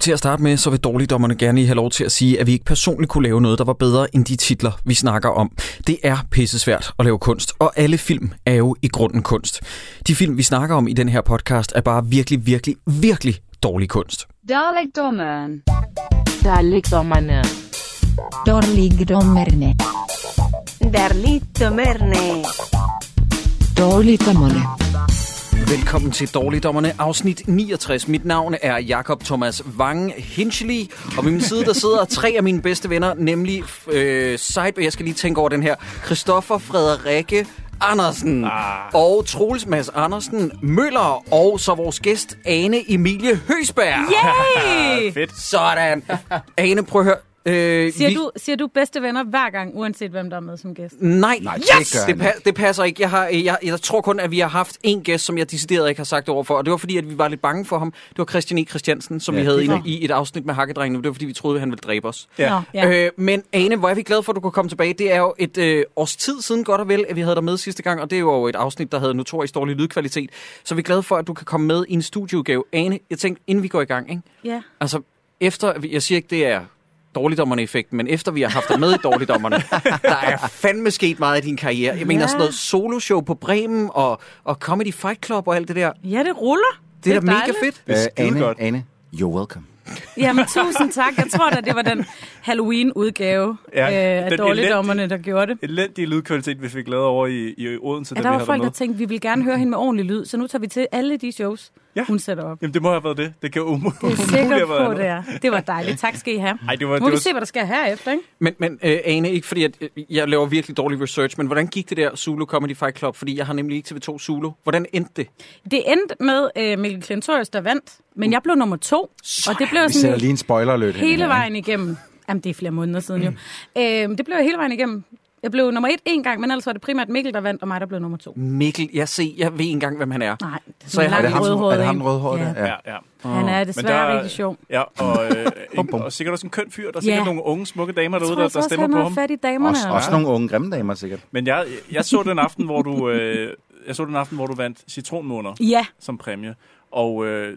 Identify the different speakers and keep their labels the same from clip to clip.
Speaker 1: Til at starte med, så vil dårligdommerne gerne lige have lov til at sige, at vi ikke personligt kunne lave noget, der var bedre end de titler, vi snakker om. Det er pissesvært at lave kunst, og alle film er jo i grunden kunst. De film, vi snakker om i den her podcast, er bare virkelig, virkelig, virkelig dårlig kunst.
Speaker 2: Dalekdommeren.
Speaker 3: Dalekdommerne.
Speaker 4: Dårligdommerne.
Speaker 5: Darlitdommerne.
Speaker 3: Dårligdommerne.
Speaker 1: Velkommen til Dårligdommerne, afsnit 69. Mit navn er Jakob Thomas Wang Hinchely, og ved min side der sidder tre af mine bedste venner, nemlig øh, Seid, og jeg skal lige tænke over den her, Christoffer Frederikke Andersen ah. og Troels Mads Andersen Møller, og så vores gæst Ane Emilie Høsberg.
Speaker 6: Yay!
Speaker 7: Fedt.
Speaker 1: Sådan. Ane, prøv at høre. Øh,
Speaker 6: Siger, du, siger du bedste venner hver gang, uanset hvem der er med som gæst?
Speaker 1: Nej,
Speaker 7: Nej, det
Speaker 1: yes!
Speaker 7: gør
Speaker 1: det,
Speaker 7: han
Speaker 1: pa- det passer ikke. Jeg, har, øh, jeg, jeg tror kun, at vi har haft en gæst, som jeg decideret ikke har sagt over for, og det var fordi, at vi var lidt bange for ham. Det var Christian E. Christiansen, som ja,
Speaker 7: Ja,
Speaker 1: vi havde
Speaker 7: det
Speaker 1: inde
Speaker 7: var-
Speaker 1: i et afsnit med Hakkedrengene. men Det var fordi, vi troede, at han ville dræbe os.
Speaker 7: Ja.
Speaker 6: Nå,
Speaker 1: Ja.
Speaker 6: ja.
Speaker 1: Øh, men Ane, hvor er vi glade for, at du kunne komme tilbage. Det er jo et øh, års tid siden godt og vel, at vi havde dig med sidste gang, og det var jo et afsnit, der havde notorisk dårlig lydkvalitet. Så vi er glade for, at du kan komme med i en studieudgave. Ane, jeg tænkte, inden vi går i gang, ikke?
Speaker 6: ja.
Speaker 1: Altså, efter, jeg siger ikke, det er dårligdommerne-effekten, men efter vi har haft dig med i dårligdommerne, der er fandme sket meget i din karriere. Jeg mener
Speaker 6: Ja.
Speaker 1: sådan noget soloshow på Bremen og, og Comedy Fight Club og alt det der. Det,
Speaker 6: Ja, det ruller.
Speaker 1: er da mega
Speaker 6: dejligt.
Speaker 1: fedt.
Speaker 7: Det er
Speaker 8: Øh,
Speaker 7: skide
Speaker 8: Anne,
Speaker 7: godt.
Speaker 8: Anne, you're welcome.
Speaker 6: Jamen, tusind tak. Jeg tror da, det var den Halloween-udgave
Speaker 7: Ja,
Speaker 6: ja, øh, af
Speaker 7: den
Speaker 6: dårligdommerne, der gjorde det.
Speaker 7: Elendig lydkvalitet, vi fik lavet over i, i Odense,
Speaker 6: Ja,
Speaker 7: da
Speaker 6: der
Speaker 7: vi
Speaker 6: var
Speaker 7: havde
Speaker 6: folk,
Speaker 7: dig
Speaker 6: der
Speaker 7: med.
Speaker 6: tænkte, vi vil gerne høre hende med ordentlig lyd, så nu tager vi til alle de shows,
Speaker 7: Ja.
Speaker 6: ja. hun sætter op.
Speaker 7: Jamen, det må have været det. Det kan jo umuligt
Speaker 6: Det er sikkert
Speaker 7: have været
Speaker 6: på,
Speaker 7: andet.
Speaker 6: det er. Det var dejligt. Tak skal I have.
Speaker 7: Ej, det var,
Speaker 6: Nu må
Speaker 7: det
Speaker 6: vi
Speaker 7: var,
Speaker 6: se, hvad der sker herefter, ikke?
Speaker 1: Men, men øh, Ane, ikke fordi at, øh, jeg laver virkelig dårlig research, men hvordan gik det der Zulu Comedy Fight Club? Fordi jeg har nemlig ikke TV2 Zulu. Hvordan endte det?
Speaker 6: Det endte med øh, Mikkel Klintorius, der vandt, men jeg blev nummer to, og det blev
Speaker 8: Vi sætter
Speaker 6: sådan
Speaker 8: lige en spoiler løb.
Speaker 6: hele vejen igennem. Jamen, det er flere måneder siden jo.
Speaker 7: Mm.
Speaker 6: Øh, det blev jeg hele vejen igennem. Jeg blev nummer et en gang, men ellers var det primært Mikkel, der vandt, og mig, der blev nummer to.
Speaker 1: Mikkel, jeg ser, jeg ved ikke engang, hvem han er.
Speaker 6: Nej, det er
Speaker 1: Så
Speaker 6: sådan en
Speaker 1: er
Speaker 8: Er
Speaker 1: det
Speaker 8: det
Speaker 6: lang
Speaker 8: ham,
Speaker 6: rødhåret
Speaker 8: er det
Speaker 6: en.
Speaker 8: ham rødhåret?
Speaker 6: Ja.
Speaker 8: Ja.
Speaker 7: ja, ja.
Speaker 6: Han er
Speaker 7: Men
Speaker 6: desværre
Speaker 7: der-
Speaker 6: rigtig sjov.
Speaker 7: Ja, og, øh,
Speaker 8: Bum, bum.
Speaker 7: og sikkert også en køn fyr. Der er
Speaker 6: Ja.
Speaker 7: sikkert nogle unge, smukke damer
Speaker 6: Jeg tror
Speaker 7: derude, der,
Speaker 6: altså
Speaker 7: der
Speaker 6: også,
Speaker 7: stemmer
Speaker 6: han
Speaker 7: på
Speaker 6: har
Speaker 7: ham.
Speaker 6: fat i
Speaker 8: Også,
Speaker 6: damerne.
Speaker 8: også nogle unge grimme damer, sikkert.
Speaker 7: Men jeg, jeg så den aften, hvor du, øh, jeg så den aften, hvor du vandt citronmåner
Speaker 6: Ja,
Speaker 7: som præmie. Og øh,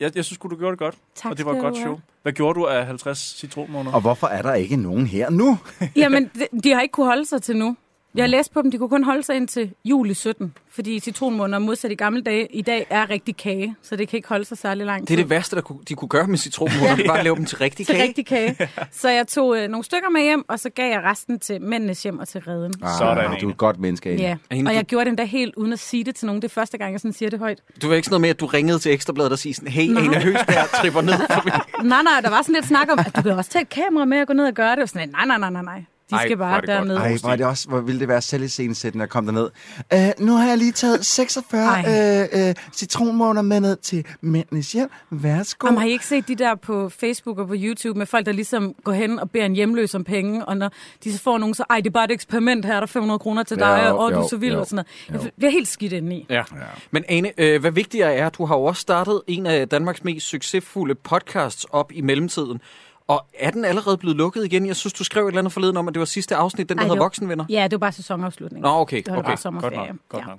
Speaker 7: jeg, jeg synes sgu, du gjorde det godt.
Speaker 6: tak
Speaker 7: og det var et
Speaker 6: skal
Speaker 7: godt
Speaker 6: du
Speaker 7: show.
Speaker 6: have.
Speaker 7: Hvad gjorde du af 50 citronmåner?
Speaker 8: Og hvorfor er der ikke nogen her nu? Ah,
Speaker 6: Jamen, de, de har ikke kunne holde sig til nu. Jeg læste på dem, de kunne kun holde sig indtil juli 17, fordi citronmåneder modsat i gamle dage i dag er rigtig kage, så det kan ikke holde sig særlig lang
Speaker 1: Det er
Speaker 6: tid.
Speaker 1: det værste, der kunne, de kunne gøre med citronmåler. Ja. Bare lave dem til rigtig
Speaker 6: til
Speaker 1: kage.
Speaker 6: rigtig kage. Så jeg tog øh, nogle stykker med hjem, og så gav jeg resten til mændenes hjem og til redden.
Speaker 7: Sådan,
Speaker 8: Ah, du er
Speaker 7: Ane.
Speaker 8: et godt menneske, Ane.
Speaker 6: Ja,
Speaker 1: Ane,
Speaker 6: og
Speaker 1: du-
Speaker 6: jeg gjorde den der helt uden at sige det til nogen. Det er første gang, jeg sådan siger det højt.
Speaker 1: Du var ikke sådan noget med, at du ringede til Ekstrabladet og sagde sådan, hey,
Speaker 6: Nej.
Speaker 1: Ane Høsberg tripper ned for min
Speaker 6: Nej, nej, der var sådan lidt snak om, at du kan også tage et kamera med og gå ned og gøre det. Og sådan, nej, nej, nej, nej, nej. De
Speaker 1: Ej,
Speaker 6: skal
Speaker 1: hvor er
Speaker 6: bare
Speaker 1: det godt.
Speaker 6: derned.
Speaker 8: Ej, hvor, er det også, hvor ville det være selviscenesættende at komme derned. Uh, nu har jeg lige taget 46
Speaker 6: Ej.
Speaker 8: uh, uh, citronmåner med ned til mændenes hjem. Værsgo.
Speaker 6: Jamen, har I ikke set de der på Facebook og på YouTube med folk, der ligesom går hen og beder en hjemløs om penge, og når de så får nogen, så, ej, det er bare et eksperiment her, er der er 500 kroner til dig,
Speaker 8: Jo,
Speaker 6: og åh, du er
Speaker 8: jo,
Speaker 6: så vild
Speaker 8: jo,
Speaker 6: og sådan noget.
Speaker 8: jo.
Speaker 6: Jeg bliver helt skidt indeni.
Speaker 1: Ja. Men Ane, øh, hvad vigtigere er, at du har jo også startet en af Danmarks mest succesfulde podcasts op i mellemtiden. Og er den allerede blevet lukket igen? Jeg synes, du skrev et eller andet forleden om, at det var sidste afsnit, den der
Speaker 6: Ej,
Speaker 1: hedder
Speaker 6: det var-
Speaker 1: Voksenvenner.
Speaker 6: Ja, det var bare sæsonafslutning.
Speaker 1: Nå, okay.
Speaker 6: Det var
Speaker 1: okay.
Speaker 6: bare
Speaker 7: Godt
Speaker 6: sommerferie.
Speaker 7: nok, godt
Speaker 6: ja.
Speaker 7: nok.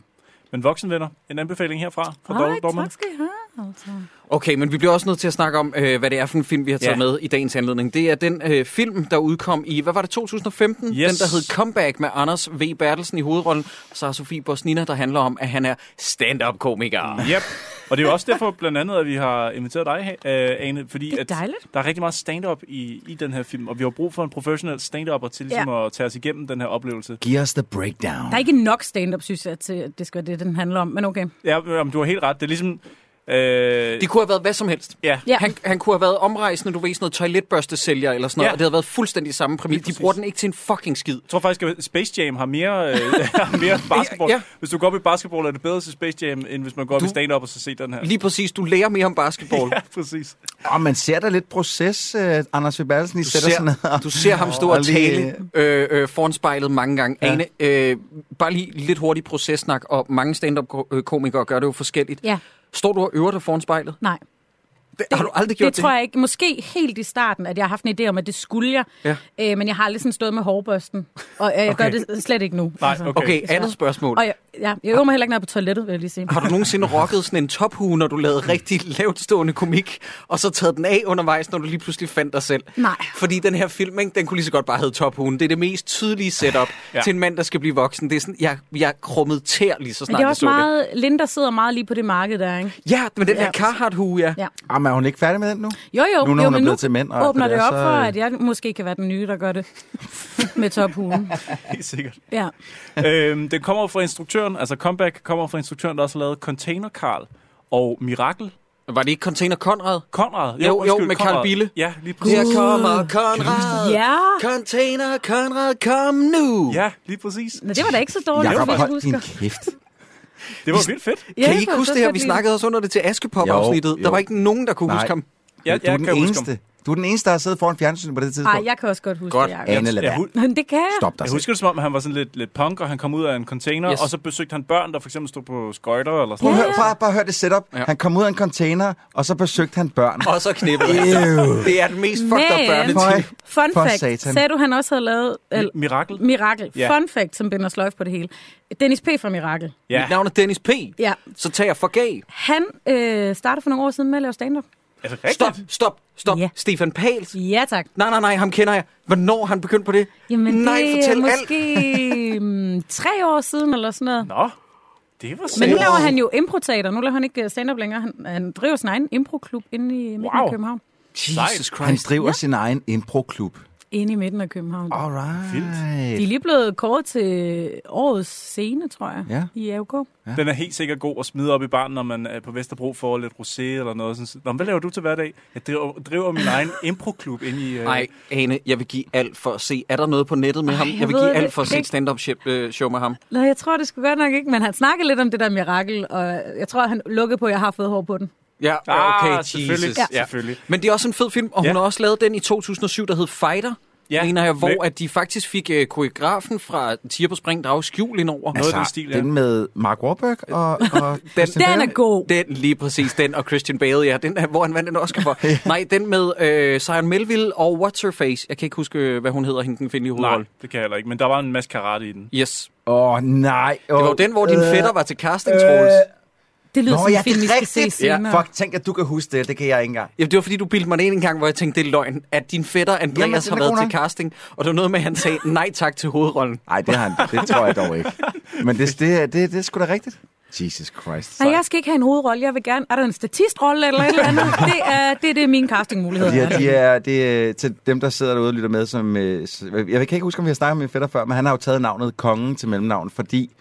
Speaker 7: Men voksenvenner, en anbefaling herfra fra
Speaker 6: Alright,
Speaker 7: Dårligdommerne.
Speaker 6: tak skal I have. Altså.
Speaker 1: okay, men vi bliver også nødt til at snakke om, øh, hvad det er for en film, vi har taget
Speaker 7: Ja.
Speaker 1: med i dagens anledning. Det er den øh, film, der udkom i, hvad var det, 2015? Den,
Speaker 7: Yes.
Speaker 1: der hed Comeback med Anders V. Bertelsen i hovedrollen, og så har Sofie Bosnina, der handler om, at han er stand-up-komiker.
Speaker 7: Ah. Yep. Og det er jo også derfor blandt andet, at vi har inviteret dig, øh, Ane, fordi
Speaker 6: Det er
Speaker 7: at
Speaker 6: dejligt.
Speaker 7: der er rigtig meget stand-up i, i den her film, og vi har brug for en professionel stand-upper til ligesom ja. at tage os igennem den her oplevelse.
Speaker 8: Giv os the breakdown.
Speaker 6: Der er ikke nok stand-up, synes jeg, til at det skal være det, den handler om. Men okay.
Speaker 7: Ja, men, jamen, du har helt ret. Det er ligesom... Øh,
Speaker 1: Det kunne have været hvad som helst.
Speaker 7: ja,
Speaker 6: Ja.
Speaker 1: Han, han kunne have været omrejsende, du ved, sådan noget toiletbørstesælger eller sådan noget, ja.
Speaker 7: Ja.
Speaker 1: og det havde været fuldstændig samme præmis. De
Speaker 7: præcis.
Speaker 1: bruger den ikke til en fucking skid.
Speaker 7: Jeg tror faktisk, at Space Jam har mere, øh, har mere basketball.
Speaker 1: Ja, ja.
Speaker 7: Ja. Hvis du går op i basketball, er det bedre til Space Jam, end hvis man går op
Speaker 1: Du-
Speaker 7: i stand-up og så ser den her.
Speaker 1: Lige præcis, du lærer mere om basketball.
Speaker 7: Ja, præcis.
Speaker 8: Og man ser der lidt proces, uh, Anders V. Bertelsen. I
Speaker 1: Du
Speaker 8: sætter sig ned
Speaker 1: ser,
Speaker 8: og
Speaker 1: du ser ham stå
Speaker 8: Og
Speaker 1: og
Speaker 8: lige-
Speaker 1: tale øh, øh, foran spejlet mange gange. Ja.
Speaker 8: Ja.
Speaker 1: Ane, øh, bare lige lidt hurtig processnak, og mange stand-up-komikere gør det jo forskelligt.
Speaker 6: Ja.
Speaker 1: Står du og øver dig foran spejlet?
Speaker 6: Nej.
Speaker 1: Det, har du aldrig gjort
Speaker 6: det, tror jeg ikke. Måske helt i starten, at jeg har haft en idé om, at det skulle jeg.
Speaker 1: Ja.
Speaker 6: Øh, men jeg har aldrig sådan stået med hårbørsten. Og øh, jeg okay. gør det slet ikke nu.
Speaker 7: Nej, okay.
Speaker 1: Okay,
Speaker 6: så-
Speaker 1: andet spørgsmål.
Speaker 6: Og jeg, ja, jeg øver mig heller ikke, når jeg er på toilettet, vil jeg lige sige.
Speaker 1: Har du nogensinde rocket sådan en tophue, når du lavede rigtig lavtstående komik, og så taget den af undervejs, når du lige pludselig fandt dig selv?
Speaker 6: Nej.
Speaker 1: Fordi den her film, ikke, den kunne lige så godt bare hedde tophuen. Det er det mest tydelige setup ja.
Speaker 7: Ja.
Speaker 1: til en mand, der skal blive voksen. Det er sådan, jeg, jeg krummede tær lige så
Speaker 6: Men
Speaker 1: snart
Speaker 6: det er
Speaker 1: jeg
Speaker 6: også
Speaker 1: så
Speaker 6: meget... Linda sidder meget lige på det marked der, ikke?
Speaker 1: det. Ja, men den
Speaker 6: Ja.
Speaker 1: der Carhartt-hue, ja.
Speaker 6: Ja.
Speaker 8: Jamen, er hun ikke færdig med den nu?
Speaker 6: Jo, jo.
Speaker 8: Nu, når
Speaker 6: jo,
Speaker 8: hun er
Speaker 6: men
Speaker 8: blevet til mænd og alt
Speaker 6: åbner
Speaker 8: det
Speaker 6: det,
Speaker 8: der,
Speaker 6: op
Speaker 8: så,
Speaker 6: for,
Speaker 8: øh,
Speaker 6: at jeg måske kan være den nye, der gør det med tophulen.
Speaker 7: Helt sikkert.
Speaker 6: Ja.
Speaker 7: øhm, den kommer fra instruktøren, altså Comeback kommer fra instruktøren, der også har lavet Container Carl og Mirakel.
Speaker 1: Var det ikke Container Conrad?
Speaker 7: Konrad.
Speaker 1: Jo, jo, med Carl
Speaker 7: Conrad.
Speaker 1: Bille.
Speaker 7: Ja, lige præcis.
Speaker 1: Her kommer Conrad.
Speaker 6: Ja.
Speaker 1: Container Conrad, kom nu.
Speaker 7: Ja, lige præcis.
Speaker 6: Nå, det var da ikke så dårligt,
Speaker 8: Jakob,
Speaker 6: som jeg
Speaker 8: hold din
Speaker 6: husker.
Speaker 8: kæft.
Speaker 7: Det var vildt fedt.
Speaker 1: Kan I ikke
Speaker 6: Jakob,
Speaker 1: huske
Speaker 6: så
Speaker 1: det her?
Speaker 6: skal
Speaker 1: Vi snakkede også under det til
Speaker 8: Jo,
Speaker 1: Askepop-afsnittet. Der
Speaker 8: jo.
Speaker 1: var ikke nogen, der kunne
Speaker 8: Nej.
Speaker 1: huske ham.
Speaker 7: Jeg,
Speaker 8: du er
Speaker 7: jeg
Speaker 8: den
Speaker 7: kan huske
Speaker 8: eneste. Du er den eneste, der har siddet foran fjernsynet på det tidspunkt.
Speaker 6: Ej, jeg kan også godt huske
Speaker 1: Godt.
Speaker 6: det, Jacob.
Speaker 7: ham.
Speaker 8: Anne, lad
Speaker 7: jeg,
Speaker 8: være.
Speaker 7: hu-
Speaker 6: Men det kan jeg.
Speaker 8: Stop dig
Speaker 7: jeg
Speaker 8: selv.
Speaker 7: husker det som om, at han var sådan lidt, lidt punk, og han kom ud af en container,
Speaker 1: Altså- Yes.
Speaker 7: yes. og så besøgte han børn, der for eksempel stod på skøjter eller sådan
Speaker 8: Prøv at
Speaker 7: noget.
Speaker 8: høre, bare, bare hør det setup.
Speaker 1: Ja.
Speaker 8: Han kom ud af en container, og så besøgte han børn.
Speaker 1: Og så knippede han. Det er den mest fucked up
Speaker 6: Men-
Speaker 1: børnetid.
Speaker 8: Føj.
Speaker 6: Fun
Speaker 8: For
Speaker 6: fact.
Speaker 8: satan.
Speaker 6: Sagde du, han også havde lavet... El-
Speaker 7: Mi- Mirakel.
Speaker 6: Mirakel.
Speaker 7: Ja.
Speaker 6: Fun fact, som binder sløjf på det hele. Dennis P. fra Mirakel.
Speaker 1: Ja.
Speaker 7: Ja,
Speaker 1: Mit navn er Dennis P.
Speaker 6: Ja.
Speaker 1: Så tager jeg for gay.
Speaker 6: Han øh, startede for nogle år siden med at lave stand-up.
Speaker 7: er det rigtigt?
Speaker 1: Stop, stop, stop.
Speaker 6: Ja.
Speaker 1: Stefan Pals.
Speaker 6: Ja, tak.
Speaker 1: Nej, nej, nej, ham kender jeg. Hvornår har han begyndt på det?
Speaker 6: Jamen,
Speaker 1: nej,
Speaker 6: det
Speaker 1: fortæl
Speaker 6: er
Speaker 1: alt.
Speaker 6: måske mm, tre år siden eller sådan noget.
Speaker 7: Nå, det var
Speaker 6: Men nu
Speaker 7: sindssygt.
Speaker 6: laver han jo improteater. Nu laver han ikke øh, stand-up længere. Han, han driver sin egen improklub inde i midten
Speaker 7: Wow.
Speaker 6: af København.
Speaker 1: Jesus
Speaker 8: Han
Speaker 1: Christ.
Speaker 8: driver sin egen improklub.
Speaker 6: Inde i midten af København. Oh.
Speaker 8: Alright.
Speaker 6: De er lige blevet kåret til årets scene, tror jeg,
Speaker 8: Ja.
Speaker 6: i AUK.
Speaker 7: Den er helt sikkert god at smide op i barn, når man er på Vesterbro for lidt rosé eller noget. Sådan. Nå, men hvad laver du til hverdag? Jeg driver, driver min egen improklub ind i... Øh...
Speaker 1: Nej, Ane, jeg vil give alt for at se. Er der noget på nettet med ham?
Speaker 6: jeg
Speaker 1: Jeg vil
Speaker 6: ved
Speaker 1: give
Speaker 6: det
Speaker 1: alt for at se et
Speaker 6: ikke.
Speaker 1: stand-up ship- øh, show med ham.
Speaker 6: Nå, jeg tror det skulle godt nok ikke, men han snakkede lidt om det der mirakel, og jeg tror, han lukkede på, at jeg har fået hår på den.
Speaker 1: Ja,
Speaker 7: Ah,
Speaker 1: okay,
Speaker 7: selvfølgelig,
Speaker 1: Jesus.
Speaker 7: ja. selvfølgelig.
Speaker 1: Men det er også en fed film, og hun
Speaker 7: Ja.
Speaker 1: har også lavet den i 2007, der hed Fighter. Ja,
Speaker 7: Ja,
Speaker 1: mener jeg, hvor
Speaker 7: med-
Speaker 1: at de faktisk fik øh, koreografen fra Tiger på Spring Drag skjul indover.
Speaker 7: Noget af den stil, ja.
Speaker 8: Altså, Den med Mark Warburg og, og Christian
Speaker 6: Den
Speaker 8: Bale.
Speaker 6: er god.
Speaker 1: Den, lige præcis den, og Christian Bale, ja, den, er- hvor han vandt en Oscar for. Nej, den med øh, Sion Melville og What's Her Face. Jeg kan ikke huske, øh, hvad hun hedder, hende den kvindelige
Speaker 7: Nej,
Speaker 1: hovedrolle.
Speaker 7: det kan jeg heller ikke, men der var en masse karate i den.
Speaker 1: Yes.
Speaker 8: Åh, oh, nej. Oh,
Speaker 1: Det var jo den, hvor din
Speaker 8: øh,
Speaker 1: fætter var til casting, Troels.
Speaker 6: Det lyder
Speaker 8: Nå,
Speaker 6: som
Speaker 8: ja,
Speaker 6: en
Speaker 8: det
Speaker 6: film, vi
Speaker 8: er
Speaker 6: skal se
Speaker 8: rigtigt.
Speaker 6: senere.
Speaker 8: Fuck, tænk, at du kan huske det. Det kan jeg ikke engang.
Speaker 1: Jamen, det var fordi, du bildte mig det ind en gang, hvor jeg tænkte, det er løgn, at din fætter Andreas
Speaker 8: Jamen, den
Speaker 1: har
Speaker 8: er
Speaker 1: været
Speaker 8: god
Speaker 1: til
Speaker 8: nok.
Speaker 1: casting, og det var noget med, at han sagde nej tak til hovedrollen.
Speaker 8: Nej, det, har han, det tror jeg dog ikke. Men det, det, det, det er sgu da rigtigt. Jesus Christ.
Speaker 6: Nej, jeg skal ikke have en hovedrolle. Jeg vil gerne... Er der en statistrolle eller et eller andet? Det er det, er, det er mine castingmuligheder.
Speaker 8: De er, de er, det er til dem, der sidder derude og lytter med, som... øh, s- Jeg kan ikke huske, om vi har snakket med min fætter før, men han har jo taget navnet Kongen til mellemnavn, fordi...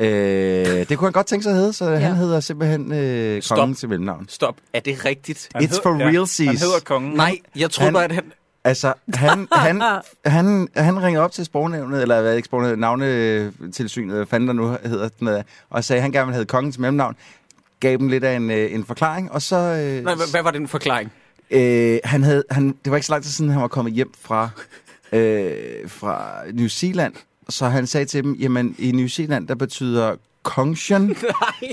Speaker 8: Øh, det kunne han godt tænke sig at hedde, så ja. han hedder simpelthen øh,
Speaker 1: Stop.
Speaker 8: Kongen til mellemnavn.
Speaker 1: Stop, er det rigtigt?
Speaker 7: Han
Speaker 8: It's
Speaker 7: hed-
Speaker 8: for
Speaker 7: ja,
Speaker 8: realsies.
Speaker 7: Han hedder kongen.
Speaker 1: Nej, jeg troede
Speaker 8: Han-
Speaker 1: bare, at han...
Speaker 8: Altså, han, han, han, han ringede op til sprognævnet, eller hvad ikke sprognævnet, navnetilsynet, hvad fanden der nu hedder, sådan noget, og sagde, at han gerne ville have kongen til mellemnavn. Gav dem lidt af en, øh, en forklaring, og så... Øh,
Speaker 1: Nej, hvad- hvad var den forklaring?
Speaker 8: øh, han havde, han, det var ikke så lang tid siden, han var kommet hjem fra, øh, fra New Zealand, så han sagde til dem, jamen i New Zealand, der betyder kongsjen,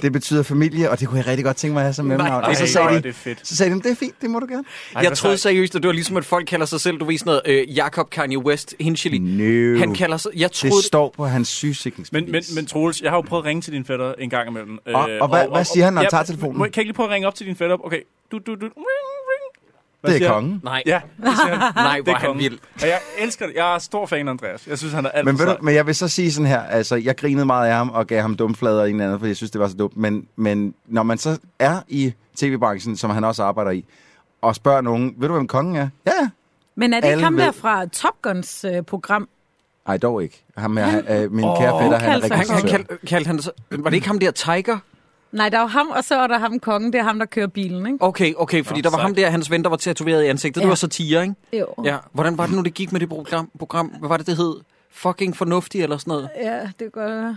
Speaker 8: det betyder familie, og det kunne jeg rigtig godt tænke mig at have som mellemnavn.
Speaker 7: Ej,
Speaker 8: Og så sagde,
Speaker 7: hvor er
Speaker 8: de,
Speaker 7: det fedt.
Speaker 8: så sagde de, det er fint, det må du gerne.
Speaker 7: Ej,
Speaker 1: Jeg
Speaker 7: hvad
Speaker 1: troede
Speaker 7: sejt.
Speaker 1: seriøst, at det var ligesom, at folk kalder sig selv, du ved sådan noget, øh, Jacob Kanye West, Hinchely.
Speaker 8: No.
Speaker 1: Han kalder sig... Jeg
Speaker 8: Mm. det
Speaker 1: troede...
Speaker 8: står på hans sygesikringsbevis.
Speaker 7: Men, men, men Troels, jeg har jo prøvet at ringe til din fætter en gang imellem. Øh,
Speaker 8: og hvad- hvad siger han, når han tager telefonen?
Speaker 7: Må, kan jeg ikke lige prøve at ringe op til din fætter? Okay, du, du, du, ring, ring. Hvad
Speaker 8: det
Speaker 7: siger
Speaker 8: er
Speaker 7: han?
Speaker 8: kongen.
Speaker 1: Nej,
Speaker 7: Ja, det siger han.
Speaker 1: nej,
Speaker 7: Det
Speaker 1: hvor
Speaker 7: er
Speaker 1: er han
Speaker 7: kongen.
Speaker 1: vild.
Speaker 7: Og jeg elsker det. Jeg er stor fan af Andreas. Jeg synes, han er alt
Speaker 8: Men,
Speaker 7: for
Speaker 8: ved du,
Speaker 1: Altså,
Speaker 7: sej.
Speaker 8: men jeg vil så sige sådan her, altså jeg grinede meget af ham og gav ham dumflader og en eller anden, fordi jeg synes, det var så dumt. Men, men når man så er i tv-branchen, som han også arbejder i, og spørger nogen, ved du, hvem kongen er? Ja, ja.
Speaker 6: Men er det ikke
Speaker 8: Alle
Speaker 6: ham
Speaker 8: ved-
Speaker 6: der fra Top Guns øh, program?
Speaker 8: Ej, dog ikke. Ham er, øh, min oh, kære fætter, han er
Speaker 6: kaldte sig
Speaker 8: rigtig
Speaker 1: Han, han
Speaker 8: sød.
Speaker 1: kald, kaldte han så, Var det ikke ham der, Tiger?
Speaker 6: Nej, der er jo ham, og så er der ham kongen. Det er ham, der kører bilen, ikke?
Speaker 1: Okay, okay, fordi
Speaker 7: Nå,
Speaker 1: der var
Speaker 7: sejt.
Speaker 1: ham der, hans ven, der var tatoveret i ansigtet. Ja. Det
Speaker 6: Ja.
Speaker 1: var så tiger, ikke?
Speaker 6: Jo.
Speaker 1: Ja. Hvordan var det nu, det gik med det program? program? Hvad var det, det hed? Fucking fornuftig eller sådan noget?
Speaker 6: ja det gør jeg.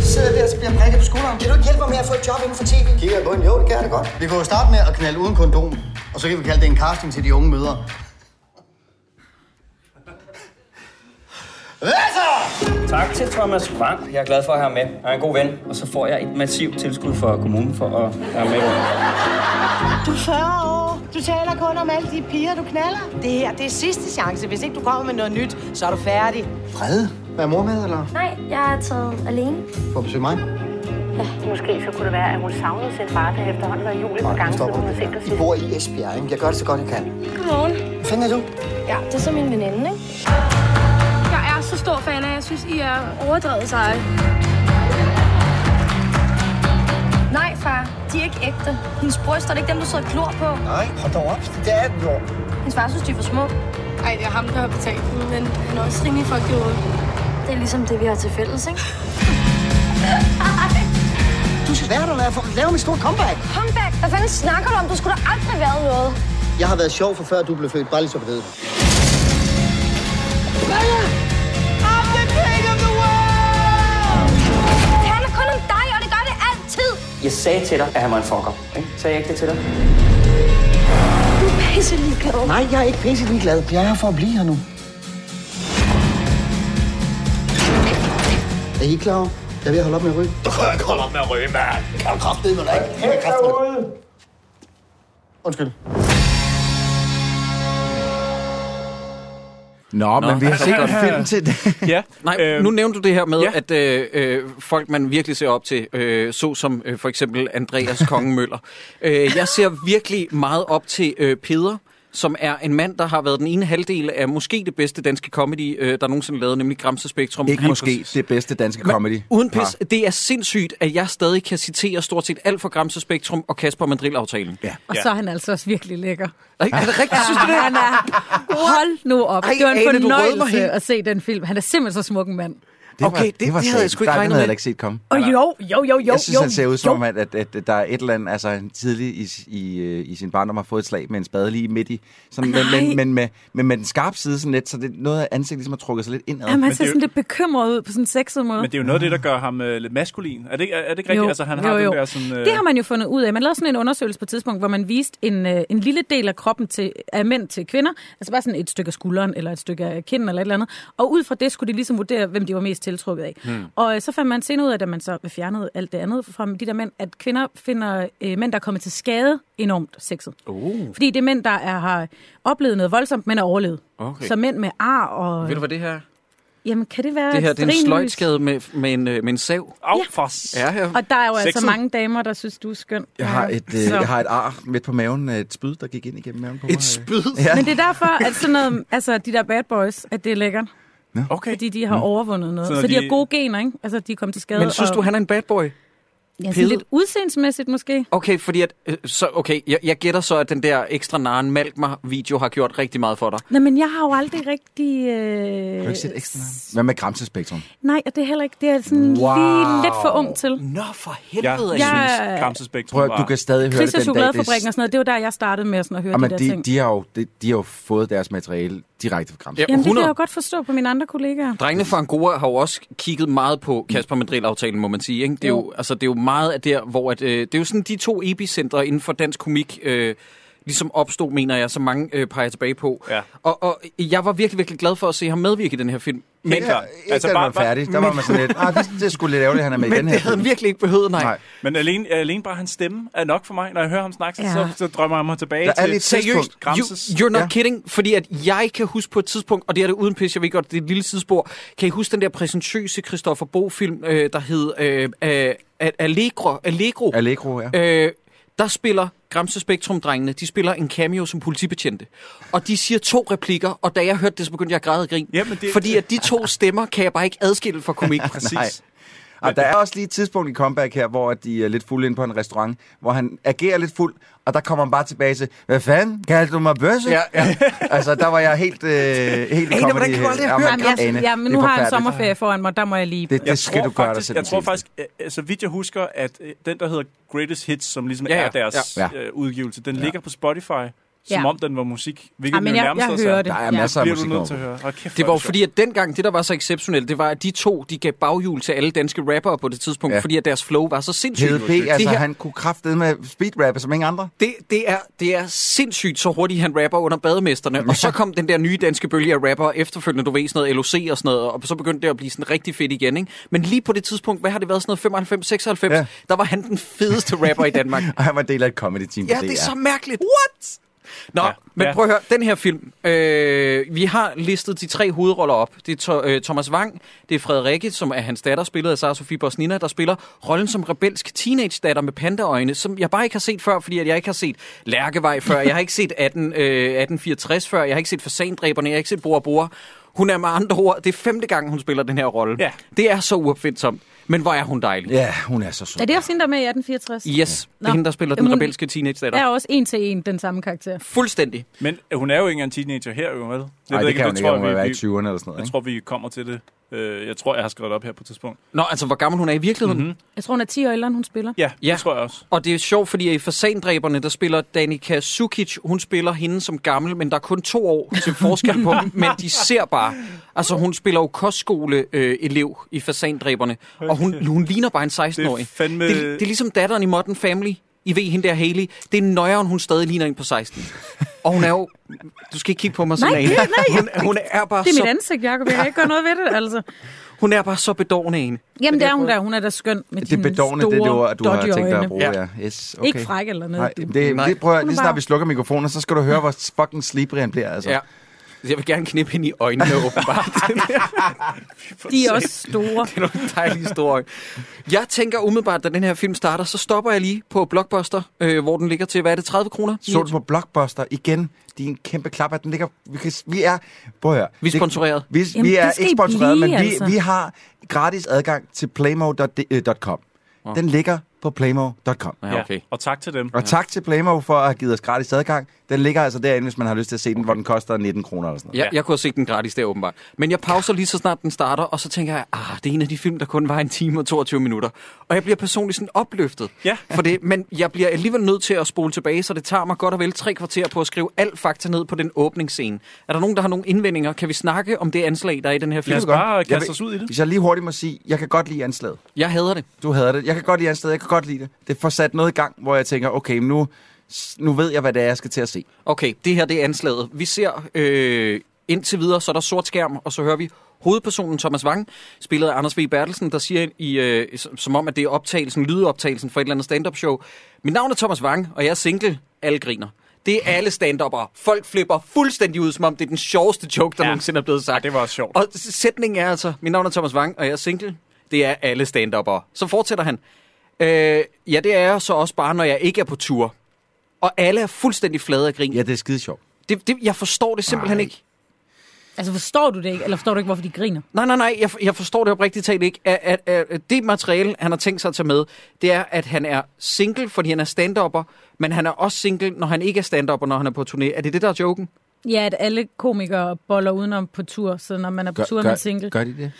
Speaker 2: sidder der og bliver prikket på skulderen. Kan du ikke hjælpe mig med at få et job inden for tv? Kigger på en? Jo, det kan jeg da godt. Vi kan jo starte med at knalde uden kondom, og så kan vi kalde det en casting til de unge møder. Hvad så?
Speaker 4: Tak til Thomas Frank. Jeg er glad for at have ham med. Han er en god ven. Og så får jeg et massivt tilskud fra kommunen for at have ham med.
Speaker 5: Du er 40 år. Du taler kun om alle de piger, du knaller. Det her, det er sidste chance. Hvis ikke du kommer med noget nyt, så er du færdig.
Speaker 2: Fred? Hvad er mor med, eller?
Speaker 9: Nej, jeg er taget alene.
Speaker 2: For at besøge mig?
Speaker 10: Måske så kunne det være, at hun savnede sin far, da efterhånden var jul et par
Speaker 2: Nej, nu
Speaker 10: gange, siden
Speaker 2: stopper
Speaker 10: hun havde
Speaker 2: det
Speaker 10: set dig
Speaker 2: her.
Speaker 10: sidst.
Speaker 2: I bor i Esbjerg, ikke? Jeg gør det så godt, jeg kan.
Speaker 9: Godmorgen.
Speaker 2: Hvad fanden er du?
Speaker 9: Ja, det er så min veninde, ikke? Jeg er så stor fan af, jeg synes, I er overdrevet seje. Nej, far. De er ikke ægte. Hendes bryster, det er ikke dem, du sidder og klor på.
Speaker 2: Nej, hold da op. Det er den jo.
Speaker 9: Hendes far synes, de er for små. Ej, det er ham, der har betalt dem, men han er også rimelig fucking ud. Det er ligesom det, vi har til fælles, ikke?
Speaker 2: Du skal være der, når jeg får lavet min store comeback.
Speaker 9: Comeback! Hvad fanden snakker du om? Du skulle da aldrig været noget.
Speaker 2: Jeg har været sjov for før, du blev født. Bare lige så du ved det.
Speaker 9: Det handler kun om dig, og det gør det altid.
Speaker 4: Jeg sagde til dig, at han var en fucker. Ikke? Sagde jeg ikke det til dig?
Speaker 9: Du er pisse ligeglad.
Speaker 2: Nej, jeg er ikke pisse ligeglad. Jeg er her for at blive her nu. Er I klar over? Jeg er ved at holde op med at ryge. Du kan ikke holde op med at ryge, mand. Kan du kraftedeme mig ikke? Kan du kraftedeme Undskyld.
Speaker 8: Nå, Nå, men vi
Speaker 1: altså,
Speaker 8: har set en film til det.
Speaker 7: Ja.
Speaker 1: Nej, øh,
Speaker 7: Øhm,
Speaker 1: nu nævnte du det her med,
Speaker 7: ja.
Speaker 1: ja. at øh, øh, folk, man virkelig ser op til, øh, såsom øh, for eksempel Andreas Kongemøller. øh, jeg ser virkelig meget op til øh, Peder, som er en mand, der har været den ene halvdel af måske det bedste danske comedy, øh, der nogensinde lavede, nemlig Gramse Spektrum.
Speaker 8: Ikke
Speaker 1: Han-
Speaker 8: måske det bedste danske
Speaker 1: Men
Speaker 8: comedy.
Speaker 1: Uden pis,
Speaker 8: par.
Speaker 1: det er sindssygt, at jeg stadig kan citere stort set alt fra Gramse Spektrum og Kasper Mandrill-aftalen. Ja.
Speaker 6: Og
Speaker 7: Ja.
Speaker 6: så er han altså også virkelig lækker.
Speaker 1: Er, er det rigtigt, synes du det?
Speaker 6: Han er... Hold nu op.
Speaker 1: Ej,
Speaker 6: Ej, det var en
Speaker 1: Ane, du rødmer
Speaker 6: fornøjelse
Speaker 1: helt.
Speaker 6: at se den film. Han er simpelthen så smuk en mand.
Speaker 1: Okay, det- det havde
Speaker 8: sat-
Speaker 1: jeg sgu ikke
Speaker 8: der- det
Speaker 1: regnet
Speaker 8: havde
Speaker 1: med.
Speaker 8: jeg ikke set komme.
Speaker 6: Og jo, jo, jo, jo,
Speaker 8: jeg synes,
Speaker 6: jo,
Speaker 8: han ser ud som om,
Speaker 6: jo.
Speaker 8: at, at, at der er et eller andet, altså han tidligt i, i, øh, i sin barndom har fået et slag med en spade lige midt i, sådan, men, men,
Speaker 6: Nej.
Speaker 8: men, med, men med den skarpe side sådan lidt, så det, noget af ansigtet ligesom har trukket sig lidt indad.
Speaker 6: Jamen, han ser
Speaker 7: Men det er jo-
Speaker 6: sådan lidt bekymret ud på sådan en sexet måde.
Speaker 7: Men det er jo noget af det, der gør ham øh, lidt maskulin. Er det ikke, er, er det ikke rigtigt? Altså, han har den der sådan... øh,
Speaker 6: Det har man jo fundet ud af. Man lavede sådan en undersøgelse på et tidspunkt, hvor man viste en, øh, en lille del af kroppen til, af mænd til kvinder. Altså bare sådan et stykke af skulderen, eller et stykke af kinden, eller et eller andet. Og ud fra det skulle de ligesom vurdere, hvem de var mest tiltrukket af. Hmm. Og øh, så fandt man senere ud af, at man så fjernede alt det andet fra de der mænd, at kvinder finder øh, mænd, der er kommet til skade, enormt sexet. Oh. Fordi det er mænd, der er, har oplevet noget voldsomt, men er overlevet.
Speaker 1: Okay.
Speaker 6: Så mænd med ar og...
Speaker 1: Ved du, hvad det her er?
Speaker 6: Jamen, kan det være
Speaker 1: Det her det er en
Speaker 6: stearinlys?
Speaker 1: sløjtskade med, med, en, øh, med en sav.
Speaker 7: Au,
Speaker 6: Ja.
Speaker 7: for
Speaker 1: Ja, ja.
Speaker 6: Og der er jo altså
Speaker 7: Sexet.
Speaker 6: mange damer, der synes, du er skøn.
Speaker 8: Jeg har, et, øh,
Speaker 6: Så-
Speaker 8: jeg har et ar midt på maven, øh, et spyd, der gik ind igennem maven på mig. øh.
Speaker 1: Et spyd.
Speaker 6: Men det er derfor, at sådan noget, altså de der bad boys, at det er lækkert.
Speaker 7: Okay.
Speaker 6: Fordi de har
Speaker 8: Mm.
Speaker 6: overvundet noget.
Speaker 7: Så
Speaker 6: Så,
Speaker 7: når
Speaker 6: de,
Speaker 7: de-
Speaker 6: har gode gener, ikke? Altså, de er kommet til skade.
Speaker 1: Men synes du, han er en bad boy?
Speaker 6: ja, sådan
Speaker 1: pede?
Speaker 6: lidt udseendsmæssigt måske?
Speaker 1: Okay, fordi at, øh, så, okay, jeg, jeg gætter så, at den der ekstra naren Malkmar-video har gjort rigtig meget for dig.
Speaker 6: Nej, men jeg har jo aldrig rigtig... Øh...
Speaker 8: Har du ikke set ekstra navn? Hvad med Gramsespektrum?
Speaker 6: Nej, og det er heller ikke... Det er sådan wow. lige lidt for ung til.
Speaker 1: Nå, for
Speaker 7: Jeg
Speaker 1: helvede. Ja.
Speaker 6: Jeg-
Speaker 7: synes, Gramsespektrum
Speaker 8: Prøv at, du kan stadig høre
Speaker 6: Chris
Speaker 8: det
Speaker 6: og
Speaker 8: den dag. det er-
Speaker 6: chokoladefabrikken og sådan noget, det var der, jeg startede med sådan at høre
Speaker 8: Jamen,
Speaker 6: de der
Speaker 8: de,
Speaker 6: ting.
Speaker 8: de, har jo, de, de har jo fået deres materiale direkte fra Gramse.
Speaker 1: Ja.
Speaker 6: Jamen, det kan
Speaker 1: 100.
Speaker 6: jeg jo godt forstå på mine andre kollegaer.
Speaker 1: Drengene fra Angora har jo også kigget meget på Kasper Mandrill-aftalen, må man sige. Ikke? Det, er jo, altså, det er jo meget af der, hvor... At, øh, det er jo sådan de to epicentre inden for dansk komik... Øh, ligesom opstod, mener jeg, så mange øh, peger tilbage på.
Speaker 7: Ja.
Speaker 1: Og, og jeg var virkelig, virkelig glad for at se ham medvirke i den her film. Men,
Speaker 7: Helt klart.
Speaker 8: Ikke altså, da man var færdig, der var man sådan lidt, ah, det, det er sgu lidt ærgerligt, han er med i
Speaker 1: men
Speaker 8: den her.
Speaker 1: det havde han virkelig ikke behøvet, nej.
Speaker 8: Nej.
Speaker 1: nej.
Speaker 7: Men alene, alene bare hans stemme er nok for mig. Når jeg hører ham snakke, ja.
Speaker 6: Ja.
Speaker 7: så, så drømmer jeg mig tilbage
Speaker 8: Der er
Speaker 7: til...
Speaker 8: lidt
Speaker 1: Seriøst,
Speaker 8: tidspunkt.
Speaker 1: you,
Speaker 7: Gramses.
Speaker 1: you're not
Speaker 8: Ja.
Speaker 1: ja. kidding, fordi at jeg kan huske på et tidspunkt, og det er det uden pis, jeg ved godt, det er et lille sidespor, kan I huske den der præsentøse Christoffer Bo-film, øh, der hed øh, øh, Allegro? Allegro.
Speaker 8: Allegro, ja.
Speaker 1: Øh, der spiller Gramse Spektrum-drengene, de spiller en cameo som politibetjente. Og de siger to replikker, og da jeg hørte det, så begyndte jeg at græde og grine.
Speaker 7: Jamen, det-
Speaker 1: Fordi at de to stemmer kan jeg bare ikke adskille fra komik.
Speaker 8: Nej. Og der er også lige et tidspunkt i comeback her, hvor at de er lidt fulde inde på en restaurant, hvor han agerer lidt fuld, og der kommer han bare tilbage til, hvad fanden, kaldte du mig bøsse?
Speaker 1: Ja,
Speaker 8: ja. altså, der var jeg helt, øh, helt
Speaker 1: Ane, hvordan kan du aldrig have hørt
Speaker 6: Jamen, jeg, ja, men nu har jeg en sommerferie foran mig, der må jeg lige...
Speaker 8: Det, det skal du
Speaker 7: tror
Speaker 8: gøre dig
Speaker 7: faktisk,
Speaker 8: selv.
Speaker 7: Jeg tror
Speaker 8: til.
Speaker 7: faktisk, øh, så vidt jeg husker, at øh, den, der hedder Greatest Hits, som ligesom
Speaker 1: Ja,
Speaker 7: ja,
Speaker 1: ja,
Speaker 7: er deres
Speaker 8: ja.
Speaker 7: ja. Øh, udgivelse, den ja. ligger på Spotify. som
Speaker 6: Ja.
Speaker 7: om den var musik. Hvilket
Speaker 6: Ej, men
Speaker 7: den jo
Speaker 6: jeg-
Speaker 7: nærmest
Speaker 6: jeg
Speaker 7: også
Speaker 6: hører det. Der er Ja. masser af
Speaker 7: Bliver
Speaker 8: musik
Speaker 7: du nødt
Speaker 8: over
Speaker 7: til at høre. Hold kæft,
Speaker 1: Det var
Speaker 7: hvor er
Speaker 1: jo fordi, at dengang det, der var så exceptionelt, det var, at de to, de gav baghjul til alle danske rappere på det tidspunkt,
Speaker 8: Ja.
Speaker 1: ja. fordi at deres flow var så sindssygt.
Speaker 8: Hede B, altså
Speaker 1: det, her,
Speaker 8: han kunne kraftede med speedrappe som ingen andre.
Speaker 1: det, det, er, det er sindssygt, så hurtigt han rapper under bademesterne. Og så kom den der nye danske bølge af rapper efterfølgende, du ved, sådan noget LOC og sådan noget, og så begyndte det at blive sådan rigtig fedt igen, ikke? Men lige på det tidspunkt, hvad har det været, sådan noget 95-96,
Speaker 8: Ja.
Speaker 1: ja. der var han den fedeste rapper i Danmark.
Speaker 8: Og han var en del af et comedy team
Speaker 1: Ja,
Speaker 8: på
Speaker 1: det er
Speaker 8: DR.
Speaker 1: så mærkeligt. What? Nå,
Speaker 7: Ja.
Speaker 1: ja, men
Speaker 7: Ja.
Speaker 1: prøv at høre, den her film, øh, vi har listet de tre hovedroller op. Det er to, øh, Thomas Wang, det er Frederikke, som er hans datter, spillet af Sara Sofie Bosnina, der spiller rollen som rebelsk teenage-datter med pandaøjne, som jeg bare ikke har set før, fordi at jeg ikke har set Lærkevej før, jeg har ikke set 18, øh, 1864 før, jeg har ikke set Fasandræberne, jeg har ikke set Bora Bora. Hun er med andre ord, det er femte gang, hun spiller den her rolle.
Speaker 7: Ja.
Speaker 1: Det er så uopfindsomt, men hvor er hun dejlig.
Speaker 8: Ja, hun er så sød.
Speaker 6: Er det også hende, der er med i 1864?
Speaker 1: Yes, det
Speaker 6: Nå.
Speaker 1: er hende, der spiller den
Speaker 6: Jamen, hun-
Speaker 1: rebelske teenage-datter.
Speaker 6: Er også en til en den samme karakter.
Speaker 1: Fuldstændig.
Speaker 7: Men øh, hun er jo ikke engang teenager her, jo, vel?
Speaker 8: Nej, det kan hun ikke,
Speaker 7: tror
Speaker 8: hun må
Speaker 7: jeg,
Speaker 8: være i
Speaker 7: vi,
Speaker 8: 20'erne eller sådan noget.
Speaker 7: jeg
Speaker 8: Ikke?
Speaker 7: tror, vi kommer til det. Øh, Jeg tror, jeg har skrevet det op her på et tidspunkt.
Speaker 1: Nå, altså hvor gammel hun er i virkeligheden.
Speaker 7: Mhm.
Speaker 1: Mm-hmm.
Speaker 6: Jeg tror, hun er 10 år ældre, end hun spiller.
Speaker 7: Ja,
Speaker 1: Ja.
Speaker 7: det tror jeg også.
Speaker 1: Og det er sjovt, fordi i Fasandræberne, der spiller Danica Sukic, hun spiller hende som gammel, men der er kun to år til forskel på dem, men de ser bare. Altså hun spiller jo kostskoleelev i Fasandræberne, og hun, hun ligner bare en 16-årig.
Speaker 7: Det er fandme-
Speaker 1: det, det er ligesom datteren i Modern Family, I ved hende der Haley, det er nøjeren, hun stadig ligner en på 16. Og hun er jo... Du skal ikke kigge på mig sådan
Speaker 6: Nej,
Speaker 1: en.
Speaker 6: det- nej.
Speaker 1: Hun, hun, er bare
Speaker 6: Det er mit
Speaker 1: så,
Speaker 6: ansigt, Jacob. Jeg kan ikke gøre noget ved det, altså.
Speaker 1: hun er bare så bedårende en.
Speaker 6: Jamen, det er hun der. Hun er da skøn med
Speaker 8: Det er bedårende, det er det ord, du har tænkt dig at bruge. Ja. Yes, okay.
Speaker 6: Ikke fræk eller noget.
Speaker 8: Nej,
Speaker 6: du.
Speaker 8: det, det prøver jeg,
Speaker 6: Hun er
Speaker 8: lige snart
Speaker 6: bare-
Speaker 8: vi slukker mikrofonen, så skal du høre, hvor fucking slibrig han bliver. Altså.
Speaker 1: Ja. Jeg vil gerne knippe hende i øjnene, åbenbart.
Speaker 6: De er også store.
Speaker 1: Det er nogle dejlige store øjne. Jeg tænker umiddelbart, da den her film starter, så stopper jeg lige på Blockbuster, øh, hvor den ligger til, hvad er det, 30 kroner?
Speaker 8: Så du på Blockbuster igen? De er en kæmpe klap, at den ligger... Vi, kan, vi er... Prøv at høre.
Speaker 1: Vi er
Speaker 8: Det-
Speaker 1: sponsoreret.
Speaker 8: Vi,
Speaker 6: Jamen,
Speaker 8: vi er
Speaker 6: det skal
Speaker 8: ikke
Speaker 6: I
Speaker 8: sponsoreret,
Speaker 6: blive,
Speaker 8: men vi,
Speaker 6: altså.
Speaker 8: vi har gratis adgang til playmo.com. øh, Den ligger på playmo.com.
Speaker 1: Ja, okay.
Speaker 7: Og tak til dem.
Speaker 8: Og tak til Playmo for at have givet os gratis adgang. Den ligger altså derinde, hvis man har lyst til at se den, hvor den koster 19 kroner eller sådan noget.
Speaker 1: Ja, jeg kunne have set den gratis der åbenbart. Men jeg pauser lige så snart den starter, og så tænker jeg, ah, det er en af de film, der kun var en time og 22 minutter. Og jeg bliver personligt sådan opløftet.
Speaker 7: Ja.
Speaker 1: For det, men jeg bliver alligevel nødt til at spole tilbage, så det tager mig godt og vel tre kvarter på at skrive alt fakta ned på den åbningsscene. Er der nogen, der har nogle indvendinger? Kan vi snakke om det anslag, der er i den her
Speaker 7: Lad
Speaker 1: film?
Speaker 7: os bare
Speaker 8: Jeg
Speaker 7: kaste
Speaker 8: vil-
Speaker 7: os ud i det.
Speaker 8: Hvis jeg lige hurtigt må sige, jeg kan godt lide anslaget.
Speaker 1: Jeg hader det.
Speaker 8: Du hader det. Jeg kan godt lide anslaget, jeg kan godt lide det. Det får sat noget i gang, hvor jeg tænker, okay, men nu, nu ved jeg, hvad det er, jeg skal til at se.
Speaker 1: Okay, det her det er anslaget. Vi ser øh, indtil videre, så er der sort skærm, og så hører vi hovedpersonen Thomas Wang, spillet af Anders V. Bertelsen, der siger, i, øh, som- som om, at det er optagelsen, lydoptagelsen for et eller andet stand-up show. Mit navn er Thomas Wang, og jeg er single. Alle griner. Det er alle stand -upper. Folk flipper fuldstændig ud, som om det er den sjoveste joke, der
Speaker 7: Ja.
Speaker 1: ja. nogensinde er blevet sagt.
Speaker 7: Det var også sjovt.
Speaker 1: Og s- sætningen er altså, mit navn er Thomas Wang, og jeg er single. Det er alle stand -upper. Så fortsætter han. Øh, ja, det er jeg så også bare, når jeg ikke er på tur. Og alle er fuldstændig flade af grin.
Speaker 8: Ja, det er skide sjovt.
Speaker 1: Det, det, jeg forstår det simpelthen
Speaker 8: Nej.
Speaker 1: nej. ikke.
Speaker 6: Altså, forstår du det ikke? Eller forstår du ikke, hvorfor de griner?
Speaker 1: Nej, nej, nej, jeg, jeg forstår det oprigtigt talt ikke. At, at, at, at det materiale, han har tænkt sig at tage med, det er, at han er single, fordi han er stand men han er også single, når han ikke er stand når han er på turné. Er det det, der er joken?
Speaker 6: Ja, at alle komikere boller udenom på tur, så når man er på tur med single.
Speaker 8: Gør de det,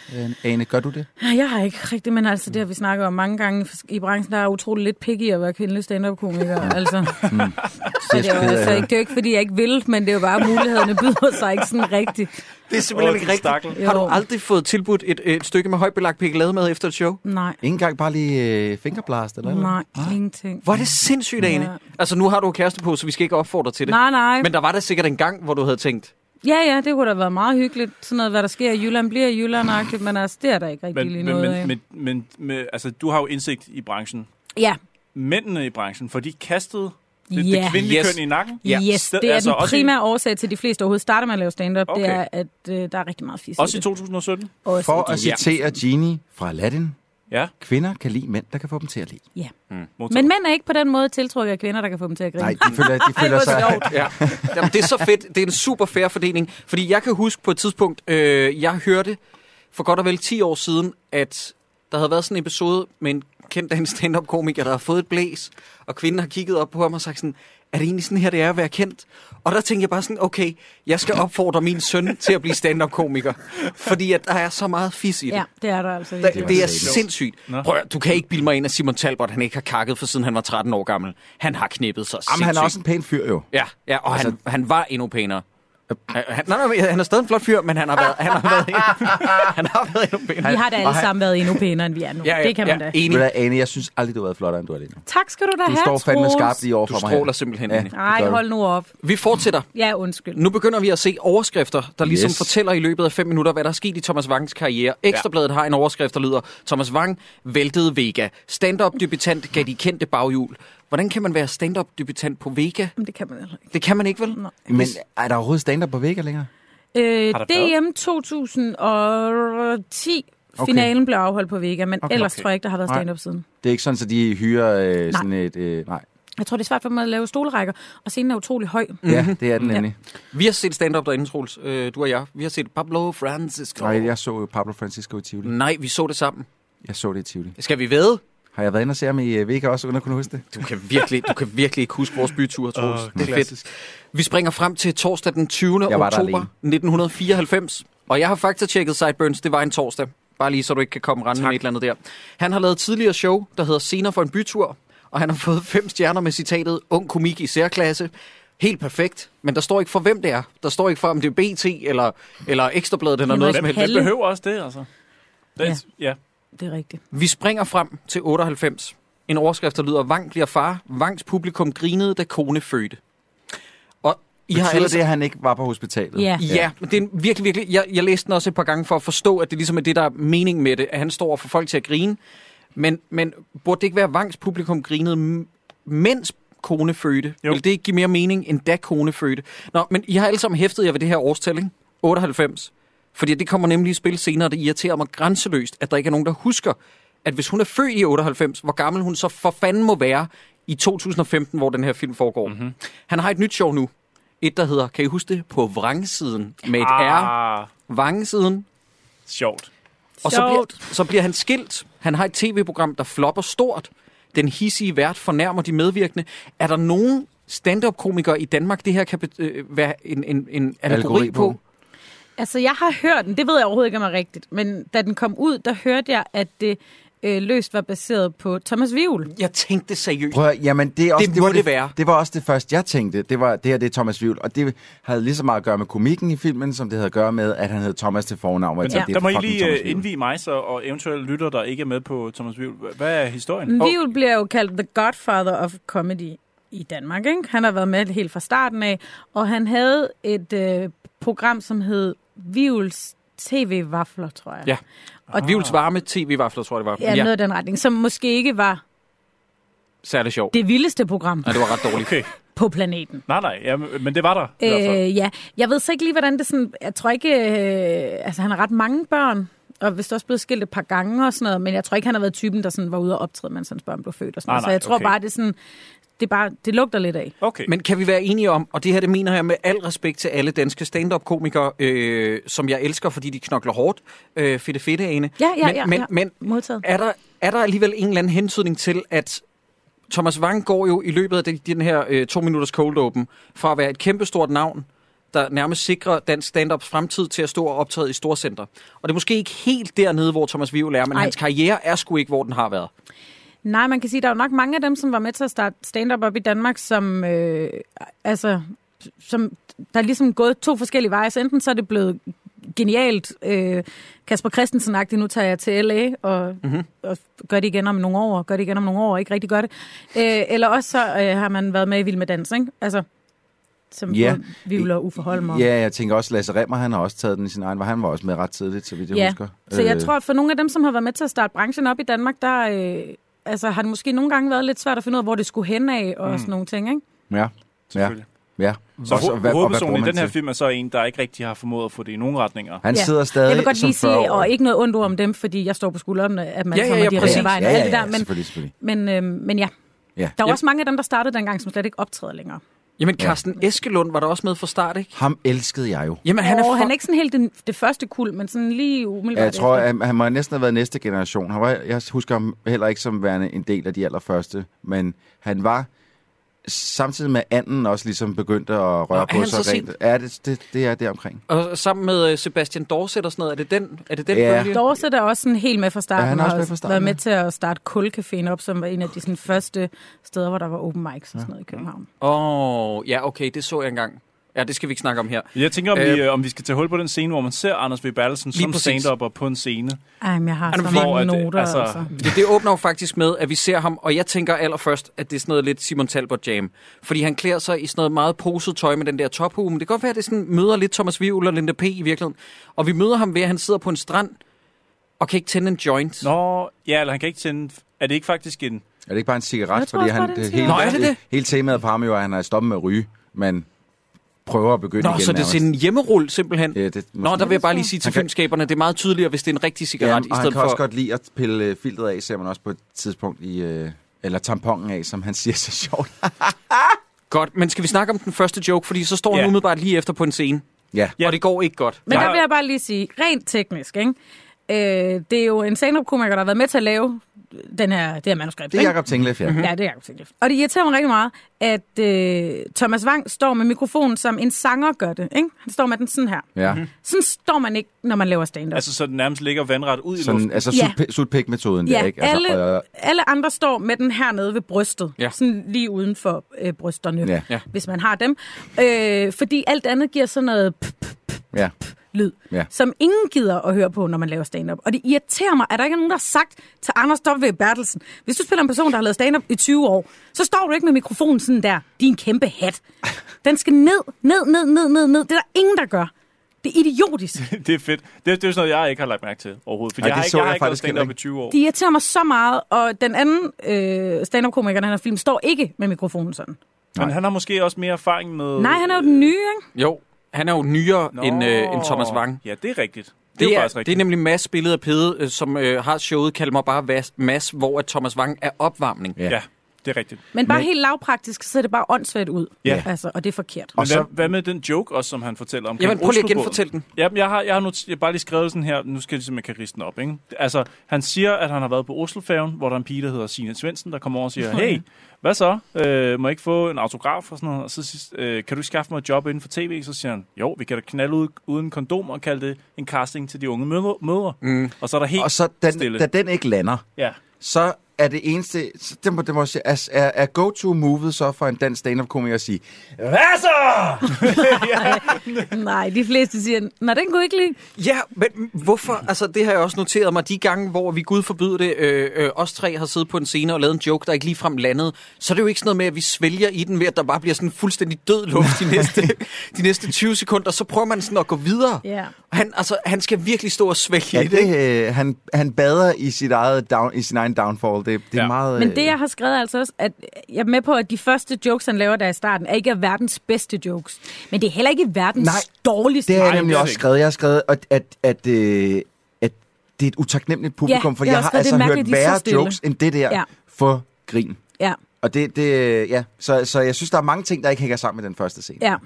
Speaker 8: øh, Ane? Gør du det?
Speaker 6: Nej, jeg har ikke rigtig, men altså det har vi snakket om mange gange i branchen. Der er utrolig lidt picky at være kvindelig stand-up-komiker. Altså, så det er jo
Speaker 8: ked af
Speaker 6: altså
Speaker 8: det.
Speaker 6: ikke, det er jo ikke, fordi jeg ikke vil, men det er jo bare, at mulighederne byder sig ikke sådan rigtigt.
Speaker 1: Det er simpelthen
Speaker 7: Åh,
Speaker 1: ikke
Speaker 7: din
Speaker 1: rigtigt.
Speaker 7: stakkel.
Speaker 1: Har du
Speaker 6: Jo.
Speaker 1: aldrig fået tilbudt et, et stykke med højbelagt pikkelade med efter et show?
Speaker 6: Nej,
Speaker 8: Ingen gang bare lige øh, fingerblast eller noget?
Speaker 6: nej, ingenting.
Speaker 1: Hvor er det sindssygt, Ane.
Speaker 6: Ja.
Speaker 1: Altså, nu har du jo kæreste på, så vi skal ikke opfordre til det.
Speaker 6: Nej, nej.
Speaker 1: Men der var da sikkert en gang, hvor du havde tænkt,
Speaker 6: Ja, ja, det kunne da være meget hyggeligt. Sådan noget, hvad der sker i Jylland, bliver i Jylland-agtigt, men altså, det er der ikke rigtig
Speaker 7: Men,
Speaker 6: lige
Speaker 7: men,
Speaker 6: noget af.
Speaker 7: men, men, men, men altså, du har jo indsigt i branchen.
Speaker 6: ja,
Speaker 7: Mændene i branchen, for de kastede det, yeah.
Speaker 6: Ja.
Speaker 7: det kvindelige
Speaker 1: Yes.
Speaker 7: køn i nakken.
Speaker 1: Ja.
Speaker 6: yes,
Speaker 7: Så-
Speaker 6: det er
Speaker 7: altså,
Speaker 6: den
Speaker 7: også i-
Speaker 6: primære årsag til, at de fleste overhovedet starter med at lave stand-up.
Speaker 7: Okay.
Speaker 6: Det er, at øh, der er rigtig meget fisk
Speaker 7: Også i
Speaker 6: det.
Speaker 7: 2017.
Speaker 6: Også
Speaker 8: For
Speaker 6: i-
Speaker 8: at
Speaker 1: Ja.
Speaker 8: citere Genie fra Aladdin.
Speaker 7: Ja,
Speaker 8: Kvinder kan lide mænd, der kan få dem til at lide.
Speaker 7: modtaget.
Speaker 6: Men mænd er ikke på den måde tiltrukket af kvinder, der kan få dem til at grine.
Speaker 8: Nej, de føler, de føler
Speaker 6: hvor
Speaker 8: sig...
Speaker 6: sjovt.
Speaker 1: Ja, Jamen, det er så fedt. Det er en super fair fordeling. Fordi jeg kan huske på et tidspunkt, øh, jeg hørte for godt og vel 10 år siden, at der havde været sådan en episode med en kendt dansk stand-up-komiker, der havde fået et blæs, og kvinden har kigget op på ham og sagt sådan, er det egentlig sådan her, det er at være kendt? Og der tænkte jeg bare sådan, okay, jeg skal opfordre min søn til at blive stand-up-komiker. Fordi at der er så meget fis i det.
Speaker 6: Ja, det er der altså.
Speaker 1: Det,
Speaker 6: virkelig.
Speaker 1: det er sindssygt. Prøv, at- du kan ikke bilde mig ind, at Simon Talbot han ikke har kakket, for siden han var 13 år gammel. Han har knippet sig
Speaker 8: Jamen, han er
Speaker 1: sindssygt.
Speaker 8: også en pæn fyr jo.
Speaker 1: Ja, ja og altså... han, han var endnu pænere. Han, nej, nej, han er stadig en flot fyr, men han har været, han har været, endnu, han har været endnu pænere.
Speaker 6: Vi har da alle
Speaker 8: og han-
Speaker 6: sammen været endnu pænere, end vi er nu.
Speaker 1: Ja, ja,
Speaker 6: det kan man
Speaker 1: ja,
Speaker 6: da.
Speaker 8: Ved du
Speaker 1: Enig.
Speaker 8: hvad, Ane, jeg synes aldrig, du har været flottere, end du er lige nu.
Speaker 6: Tak skal du da
Speaker 8: Du
Speaker 6: have,
Speaker 8: står fandme
Speaker 6: Troels.
Speaker 8: skarpt lige over
Speaker 1: Du
Speaker 8: for mig.
Speaker 1: stråler simpelthen, Ane.
Speaker 8: det
Speaker 6: Nej,
Speaker 8: gør
Speaker 6: hold nu op.
Speaker 1: Vi fortsætter.
Speaker 6: Ja, undskyld.
Speaker 1: Nu begynder vi at se overskrifter, der ligesom
Speaker 8: Yes.
Speaker 1: fortæller i løbet af fem minutter, hvad der er sket i Thomas Wangs karriere. Ekstrabladet har en overskrift, der lyder, Thomas Wang væltede Vega. Stand-up-debutant gav de kendte baghjul. Hvordan kan man være stand-up-debutant på Vega?
Speaker 6: Men det kan man heller ikke.
Speaker 1: Det kan man ikke, vel?
Speaker 6: Nej.
Speaker 8: du. Men er der overhovedet stand-up på væggen længere?
Speaker 6: Øh,
Speaker 7: Har der
Speaker 6: DM 2010
Speaker 8: Okay.
Speaker 6: Finalen blev afholdt på Vega, men
Speaker 8: Okay.
Speaker 6: okay, ellers
Speaker 7: Okay.
Speaker 6: tror jeg ikke, der har været
Speaker 8: Nej.
Speaker 6: stand-up siden.
Speaker 8: Det er ikke sådan, at de hyrer øh, sådan
Speaker 6: Nej.
Speaker 8: et... Øh, nej.
Speaker 6: Jeg tror, det er svært for mig at lave stolerækker, og scenen er utrolig høj.
Speaker 8: Ja, det er den nemlig.
Speaker 1: Vi har set stand-up derinde, Troels. Øh, du og jeg. Vi har set Pablo Francisco.
Speaker 8: Nej, jeg så jo Pablo Francisco i Tivoli.
Speaker 1: Nej, vi så det sammen.
Speaker 8: Jeg så det i Tivoli.
Speaker 1: Skal vi væde?
Speaker 8: Har jeg været inde og se ham i øh, Vega også, uden at kunne huske det?
Speaker 1: Du kan virkelig, du kan virkelig ikke huske vores bytur, Troels.
Speaker 7: Åh,
Speaker 1: det er
Speaker 7: klassisk.
Speaker 1: fedt. Vi springer frem til torsdag den 20.
Speaker 8: Jeg var der
Speaker 1: oktober
Speaker 8: alene.
Speaker 1: 1994. Og jeg har faktatjekket Sideburns, det var en torsdag. Bare lige så du ikke kan komme rendende med et eller andet der. Han har lavet tidligere show, der hedder Scener for en bytur. Og han har fået fem stjerner med citatet Ung komik i særklasse. Helt perfekt, men der står ikke for, hvem det er. Der står ikke for, om det er BT eller, eller Ekstrabladet eller noget som
Speaker 6: Henrik
Speaker 7: Hvem,
Speaker 1: helst.
Speaker 7: hvem
Speaker 6: Palle.
Speaker 7: behøver også det, altså? Det, ja. ja.
Speaker 6: Det er rigtigt.
Speaker 1: Vi springer frem til 98. En overskrift, der lyder, Vang bliver far. Vangs publikum grinede, da kone fødte. Og I
Speaker 8: Betyder
Speaker 1: har alle...
Speaker 8: det, at han ikke var på hospitalet?
Speaker 6: Ja.
Speaker 1: Ja, men det er virkelig, virkelig... Jeg, jeg læste den også et par gange for at forstå, at det ligesom er det, der er mening med det, at han står og får folk til at grine. Men, men burde det ikke være, at Vangs publikum grinede, m- mens kone fødte?
Speaker 7: Jo.
Speaker 1: Jo. Vil det ikke give mere mening, end da kone fødte? Nå, men I har alle sammen hæftet jer ved det her årstælling. 98. Fordi det kommer nemlig i spil senere, og det irriterer mig grænseløst, at der ikke er nogen, der husker, at hvis hun er født i 98, hvor gammel hun så for fanden må være i 2015, hvor den her film foregår. Mm-hmm. Han har et nyt show nu. Et, der hedder, kan I huske det, på vrangsiden med et ah. R.
Speaker 7: Ah,
Speaker 1: Vrangsiden.
Speaker 7: sjovt.
Speaker 1: Og så
Speaker 6: Sjovt.
Speaker 1: bliver, så bliver han skilt. Han har et tv-program, der flopper stort. Den hissige vært fornærmer de medvirkende. Er der nogen stand-up-komikere i Danmark, det her kan bet- øh, være en, en, en allegori
Speaker 8: Allegori på.
Speaker 1: på?
Speaker 6: Altså, jeg har hørt den. Det ved jeg overhovedet ikke, om er rigtigt. Men da den kom ud, der hørte jeg, at det øh, løst var baseret på Thomas Vivl.
Speaker 1: Jeg tænkte seriøst.
Speaker 8: Prøv, at høre, jamen det, er også,
Speaker 1: Det
Speaker 8: var
Speaker 1: må det være.
Speaker 8: Det var også det første, jeg tænkte. Det var, det her, det er Thomas Vivl. Og det havde lige så meget at gøre med komikken i filmen, som det havde at gøre med, at han hed Thomas til fornavn. Men,
Speaker 7: Men
Speaker 8: ja.
Speaker 7: ja.
Speaker 8: det er
Speaker 7: der må I
Speaker 8: fucking
Speaker 7: lige
Speaker 8: Thomas
Speaker 7: øh,
Speaker 8: Vivl.
Speaker 7: indvige mig så, og eventuelt lytter, der ikke er med på Thomas Vivl. Hva- Hvad er historien?
Speaker 6: Men Vivl bliver jo kaldt The Godfather of Comedy i Danmark. Ikke? Han har været med helt fra starten af. Og han havde et øh, program, som hed Vivls TV-vafler, tror jeg.
Speaker 1: Ja. Og Vivls varme tv-vafler, tror jeg, det var.
Speaker 6: Ja, noget i den retning, som måske ikke var
Speaker 1: særlig sjov.
Speaker 6: det vildeste program
Speaker 1: Nej, det var ret dårligt.
Speaker 7: Oh, Okay.
Speaker 6: på planeten.
Speaker 7: Nej, nej, ja, men men det var der i hvert fald.
Speaker 6: Øh, ja, jeg ved så ikke lige, hvordan det sådan... Jeg tror ikke... Øh, altså, han har ret mange børn, og hvis også blevet skilt et par gange og sådan noget, men jeg tror ikke, han har været typen, der sådan var ude og optræde, mens hans børn blev født og sådan
Speaker 7: Nej,
Speaker 6: noget. Så
Speaker 7: nej,
Speaker 6: jeg tror
Speaker 7: okay.
Speaker 6: bare, det er sådan... Det, er bare, det lugter lidt af.
Speaker 7: Okay.
Speaker 1: Men kan vi være enige om, og det her det mener jeg med al respekt til alle danske stand-up-komikere, øh, som jeg elsker, fordi de knokler hårdt, øh, fedte fedte ane.
Speaker 6: Ja, ja,
Speaker 1: men,
Speaker 6: ja,
Speaker 1: men,
Speaker 6: ja.
Speaker 1: men
Speaker 6: Modtaget.
Speaker 1: er der, er der alligevel en eller anden hentydning til, at Thomas Wang går jo i løbet af den, den her øh, to minutters cold open fra at være et kæmpestort navn, der nærmest sikrer dansk stand-ups fremtid til at stå og optræde i storcenter. Og det er måske ikke helt dernede, hvor Thomas Vivl er, men
Speaker 6: Ej.
Speaker 1: Ej. hans karriere er sgu ikke, hvor den har været.
Speaker 6: Nej, man kan sige, der er jo nok mange af dem, som var med til at starte stand-up op i Danmark, som... Øh, altså, som, der er ligesom gået to forskellige veje. Så enten så er det blevet genialt øh, Kasper Christensen-agtigt, nu tager jeg til LA og,
Speaker 8: Mhm.
Speaker 6: mm-hmm. og gør det igen om nogle år, og gør det igen om nogle år, og ikke rigtig gør det. Øh, eller også så øh, har man været med i Vild med Dans, ikke? Altså, som
Speaker 8: Ja.
Speaker 6: yeah. Vivler og Uffe Holm og...
Speaker 8: Ja, jeg tænker også, Lasse Remmer, han har også taget den i sin egen, var han var også med ret tidligt, så vidt jeg husker.
Speaker 6: Så jeg
Speaker 8: Øh,
Speaker 6: tror, at for nogle af dem, som har været med til at starte branchen op i Danmark, der øh, altså, har det måske nogle gange været lidt svært at finde ud af, hvor det skulle hen af og mm. sådan nogle ting. Ikke?
Speaker 8: Ja, ja,
Speaker 7: Selvfølgelig.
Speaker 8: ja.
Speaker 7: Så
Speaker 8: Og
Speaker 7: ho-
Speaker 8: hvad- og hvad bruger
Speaker 7: hovedpersonen i
Speaker 8: man
Speaker 7: den her
Speaker 8: til?
Speaker 7: film er så en, der ikke rigtig har formået at få det i nogen retninger.
Speaker 8: Han
Speaker 6: Ja.
Speaker 8: sidder stadig
Speaker 6: jeg vil godt
Speaker 8: som
Speaker 6: lige sige,
Speaker 8: 40-årig.
Speaker 6: og ikke noget ondt ord om dem, fordi jeg står på skuldrene, at man
Speaker 1: Ja, ja,
Speaker 6: kommer
Speaker 1: ja,
Speaker 6: direkte
Speaker 1: præcis.
Speaker 6: af vejen
Speaker 8: Ja,
Speaker 6: og
Speaker 8: ja,
Speaker 6: alt
Speaker 8: ja,
Speaker 6: det der. Men,
Speaker 8: selvfølgelig, selvfølgelig.
Speaker 6: men, øh, men ja,
Speaker 8: Ja.
Speaker 6: der er
Speaker 1: Ja.
Speaker 6: jo også mange af dem, der startede dengang, som slet ikke optræder længere.
Speaker 1: Jamen, Carsten Eskelund var der også med fra start, ikke?
Speaker 8: Ham elskede jeg jo.
Speaker 1: Jamen,
Speaker 6: Han
Speaker 1: han
Speaker 6: er,
Speaker 1: er,
Speaker 6: og
Speaker 1: fuck-
Speaker 6: han er ikke sådan helt den, det første kul, men sådan lige umiddelbart.
Speaker 8: Jeg tror,
Speaker 6: efter.
Speaker 8: at han må næsten have været næste generation. Han var, jeg husker ham heller ikke som værende en del af de allerførste, men han var samtidig med anden også ligesom begyndte at røre
Speaker 1: Nå, er
Speaker 8: på
Speaker 1: han
Speaker 8: sig
Speaker 1: så
Speaker 8: rent. Ja, det, det, det er der omkring.
Speaker 1: Og sammen med øh, Sebastian Dorset og sådan noget, er det den, er det den
Speaker 8: Ja.
Speaker 1: bølge?
Speaker 6: Dorset er også sådan helt med fra starten.
Speaker 8: Ja, han er også
Speaker 6: og
Speaker 8: med fra starten,
Speaker 6: været med
Speaker 8: ja.
Speaker 6: til at starte Kulcaféen op, som var en af de sådan, første steder, hvor der var open mics og sådan noget i København.
Speaker 1: Åh, oh, ja, okay, det så jeg engang. Ja, det skal vi ikke snakke om her.
Speaker 7: Jeg tænker, om,
Speaker 1: Øh.
Speaker 7: øh, vi, øh, om vi skal tage hul på den scene, hvor man ser Anders V. Bertelsen
Speaker 1: Lige
Speaker 7: som
Speaker 1: præcis.
Speaker 7: stand-upper på en scene.
Speaker 6: Ej, men jeg har
Speaker 7: Han
Speaker 6: så
Speaker 7: får,
Speaker 6: mange
Speaker 7: at-
Speaker 6: noter. Altså,
Speaker 7: altså-
Speaker 6: altså.
Speaker 1: Det, det åbner jo faktisk med, at vi ser ham, og jeg tænker allerførst, at det er sådan noget lidt Simon Talbot-jam. Fordi han klæder sig i sådan noget meget poset tøj med den der tophue, men det kan godt være, at det sådan møder lidt Thomas Vivl og Linda P. i virkeligheden. Og vi møder ham ved, at han sidder på en strand og kan ikke tænde en joint.
Speaker 7: Nå, ja, eller han kan ikke tænde... Er det ikke faktisk en...
Speaker 8: Er det ikke bare en cigaret?
Speaker 6: Jeg tror
Speaker 8: fordi
Speaker 6: også
Speaker 8: han,
Speaker 6: bare, det er en
Speaker 8: hele,
Speaker 1: cigaret. Nå, er det det?
Speaker 8: hele temaet på ham jo er, at han er stoppet med at ryge, men prøver at begynde
Speaker 1: Nå,
Speaker 8: igen
Speaker 1: så det er
Speaker 8: nærmest.
Speaker 1: sådan en hjemmerul simpelthen.
Speaker 8: Ja, det,
Speaker 1: Nå, der vil jeg bare lige sige til
Speaker 8: Han kan-
Speaker 1: filmskaberne, det er meget tydeligere, hvis det er en rigtig cigaret,
Speaker 8: Jamen,
Speaker 1: i
Speaker 8: og han
Speaker 1: stedet
Speaker 8: kan også
Speaker 1: for...
Speaker 8: godt lide at pille øh, filtret af, ser man også på et tidspunkt i... Øh, eller tamponen af, som han siger så sjovt.
Speaker 1: Godt, men skal vi snakke om den første joke? Fordi så står han
Speaker 7: Ja.
Speaker 1: umiddelbart lige efter på en scene,
Speaker 8: Ja.
Speaker 1: og det går ikke godt.
Speaker 6: Men
Speaker 7: Jeg-
Speaker 6: der vil jeg bare lige sige, rent teknisk, ikke? Øh, det er jo en stand-up-komiker, der har været med til at lave den her, det her manuskript.
Speaker 8: Det er
Speaker 6: ikke?
Speaker 8: Jacob Tingleff, ja.
Speaker 6: Ja, det er Jacob Tingleff. Og det irriterer mig rigtig meget, at øh, Thomas Wang står med mikrofonen, som en sanger gør det. Ikke? Han står med den sådan her.
Speaker 8: ja.
Speaker 6: Sådan står man ikke, når man laver stand-up.
Speaker 7: Altså, så den nærmest ligger vandret ud i luften.
Speaker 8: Sådan, altså
Speaker 6: Ja.
Speaker 8: sut- sutpik-metoden
Speaker 6: ja,
Speaker 8: der, ikke? Altså,
Speaker 6: alle,
Speaker 8: øh,
Speaker 6: alle andre står med den her nede ved brystet.
Speaker 1: Ja.
Speaker 6: Sådan lige uden for øh, brysterne,
Speaker 8: Ja.
Speaker 1: Ja.
Speaker 6: hvis man har dem. Øh, fordi alt andet giver sådan noget
Speaker 8: ja.
Speaker 6: lyd,
Speaker 8: Ja.
Speaker 6: som ingen gider at høre på, når man laver stand-up. Og det irriterer mig, at der ikke er nogen, der har sagt til Anders W. Bertelsen, hvis du spiller en person, der har lavet stand-up i 20 år, så står du ikke med mikrofonen sådan der, din kæmpe hat. Den skal ned, ned, ned, ned, ned, ned. Det er der ingen, der gør. Det er idiotisk.
Speaker 7: det er fedt. Det, er- det er sådan noget, jeg ikke har lagt mærke til overhovedet. For
Speaker 8: Ej,
Speaker 7: jeg, har
Speaker 8: det
Speaker 7: ikke,
Speaker 8: så
Speaker 7: jeg,
Speaker 8: jeg
Speaker 7: har ikke lavet
Speaker 8: faktisk
Speaker 7: stand-up
Speaker 8: heller
Speaker 7: i 20 år.
Speaker 6: De irriterer mig så meget, og den anden øh, stand-up-komiker, han har film, står ikke med mikrofonen sådan.
Speaker 7: Men han har måske også mere erfaring med...
Speaker 6: Nej, han er jo den nye, ikke?
Speaker 1: Jo, han er jo nyere
Speaker 7: Nå.
Speaker 1: end, øh, end Thomas Wang.
Speaker 7: Ja, det er rigtigt. Det,
Speaker 1: Det
Speaker 7: er jo
Speaker 1: er,
Speaker 7: faktisk
Speaker 1: det er
Speaker 7: rigtigt.
Speaker 1: nemlig Mads billede af Pede, øh, som øh, har showet Kald mig bare Vas- Mads, hvor at Thomas Wang er opvarmning.
Speaker 8: Ja.
Speaker 7: Ja, det er rigtigt.
Speaker 6: Men bare helt lavpraktisk, så ser det bare åndssvagt ud.
Speaker 7: Ja.
Speaker 6: Altså, og det er forkert.
Speaker 7: Men
Speaker 8: Og
Speaker 7: hvad,
Speaker 8: så-
Speaker 7: hvad med den joke også, som han fortæller om?
Speaker 1: Jamen, prøv lige at genfortælle den.
Speaker 7: Jamen, jeg har, jeg har nu jeg har bare lige skrevet sådan her, nu skal jeg simpelthen kan riste den op, ikke? Altså, han siger, at han har været på Oslofærgen, hvor der er en pige, der hedder Signe Svendsen, der kommer over og siger, hey, hvad så? Øh, må jeg ikke få en autograf og sådan noget? Og så siger, øh, kan du ikke skaffe mig et job inden for tv? Så siger han, jo, vi kan da knalde ud uden kondom og kalde det en casting til de unge mødre. mødre. Mm. Og så er der helt
Speaker 8: Og så, den,
Speaker 7: stille.
Speaker 8: da den ikke lander,
Speaker 7: Ja.
Speaker 8: så er det eneste... så Det må, det må jeg sige, er, er, er go-to-movet så for en dansk stand-up-komiker at sige,
Speaker 7: Hvad så?
Speaker 6: Nej, de fleste siger, nej, den kunne ikke lide.
Speaker 1: Ja, men hvorfor? Altså, det har jeg også noteret mig. De gange, hvor vi gud forbyde det, øh, øh, os tre har siddet på en scene og lavet en joke, der ikke ligefrem landede, så er det jo ikke sådan noget med, at vi svælger i den ved, at der bare bliver sådan fuldstændig død luft de næste, de næste 20 sekunder, så prøver man sådan at gå videre.
Speaker 6: Ja.
Speaker 1: Han, altså, han skal virkelig stå og svælge
Speaker 8: ja,
Speaker 1: i det, ikke?
Speaker 8: det, øh, han, han bader i, sit eget down, i sin egen downfall. Det, det er
Speaker 7: Ja.
Speaker 8: meget...
Speaker 6: Men
Speaker 8: øh,
Speaker 6: det, jeg har skrevet er altså også, at jeg er med på, at de første jokes, han laver der i starten, er ikke er verdens bedste jokes. Men det er heller ikke verdens
Speaker 8: Nej,
Speaker 6: dårligste.
Speaker 8: Det har jeg
Speaker 7: Nej, det
Speaker 8: nemlig
Speaker 7: er det
Speaker 8: også
Speaker 7: ikke.
Speaker 8: skrevet. Jeg har skrevet, at, at, at, øh, at det er et utaknemmeligt publikum,
Speaker 6: Ja,
Speaker 8: for
Speaker 6: jeg
Speaker 8: jeg,
Speaker 6: har
Speaker 8: har
Speaker 6: skrevet, det
Speaker 8: altså
Speaker 6: er
Speaker 8: hørt
Speaker 6: mærkeligt, de er så
Speaker 8: værre
Speaker 6: stille.
Speaker 8: jokes end det der
Speaker 6: Ja.
Speaker 8: for grin.
Speaker 6: Ja,
Speaker 8: Og det, det øh, ja. Så, så jeg synes, der er mange ting, der ikke hænger sammen med den første scene.
Speaker 6: ja.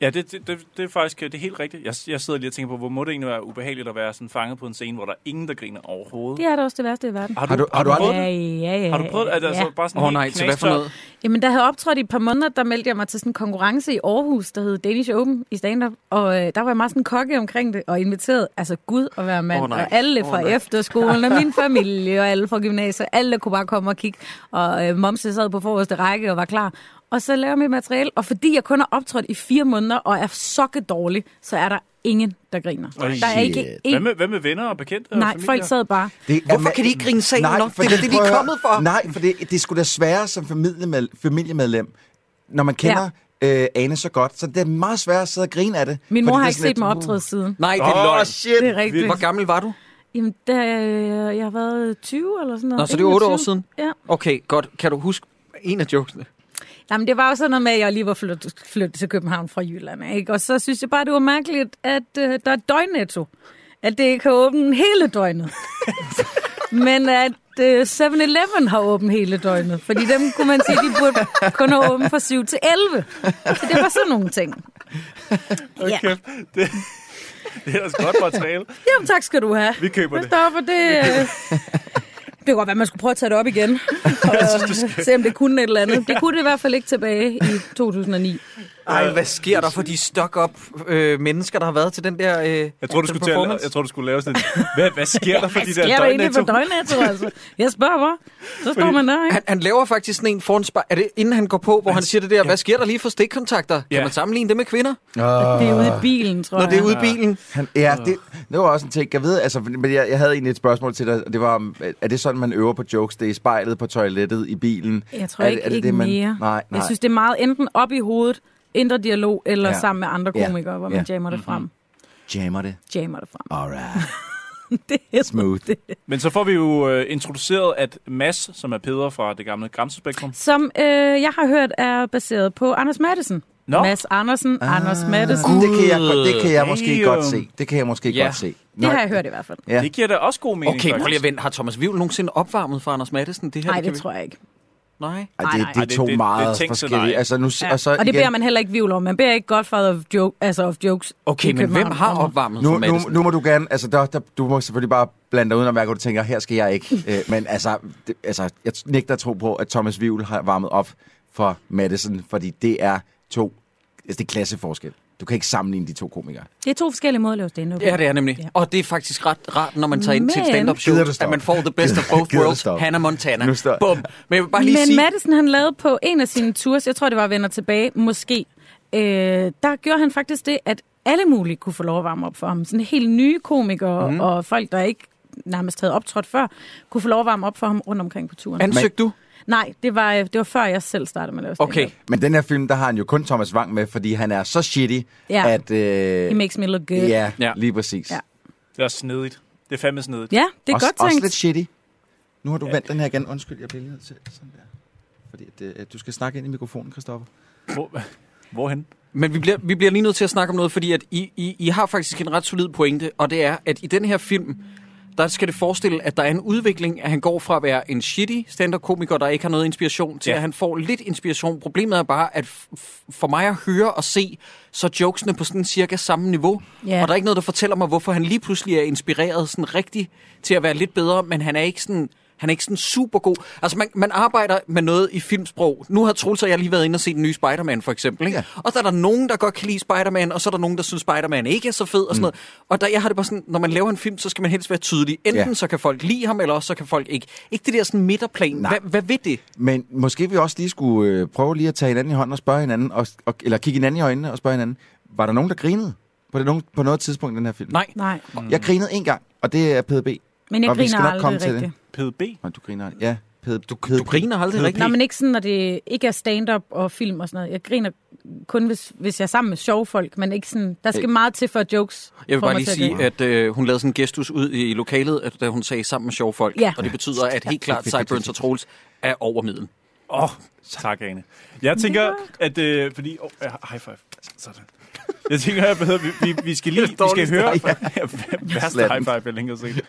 Speaker 7: Ja, det, det, det, det er faktisk det er helt rigtigt. Jeg, jeg sidder lige og tænker på, hvor må det egentlig være ubehageligt at være sådan fanget på en scene, hvor der er ingen, der griner overhovedet.
Speaker 6: Det er da også det værste i verden.
Speaker 7: Har du,
Speaker 8: Har du- har du aldrig-
Speaker 7: prøvet
Speaker 6: Ja,
Speaker 7: det?
Speaker 6: ja, ja.
Speaker 7: Har du prøvet det? Altså,
Speaker 6: ja.
Speaker 7: bare sådan
Speaker 1: Åh oh,
Speaker 7: helt
Speaker 1: nej, til hvad for
Speaker 7: knastørt?
Speaker 1: noget?
Speaker 6: Jamen, der havde optrådt i et par måneder, der meldte jeg mig til sådan en konkurrence i Aarhus, der hed Danish Open i stand-up. Og øh, der var jeg meget sådan kokke omkring det, og inviteret, altså Gud at være mand,
Speaker 1: Åh,
Speaker 6: oh,
Speaker 1: nej.
Speaker 6: og alle
Speaker 1: Åh,
Speaker 6: fra
Speaker 1: nej.
Speaker 6: oh, efterskolen, og min familie, og alle fra gymnasiet, alle der kunne bare komme og kigge. Og øh, momse sad på forreste række og var klar. Og så laver jeg mit materiale, og fordi jeg kun har optrådt i fire måneder og er sokket dårlig, så er der ingen, der griner.
Speaker 7: Ej,
Speaker 6: der er ikke
Speaker 8: shit.
Speaker 7: Hvad
Speaker 6: en...
Speaker 7: med, hvad med venner og bekendte? og
Speaker 6: Nej,
Speaker 7: familier?
Speaker 6: folk sad bare.
Speaker 8: Det er
Speaker 1: Hvorfor
Speaker 8: ma-
Speaker 1: kan de ikke grine sagen nok? Det er det, de er
Speaker 8: prøv at høre.
Speaker 1: kommet for.
Speaker 8: Nej, for det, det er sgu da sværere som familiemedlem, familiemedlem når man kender ja. øh, Ane så godt. Så det er meget sværere at sidde og grine af det.
Speaker 6: Min mor
Speaker 8: fordi
Speaker 6: har
Speaker 8: det er
Speaker 6: ikke
Speaker 8: sådan
Speaker 6: set mig optræde siden.
Speaker 1: Nej, det er
Speaker 8: Åh,
Speaker 1: oh, løgn.
Speaker 8: shit.
Speaker 6: Det er rigtigt.
Speaker 1: Hvor gammel var du?
Speaker 6: Jamen, da, jeg har været 20 eller sådan noget.
Speaker 1: Nå, så det er otte år
Speaker 6: 21.
Speaker 1: siden?
Speaker 6: Ja.
Speaker 1: Okay, godt. Kan du huske en af jokesene?
Speaker 6: Jamen, det var jo sådan noget med, at jeg lige var flyttet, flyttet til København fra Jylland, ikke? Og så synes jeg bare, det var mærkeligt, at øh, der er døgnetto. At det ikke har åbent hele døgnet. Men at øh, 7-Eleven har åbent hele døgnet. Fordi dem kunne man sige, de burde kun have åbent fra 7 til 11. Så det var sådan nogle ting. Ja.
Speaker 7: Kæft, det, det er ellers godt materiale.
Speaker 6: Jamen, tak skal du have.
Speaker 7: Vi køber
Speaker 6: det.
Speaker 7: det.
Speaker 6: Stopper det. øh, Det kunne godt være, at man skulle prøve at tage det op igen. Og se, om det kunne et eller andet. Det kunne det i hvert fald ikke tilbage i 2009.
Speaker 1: Ej, hvad sker der for de stok-up øh, mennesker, der har været til den der øh,
Speaker 7: Jeg tror, du skulle, til at, jeg tror, du skulle lave sådan en... Hvad, hvad sker der for de der
Speaker 6: Sker der egentlig for
Speaker 7: døgnetto?
Speaker 6: døgnetto, altså? Jeg spørger, hvor? Så står man der, ikke?
Speaker 1: Han, han laver faktisk sådan en foran spejl. Er det inden han går på, hvor han siger det der, hvad sker der lige for stikkontakter? Kan
Speaker 7: Ja.
Speaker 1: man sammenligne det med kvinder,
Speaker 6: Det er ude i bilen, tror
Speaker 1: når
Speaker 6: jeg.
Speaker 1: det er ude i bilen?
Speaker 8: Han, ja, det, det var også en ting. Jeg ved, altså, men jeg, jeg havde egentlig et spørgsmål til dig, og det var, om, er det sådan, man øver på jokes? Det er i spejlet, på toilettet, i bilen?
Speaker 6: Jeg tror
Speaker 8: er
Speaker 6: ikke, ikke mere.
Speaker 8: Nej, nej.
Speaker 6: Jeg synes, det er meget enten op i hovedet, indre dialog, eller
Speaker 8: Ja.
Speaker 6: ja. sammen med andre
Speaker 8: Ja.
Speaker 6: komikere, hvor man
Speaker 8: Ja.
Speaker 6: jammer det frem.
Speaker 8: Jammer det.
Speaker 6: Jammer det frem.
Speaker 8: Alright.
Speaker 6: Det er
Speaker 8: Smooth.
Speaker 6: Det.
Speaker 7: Men så får vi jo øh, introduceret, at Mads, som er Peder fra det gamle Gramsespektrum...
Speaker 6: Som øh, jeg har hørt er baseret på Anders Madsen.
Speaker 7: Nå,
Speaker 6: Mads Andersen, ah, Anders Madsen.
Speaker 8: Det kan jeg, godt- det kan jeg måske
Speaker 7: Damn.
Speaker 8: godt se. Det kan jeg måske
Speaker 1: Ja.
Speaker 8: godt se.
Speaker 6: Det har jeg hørt i hvert fald.
Speaker 8: Ja.
Speaker 7: det giver da også god mening,
Speaker 1: Okay, prøv lige
Speaker 7: faktisk.
Speaker 1: at vente. Har Thomas Vivl nogensinde opvarmet for Anders Madsen? Det her,
Speaker 6: Nej, det
Speaker 1: kan
Speaker 6: tror jeg ikke.
Speaker 1: vi... Nej.
Speaker 8: Ej,
Speaker 6: Nej,
Speaker 8: det,
Speaker 6: nej.
Speaker 8: det
Speaker 7: Ej,
Speaker 8: er
Speaker 7: det-
Speaker 8: to
Speaker 7: det- det er
Speaker 8: meget
Speaker 7: tænkt til
Speaker 8: forskellige.
Speaker 7: dig.
Speaker 8: Altså, nu, ja.
Speaker 6: Ja.
Speaker 8: og, så
Speaker 6: og det
Speaker 8: igen,
Speaker 6: beder man heller ikke vivl om. Man beder ikke Godfather of, joke, altså of Jokes i
Speaker 1: Okay, men hvem
Speaker 6: København
Speaker 1: har
Speaker 6: om mig.
Speaker 1: opvarmet for
Speaker 8: nu, nu,
Speaker 1: Madsen?
Speaker 8: nu må du gerne, altså der, der, du må selvfølgelig bare blande dig udenom, at du tænker, her skal jeg ikke. Øh, men altså, det, altså, jeg nægter at tro på, at Thomas Vivl har varmet op for Madison, fordi det er to, altså det er klasseforskel. Du kan ikke sammenligne de to komikere.
Speaker 6: Det er to forskellige måder at lave stand-up.
Speaker 1: Ja, det er nemlig.
Speaker 6: Ja.
Speaker 1: Ja. Og det er faktisk ret rart, når man tager ind til et
Speaker 6: Men-
Speaker 1: stand-up show,
Speaker 8: Gider du stoppe?
Speaker 1: at man får the best of both
Speaker 8: Gider du
Speaker 1: worlds.
Speaker 8: stoppe?
Speaker 1: Hannah Montana.
Speaker 8: Nu står-
Speaker 1: Bum. Men jeg vil bare lige
Speaker 6: Men
Speaker 1: sige...
Speaker 6: Madsen han lavede på en af sine tours, jeg tror det var Vender tilbage, måske, øh, der gjorde han faktisk det, at alle mulige kunne få lov at varme op for ham. Sådan helt nye komikere
Speaker 8: Mhm.
Speaker 6: mm. og folk, der ikke nærmest havde optrådt før, kunne få lov at varme op for ham rundt omkring på turen.
Speaker 1: Ansøg du?
Speaker 6: Nej, det var, øh, det var før jeg selv startede med at lave stand-up.
Speaker 1: Okay.
Speaker 8: Men den her film, der har han jo kun Thomas Wang med, fordi han er så shitty,
Speaker 6: Ja.
Speaker 8: at... Øh,
Speaker 6: He makes me look good.
Speaker 8: ja,
Speaker 1: Ja.
Speaker 8: lige præcis.
Speaker 6: Ja.
Speaker 7: Det er snedigt. Det er fandme snedigt.
Speaker 6: Ja, det er
Speaker 8: også,
Speaker 6: godt
Speaker 8: også
Speaker 6: tænkt.
Speaker 8: lidt shitty. Nu har du vendt den her igen. Undskyld, jeg bliver lige nødt til sådan der. Fordi at, øh, du skal snakke ind i mikrofonen, Christoffer.
Speaker 7: Hvor, hvorhen?
Speaker 1: Men vi bliver, vi bliver lige nødt til at snakke om noget, fordi at I, I, I har faktisk en ret solid pointe, og det er, at i den her film, der skal det forestille, at der er en udvikling, at han går fra at være en shitty stand-up-komiker, der ikke har noget inspiration, til
Speaker 7: Ja.
Speaker 1: ja. at han får lidt inspiration. Problemet er bare, at f- f- for mig at høre og se, så er jokesene på sådan cirka samme niveau,
Speaker 6: Ja.
Speaker 1: og der er ikke noget, der fortæller mig, hvorfor han lige pludselig er inspireret sådan rigtigt til at være lidt bedre, men han er ikke sådan... Han er ikke sådan super god. Altså, man, man arbejder med noget i filmsprog. Nu har Troels og jeg lige været inde og set den nye Spider-Man, for eksempel. Ikke?
Speaker 8: Ja.
Speaker 1: Ja. Og så er der nogen, der godt kan lide Spider-Man, og så er der nogen, der synes, Spider-Man ikke er så fed og sådan mm. noget. Og der, jeg har det bare sådan, når man laver en film, så skal man helst være tydelig. Enten
Speaker 8: Ja.
Speaker 1: ja. så kan folk lide ham, eller også så kan folk ikke. Ikke det der sådan midterplan.
Speaker 8: Nej.
Speaker 1: Hvad, hvad ved det?
Speaker 8: Men måske vi også lige skulle øh, prøve lige at tage hinanden i hånden og spørge hinanden, og, og, eller kigge hinanden i øjnene og spørge hinanden, var der nogen, der grinede på, det, nogen, på noget tidspunkt i den her film?
Speaker 1: Nej.
Speaker 6: Nej,
Speaker 8: Jeg grinede en gang, og det er PDB.
Speaker 6: men jeg
Speaker 8: Og vi skal
Speaker 6: griner
Speaker 8: nok
Speaker 6: aldrig
Speaker 8: komme til
Speaker 6: rigtigt.
Speaker 7: PDB?
Speaker 8: Nå, du griner. Ja, PD, du,
Speaker 1: Du griner aldrig rigtigt.
Speaker 6: Nå, men ikke sådan, når det ikke er stand-up og film og sådan noget. Jeg griner kun, hvis, hvis jeg er sammen med sjove folk, men ikke sådan... Der skal meget til for at jokes.
Speaker 1: Jeg vil
Speaker 6: får
Speaker 1: bare
Speaker 6: mig
Speaker 1: lige
Speaker 6: til at
Speaker 1: sige,
Speaker 6: grine.
Speaker 1: at øh, hun lavede sådan en gestus ud i lokalet, at, da hun sagde sammen med sjove folk.
Speaker 6: Ja.
Speaker 1: Og det betyder, at helt klart Cyburns og Troels er over midden.
Speaker 7: Åh, oh, tak, Ane. Jeg tænker, at... Øh, fordi, oh, ja, high five. Sådan. Jeg tænker, at vi, vi, vi skal lige vi skal høre... Ja, værste
Speaker 8: Slat den.
Speaker 7: high five, jeg længe har set.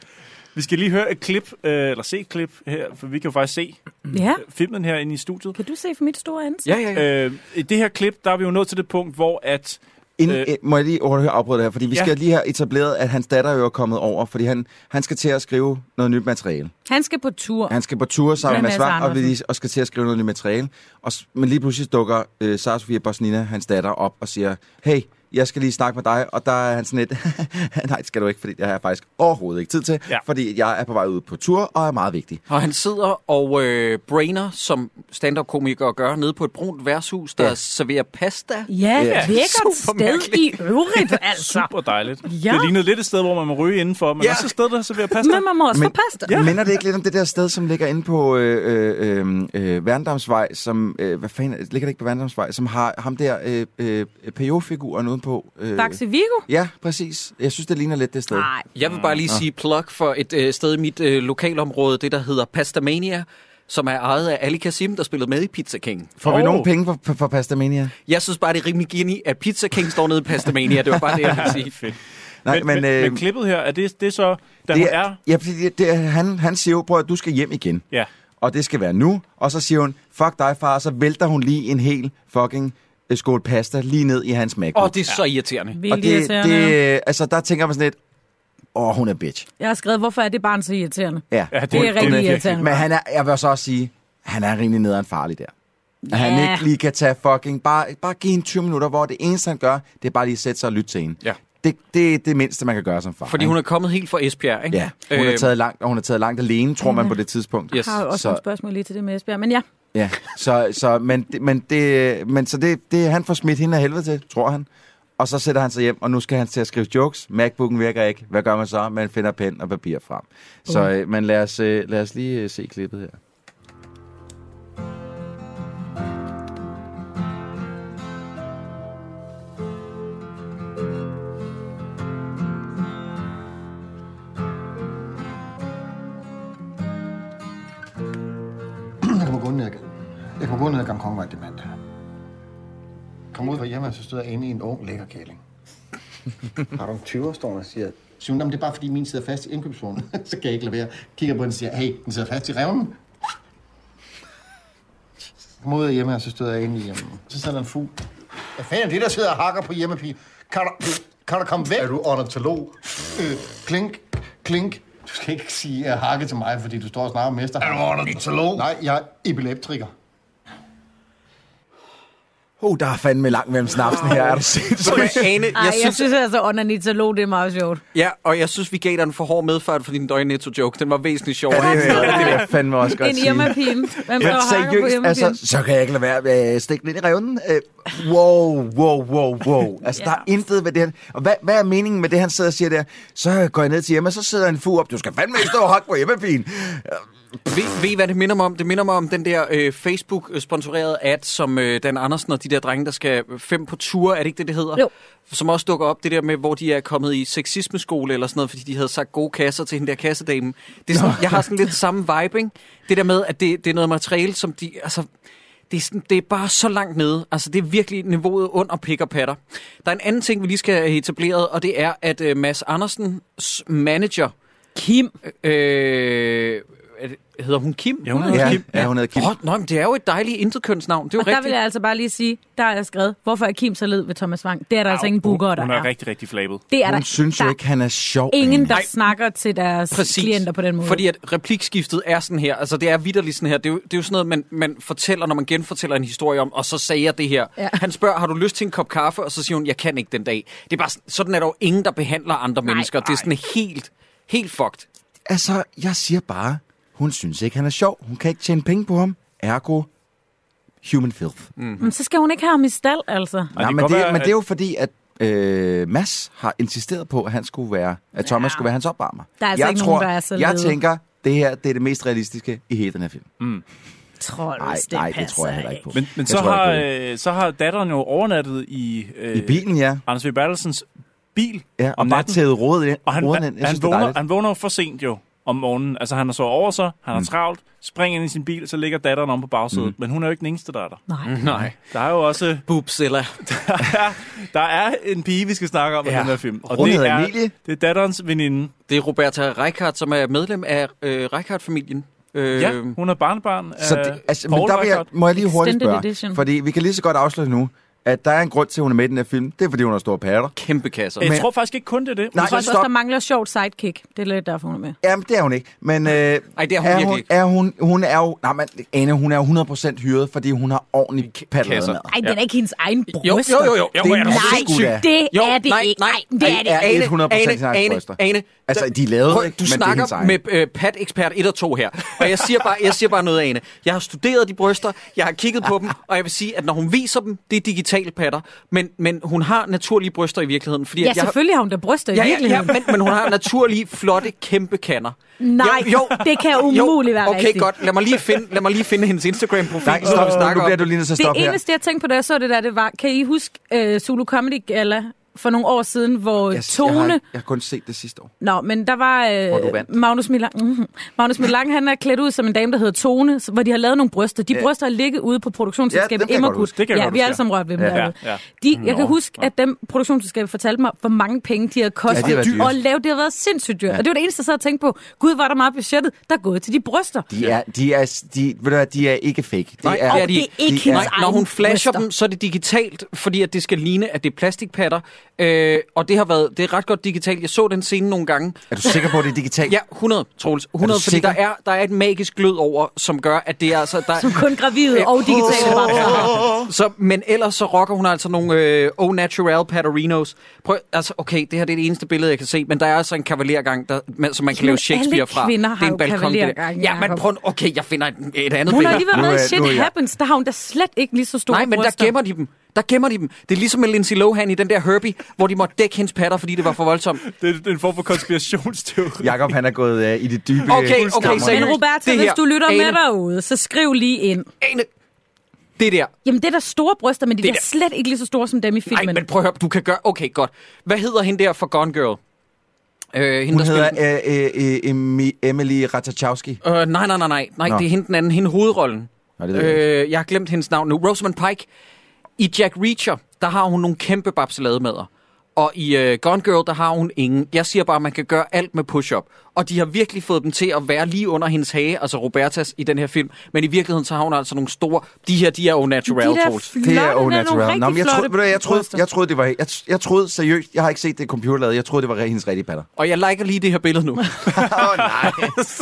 Speaker 7: Vi skal lige høre et klip, øh, eller se et klip her, for vi kan jo faktisk se
Speaker 6: Ja,
Speaker 7: filmen herinde i studiet.
Speaker 6: Øh, kan du se for mit store ansigt?
Speaker 1: Ja, ja, ja.
Speaker 7: Øh, I det her klip, der er vi jo nået til det punkt, hvor at...
Speaker 8: Inden,
Speaker 7: Øh.
Speaker 8: øh, må jeg lige overhøre afbryde det her, fordi vi
Speaker 7: Ja.
Speaker 8: ja. skal lige have etableret, at hans datter jo er kommet over, fordi han, han skal til at skrive noget nyt materiale.
Speaker 6: Han skal på tur.
Speaker 8: Han skal på tur sammen
Speaker 6: Med
Speaker 8: med
Speaker 6: Mads
Speaker 8: Svar, og,
Speaker 6: Andersen.
Speaker 8: vil- og skal til at skrive noget nyt materiale. Og, s- men lige pludselig dukker øh, Sara Sofia Bosnina, hans datter, op og siger, hey, jeg skal lige snakke med dig, og der er han sådan lidt, nej, det skal du ikke, fordi det har jeg faktisk overhovedet ikke tid til,
Speaker 7: Ja.
Speaker 8: ja. fordi jeg er på vej ud på tur og er meget vigtig.
Speaker 1: Og han sidder og øh, brainer, som stand-up-komikere gør, nede på et brunt værtshus, der
Speaker 8: Ja.
Speaker 1: ja. serverer pasta.
Speaker 6: Ja,
Speaker 8: Ja.
Speaker 6: lækkert
Speaker 1: Super
Speaker 6: sted i
Speaker 1: mærkeligt.
Speaker 6: øvrigt, altså.
Speaker 7: Super dejligt.
Speaker 6: Ja.
Speaker 7: Det lignede lidt et sted, hvor man må ryge indenfor, men ja.
Speaker 1: Ja.
Speaker 7: også et sted, der serverer pasta.
Speaker 6: Men man må også få pasta.
Speaker 8: ja. minder det ikke lidt om det der sted, som ligger inde på øh, øh, øh, Værendamsvej, som, øh, hvad fanden, ligger det ikke på Værendamsvej, som har ham der øh, øh, PO-figuren udenpå. Øh,
Speaker 6: Baxi Vigo?
Speaker 8: Ja, præcis. Jeg synes, det ligner lidt det sted.
Speaker 6: Nej.
Speaker 1: Jeg vil bare lige sige plug for et øh, sted i mit øh, lokalområde, det der hedder Pastamania, som er ejet af Ali Kasim, der spillede med i Pizza King.
Speaker 8: Får vi
Speaker 7: Åh.
Speaker 8: nogle penge for, for, for Pastamania?
Speaker 1: Jeg synes bare, det er rimelig geni, at Pizza King står nede i Pastamania. Det var bare det, jeg ville sige.
Speaker 7: Fedt.
Speaker 8: Nej,
Speaker 7: men, men, men,
Speaker 8: øh,
Speaker 7: men klippet her, er det, det er så, da hun
Speaker 8: det
Speaker 7: er...
Speaker 8: er, ja, fordi det, det, er- han, han siger jo, prøv at du skal hjem igen.
Speaker 7: Ja.
Speaker 8: Og det skal være nu. Og så siger hun, fuck dig far, og så vælter hun lige en hel fucking øh, skål pasta lige ned i hans MacBook.
Speaker 1: Åh, det er så irriterende.
Speaker 6: Vildt
Speaker 8: og det, øh,
Speaker 6: irriterende.
Speaker 8: det, altså, der tænker man sådan lidt, og hun er bitch.
Speaker 6: Jeg har skrevet, hvorfor er det barn så irriterende?
Speaker 8: Ja.
Speaker 7: Ja,
Speaker 6: Det er rigtig irriterende.
Speaker 8: Men han er, jeg vil så også sige, han er rimelig nederen farlig der. At han ikke lige kan tage fucking... Bare, bare give hende 20 minutter, hvor det eneste, han gør, det er bare lige at sætte sig og lytte til hende.
Speaker 1: Ja.
Speaker 8: Det, det er det mindste, man kan gøre som far.
Speaker 1: Fordi
Speaker 8: ikke?
Speaker 1: hun er kommet helt fra Esbjerg, ikke? Øh,
Speaker 8: Ja, hun er taget langt, og hun er taget langt alene, tror man på det tidspunkt.
Speaker 1: Yes.
Speaker 6: Jeg Øhm. har jo også
Speaker 8: Så-
Speaker 6: så... nogle spørgsmål lige til det med Esbjerg, men ja.
Speaker 8: Ja, så, så, men, det- men, det, men så det, det, han får smidt hende af helvede til, tror han. Og så sætter han sig hjem, og nu skal han til at skrive jokes. MacBooken virker ikke. Hvad gør man så? Man finder pen og papir frem.
Speaker 6: Mm.
Speaker 8: Så øh, men lad os, øh, lad os lige øh, se klippet her.
Speaker 2: Jeg kommer gående ned ad, jeg kommer gående ned ad Gamle Kongevej det mandag. Kom ud fra hjemme, og så stod jeg inde i en ung, lækker kæling. Har du en 20'er, står hun og siger. Synes det er bare fordi min sidder fast i indkøbsvognen. så kan jeg ikke lade være. Kigger på den og siger, hey, den sidder fast i revnen. Kom ud af hjemme, og så stod jeg inde i hjemmet. Så sad der en fugl. Hvad fanden er det, der sidder og hakker på hjemmepige? Kan du, kan du komme væk? Er du ornitolog? Øh, klink, klink. Du skal ikke sige uh, hakke til mig, fordi du står og snakker om mester. Er du ornitolog? Nej, jeg er epileptriker.
Speaker 8: Oh, der er fandme langt mellem snapsen her. Er du
Speaker 1: Så
Speaker 8: sindssygt?
Speaker 1: jeg, Ane,
Speaker 6: Ej,
Speaker 1: jeg synes,
Speaker 6: altså, onanitalog, det er meget sjovt.
Speaker 1: ja, og jeg synes, vi gav dig en for hård medfart for din døgn netto joke. Den var væsentligt
Speaker 8: Ja,
Speaker 1: sjovere.
Speaker 8: det, øh, det vil jeg fandme også godt
Speaker 6: en
Speaker 8: sige.
Speaker 6: Irma-pin. Hvem
Speaker 8: Men
Speaker 6: der hakker på
Speaker 8: seriøst,
Speaker 6: Irma-pin?
Speaker 8: altså, så kan jeg ikke lade være med at stikke den ind i revnen. Øh, wow, wow, wow, wow. Altså,
Speaker 6: Ja.
Speaker 8: der er intet ved det. han- Og hvad, hvad er meningen med det, han sidder og siger der? Så går jeg ned til hjemme, og så sidder en fugl op. Du skal fandme ikke stå og hakke på hjemmepigen.
Speaker 1: Ved, ved I, hvad det minder mig om? Det minder mig om den der øh, Facebook-sponsorerede ad, som øh, Dan Andersen og de der drenge, der skal fem på tur, er det ikke det, det hedder?
Speaker 6: Jo.
Speaker 1: Som også dukker op, det der med, hvor de er kommet i sexismeskole eller sådan noget, fordi de havde sagt gode kasser til hende der kassedame. Det er sådan, jeg har sådan lidt samme vibe, ikke? Det der med, at det, det er noget materiale, som de... Altså, det er, sådan, det er bare så langt nede. Altså, det er virkelig niveauet under pick og patter. Der er en anden ting, vi lige skal have etableret, og det er, at øh, Mads Andersens manager... Kim. Øh, er det- hedder hun Kim?
Speaker 7: Ja, hun hedder
Speaker 8: Ja, ja, hun hedder Kim.
Speaker 1: Åh, nej, men det er jo et dejligt intetkønsnavn. Det er jo
Speaker 6: Og der
Speaker 1: rigtigt.
Speaker 6: vil jeg altså bare lige sige, der er jeg skrevet, hvorfor er Kim så led ved Thomas Wang? Det er der altså ingen bookere, der
Speaker 7: Hun er
Speaker 6: er.
Speaker 7: rigtig, rigtig flabet.
Speaker 6: Det er der
Speaker 8: Hun synes
Speaker 6: der
Speaker 8: jo
Speaker 6: er
Speaker 8: ikke, han er sjov.
Speaker 6: ingen,
Speaker 8: Ane.
Speaker 6: der snakker til deres
Speaker 1: Præcis.
Speaker 6: klienter på den måde.
Speaker 1: Fordi at replikskiftet er sådan her. Altså, det er vidderligt sådan her. Det er jo, det er jo sådan noget, man, man fortæller, når man genfortæller en historie om, og så sagde jeg det her. Ja.
Speaker 6: Ja.
Speaker 1: Han spørger, har du lyst til en kop kaffe? Og så siger hun, jeg kan ikke den dag. Det er bare sådan, sådan er der jo ingen, der behandler andre nej, mennesker. Det er sådan helt, helt fucked.
Speaker 8: Altså, jeg siger bare, hun synes ikke, han er sjov. Hun kan ikke tjene penge på ham. Ergo, human filth. Mm.
Speaker 6: Men så skal hun ikke have ham i stald, altså.
Speaker 8: Nej,
Speaker 7: kan
Speaker 8: men,
Speaker 7: godt
Speaker 8: det,
Speaker 7: være,
Speaker 8: men det
Speaker 7: at-
Speaker 8: er jo fordi, at øh, Mads har insisteret på, at han skulle være, at Thomas skulle være hans opvarmer.
Speaker 6: Der er altså
Speaker 8: jeg
Speaker 6: ikke
Speaker 8: tror,
Speaker 6: nogen, der er så
Speaker 8: Jeg
Speaker 6: lede.
Speaker 8: tænker, det her det er det mest realistiske i hele den her film. Nej,
Speaker 6: Trolls, det
Speaker 8: nej, det
Speaker 6: passer
Speaker 8: tror jeg heller ikke på.
Speaker 7: Men, men
Speaker 8: Jeg
Speaker 7: så,
Speaker 8: tror
Speaker 7: har,
Speaker 8: ikke på det.
Speaker 7: øh, så har datteren jo overnattet i, øh,
Speaker 8: I bilen, ja.
Speaker 7: Anders V. Bertelsens bil
Speaker 8: ja og
Speaker 7: om
Speaker 8: bare
Speaker 7: natten.
Speaker 8: tæde rådet ind.
Speaker 7: Og han,
Speaker 8: roden
Speaker 7: han,
Speaker 8: ind. Jeg synes,
Speaker 7: han,
Speaker 8: det er
Speaker 7: vågner,
Speaker 8: dejligt.
Speaker 7: han vågner jo for sent jo om morgenen. Altså han har så over sig, han har
Speaker 8: Mm.
Speaker 7: travlt, springer ind i sin bil, og så ligger datteren om på bagsædet. Men hun er jo ikke den eneste, der er der.
Speaker 6: Nej.
Speaker 1: Nej.
Speaker 7: Der er jo også
Speaker 1: Boobs, eller...
Speaker 7: der er en pige, vi skal snakke om i
Speaker 1: Ja.
Speaker 7: den her film. Og
Speaker 8: Hun
Speaker 7: det
Speaker 8: hedder
Speaker 7: er,
Speaker 8: Emilie.
Speaker 7: det er datterens veninde.
Speaker 1: Det er Roberta Reichardt, som er medlem af øh, Reichardt-familien. Øh,
Speaker 7: Ja, hun er barnebarn af
Speaker 8: Så det, altså, men
Speaker 7: Poul
Speaker 8: der vil jeg,
Speaker 7: Reichhardt.
Speaker 8: må jeg lige hurtigt
Speaker 6: Extended
Speaker 8: spørge,
Speaker 6: edition.
Speaker 8: fordi vi kan lige så godt afsløre nu, at der er en grund til, at hun er med i den her film. Det er, fordi hun har store patter.
Speaker 1: Kæmpe kasser.
Speaker 7: Jeg
Speaker 8: Men-
Speaker 7: tror faktisk ikke kun det er det.
Speaker 8: Nej,
Speaker 6: Jeg tror også,
Speaker 8: stop.
Speaker 6: der mangler sjovt sidekick. Det er lidt derfor, hun er med.
Speaker 8: Jamen, det er hun ikke. Men, øh, Ej,
Speaker 1: det er hun
Speaker 8: er
Speaker 1: virkelig
Speaker 8: hun,
Speaker 1: ikke.
Speaker 8: er hun, hun er jo... Nej, men Anne, hun er jo 100% hyret, fordi hun har ordentligt patter
Speaker 1: kasser.
Speaker 8: med.
Speaker 6: Ej, den er ikke hendes egen
Speaker 1: Jo,
Speaker 6: bryster.
Speaker 1: jo, jo, jo. jo
Speaker 8: Det er
Speaker 1: du
Speaker 8: nej,
Speaker 1: sindssyg?
Speaker 8: det
Speaker 6: Det
Speaker 1: Jo,
Speaker 6: er det
Speaker 1: nej,
Speaker 6: ikke.
Speaker 1: nej.
Speaker 6: Nej, det er det
Speaker 8: er
Speaker 6: ikke.
Speaker 8: ikke 100%
Speaker 1: Ane,
Speaker 8: sin egen
Speaker 1: Ane,
Speaker 8: bryster.
Speaker 1: Ane,
Speaker 8: Altså,
Speaker 1: der-
Speaker 8: de er lavet,
Speaker 1: Prøv,
Speaker 8: ikke?
Speaker 1: Du
Speaker 8: Men det er hendes
Speaker 1: snakker
Speaker 8: egen.
Speaker 1: med øh, pat-ekspert 1 og 2 her, og jeg siger, bare, jeg siger bare noget, Ane. Jeg har studeret de bryster, jeg har kigget på dem, og jeg vil sige, at når hun viser dem, det er digitale patter, men, men hun har naturlige bryster i virkeligheden. Fordi at
Speaker 6: Ja,
Speaker 1: jeg har-
Speaker 6: selvfølgelig har hun da bryster i
Speaker 1: Ja, ja, ja
Speaker 6: virkeligheden.
Speaker 1: men, men hun har naturlige, flotte, kæmpe kander.
Speaker 6: Nej, det kan umuligt være
Speaker 1: okay,
Speaker 6: rigtigt.
Speaker 1: godt. Lad mig lige finde, lad mig lige finde hendes Instagram-profil,
Speaker 8: Nej,
Speaker 1: så vi
Speaker 8: stop.
Speaker 1: snakker
Speaker 8: Nu bliver
Speaker 1: om.
Speaker 8: du lige nødt til at
Speaker 6: Det
Speaker 8: stoppe her.
Speaker 6: eneste, jeg tænkte på, da jeg så det der, det var, kan I huske øh, Zulu Comedy Gala for nogle år siden, hvor
Speaker 8: Jeg, jeg, har,
Speaker 6: Tone...
Speaker 8: jeg har kun set det sidste år.
Speaker 6: Nå, men der var
Speaker 8: Hvor du
Speaker 6: øh,
Speaker 8: vandt.
Speaker 6: Magnus Milang. Mm, Magnus Milang, han er klædt ud som en dame, der hedder Tone, så- hvor de har lavet nogle bryster. De bryster har ligget ude på
Speaker 8: Ja, dem
Speaker 6: produktionsselskabet
Speaker 8: kan jeg godt
Speaker 6: Immergut.
Speaker 8: huske.
Speaker 7: Det kan jeg
Speaker 6: ja,
Speaker 7: godt
Speaker 6: vi
Speaker 7: huske,
Speaker 6: har alle sammen rørt ved dem
Speaker 8: Ja.
Speaker 6: derude.
Speaker 7: Ja, ja.
Speaker 6: De, jeg
Speaker 7: Nå,
Speaker 6: kan huske,
Speaker 7: ja.
Speaker 6: at dem produktionsselskabet fortalte mig, hvor mange penge de havde kostet
Speaker 8: Ja, det har været dyrt.
Speaker 6: og lave. Det har været sindssygt dyrt. Og det var det eneste, jeg sad og tænkte på. Gud, var der meget budgettet, der er gået til de bryster.
Speaker 8: De er, de er, de, ved du hvad, de er ikke fake. De
Speaker 1: Nej,
Speaker 8: er,
Speaker 1: det er de
Speaker 6: det er ikke
Speaker 8: de
Speaker 6: hendes
Speaker 1: Nej,
Speaker 8: er,
Speaker 6: egen
Speaker 1: når hun flasher
Speaker 6: bryster.
Speaker 1: dem, så er det digitalt, fordi at det skal ligne, at det er plastikpatter, Øh, og det har været det er ret godt digitalt. Jeg så den scene nogle gange.
Speaker 8: Er du sikker på, at det er digitalt?
Speaker 1: Ja, 100, Troels. 100, fordi
Speaker 8: sikker?
Speaker 1: der er, der er et magisk glød over, som gør, at det er altså... Der,
Speaker 6: Som kun gravide og digitale bare kan have.
Speaker 1: Så, men ellers så rocker hun altså nogle øh, au natural Patterinos. Prøv, altså, okay, det her det er det eneste billede, jeg kan se, men der er altså en kavalergang, der, man, som man kan
Speaker 6: Jamen,
Speaker 1: lave Shakespeare
Speaker 6: alle
Speaker 1: fra.
Speaker 6: kvinder har
Speaker 1: det er
Speaker 6: jo
Speaker 1: en balkon, det der.
Speaker 6: kavalergang,
Speaker 1: Ja, men
Speaker 6: Jacob.
Speaker 1: prøv, okay, jeg finder et, et andet
Speaker 6: Hun
Speaker 1: billede.
Speaker 6: har lige været
Speaker 8: Nu
Speaker 6: med
Speaker 8: er-
Speaker 6: i Shit
Speaker 8: nu er jeg-
Speaker 6: Happens, der har hun da slet ikke lige så store
Speaker 1: Nej, men
Speaker 6: bryster.
Speaker 1: der gemmer de dem. Der gemmer de dem. Det er ligesom med Lindsay Lohan i den der Herbie, hvor de måtte dække hendes patter, fordi det var for voldsomt.
Speaker 7: Det, det er en form for konspirationsteori.
Speaker 8: Jakob, han er gået øh, i det dybe.
Speaker 1: Okay, okay,
Speaker 8: skammer.
Speaker 1: seriøst.
Speaker 6: Men Roberta,
Speaker 1: Det
Speaker 6: hvis
Speaker 1: her,
Speaker 6: du lytter
Speaker 1: Ane,
Speaker 6: med derude, så skriv lige ind.
Speaker 1: Ane, det der.
Speaker 6: Jamen, det er der store bryster, men de
Speaker 1: Det
Speaker 6: er da
Speaker 1: der-
Speaker 6: slet ikke lige så store som dem i filmen.
Speaker 1: Nej, men prøv at høre, du kan gøre... Okay, godt. Hvad hedder hende der for Gone Girl? Øh, hende,
Speaker 8: Hun
Speaker 1: der
Speaker 8: hedder
Speaker 1: spiller-
Speaker 8: øh, øh, øh, Emi- Emily Ratajkowski.
Speaker 1: Øh, nej, nej, nej, nej. Nej,
Speaker 8: Nå.
Speaker 1: det er hende den anden. Hende hovedrollen.
Speaker 8: Nå, det ved jeg
Speaker 1: Øh, jeg har glemt hendes navn nu. Rosamund Pike. I Jack Reacher, der har hun nogle kæmpe babselademader. Og i øh, Gone Girl, der har hun ingen. Jeg siger bare, at man kan gøre alt med push-up. Og de har virkelig fået dem til at være lige under hendes hage, altså Robertas i den her film. Men i virkeligheden, så har hun altså nogle store... De her, de er jo natural,
Speaker 6: de der
Speaker 1: Troels.
Speaker 6: flotte,
Speaker 8: Det er
Speaker 6: der
Speaker 8: au
Speaker 6: nogle
Speaker 8: natural.
Speaker 6: rigtig
Speaker 8: Nå, men jeg,
Speaker 6: flotte
Speaker 8: troede, ved du hvad, jeg, troede,
Speaker 6: bryster.
Speaker 8: jeg troede, det var... Jeg, jeg troede seriøst... Jeg har ikke set det computerlavet. Jeg troede, det var hendes rigtige patter.
Speaker 1: Og jeg liker lige det her billede nu.
Speaker 8: Åh, oh, nej.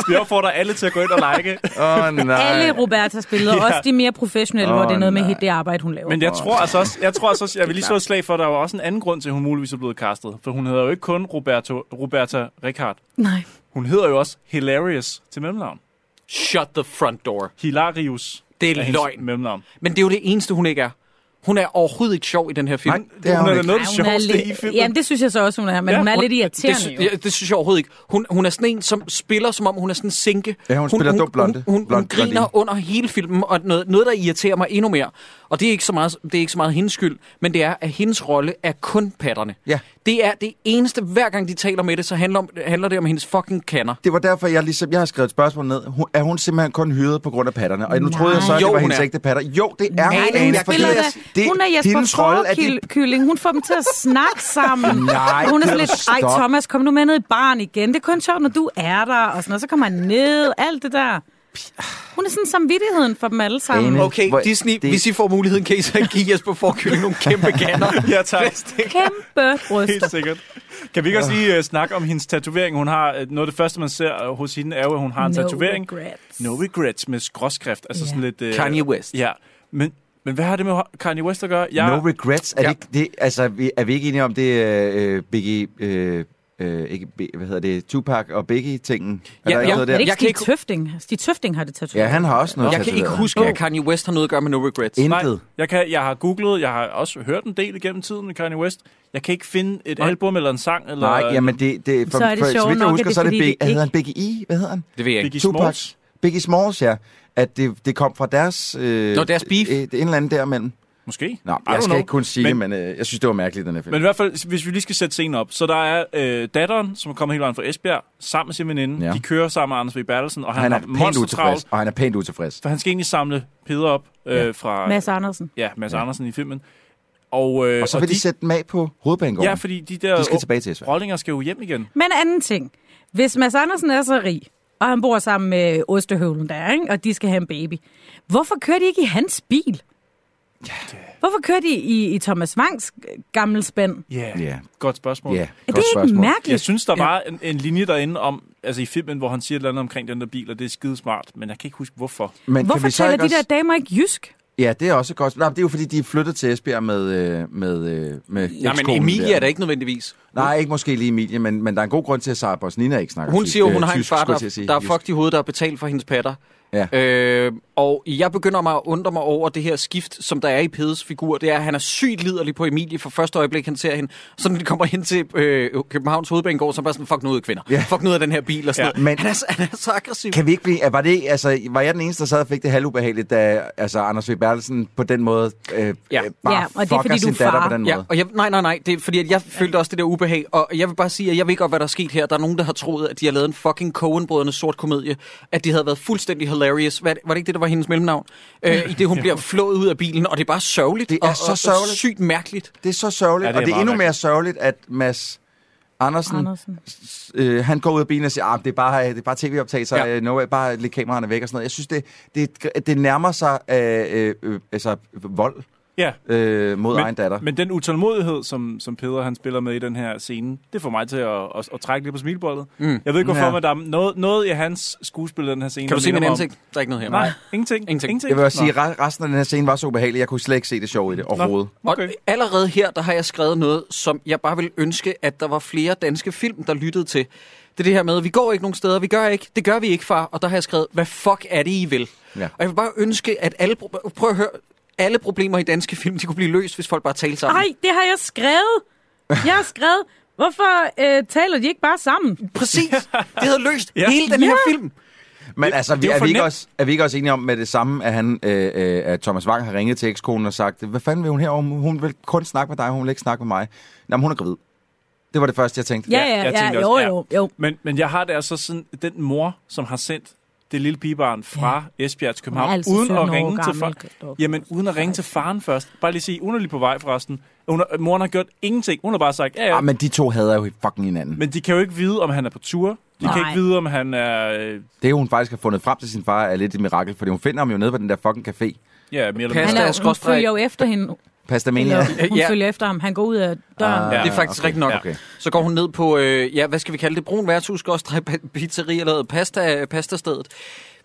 Speaker 7: Vi opfordrer alle til at gå ind og like.
Speaker 8: Åh, oh, nej.
Speaker 6: Alle Robertas billeder, også de mere professionelle, hvor det er
Speaker 8: Åh,
Speaker 6: noget med
Speaker 8: nej.
Speaker 6: helt det arbejde, hun laver.
Speaker 7: Men jeg tror altså også, jeg, tror altså også, jeg vil lige så et slag for, at der var også en anden grund til, at hun muligvis er blevet castet. For hun hedder jo ikke kun Roberto, Roberta Rickard.
Speaker 6: Nej.
Speaker 7: Hun hedder jo også Hilarious til mellemnavn.
Speaker 1: Shut the front door.
Speaker 7: Hilarius
Speaker 1: Det er
Speaker 7: hendes
Speaker 1: løgn.
Speaker 7: mellemnavn.
Speaker 1: Men det er jo det eneste, hun ikke er. Hun er overhovedet ikke sjov i den her film.
Speaker 8: Nej, det er
Speaker 7: hun
Speaker 8: hun
Speaker 7: er da
Speaker 8: ikke.
Speaker 7: noget af det
Speaker 6: Ej, hun er
Speaker 7: sjoveste i
Speaker 6: lidt,
Speaker 7: filmen.
Speaker 6: jamen, det synes jeg så også, hun er, men
Speaker 7: Ja,
Speaker 6: ja, hun er
Speaker 7: hun-
Speaker 6: lidt
Speaker 1: Det,
Speaker 6: irriterende.
Speaker 1: sy-
Speaker 6: jo.
Speaker 1: ja, det synes jeg overhovedet ikke. Hun, hun er sådan en, som spiller, som om hun er sådan en sinke.
Speaker 8: Ja, hun spiller dum blonde.
Speaker 1: Hun, hun, hun
Speaker 8: Blond-
Speaker 1: griner
Speaker 8: blondine.
Speaker 1: under hele filmen, og noget, noget, der irriterer mig endnu mere. Og det er ikke så meget, det er ikke så meget hendes skyld, men det er, at hendes rolle er kun patterne.
Speaker 8: Ja.
Speaker 1: Det er det eneste, hver gang de taler med det, så handler, om, handler det om hendes fucking kanner.
Speaker 8: Det var derfor, jeg, ligesom, jeg har skrevet et spørgsmål ned. Hun, er hun simpelthen kun hyret på grund af patterne? Og nu troede jeg så, at
Speaker 1: Jo,
Speaker 8: det
Speaker 1: hun
Speaker 8: var hendes
Speaker 1: er.
Speaker 8: ægte patter. Jo, det er altså,
Speaker 1: Nej,
Speaker 8: hun,
Speaker 1: hun
Speaker 8: Ane,
Speaker 1: spiller
Speaker 8: fordi
Speaker 6: Spiller
Speaker 1: jeg-
Speaker 6: da- hun er Jesper
Speaker 8: hendes rolle er de
Speaker 6: Forkylling. Hun får dem til at snakke sammen.
Speaker 8: Nej,
Speaker 6: hun er sådan
Speaker 8: Peter,
Speaker 6: lidt, ej
Speaker 8: stop."
Speaker 6: Thomas, kom nu med ned i barn igen. Det er kun sjovt, når du er der. Og sådan noget. så kommer han ned, alt det der. Hun er sådan samvittigheden for dem alle sammen.
Speaker 8: Ane.
Speaker 1: Okay,
Speaker 8: Hvor-
Speaker 1: Disney,
Speaker 8: det-
Speaker 1: hvis I får muligheden, kan I så give Jesper Forkylling nogle kæmpe kanner.
Speaker 7: Ja, tak.
Speaker 6: Kæmpe bryster.
Speaker 7: Helt sikkert. Kan vi ikke også lige uh, snakke om hendes tatovering? Hun har, uh, noget af det første, man ser uh, hos hende, er jo, at hun har en
Speaker 6: No
Speaker 7: tatovering.
Speaker 6: regrets.
Speaker 7: No regrets med skråskrift. Altså
Speaker 6: Ja.
Speaker 7: sådan lidt... Uh,
Speaker 1: Kanye West.
Speaker 7: Ja, men, men hvad har det med Kanye West at gøre? Jeg,
Speaker 8: No regrets. Er,
Speaker 1: Ja.
Speaker 8: det, ikke- det, altså, vi- er vi ikke enige om det, øh, Biggie... Øh, øh, ikke, B, hvad hedder det? Tupac og Biggie-tingen?
Speaker 1: Ja,
Speaker 8: Er der
Speaker 1: ja.
Speaker 8: ikke noget
Speaker 6: Er det
Speaker 8: der?
Speaker 1: Jeg
Speaker 6: ikke jeg
Speaker 1: kan
Speaker 6: Stig
Speaker 1: ikke-
Speaker 6: Tøfting? Stig Tøfting har det tatoveret.
Speaker 8: Ja, han har også noget
Speaker 1: Jeg kan ikke
Speaker 8: tatoveret.
Speaker 1: huske, at Kanye West har noget at gøre med No Regrets.
Speaker 8: Intet.
Speaker 7: Jeg, kan, jeg har googlet, jeg har også hørt en del igennem tiden med Kanye West. Jeg kan ikke finde et
Speaker 1: Nej.
Speaker 7: album eller en sang. Eller
Speaker 8: Nej, jamen det, det, for,
Speaker 6: Så er det
Speaker 8: for, så
Speaker 6: sjovt
Speaker 8: vidt jeg
Speaker 6: nok,
Speaker 8: husker,
Speaker 6: at det
Speaker 8: så er det
Speaker 6: fordi, det
Speaker 8: Big,
Speaker 6: ikke-
Speaker 8: hedder han Biggie E? Hvad hedder han?
Speaker 1: Det ved jeg ikke.
Speaker 7: Biggie
Speaker 8: Tupac.
Speaker 7: Smalls.
Speaker 8: Biggie Smalls, ja. At det, det kom fra deres... Øh,
Speaker 1: Nå, deres beef.
Speaker 8: Øh, det er en eller anden der imellem.
Speaker 7: Måske.
Speaker 8: Nå,
Speaker 7: I don't
Speaker 8: jeg skal
Speaker 7: know.
Speaker 8: ikke kun sige
Speaker 7: Men-
Speaker 8: men, det, men øh, jeg synes, det var mærkeligt, den her film.
Speaker 7: Men i hvert fald, hvis vi lige skal sætte scenen op. Så der er øh, datteren, som er kommet hele vejen fra Esbjerg, sammen med sin veninde. Ja.
Speaker 8: Ja.
Speaker 7: De kører sammen med Anders V. Bertelsen, og han,
Speaker 8: han er
Speaker 7: har
Speaker 8: pænt
Speaker 7: monster
Speaker 8: utilfreds,
Speaker 7: travlt,
Speaker 8: og han er pænt utilfreds.
Speaker 1: Øh,
Speaker 7: for han skal egentlig samle Peder op øh, fra
Speaker 6: Mads Andersen.
Speaker 7: ja, Mads ja. Andersen i filmen. Og, øh,
Speaker 8: Og så vil de, sætte dem af på hovedbanegården.
Speaker 7: Ja, fordi de der
Speaker 8: De skal tilbage til Esbjerg.
Speaker 7: rollinger skal jo hjem igen.
Speaker 6: Men anden ting. Hvis Mads Andersen er så rig, og han bor sammen med Ostehøvlen der, ikke? og de skal have en baby, hvorfor kører de ikke i hans bil? Hvorfor kører de i, i Thomas Wangs gamle spænd?
Speaker 7: Ja, yeah.
Speaker 8: Ja,
Speaker 7: godt spørgsmål.
Speaker 8: ja.
Speaker 6: Er det
Speaker 8: godt
Speaker 6: ikke
Speaker 8: spørgsmål.
Speaker 6: mærkeligt?
Speaker 7: Jeg synes, der var en, en linje derinde om, altså i filmen, hvor han siger et eller andet omkring den der bil, og det er skide smart, men jeg kan ikke huske, hvorfor.
Speaker 8: Men kan
Speaker 6: Hvorfor
Speaker 8: vi så
Speaker 6: taler
Speaker 8: ikke
Speaker 6: de der
Speaker 8: også-
Speaker 6: damer ikke jysk?
Speaker 8: Ja, det er også et godt. Nej, men det er jo fordi, de er flyttet til Esbjerg med... øh, med, øh, med
Speaker 1: Ja, men
Speaker 8: ekskonen
Speaker 1: Emilie
Speaker 8: der.
Speaker 1: er der ikke nødvendigvis.
Speaker 8: Nej, ikke måske lige Emilie, men, men der er en god grund til, at Sara Bosnina ikke snakker
Speaker 1: Hun
Speaker 8: ty-
Speaker 1: siger, jo,
Speaker 8: øh,
Speaker 1: hun har en
Speaker 8: tysk,
Speaker 1: far,
Speaker 8: skulle jeg til at
Speaker 1: der,
Speaker 8: sige.
Speaker 1: der er
Speaker 8: Just-
Speaker 1: fucked i hovedet, der er betalt for hendes patter.
Speaker 8: Ja.
Speaker 1: Øh, og jeg begynder mig at undre mig over det her skift, som der er i Pedes figur. Det er, at han er sygt liderlig på Emilie fra første øjeblik, han ser hende. Så når de kommer hen til øh, Københavns hovedbanegård, så er han bare sådan, fuck nu ud af kvinder. Yeah. Fuck nu ud af den her bil og sådan
Speaker 7: Ja,
Speaker 1: ja, noget. Men...
Speaker 8: men-
Speaker 1: Han, er, så- han er så aggressiv.
Speaker 8: Kan vi ikke blive... er- Var, det, altså, var jeg den eneste, der sad og fik det halvubehageligt, da altså, Anders V. Bertelsen på den måde øh,
Speaker 1: Ja.
Speaker 8: ja. bare
Speaker 6: Ja,
Speaker 8: ja,
Speaker 6: og det er
Speaker 8: fucker
Speaker 6: fordi, du er
Speaker 8: sin datter
Speaker 6: far.
Speaker 8: på den
Speaker 1: Ja,
Speaker 8: måde?
Speaker 1: og jeg, nej, nej, nej, det er fordi, at jeg følte også det der ubehag, og jeg vil bare sige, at jeg ved godt, hvad der er sket her. Der er nogen, der har troet, at de har lavet en fucking coen sort komedie, at det havde været fuldstændig hilarious. Hvad, var det ikke det, der var hendes mellemnavn? Øh, I det, hun bliver flået ud af bilen, og det er bare sørgeligt.
Speaker 8: Det er
Speaker 1: og,
Speaker 8: så
Speaker 1: og- Og,
Speaker 8: sørgeligt.
Speaker 1: sygt mærkeligt.
Speaker 8: Det er så sørgeligt,
Speaker 7: Ja,
Speaker 8: ja,
Speaker 7: det
Speaker 8: det
Speaker 7: er
Speaker 8: og det er
Speaker 7: meget
Speaker 8: endnu mere
Speaker 7: mærkeligt.
Speaker 8: sørgeligt, at Mads Andersen,
Speaker 6: Andersen.
Speaker 8: Øh, han går ud af bilen og siger, at det er bare, øh, det er bare tv-optagelser,
Speaker 1: Ja.
Speaker 8: ja. no, way, bare læg kameraerne væk og sådan noget. Jeg synes, det, det, det nærmer sig øh, øh, øh, altså, vold.
Speaker 7: Ja,
Speaker 8: øh, mod
Speaker 7: Men-
Speaker 8: egen datter.
Speaker 7: men den utålmodighed, som, som Peder han spiller med i den her scene, det får mig til at, at, at trække lidt på smilboldet.
Speaker 1: Mm.
Speaker 7: Jeg ved ikke, hvorfor,
Speaker 8: Ja.
Speaker 7: men der er noget, noget i hans skuespil i den her scene.
Speaker 1: Kan du
Speaker 7: der
Speaker 1: se mit
Speaker 7: minder mig om-
Speaker 1: ansigt? Der er ikke noget her.
Speaker 7: Nej, ingenting.
Speaker 1: Ingenting.
Speaker 8: Jeg vil også sige, at resten af den her scene var så ubehagelig, jeg kunne slet ikke se det sjov i det overhovedet.
Speaker 7: Okay.
Speaker 1: Okay. Og allerede her, der har jeg skrevet noget, som jeg bare ville ønske, at der var flere danske film, der lyttede til. Det er det her med, vi går ikke nogen steder, vi gør ikke, det gør vi ikke, far. Og der har jeg skrevet, hvad fuck er det, I vil?
Speaker 8: Ja.
Speaker 1: Og jeg vil bare ønske, at alle, pro- prøv at høre, alle problemer i danske film, de kunne blive løst, hvis folk bare talte sammen.
Speaker 6: Nej, det har jeg skrevet. Jeg har skrevet, hvorfor øh, taler de ikke bare sammen?
Speaker 1: Præcis, det havde løst
Speaker 7: Ja.
Speaker 1: ja. hele den ja. her
Speaker 6: Ja.
Speaker 1: film.
Speaker 8: Men altså,
Speaker 7: det
Speaker 8: vi,
Speaker 7: er jo
Speaker 8: er,
Speaker 7: for
Speaker 8: vi ikke
Speaker 7: nemt.
Speaker 8: også, er vi ikke også enige om med det samme, at, han, øh, øh, at Thomas Wang har ringet til ekskonen og sagt, hvad fanden vil hun herovre? Hun vil kun snakke med dig, hun vil ikke snakke med mig. Nå, men hun er gravid. Det var det første, jeg tænkte.
Speaker 6: Ja,
Speaker 7: Ja,
Speaker 6: ja,
Speaker 7: jeg
Speaker 6: ja,
Speaker 7: tænkte
Speaker 6: jo,
Speaker 7: også, ja.
Speaker 6: jo, jo.
Speaker 7: Men, men jeg har det altså sådan, den mor, som har sendt det lille pigebarn fra ja. Esbjerg til København,
Speaker 6: altså
Speaker 7: uden
Speaker 6: 17
Speaker 7: at
Speaker 6: år
Speaker 7: ringe til
Speaker 6: gammel.
Speaker 7: folk.
Speaker 6: Dog.
Speaker 7: Jamen, uden at ringe til faren først. Bare lige sige, hun er lige på vej forresten. Hun er, moren har gjort ingenting. Hun har bare sagt, ja, ja.
Speaker 8: Ja, Ah, men de to hader jo fucking hinanden. Men...
Speaker 7: Men de kan jo ikke vide, om han er på tur. De Nej. kan
Speaker 6: Nej.
Speaker 7: ikke vide, om han er øh,
Speaker 8: Det, hun faktisk har fundet frem til sin far, er lidt et mirakel, fordi hun finder ham jo nede på den der fucking café.
Speaker 7: ja, mere eller
Speaker 1: Pas
Speaker 6: Han
Speaker 7: mindre.
Speaker 1: der er
Speaker 6: er, hun
Speaker 1: skråstreg.
Speaker 6: følger jo efter hende.
Speaker 8: Pastamania.
Speaker 6: Eller, hun
Speaker 1: Ja.
Speaker 6: følger efter ham. Han går ud af døren.
Speaker 7: Ja.
Speaker 1: Det er faktisk
Speaker 8: okay.
Speaker 1: rigtigt nok.
Speaker 8: Okay.
Speaker 1: Så går hun ned på, øh, ja, hvad skal vi kalde det, brun værtshus, også pizzeria eller pasta, pastastedet.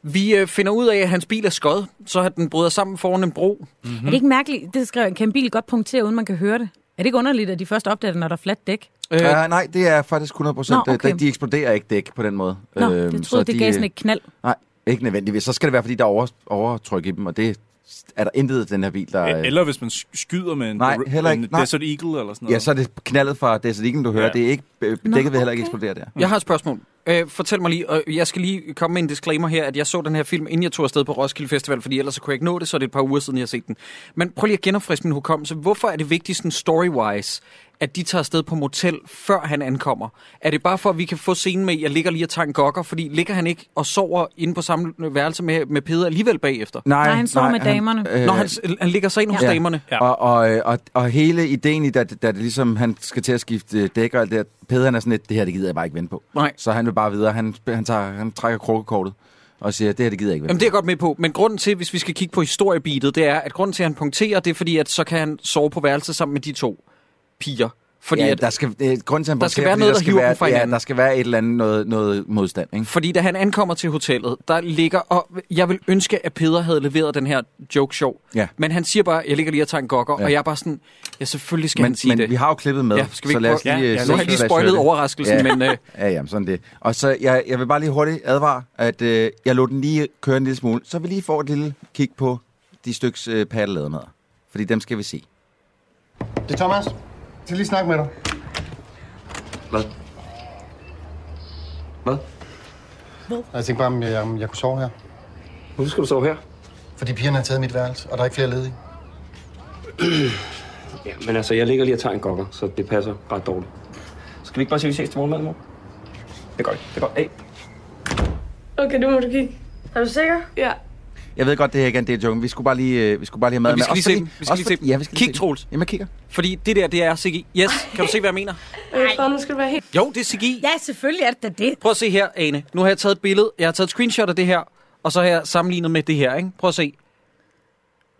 Speaker 1: Vi øh, finder ud af, at hans bil er skod, så at den bryder sammen foran en bro.
Speaker 6: Er det ikke mærkeligt? Det skriver, jeg, kan en bil godt punktere, uden man kan høre det? Er det ikke underligt, at de først opdager det, når der er fladt dæk?
Speaker 1: Øh,
Speaker 8: Øh, nej, det er faktisk 100 procent. øh,
Speaker 6: Nå, okay.
Speaker 8: De, de eksploderer ikke dæk på den måde.
Speaker 6: Nå, øhm, det troede jeg, det gav sådan
Speaker 8: øh,
Speaker 6: et knald.
Speaker 8: Nej, ikke nødvendigvis. Så skal det være, fordi der er over, overtryk i dem, og det er der intet i den her bil, der... øh,
Speaker 7: Eller hvis man sk- skyder med en,
Speaker 8: Nej, heller ikke.
Speaker 7: en
Speaker 8: Nej.
Speaker 7: Desert Eagle eller sådan noget.
Speaker 8: Ja, så er det knaldet fra Desert Eagle, du hører.
Speaker 7: Ja.
Speaker 8: Ja. Det er ikke, øh, dækket
Speaker 6: Nå,
Speaker 8: vil heller ikke
Speaker 6: okay.
Speaker 8: eksplodere der.
Speaker 1: Mm. Jeg har et spørgsmål. Øh, fortæl mig lige, og jeg skal lige komme med en disclaimer her, at jeg så den her film, inden jeg tog afsted på Roskilde Festival, fordi ellers så kunne jeg ikke nå det, så er det et par uger siden, jeg har set den. Men prøv lige at genopfriske min hukommelse. Hvorfor er det vigtigst sådan story-wise, at de tager afsted på motel, før han ankommer? Er det bare for, at vi kan få scenen med, at jeg ligger lige og tager en gokker, fordi ligger han ikke og sover inde på samme værelse med, med Peder alligevel bagefter?
Speaker 6: Nej, han sover med damerne.
Speaker 1: Øh, Når han, han ligger så ind hos
Speaker 8: Ja.
Speaker 1: ja. damerne.
Speaker 7: Ja.
Speaker 8: Ja. Og, og, øh, og, og hele ideen i, da, da det ligesom, han skal til at skifte øh, dæk og alt det der, Peder han er sådan lidt, det her det gider jeg bare ikke vente på.
Speaker 1: Nej.
Speaker 8: Så han vil bare videre, han, han, tager, han trækker krukkekortet og siger, det her det gider jeg ikke
Speaker 1: Jamen,
Speaker 8: vente
Speaker 1: det er jeg godt med på, men grunden til, hvis vi skal kigge på historiebeatet, det er, at grunden til, at han punkterer, det er fordi, at så kan han sove på værelset sammen med de to piger. Fordi,
Speaker 8: ja,
Speaker 1: at,
Speaker 8: der skal, øh, grunden til, at han
Speaker 1: der skal være
Speaker 8: blokerer, fordi
Speaker 1: noget, der hiver dem fra
Speaker 8: være, ja,
Speaker 1: hinanden.
Speaker 8: der skal være et eller andet noget, noget modstand, ikke?
Speaker 1: fordi da han ankommer til hotellet, der ligger, og jeg vil ønske, at Peder havde leveret den her joke show.
Speaker 8: Ja.
Speaker 1: Men han siger bare, jeg ligger lige og tager en gokker,
Speaker 8: Ja.
Speaker 1: og jeg er bare sådan, ja, selvfølgelig skal
Speaker 8: Men,
Speaker 1: han sige
Speaker 8: men
Speaker 1: det.
Speaker 8: vi har jo klippet med,
Speaker 1: Ja, skal vi
Speaker 8: så
Speaker 1: ikke
Speaker 8: lad os
Speaker 1: prøve-
Speaker 8: lige...
Speaker 7: Ja,
Speaker 8: øh,
Speaker 7: ja,
Speaker 1: Nu har jeg lige spoilet
Speaker 8: Ja.
Speaker 1: overraskelsen, men øh,
Speaker 8: Ja, jamen sådan det. Og så, jeg, jeg vil bare lige hurtigt advare, at øh, jeg lod den lige køre en lille smule, så vi lige får et lille kig på de styks øh, paddelademader. Fordi dem skal vi se.
Speaker 2: Det er Thomas. Jeg skal lige snakke med dig.
Speaker 11: Hvad? Hvad?
Speaker 2: Og jeg tænkte bare, om jeg, om jeg kunne sove her.
Speaker 11: Hvorfor skal du sove her?
Speaker 2: Fordi pigerne har taget mit værelse, og der er ikke flere ledige.
Speaker 11: Ja, men altså, jeg ligger lige og tager en gokker, så det passer ret dårligt. Skal vi ikke bare sige, at vi ses til morgenmad i morgen? Det gør vi. Det gør vi. Hey.
Speaker 9: Okay, nu må du kigge. Er du sikker? Ja.
Speaker 8: Jeg ved godt, det her ikke er en del joke, men vi skulle bare lige, øh, vi skulle bare lige have mad
Speaker 1: Men vi skal
Speaker 8: med.
Speaker 1: lige
Speaker 8: Også
Speaker 1: se dem. Vi skal lige
Speaker 8: fordi- også
Speaker 1: se
Speaker 8: fordi-
Speaker 1: dem.
Speaker 8: Ja, vi skal lige
Speaker 1: Kig,
Speaker 8: se dem.
Speaker 1: Troels.
Speaker 8: Jamen, jeg kigger.
Speaker 1: fordi det der, det er CGI. Yes, kan du se, hvad jeg mener?
Speaker 9: Øh, far, nu skal du være helt...
Speaker 1: Jo, det er CGI.
Speaker 6: Ja, selvfølgelig er det da det.
Speaker 1: Prøv at se her, Ane. Nu har jeg taget et billede. Jeg har taget et screenshot af det her, og så har jeg sammenlignet med det her, ikke? Prøv at se.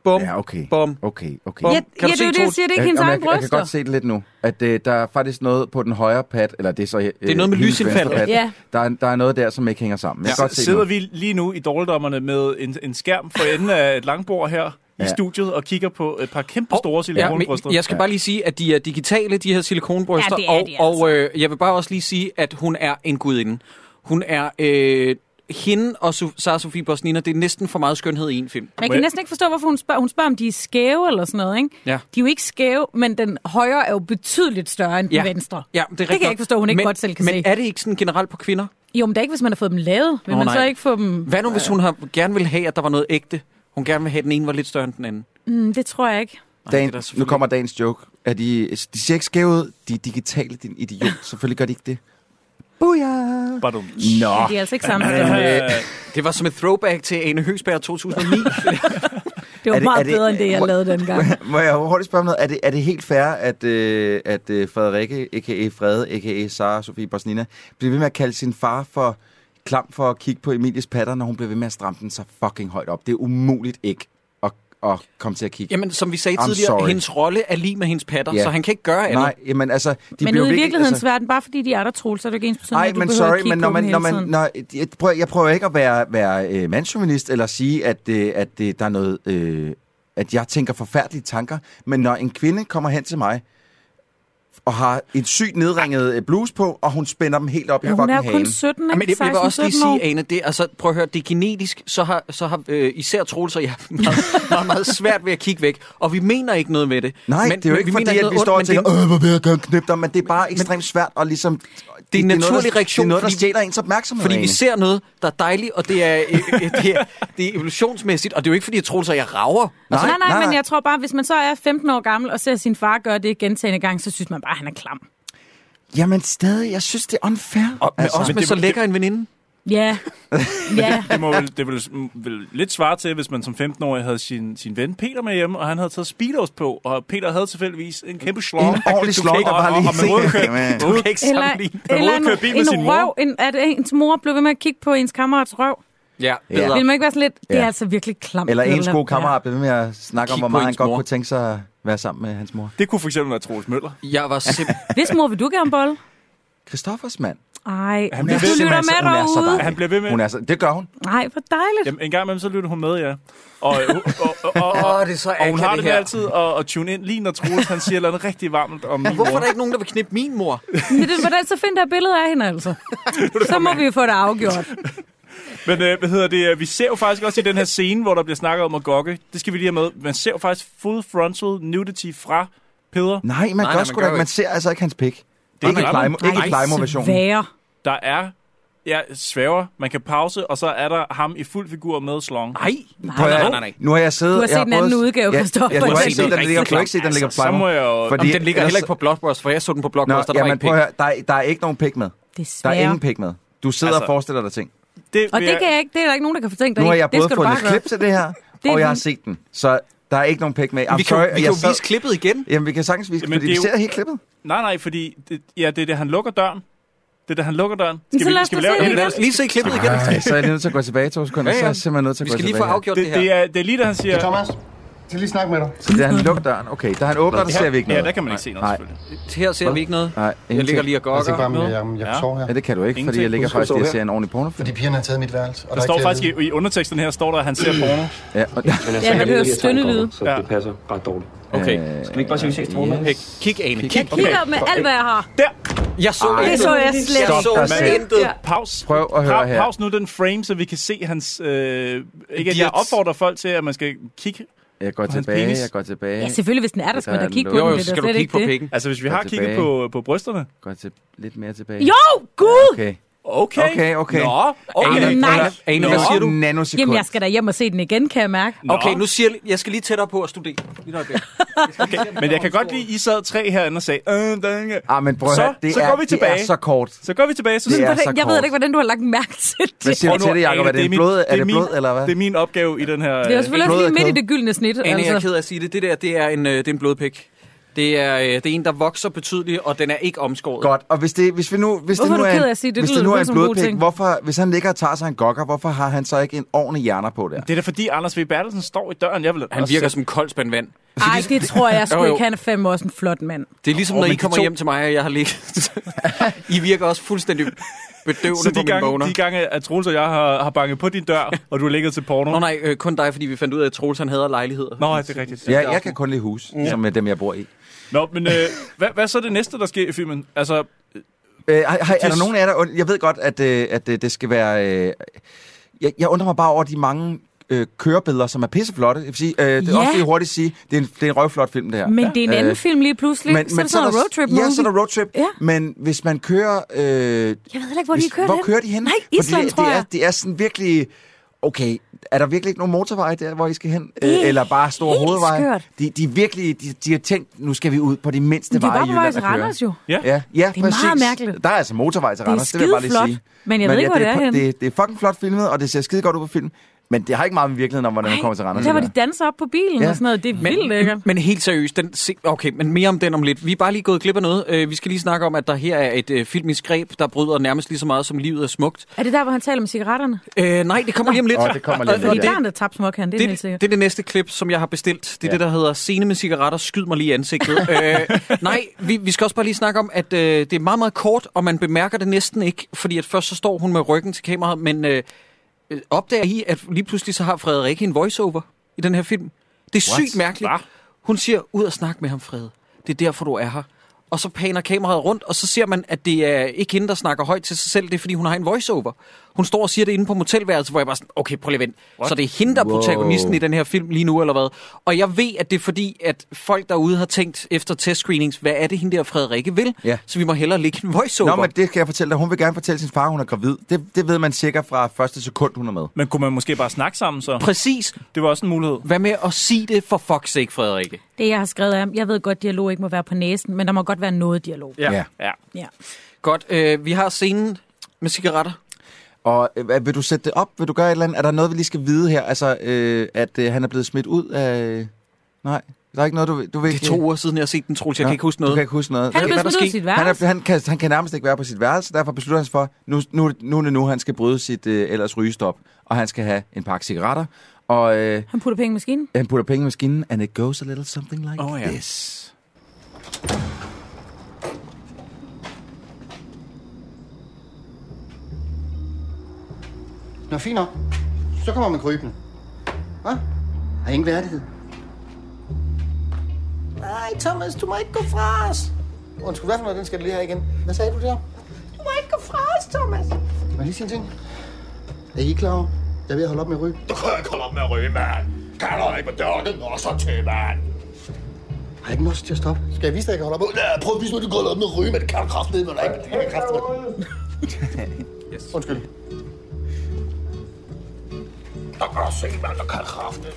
Speaker 1: Bum,
Speaker 8: Ja, okay.
Speaker 1: Bum.
Speaker 8: Okay, okay.
Speaker 1: Bum.
Speaker 6: Ja,
Speaker 1: Kan du
Speaker 6: ja det
Speaker 1: se,
Speaker 6: er jo det, jeg
Speaker 1: Troels?
Speaker 6: siger. Det er ikke
Speaker 8: Jeg,
Speaker 6: hendes
Speaker 8: jeg,
Speaker 6: egen
Speaker 8: jeg kan
Speaker 6: bryster.
Speaker 8: godt se det lidt nu, at øh, der er faktisk noget på den højre pad, eller det er så... Øh, det
Speaker 1: er noget med lysindfaldet.
Speaker 6: Ja.
Speaker 8: Der, er, der er noget der, som ikke hænger sammen. Jeg
Speaker 7: Ja.
Speaker 8: kan godt
Speaker 7: Så
Speaker 8: se
Speaker 7: sidder
Speaker 8: det nu.
Speaker 7: vi lige nu i dårligdommerne med en, en skærm for enden af et langbord her ja. i
Speaker 8: Ja.
Speaker 7: studiet og kigger på et par kæmpe store oh,
Speaker 1: Ja, men
Speaker 7: silikonbryster.
Speaker 1: jeg skal bare lige sige, at de er digitale, de her silikonbryster,
Speaker 6: Ja, det er
Speaker 1: og,
Speaker 6: de altså.
Speaker 1: og øh, jeg vil bare også lige sige, at hun er en gudinde. Hun er øh, hende og Su- Sara Sofie Bosnina, det er næsten for meget skønhed i en film.
Speaker 6: Men jeg kan næsten ikke forstå, hvorfor hun spørger. Hun spørger, om de er skæve eller sådan noget, ikke?
Speaker 1: Ja.
Speaker 6: De er jo ikke skæve, men den højre er jo betydeligt større end den venstre.
Speaker 1: Ja, det, er
Speaker 6: kan
Speaker 1: rigtigt
Speaker 6: jeg
Speaker 1: nok.
Speaker 6: ikke forstå, hun ikke
Speaker 1: men,
Speaker 6: godt selv kan
Speaker 1: men
Speaker 6: se.
Speaker 1: Men er det ikke sådan generelt på kvinder?
Speaker 6: Jo, men det er ikke, hvis man har fået dem lavet. Vil
Speaker 1: Nå,
Speaker 6: man så
Speaker 1: nej.
Speaker 6: ikke få dem...
Speaker 1: Hvad nu, hvis hun har, gerne vil have, at der var noget ægte? Hun gerne vil have, at den ene var lidt større end den anden.
Speaker 6: Mm, det tror jeg ikke.
Speaker 1: Nej, det er
Speaker 8: Dagen,
Speaker 1: der
Speaker 8: nu
Speaker 1: selvfølgelig-
Speaker 8: kommer dagens joke. Er de, de ser ikke skæve ud. De er digitale, din idiot. Selvfølgelig gør de ikke det. Booyah!
Speaker 7: bare... Badum.
Speaker 8: Nå.
Speaker 6: De er altså ikke sammen.
Speaker 1: Det var som et throwback til Ane Høgsberg 2009.
Speaker 6: Det var
Speaker 8: Er det-
Speaker 6: meget
Speaker 8: er det-
Speaker 6: bedre, end det, jeg
Speaker 8: Må-
Speaker 6: lavede dengang.
Speaker 8: Må jeg hurtigt spørge om noget? Er det, er det helt fair, at, øh, at øh, Frederikke, a.k.a. Frede, a.k.a. Sara Sofie Bosnina, bliver ved med at kalde sin far for klam for at kigge på Emilies patter, når hun bliver ved med at stramme den så fucking højt op? Det er umuligt ikke at, at, at komme til at kigge.
Speaker 1: Jamen, som vi sagde
Speaker 8: I'm
Speaker 1: tidligere,
Speaker 8: sorry.
Speaker 1: hendes rolle er lige med hendes patter,
Speaker 8: Ja.
Speaker 1: så han kan ikke gøre andet.
Speaker 8: Nej, jamen altså... De
Speaker 6: men ude
Speaker 8: blev
Speaker 6: i
Speaker 8: virkelig-
Speaker 6: virkelighedens
Speaker 8: altså-
Speaker 6: altså... verden, bare fordi de er der, Troels, så er det jo ikke ens betydning,
Speaker 8: Nej,
Speaker 6: at du
Speaker 8: men
Speaker 6: behøver at
Speaker 8: sorry,
Speaker 6: kigge
Speaker 8: men
Speaker 6: på
Speaker 8: når
Speaker 6: dem
Speaker 8: man,
Speaker 6: hele
Speaker 8: når man,
Speaker 6: tiden.
Speaker 8: når, jeg, prøver, jeg prøver ikke at være, være øh, mandsjuvenist eller sige, at, øh, at øh, der er noget, øh, at jeg tænker forfærdelige tanker, men når en kvinde kommer hen til mig, og har et sygt nedringet øh, bluse på, og hun spænder dem helt op i
Speaker 1: Ja, hun
Speaker 8: fucking
Speaker 1: er jo kun
Speaker 8: hagen.
Speaker 6: 17, ikke?
Speaker 1: Ja, men det vil jeg også lige
Speaker 6: 16-17
Speaker 1: sige,
Speaker 6: år.
Speaker 1: Ane, det, altså, prøv at høre, det er genetisk, så har, så har øh, især Troels og jeg meget, meget, meget svært ved at kigge væk, og vi mener ikke noget med det.
Speaker 8: Nej, men, det er jo
Speaker 1: men
Speaker 8: ikke
Speaker 1: mener
Speaker 8: fordi, at
Speaker 1: noget
Speaker 8: vi står og
Speaker 1: ondt, men det er
Speaker 8: tænker, øh, hvor vil jeg gerne knæppe dig, men det er bare ekstremt svært at ligesom... Det,
Speaker 1: det er en
Speaker 8: noget, der-
Speaker 1: naturlig reaktion.
Speaker 8: Det er noget, der
Speaker 1: fordi-
Speaker 8: stjæler ens opmærksomhed.
Speaker 1: Fordi vi
Speaker 8: egentlig.
Speaker 1: ser noget, der er dejligt, og det er, øh, øh, det er, det er evolutionsmæssigt, og det er jo ikke, fordi at Troels og jeg rager.
Speaker 6: Nej, Altså, nej, nej, nej, men jeg tror bare, hvis man så er 15 år gammel og ser sin far gøre det gentagende gang, så synes man bare, at han er klam.
Speaker 8: Jamen stadig, jeg synes, det er unfair.
Speaker 1: Og, men altså, også
Speaker 7: Men
Speaker 1: med
Speaker 7: det-
Speaker 1: så
Speaker 7: det-
Speaker 1: lækker en veninde.
Speaker 6: Ja. ja.
Speaker 7: Det, må vel, det vil, vil lidt svare til, hvis man som 15-årig havde sin, sin ven Peter med hjemme, og han havde taget speedos på, og Peter havde tilfældigvis en kæmpe slong.
Speaker 8: En ordentlig
Speaker 7: Du kan
Speaker 8: slong,
Speaker 7: ikke-
Speaker 8: der bare
Speaker 7: og-
Speaker 8: lige
Speaker 7: og- og man må
Speaker 8: sidder-
Speaker 7: jo køre-
Speaker 8: Jamen.
Speaker 7: man må jo ikke
Speaker 6: Eller,
Speaker 7: sammenligne. Man må
Speaker 6: eller
Speaker 7: jo
Speaker 6: en,
Speaker 7: køre bil med sin
Speaker 6: en røv,
Speaker 7: mor.
Speaker 6: en, at ens mor blev ved med at kigge på ens kammerats røv.
Speaker 1: Ja,
Speaker 8: bedre.
Speaker 6: Vil man ikke være sådan lidt, det er
Speaker 8: Ja.
Speaker 6: altså virkelig klamt.
Speaker 8: Eller ens
Speaker 6: eller-
Speaker 8: gode kammerat blev ved med at snakke om,
Speaker 1: Kig
Speaker 8: hvor
Speaker 1: på
Speaker 8: meget han
Speaker 1: ens
Speaker 8: godt
Speaker 1: mor.
Speaker 8: kunne tænke sig at være sammen med hans mor.
Speaker 7: Det kunne for eksempel være Troels Møller.
Speaker 1: Jeg var simpelthen...
Speaker 6: Ja. Hvis mor vil du gerne bolle?
Speaker 8: Christoffers mand.
Speaker 6: Ej,
Speaker 7: Han
Speaker 6: han
Speaker 7: bliver
Speaker 6: hvis du
Speaker 7: ved-
Speaker 6: lytter
Speaker 8: Simpelthen
Speaker 6: med
Speaker 8: så- hun er så
Speaker 6: derude.
Speaker 8: dejlig.
Speaker 7: Han bliver ved med...
Speaker 8: Hun er så, det gør hun.
Speaker 6: Nej, hvor dejligt.
Speaker 7: Jamen, en gang imellem, så lytter hun med, ja. Og, og, og, og, og,
Speaker 1: Åh, det er så
Speaker 7: og hun
Speaker 1: akavet,
Speaker 7: har det
Speaker 1: det
Speaker 7: med
Speaker 1: her.
Speaker 7: altid at, at tune ind, lige når Troels, han siger noget rigtig varmt om min
Speaker 1: Hvorfor er
Speaker 7: mor.
Speaker 1: der ikke nogen, der vil knippe min mor?
Speaker 6: Men det, hvordan så find der et billede af hende, altså? så må vi jo få det afgjort.
Speaker 7: Men øh, hvad hedder det? øh, Vi ser jo faktisk også i den her scene, hvor der bliver snakket om at gokke. Det skal vi lige have med. Man ser jo faktisk full frontal nudity fra Peder.
Speaker 8: Nej, man
Speaker 1: Nej,
Speaker 8: nej,
Speaker 1: nej,
Speaker 8: gør
Speaker 1: man
Speaker 8: sgu
Speaker 1: gør
Speaker 8: da
Speaker 1: jo
Speaker 8: ikke. Man ser altså ikke hans pik. Det er ikke
Speaker 7: gør man.
Speaker 8: Climo- ikke Climo-versionen.
Speaker 6: Svære.
Speaker 7: Der er jeg svæver, man kan pause, og så er der ham i fuld figur med slong.
Speaker 1: Nej,
Speaker 8: Prøv at-
Speaker 1: nej, nej, nej.
Speaker 8: Nu har jeg siddet...
Speaker 6: Du har set
Speaker 8: jeg
Speaker 6: den anden
Speaker 8: både-
Speaker 6: udgave,
Speaker 8: Ja,
Speaker 6: Christoffer.
Speaker 8: Ja, du har
Speaker 1: Du har
Speaker 8: ikke
Speaker 1: set
Speaker 8: set, den
Speaker 1: den
Speaker 8: ligger,
Speaker 1: rigtig
Speaker 8: du har ikke set, den ligger på
Speaker 7: så må jeg jo...
Speaker 1: Fordi den ligger
Speaker 8: ellers-
Speaker 1: heller ikke på Blockbuster, for jeg så den på
Speaker 8: Nå,
Speaker 1: Blockbuster, der var
Speaker 8: jamen,
Speaker 1: ikke
Speaker 8: prøv
Speaker 1: pik.
Speaker 8: at høre, der, er- der er ikke nogen pik med.
Speaker 6: Det er
Speaker 8: Der
Speaker 6: svære.
Speaker 8: er ingen pik med. Du sidder
Speaker 7: Altså-
Speaker 8: og forestiller dig ting.
Speaker 7: Det,
Speaker 6: Og det kan jeg ikke, det er der ikke nogen, der kan fortænke dig
Speaker 8: Nu har
Speaker 6: i.
Speaker 8: jeg
Speaker 6: det
Speaker 8: både
Speaker 6: skal du
Speaker 8: fundet
Speaker 6: bare
Speaker 8: et klip
Speaker 6: gøre.
Speaker 8: til det her,
Speaker 6: Det er
Speaker 8: og jeg har
Speaker 6: fint.
Speaker 8: set den. Så der er ikke nogen pik med. I'm
Speaker 1: Vi kan, jo-
Speaker 8: sorry,
Speaker 1: vi kan
Speaker 8: jeg
Speaker 1: jo
Speaker 8: sad-
Speaker 1: vise klippet igen.
Speaker 8: Jamen, vi kan sagtens vise
Speaker 7: Jamen,
Speaker 8: klippet, fordi
Speaker 7: det
Speaker 8: vi
Speaker 7: er jo-
Speaker 8: ser helt klippet.
Speaker 7: Nej, nej, fordi... Det, ja, det er det, han lukker døren. Det er det, han lukker døren.
Speaker 6: så lad os da se
Speaker 7: lave
Speaker 6: det
Speaker 1: Lad os lige se klippet igen.
Speaker 8: Ej, så er jeg nødt til at gå tilbage to sekunder.
Speaker 1: Ja,
Speaker 8: Så
Speaker 1: ja.
Speaker 8: er jeg simpelthen nødt til at
Speaker 1: Vi
Speaker 8: gå
Speaker 1: skal
Speaker 8: tilbage.
Speaker 1: lige få afgjort det
Speaker 7: Det,
Speaker 1: her.
Speaker 7: det, er, det er lige, da han siger...
Speaker 2: Ja. Thomas, jeg skal lige snakke med dig.
Speaker 8: Så det er, han lukker døren. Okay, da han åbner, der ser vi ikke
Speaker 7: Ja,
Speaker 8: noget.
Speaker 7: der kan man ikke se noget,
Speaker 8: Nej.
Speaker 7: selvfølgelig.
Speaker 1: Her ser vi ikke noget.
Speaker 8: Nej,
Speaker 1: Jeg ligger
Speaker 8: ingenting.
Speaker 1: lige og
Speaker 2: Jeg tænkte bare,
Speaker 1: gokker.
Speaker 2: men jeg, jeg, jeg
Speaker 7: Ja.
Speaker 2: ja. sover her.
Speaker 8: Ja, det kan du ikke,
Speaker 7: Ingenting.
Speaker 8: fordi jeg ligger
Speaker 7: Du skal
Speaker 8: faktisk
Speaker 7: stå
Speaker 8: lige og
Speaker 7: her.
Speaker 8: ser en ordentlig pornofilm.
Speaker 2: Fordi pigerne har taget mit værelse. Og
Speaker 7: Der
Speaker 2: er
Speaker 7: står
Speaker 2: ikke
Speaker 7: faktisk
Speaker 2: til at
Speaker 7: i, i underteksten her, står der, at han ser porno.
Speaker 8: Ja, og,
Speaker 11: Men altså,
Speaker 6: Ja,
Speaker 11: jeg
Speaker 6: man
Speaker 11: kan lide at
Speaker 6: hører
Speaker 11: tegne
Speaker 6: stønnelyde.
Speaker 11: gokker, Så
Speaker 7: Ja.
Speaker 11: det passer ret dårligt.
Speaker 1: Okay.
Speaker 8: Øh,
Speaker 11: Skal vi ikke bare sige, at vi ses til morgenmad?
Speaker 1: Hey, kig, Ane. Kig.
Speaker 6: Jeg kigger med alt, hvad jeg har.
Speaker 1: Jeg så
Speaker 8: Ej.
Speaker 6: Det
Speaker 1: intet.
Speaker 6: så jeg slet
Speaker 1: Jeg
Speaker 8: Stop
Speaker 6: ikke.
Speaker 1: så
Speaker 8: dig selv.
Speaker 1: intet.
Speaker 6: Ja.
Speaker 7: Pause.
Speaker 8: Prøv at høre
Speaker 7: Pa-
Speaker 8: her.
Speaker 7: Pause nu den frame, så vi kan se hans... Øh, ikke, at
Speaker 1: De
Speaker 7: jeg
Speaker 1: er-
Speaker 7: opfordrer folk til, at man skal kigge.
Speaker 8: jeg går
Speaker 7: Og hans
Speaker 8: tilbage,
Speaker 7: penis.
Speaker 8: jeg går tilbage.
Speaker 6: Ja, selvfølgelig, hvis den er der,
Speaker 8: Det
Speaker 6: skal man da
Speaker 8: er
Speaker 6: kigge på
Speaker 8: den.
Speaker 1: Jo,
Speaker 6: den.
Speaker 1: jo,
Speaker 6: Det
Speaker 1: så
Speaker 6: er
Speaker 1: skal
Speaker 6: da
Speaker 1: du kigge
Speaker 6: slet ikke
Speaker 1: på
Speaker 6: det.
Speaker 1: pikken.
Speaker 7: Altså, hvis vi
Speaker 8: Gå
Speaker 7: har kigget
Speaker 8: tilbage.
Speaker 7: på, på brysterne.
Speaker 8: Går til lidt mere tilbage.
Speaker 6: Jo, gud!
Speaker 8: Okay.
Speaker 7: Okay.
Speaker 8: Okay, okay.
Speaker 1: Nå,
Speaker 6: Ej,
Speaker 1: okay.
Speaker 6: nej.
Speaker 1: Ane, hvad siger du?
Speaker 8: Nanosekund.
Speaker 6: Jamen, jeg skal da hjem og se den igen, kan jeg mærke.
Speaker 7: Nå.
Speaker 1: Okay, nu siger jeg, jeg skal lige tættere på at studere. Lige et øjeblik.
Speaker 7: Men jeg kan godt lide, at I sad tre herinde og sagde... Øh, den er-"
Speaker 8: Ah, men prøv at
Speaker 7: Så-
Speaker 8: høre, det,
Speaker 7: så
Speaker 8: er,
Speaker 7: går vi
Speaker 8: det
Speaker 7: tilbage.
Speaker 8: er så kort.
Speaker 7: Så går vi tilbage. Så
Speaker 8: Det
Speaker 7: sådan,
Speaker 8: er
Speaker 7: "Hvordan-
Speaker 8: så
Speaker 6: Jeg ved
Speaker 8: kort.
Speaker 6: da ikke, hvordan du har lagt mærke til
Speaker 8: Hvad
Speaker 6: det.
Speaker 8: siger
Speaker 7: Prøv
Speaker 8: du
Speaker 7: nu,
Speaker 8: til det, Jacob?
Speaker 7: Ane,
Speaker 8: Er det en
Speaker 7: min-
Speaker 8: blod, er det
Speaker 7: min-
Speaker 8: blod eller hvad?
Speaker 7: Det er min opgave i den her...
Speaker 6: Det er jo selvfølgelig
Speaker 8: blod
Speaker 6: også
Speaker 8: er
Speaker 6: lige midt i
Speaker 8: kød.
Speaker 6: det gyldne snit.
Speaker 1: Ane, jeg er
Speaker 6: Altså.
Speaker 1: ked af at sige det. Det der, det er en, øh, det er en blodpik. Det er, øh, det er en, der vokser betydeligt, og den er ikke omskåret.
Speaker 8: Godt, og hvis, det, hvis vi nu, hvis
Speaker 6: Hvorfor
Speaker 8: det nu
Speaker 6: er du
Speaker 8: er,
Speaker 6: ked af
Speaker 8: en,
Speaker 6: at sige det? Det
Speaker 8: hvis det
Speaker 6: lyder
Speaker 8: nu er
Speaker 6: kun
Speaker 8: en
Speaker 6: som en god
Speaker 8: blodpæk,
Speaker 6: ting.
Speaker 8: hvorfor, hvis han ligger og tager sig en gokker, hvorfor har han så ikke en ordentlig hjerner på der?
Speaker 7: øh, Det er da fordi, Anders V. Bertelsen står i døren. Jeg vil Altså,
Speaker 1: Han virker som kold spand vand.
Speaker 6: Ej, det tror jeg
Speaker 1: Jo,
Speaker 6: sgu
Speaker 1: jo.
Speaker 6: ikke. Han er fandme også en flot mand.
Speaker 1: Det er ligesom,
Speaker 7: Åh,
Speaker 1: når
Speaker 7: men
Speaker 1: I
Speaker 7: de
Speaker 1: kommer
Speaker 7: to-
Speaker 1: hjem til mig, og jeg har ligget. I virker også fuldstændig
Speaker 7: Så
Speaker 1: bedøvende på
Speaker 7: de
Speaker 1: mine boner.
Speaker 7: gange, de gange, at Troels og jeg har, har banket på din dør, og du har ligget til porno.
Speaker 1: Nå nej, øh, kun dig, fordi vi fandt ud af, at Troels han hader lejligheder.
Speaker 7: Nå, ja, det er rigtigt.
Speaker 8: Ja, jeg kan kun lide hus, som er dem, jeg bor i.
Speaker 7: Nå, men øh, hvad, hvad så er det næste, der sker i filmen? Altså,
Speaker 8: Øh, hej, hej, er der
Speaker 7: Det-
Speaker 8: nogen af jer, der... und- Jeg ved godt, at, øh, at øh, det skal være... Øh, jeg, jeg undrer mig bare over de mange øh, kørebilleder, som er pisseflotte. Jeg vil sige, øh, det er
Speaker 6: Ja.
Speaker 8: også lige hurtigt sige, det er en, det er en røvflot film, det her.
Speaker 6: Men det er en anden
Speaker 8: Øh,
Speaker 6: film lige pludselig. Men, så er det sådan en
Speaker 8: der-
Speaker 6: roadtrip
Speaker 8: Ja, så er
Speaker 6: movie.
Speaker 8: der roadtrip.
Speaker 6: Ja.
Speaker 8: Men hvis man kører... Øh, jeg ved
Speaker 6: Jeg ved heller ikke, hvor de kører
Speaker 8: Hvor
Speaker 6: hen.
Speaker 8: kører de hen?
Speaker 6: Nej, Island,
Speaker 8: det,
Speaker 6: tror
Speaker 8: det er,
Speaker 6: jeg.
Speaker 8: Det er sådan virkelig... Okay, er der virkelig ikke nogen motorveje der, hvor I skal hen? Øh,
Speaker 6: Det er
Speaker 8: Eller bare store
Speaker 6: helt
Speaker 8: hovedveje?
Speaker 6: skørt.
Speaker 8: De, de, er virkelig, de, de har tænkt, nu skal vi ud på de mindste
Speaker 6: Men de er
Speaker 8: veje
Speaker 6: bare
Speaker 8: i
Speaker 6: på vej
Speaker 8: Jylland
Speaker 6: til
Speaker 8: at køre.
Speaker 6: Randers jo.
Speaker 7: ja.
Speaker 8: Ja, ja,
Speaker 6: Det er
Speaker 8: præcis.
Speaker 6: meget mærkeligt.
Speaker 8: Der er altså motorvej til
Speaker 6: Det er
Speaker 8: Randers, det, vil jeg bare lige
Speaker 6: skideflot,
Speaker 8: sige.
Speaker 6: men jeg ved ikke, hvor det er
Speaker 8: det,
Speaker 6: henne.
Speaker 8: det, det er fucking flot filmet, og det ser skide godt ud på film. Men det har ikke meget med virkeligheden om, hvordan man kommer til Randers.
Speaker 6: Der var
Speaker 8: at
Speaker 6: de
Speaker 8: gøre.
Speaker 6: danser op på bilen ja. og sådan noget. Det er
Speaker 1: men,
Speaker 6: vildt lækkert.
Speaker 1: Men helt seriøst, den, se- okay, men mere om den om lidt. Vi er bare lige gået glip af noget. Øh, vi skal lige snakke om, at der her er et øh, filmisk greb, der bryder nærmest lige så meget, som livet er smukt.
Speaker 6: Er det der, hvor han taler om cigaretterne?
Speaker 1: Øh, nej, det kommer lige om lidt.
Speaker 8: Åh, det kommer lige om
Speaker 1: Og- og
Speaker 6: Fordi der er han, der tabte smokkeren, det er helt
Speaker 1: Det,
Speaker 6: sikkert.
Speaker 1: det er det næste klip, som jeg har bestilt. Det er ja. det, der hedder Scene med cigaretter, skyd mig lige i ansigtet. øh, nej, vi, vi skal også bare lige snakke om, at øh, det er meget, meget kort, og man bemærker det næsten ikke, fordi at først så står hun med ryggen til kameraet, men øh, øh, opdager I, at lige pludselig så har Frederikke en voiceover i den her film? Det er
Speaker 8: What?
Speaker 1: sygt mærkeligt. Hun siger, ud og snak med ham, Fred. Det er derfor, du er her. Og så paner kameraet rundt, og så ser man, at det er ikke hende, der snakker højt til sig selv. Det er, fordi hun har en voiceover. Hun står og siger det inde på motelværelset, hvor jeg bare sådan, okay, prøv lige at vent. Så det er hende, der er
Speaker 8: Wow.
Speaker 1: protagonisten i den her film lige nu, eller hvad? Og jeg ved, at det er fordi, at folk derude har tænkt efter testscreenings, hvad er det, hende der Frederikke vil?
Speaker 8: Ja.
Speaker 1: Så vi må hellere lægge en voiceover.
Speaker 8: Nå, men det kan jeg fortælle dig. Hun vil gerne fortælle sin far, hun er gravid. Det, det ved man sikkert fra første sekund, hun er med.
Speaker 7: Men kunne man måske bare snakke sammen, så?
Speaker 1: Præcis.
Speaker 7: Det var også en mulighed.
Speaker 1: Hvad med at sige det for fuck's sake, Frederikke?
Speaker 6: Det, jeg har skrevet, er, jeg ved godt, dialog ikke må være på næsen, men der må godt være noget dialog.
Speaker 8: Ja.
Speaker 7: Ja.
Speaker 6: Ja.
Speaker 1: Godt, øh, vi har scenen med cigaretter.
Speaker 8: Og øh, hvad- vil du sætte det op? Vil du gøre et eller andet? Er der noget, vi lige skal vide her? Altså, øh, at øh, han er blevet smidt ud af... Nej, der er ikke noget, du, du vil
Speaker 1: Det er to uger siden, jeg har set den, Troels. Jeg
Speaker 8: Nå,
Speaker 1: kan ikke huske
Speaker 8: Du kan
Speaker 1: noget.
Speaker 8: ikke huske noget.
Speaker 6: Han er
Speaker 1: Hvad-
Speaker 6: blevet
Speaker 1: hvad der
Speaker 6: smidt ud af
Speaker 1: skete?
Speaker 6: sit
Speaker 8: Han,
Speaker 6: værelse.
Speaker 8: er, han, kan, han kan nærmest ikke være på sit værelse, derfor beslutter han sig for, nu, nu, nu er det nu, han skal bryde sit øh, ellers rygestop, og han skal have en pakke cigaretter, og øh,
Speaker 6: Han putter penge i maskinen.
Speaker 8: han putter penge i maskinen, and it goes a little something like
Speaker 1: Åh, ja.
Speaker 8: this.
Speaker 2: Nå, fint nok. Så kommer man krybende. Hvad? Har ingen værdighed. Nej, Thomas, du må ikke gå fra os. Undskyld, hvad for noget, den skal du lige have igen. Hvad sagde du der? Du må ikke gå fra os, Thomas. Må jeg lige sige en ting? Er I klar over? Jeg er ved at holde op med at ryge.
Speaker 12: Du kan ikke holde op med at ryge, mand. Kan du ikke med dørken også til, mand?
Speaker 2: Har jeg ikke lyst til at stoppe? Skal jeg vise dig, at jeg kan holde op med at ryge?
Speaker 12: Ja, prøv at vise mig, du går op med at ryge, men det kan du kraftedeme, eller ikke? Det kan jeg kraftedeme.
Speaker 2: Yes. Undskyld.
Speaker 12: Der kan du se, mand, der kan jeg kraftedeme.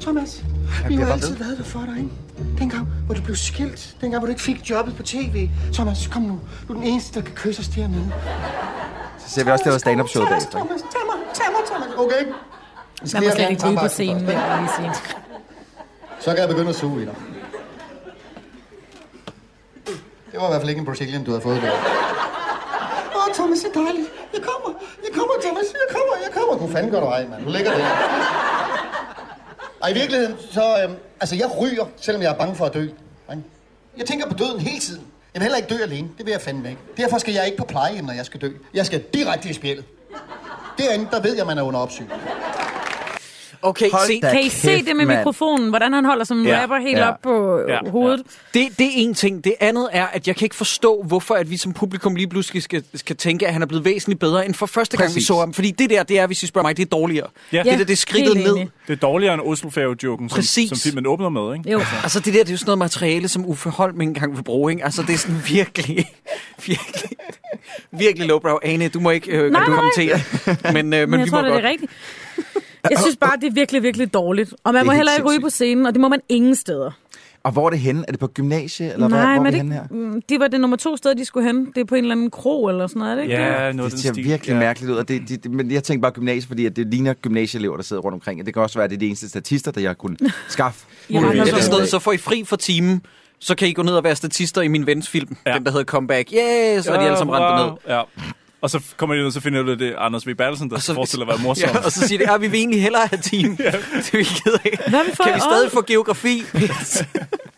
Speaker 2: Thomas, vi
Speaker 8: bliver
Speaker 2: har
Speaker 8: bare
Speaker 2: altid
Speaker 8: ved.
Speaker 2: været der for dig, ikke? Dengang, hvor du blev skilt. Dengang, hvor du ikke fik jobbet på tv. Thomas, kom nu. Du er den eneste, der kan kysse os dernede.
Speaker 8: Så ser vi også, det var stand-up show i dag.
Speaker 2: Thomas, Thomas, tag mig, tag mig, tag mig. Okay. Vi skal
Speaker 6: Man må
Speaker 2: lige
Speaker 6: slet
Speaker 2: have
Speaker 6: ikke gå ud på
Speaker 2: tandbørste
Speaker 6: scenen, vil
Speaker 2: først.
Speaker 6: jeg lige sige.
Speaker 2: Så kan jeg begynde at suge i dig. Det var i hvert fald ikke en Brazilian, du havde fået der. Åh, oh, Thomas, det er dejligt. Jeg kommer, jeg kommer, Thomas, jeg kommer, jeg kommer. Hvor fanden gør du ej, mand? Du ligger der. Og i virkeligheden, så... Øhm, altså, jeg ryger, selvom jeg er bange for at dø. ikke? Jeg tænker på døden hele tiden. Jeg vil heller ikke dø alene. Det vil jeg fandme ikke. Derfor skal jeg ikke på plejehjem, når jeg skal dø. Jeg skal direkte i spjældet. Derinde, der ved jeg, man er under opsyn.
Speaker 1: Okay,
Speaker 8: Hold
Speaker 1: se,
Speaker 8: da
Speaker 6: Kan I se
Speaker 8: kæft,
Speaker 6: det med
Speaker 8: mand.
Speaker 6: mikrofonen? Hvordan han holder som
Speaker 8: Ja,
Speaker 6: ja. rapper helt
Speaker 8: ja,
Speaker 6: ja. op på
Speaker 7: ja,
Speaker 6: ja. hovedet?
Speaker 1: Det, det er en ting. Det andet er, at jeg kan ikke forstå, hvorfor at vi som publikum lige pludselig skal, skal tænke, at han er blevet væsentligt bedre end for første gang, vi
Speaker 8: Præcis.
Speaker 1: så ham. Fordi det der, det er, hvis I spørger mig, det er dårligere.
Speaker 7: Ja.
Speaker 1: det der, det er skridtet
Speaker 6: helt
Speaker 1: ned.
Speaker 6: enig.
Speaker 7: Det er dårligere end Oslofærge-joken, som,
Speaker 1: Præcis.
Speaker 7: som filmen åbner med, ikke?
Speaker 6: Jo.
Speaker 1: Altså det der, det er jo sådan noget materiale, som Uffe Holm ikke engang vil bruge, ikke? Altså det er sådan virkelig, virkelig, virkelig lowbrow. Ane, du må ikke øh,
Speaker 6: Nej, nej.
Speaker 1: kommentere, men, øh, men,
Speaker 6: Men
Speaker 1: men
Speaker 6: jeg
Speaker 1: vi
Speaker 6: tror,
Speaker 1: må
Speaker 6: det er
Speaker 1: godt.
Speaker 6: rigtigt. Jeg synes bare, det er virkelig, virkelig dårligt. Og man
Speaker 8: er
Speaker 6: må
Speaker 8: helt
Speaker 6: heller ikke ryge
Speaker 8: sindssygt.
Speaker 6: på scenen, og det må man ingen steder.
Speaker 8: Og hvor er det henne? Er det på gymnasie, eller hvad,
Speaker 6: Nej,
Speaker 8: hvor er
Speaker 6: men
Speaker 8: vi
Speaker 6: det,
Speaker 8: henne her?
Speaker 6: mm, det var det nummer to sted, de skulle hen. Det er på en eller anden kro eller sådan noget, er det ikke?
Speaker 7: Ja, noget af
Speaker 8: det
Speaker 7: den
Speaker 8: ser
Speaker 7: stil.
Speaker 8: virkelig
Speaker 7: ja.
Speaker 8: mærkeligt ud, og det, det, det, men jeg tænker bare gymnasie, fordi at det ligner gymnasieelever, der sidder rundt omkring. Og det kan også være, at det er de eneste statister, der jeg kunne skaffe.
Speaker 6: Ja,
Speaker 8: muligvis.
Speaker 6: men
Speaker 1: Eller sådan
Speaker 6: Ja.
Speaker 1: noget, så får I fri for timen, så kan I gå ned og være statister i min vens film.
Speaker 7: Ja.
Speaker 1: Den, der hedder Comeback. Yeah, så er de alle sammen rendt ned.
Speaker 7: Ja. Og så kommer de ned, og så finder du, at det er Anders V. Bertelsen, der så, forestiller at være morsom.
Speaker 1: Ja, og så siger de, at vi vil egentlig hellere have team. Det er vi ked af.
Speaker 6: Hvad med for
Speaker 1: Kan vi
Speaker 6: i
Speaker 1: stadig
Speaker 6: år?
Speaker 1: få geografi?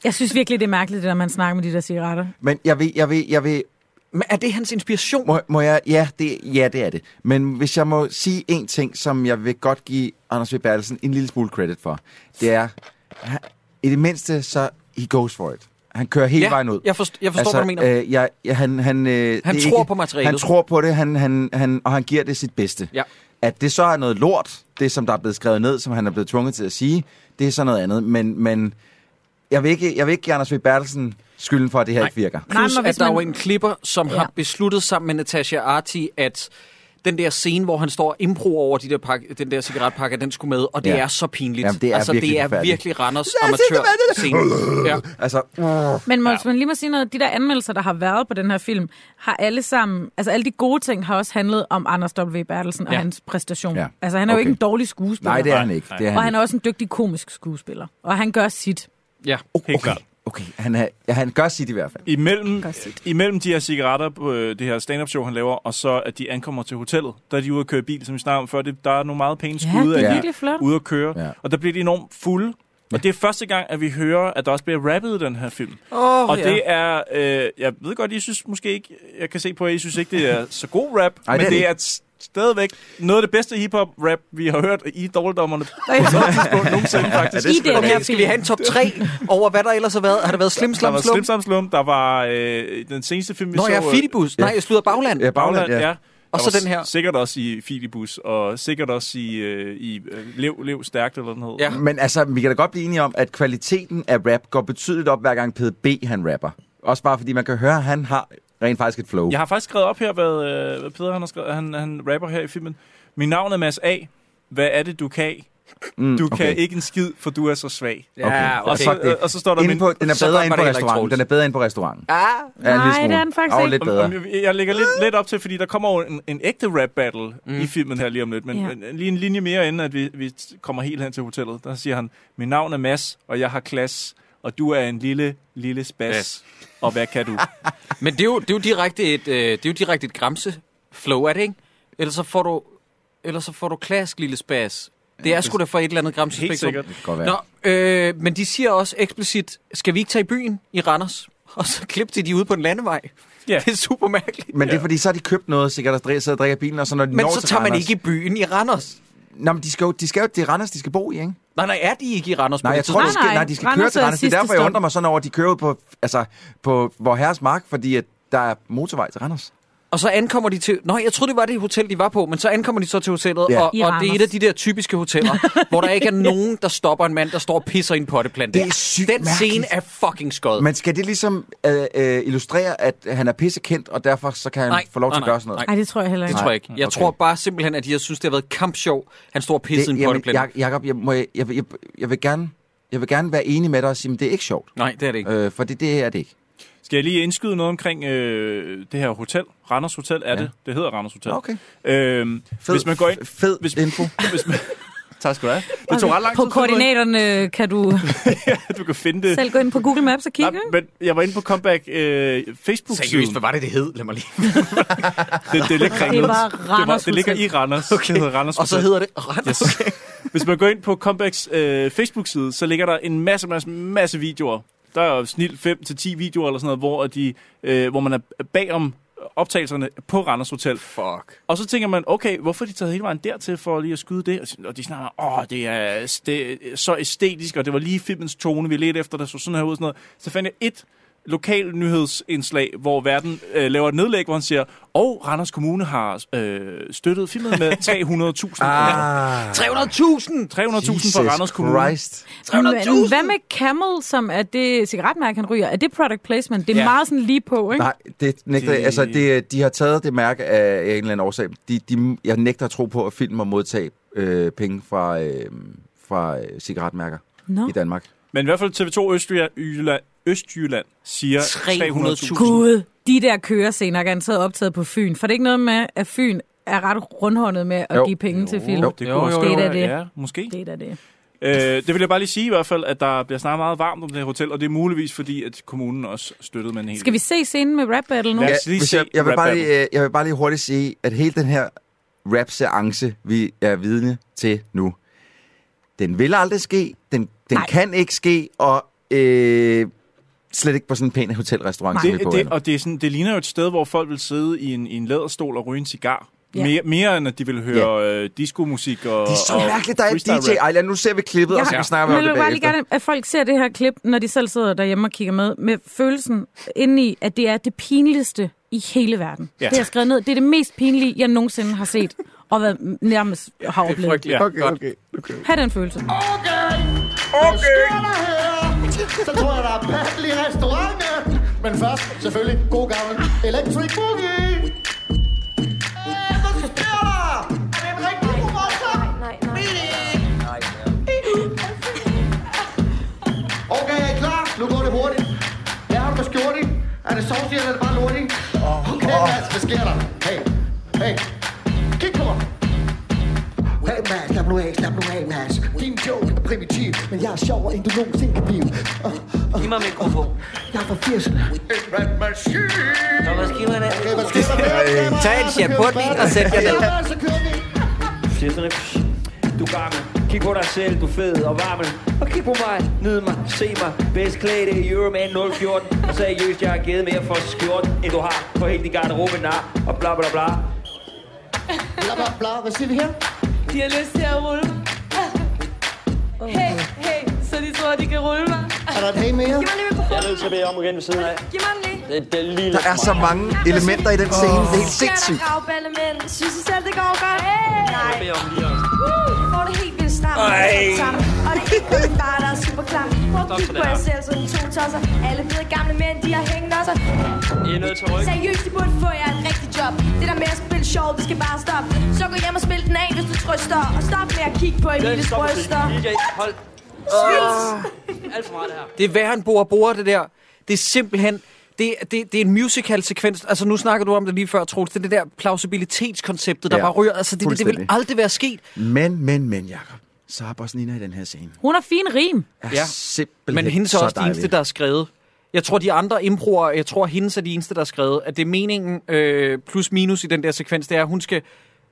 Speaker 6: Jeg synes virkelig, det er mærkeligt, det der, man snakker med de der cigaretter.
Speaker 8: Men jeg vil, jeg vil, jeg vil
Speaker 1: Men er det hans inspiration?
Speaker 8: Må, må jeg? Ja det, ja, det er det. Men hvis jeg må sige en ting, som jeg vil godt give Anders V. Bertelsen en lille smule credit for, det er, han- i det mindste, så he goes for it. Han kører hele
Speaker 1: Ja,
Speaker 8: vejen ud.
Speaker 1: jeg forst- jeg forstår, hvad du mener.
Speaker 8: Øh, jeg, jeg, han han, øh, det er
Speaker 1: tror på materialet.
Speaker 8: Han tror på det, han, han, han, og han giver det sit bedste.
Speaker 1: Ja.
Speaker 8: At det så er noget lort, det som der er blevet skrevet ned, som han er blevet tvunget til at sige, det er så noget andet. Men, men jeg, vil ikke, jeg vil ikke give Anders V. Bertelsen skylden for, at det her Nej. ikke virker.
Speaker 6: Nej,
Speaker 1: Plus,
Speaker 6: men
Speaker 1: at
Speaker 6: hvis
Speaker 1: der man... er jo
Speaker 6: man-
Speaker 1: en klipper, som ja.
Speaker 6: Ja.
Speaker 1: har besluttet sammen med Natasha Arti, at den der scene, hvor han står og impro over de der pakke, den der cigaretpakke, den skulle med, og det
Speaker 8: Ja.
Speaker 1: ja. er så pinligt.
Speaker 8: Jamen, det er
Speaker 1: altså,
Speaker 8: virkelig
Speaker 1: det er
Speaker 8: forfærdeligt.
Speaker 1: virkelig Randers
Speaker 8: Lad os ikke være det der.
Speaker 1: amatør-scene. Ja.
Speaker 8: Altså,
Speaker 6: Men må man lige må sige noget, de der anmeldelser, der har været på den her film, har alle sammen, altså alle de gode ting har også handlet om Anders W. Bertelsen og
Speaker 8: Ja.
Speaker 6: ja. hans præstation.
Speaker 8: Ja.
Speaker 6: Ja. Altså han er jo
Speaker 8: Okay.
Speaker 6: ikke en dårlig skuespiller.
Speaker 8: Nej, det er han ikke. Det er han
Speaker 6: og han er
Speaker 8: ikke.
Speaker 6: også en dygtig komisk skuespiller. Og han gør sit.
Speaker 1: Ja,
Speaker 7: helt okay. klart.
Speaker 8: Okay, han, er, ja, han gør sit i hvert fald.
Speaker 7: Imellem, imellem de her cigaretter på øh, det her stand-up show, han laver, og så at de ankommer til hotellet, der er de ude at køre bil, som vi snakker om før. Det, der er nogle meget pæne
Speaker 6: Ja,
Speaker 7: skud
Speaker 6: det er
Speaker 7: af de
Speaker 6: virkelig flot.
Speaker 7: ude at køre.
Speaker 8: Ja.
Speaker 7: Og der bliver de enormt fulde. Og det er første gang, at vi hører, at der også bliver rappet i den her film.
Speaker 1: Åh,
Speaker 7: og
Speaker 1: ja.
Speaker 7: det er, øh, jeg ved godt, I synes måske ikke, jeg kan se på jer, I synes ikke, det er så god rap,
Speaker 8: Ej, det
Speaker 7: men det
Speaker 8: er det
Speaker 7: er st- stadigvæk noget af det bedste hiphop-rap, vi har hørt i dårligdommerne på noget tidspunkt nogensinde, faktisk.
Speaker 1: Ja, det skal okay, skal vi have en top 3 over, hvad der ellers har været? Har der været Slim
Speaker 7: Der
Speaker 1: Slam
Speaker 7: var
Speaker 1: Slum?
Speaker 7: Slim Slam Slum, der var øh, den seneste film, vi
Speaker 1: Nå,
Speaker 7: så... øh,
Speaker 1: ja, Fidibus. Nej, jeg slutter Bagland.
Speaker 7: Der
Speaker 1: Og så
Speaker 7: var
Speaker 1: den her.
Speaker 7: s- Sikkert også i Filibus, og sikkert også i, øh, i øh, Lev, Lev Stærkt, eller noget.
Speaker 1: Ja.
Speaker 8: Men altså, vi kan da godt blive enige om, at kvaliteten af rap går betydeligt op, hver gang PDB han rapper. Også bare fordi man kan høre, at han har rent faktisk et flow.
Speaker 7: Jeg har faktisk skrevet op her, hvad, øh, hvad Peter han har skrevet. Han, han rapper her i filmen. Min navn er Mads A. Hvad er det, du kan?
Speaker 8: Mm,
Speaker 7: Du
Speaker 8: okay.
Speaker 7: kan ikke en skid, for du er så svag.
Speaker 8: Ja, okay.
Speaker 7: Og, så,
Speaker 8: Fuck det.
Speaker 7: og, og så står der...
Speaker 8: Inde
Speaker 7: min-
Speaker 8: på, den er
Speaker 7: Så
Speaker 8: bedre
Speaker 7: godt
Speaker 8: inde
Speaker 7: var
Speaker 8: på
Speaker 7: det heller ikke
Speaker 8: restauranten.
Speaker 7: Troels.
Speaker 8: Den er bedre inde på restauranten.
Speaker 1: Ah,
Speaker 8: Ja, en lille smule. Og lidt bedre.
Speaker 7: Om- om- Jeg, jeg lægger lidt, lidt op til, fordi der kommer jo en, en ægte rap battle mm. i filmen her lige om lidt, men,
Speaker 6: Ja.
Speaker 7: ja. men øh, lige en linje mere, inden at vi, vi kommer helt hen til hotellet. Der siger han, mit navn er Mads, og jeg har klasse, og du er en lille, lille spas. Yes. Og hvad kan du?
Speaker 1: Men det er jo, det er jo direkte et, øh, det er jo direkte et gramse flow, er det ikke? Ellers så får du, ellers så får du klask, lille spas. Det er sgu da for et eller andet gramse
Speaker 7: Helt sikkert. Det
Speaker 8: kan godt
Speaker 1: Nå, øh, men de siger også eksplicit, skal vi ikke tage i byen i Randers? Og så klip de de ude på en landevej.
Speaker 7: Ja.
Speaker 1: Det er super mærkeligt.
Speaker 8: Men det er fordi, så har de købt noget, sikkert og dri- sidder og drikker i bilen, og så når de
Speaker 1: Men
Speaker 8: når
Speaker 1: så
Speaker 8: til
Speaker 1: tager man
Speaker 8: Randers-
Speaker 1: ikke i byen i Randers.
Speaker 8: Nå, men de skal jo, de skal jo, det er Randers, de skal bo i, ikke?
Speaker 1: Nej, nej, er de ikke i Randers? på
Speaker 8: Nej,
Speaker 1: det
Speaker 8: jeg tror, de
Speaker 1: tidspunkt?
Speaker 8: skal, nej, de skal køre til Randers. Det er derfor, jeg undrer mig sådan over, at de kører ud på, altså, på vor herres mark, fordi at der er motorvej til Randers.
Speaker 1: Og så ankommer de til... Nå, jeg troede, det var det hotel, de var på, men så ankommer de så til hotellet,
Speaker 8: Ja.
Speaker 1: ja. og,
Speaker 8: I
Speaker 1: og det er
Speaker 8: Randers.
Speaker 1: et af de der typiske hoteller, hvor der ikke er nogen, der stopper en mand, der står og pisser i en potteplante.
Speaker 8: Det er sygt
Speaker 1: Den scene
Speaker 8: mærkeligt.
Speaker 1: er fucking skød.
Speaker 8: Men skal det ligesom øh, øh, illustrere, at han er pissekendt, og derfor så kan han
Speaker 1: Nej,
Speaker 8: få lov til
Speaker 1: nej,
Speaker 8: at gøre
Speaker 1: nej,
Speaker 8: sådan noget?
Speaker 1: nej. Ej,
Speaker 6: det tror jeg heller
Speaker 1: Det tror jeg ikke. Jeg okay. tror bare simpelthen, at jeg synes, det har været et kampshow. Han står og pisser i en
Speaker 8: jamen,
Speaker 1: potteplante.
Speaker 8: Jak- Jakob, jeg, må jeg, jeg, vil- jeg, jeg, vil gerne, jeg vil gerne være enig med dig og sige, at det er ikke sjovt.
Speaker 1: Nej, det er det ikke.
Speaker 8: Øh, for det, det er det ikke.
Speaker 7: Skal jeg lige indskyde noget omkring øh, det her hotel? Randers Hotel er ja. det. Det hedder Randers Hotel.
Speaker 8: Okay.
Speaker 7: Øhm,
Speaker 8: Fed-
Speaker 7: hvis man går ind...
Speaker 8: Fed hvis, info.
Speaker 7: Hvis man, tak skal du have. Det tog ret lang
Speaker 6: På
Speaker 7: tid at finde ud
Speaker 6: koordinaterne
Speaker 7: af.
Speaker 6: kan du
Speaker 7: Du kan finde det.
Speaker 6: selv gå ind på Google Maps og kigge.
Speaker 7: Men jeg var inde på Comeback øh, facebook
Speaker 1: Seriøst, hvad var det, det hed? Lad mig lige...
Speaker 7: det, det er
Speaker 1: Det
Speaker 7: lidt kringlet.
Speaker 1: var
Speaker 7: det,
Speaker 1: Randers
Speaker 7: det ligger i
Speaker 1: Hotel.
Speaker 7: Randers. Okay. Det hedder Randers
Speaker 1: Og så
Speaker 7: Hotel.
Speaker 1: hedder det Randers.
Speaker 7: Yes. Hvis man går ind på Comebacks øh, Facebook-side, så ligger der en masse, masse, masse videoer. Der er jo snil 5-10 videoer eller sådan noget, hvor, de, øh, hvor man er bagom optagelserne på Randers Hotel.
Speaker 1: Fuck.
Speaker 7: Og så tænker man, okay, hvorfor har de taget hele vejen dertil for lige at skyde det? Og så- Og de snakker, åh, det er, det er så æstetisk, og det var lige filmens tone, vi ledte efter, der så sådan her ud. og Sådan noget. Så fandt jeg et lokal nyhedsindslag, hvor verden øh, laver et nedlæg, hvor han siger, og Randers Kommune har øh, støttet filmen med 300.000
Speaker 8: Ah.
Speaker 1: 300.000!
Speaker 7: 300.000 for Randers Kommune.
Speaker 8: Christ.
Speaker 6: Men hvad med Camel, som er det cigaretmærke, han ryger? Er det product placement? Det er
Speaker 8: Ja.
Speaker 6: ja. meget sådan lige på, ikke?
Speaker 8: Nej, det nægter jeg.
Speaker 7: De-
Speaker 8: Altså, det, de har taget det mærke af en eller anden årsag. De, de, jeg nægter at tro på, at film må modtage øh, penge fra, øh, fra øh, cigaretmærker
Speaker 6: Nå.
Speaker 8: i Danmark.
Speaker 7: Men i hvert fald TV2 Østjylland, Jylland, Østjylland siger 300.000.
Speaker 6: Gud, de der kørescener er garanteret optaget på Fyn. For det er ikke noget med, at Fyn er ret rundhåndet med at
Speaker 7: Jo.
Speaker 6: give penge til film.
Speaker 7: det kunne også
Speaker 6: Det er
Speaker 7: godt
Speaker 6: da
Speaker 7: være.
Speaker 6: det.
Speaker 7: Ja, måske.
Speaker 6: Det er da det.
Speaker 7: Øh, det vil jeg bare lige sige i hvert fald, at der bliver snart meget varmt om det her hotel, og det er muligvis fordi, at kommunen også støttede med en hel
Speaker 6: Skal vi se scenen med rap battle nu?
Speaker 7: Lad os lige
Speaker 8: hvis
Speaker 7: se
Speaker 8: jeg, jeg, vil
Speaker 7: rap
Speaker 8: bare
Speaker 7: battle.
Speaker 8: lige, øh, jeg vil bare lige hurtigt sige, at hele den her rap-seance, vi er vidne til nu, den vil aldrig ske, den, den kan ikke ske, og øh, slet ikke på sådan en pæn hotelrestaurant, som vi er
Speaker 7: Det,
Speaker 8: på.
Speaker 7: det,
Speaker 8: Det,
Speaker 7: og det, er sådan, det ligner jo et sted, hvor folk vil sidde i en, i en læderstol og ryge en cigar.
Speaker 8: Ja.
Speaker 7: Yeah. Mere, mere end at de vil høre yeah. øh, discomusik og
Speaker 8: det er så
Speaker 7: og
Speaker 8: mærkeligt, der er et
Speaker 7: freestyle
Speaker 8: DJ.
Speaker 7: rap.
Speaker 8: Ej, lad- nu ser vi klippet, og så kan vi snakke om
Speaker 6: Men
Speaker 8: det
Speaker 6: jeg vil bare lige
Speaker 8: bagefter.
Speaker 6: gerne, at folk ser det her klip, når de selv sidder derhjemme og kigger med, med følelsen indeni, at det er det pinligste i hele verden.
Speaker 8: Ja.
Speaker 6: Ja. Det har jeg skrevet ned. Det er det mest pinlige, jeg nogensinde har set, og været nærmest har oplevet.
Speaker 1: frygteligt. Ja, Okay, godt.
Speaker 8: okay, okay.
Speaker 6: Ha' den følelse.
Speaker 2: Okay! Okay! Så tror jeg, der er paddel i restauranten. Men først, selvfølgelig, god gammel Electric Boogie. Hvad sker fjern er det bare lort, ikke? Okay, Mads, hvad sker der? Hey, hey, kig på mig. Hey, Mads, slap nu af, slap nu af, Mads. Din joke er primitiv, men jeg er sjovere, end du nogensinde kan blive. Giv mig mikrofon. Jeg er fra 80'erne. Red machine. Thomas, giv mig det. Okay, hvad sker der?
Speaker 13: Tag en
Speaker 2: champurvin
Speaker 13: og sæt jer ned.
Speaker 2: Så kører vi.
Speaker 11: Siger sådan, "Psh, du er gammel. Kig på dig selv, du er fed og varmel. Og kig på mig, nyd mig, se mig. Bedst klædt i Euroman 014. Og seriøst, jeg har givet mere for skjort, end du har. For helt i garderoben nar, og bla bla bla.
Speaker 2: Bla, bla, bla. Hvad siger vi her?
Speaker 14: De har lyst til at rulle mig. Hey, hey, så de tror, de kan rulle mig.
Speaker 2: Er der et hey mere?
Speaker 14: Giv mig lige mikrofonen.
Speaker 11: Jeg er nødt til at bede om igen ved siden af.
Speaker 14: Giv mig den lige.
Speaker 11: Det, det er lige
Speaker 8: Der er så mange elementer i den scene. Det er helt sindssygt.
Speaker 9: Ravballe, men synes I selv, det går godt? Hey! Nej. Uh, I får det helt vildt stramt.
Speaker 11: Ej.
Speaker 9: Ej. Og det er ikke kun bare, der er super klam. Prøv at
Speaker 11: Stop
Speaker 9: kigge
Speaker 11: det
Speaker 9: på jer
Speaker 11: der.
Speaker 9: selv, sådan to tosser. Alle fede gamle mænd, de har hængende også.
Speaker 11: I er nødt til at rykke.
Speaker 9: Seriøst, de burde få jer et rigtigt job. Det der med at spille sjov, det skal bare stoppe. Så gå hjem og spil den af, hvis du tryster. Og stop med at kigge på Emilies
Speaker 11: stop musik.
Speaker 9: bryster.
Speaker 11: DJ, hold.
Speaker 9: Svins!
Speaker 11: Alt for meget det her.
Speaker 1: Det er værre end bor bor det der. Det er simpelthen... Det, det, det er en musical-sekvens. Altså, nu snakker du om det lige før, Troels. Det er det der plausibilitetskonceptet, der
Speaker 8: Ja,
Speaker 1: bare ryger. Altså, det, det, det vil
Speaker 8: fuldstændig.
Speaker 1: aldrig være sket.
Speaker 8: Men, men, men, Jacob. Så er Bosnina i den her scene.
Speaker 6: Hun har fin rim.
Speaker 8: Er
Speaker 1: Ja.
Speaker 8: simpelthen
Speaker 1: Men hendes er
Speaker 8: så
Speaker 1: også de
Speaker 8: dejlig.
Speaker 1: eneste, der er skrevet. Jeg tror, de andre improer, jeg tror, hendes er de eneste, der er skrevet. At det er meningen øh, plus minus i den der sekvens, det er, at hun skal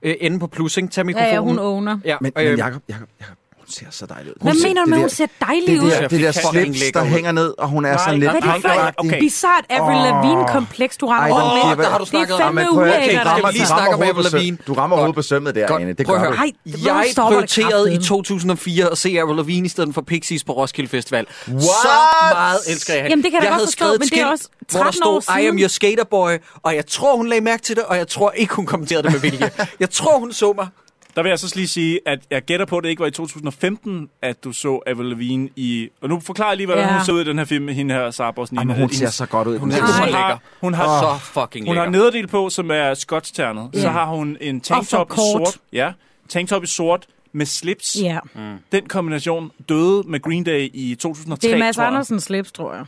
Speaker 1: øh, ende på plus, ikke? Tag
Speaker 6: Ja,
Speaker 1: mikrofonen.
Speaker 6: ja, hun owner.
Speaker 1: Ja,
Speaker 8: Men,
Speaker 1: øh,
Speaker 8: men Jacob, Jacob, Jacob, hun ser så dejlig ud.
Speaker 6: Hvad
Speaker 8: ser-
Speaker 6: mener du
Speaker 8: det
Speaker 6: med,
Speaker 8: der-
Speaker 6: hun ser dejlig
Speaker 8: det
Speaker 6: ud?
Speaker 8: Der, det der
Speaker 1: Fucking
Speaker 8: slips,
Speaker 1: lækker
Speaker 8: der
Speaker 1: ud.
Speaker 8: hænger ned, og hun er sådan lidt
Speaker 6: Hvad er det for et
Speaker 8: punkagtig.
Speaker 6: bizarrt Avril
Speaker 8: Åh.
Speaker 6: Lavigne-kompleks, du har?
Speaker 8: Ej, den
Speaker 6: Åh,
Speaker 8: giver-
Speaker 1: der har du snakket
Speaker 6: Det er fandme
Speaker 8: Jamen, prøv at-
Speaker 6: ulækkert.
Speaker 8: okay, du
Speaker 1: Skal vi
Speaker 8: rammer-
Speaker 1: lige
Speaker 8: du rammer
Speaker 1: snakke om
Speaker 8: hovedet på
Speaker 1: Avril
Speaker 8: søm-
Speaker 1: Lavigne?
Speaker 8: Du rammer hovedet på sømmet der,
Speaker 1: Godt.
Speaker 8: Anne. Det
Speaker 1: Prøv
Speaker 8: gør
Speaker 1: at
Speaker 8: du.
Speaker 1: høre.
Speaker 6: Ej, det må
Speaker 1: jeg
Speaker 6: du stoppe, hvor er det
Speaker 1: prioriterede i
Speaker 6: kraftedeme.
Speaker 1: 2004 at se Avril Lavigne i stedet for Pixies på Roskilde Festival. What? Så meget elsker jeg hende.
Speaker 6: Jamen, det kan jeg da
Speaker 1: jeg
Speaker 6: godt
Speaker 1: havde
Speaker 6: forstå,
Speaker 1: skrevet et
Speaker 6: men det er
Speaker 1: skilt,
Speaker 6: også
Speaker 1: hvor der
Speaker 6: 13 år
Speaker 1: stod, I am
Speaker 6: siden."
Speaker 1: your skaterboy, og jeg tror, hun lagde mærke til det, og jeg tror ikke, hun kommenterede det med vilje. jeg tror, hun så mig.
Speaker 7: Der vil jeg så lige sige, at jeg gætter på, at det ikke var i 2015, at du så Avril Lavigne i... Og nu forklarer jeg lige, hvordan
Speaker 6: Ja.
Speaker 7: ja. hun så ud i den her film med hende her, Sara Bosnina.
Speaker 8: Jamen, hun ser så godt ud. i
Speaker 1: Hun
Speaker 8: den
Speaker 1: er
Speaker 8: her
Speaker 1: så
Speaker 8: scene.
Speaker 1: lækker.
Speaker 7: Hun har,
Speaker 1: så fucking
Speaker 7: hun har
Speaker 1: lækker.
Speaker 7: nederdel på, som er skotsternet.
Speaker 6: Ja.
Speaker 7: Så har hun en
Speaker 6: Og
Speaker 7: tanktop
Speaker 6: for
Speaker 7: i
Speaker 6: kort.
Speaker 7: sort. Ja, tanktop i sort med slips.
Speaker 6: Ja.
Speaker 7: Den kombination døde med Green Day i 2003,
Speaker 6: Det er Mads
Speaker 7: tror jeg.
Speaker 6: Andersens slips, tror jeg.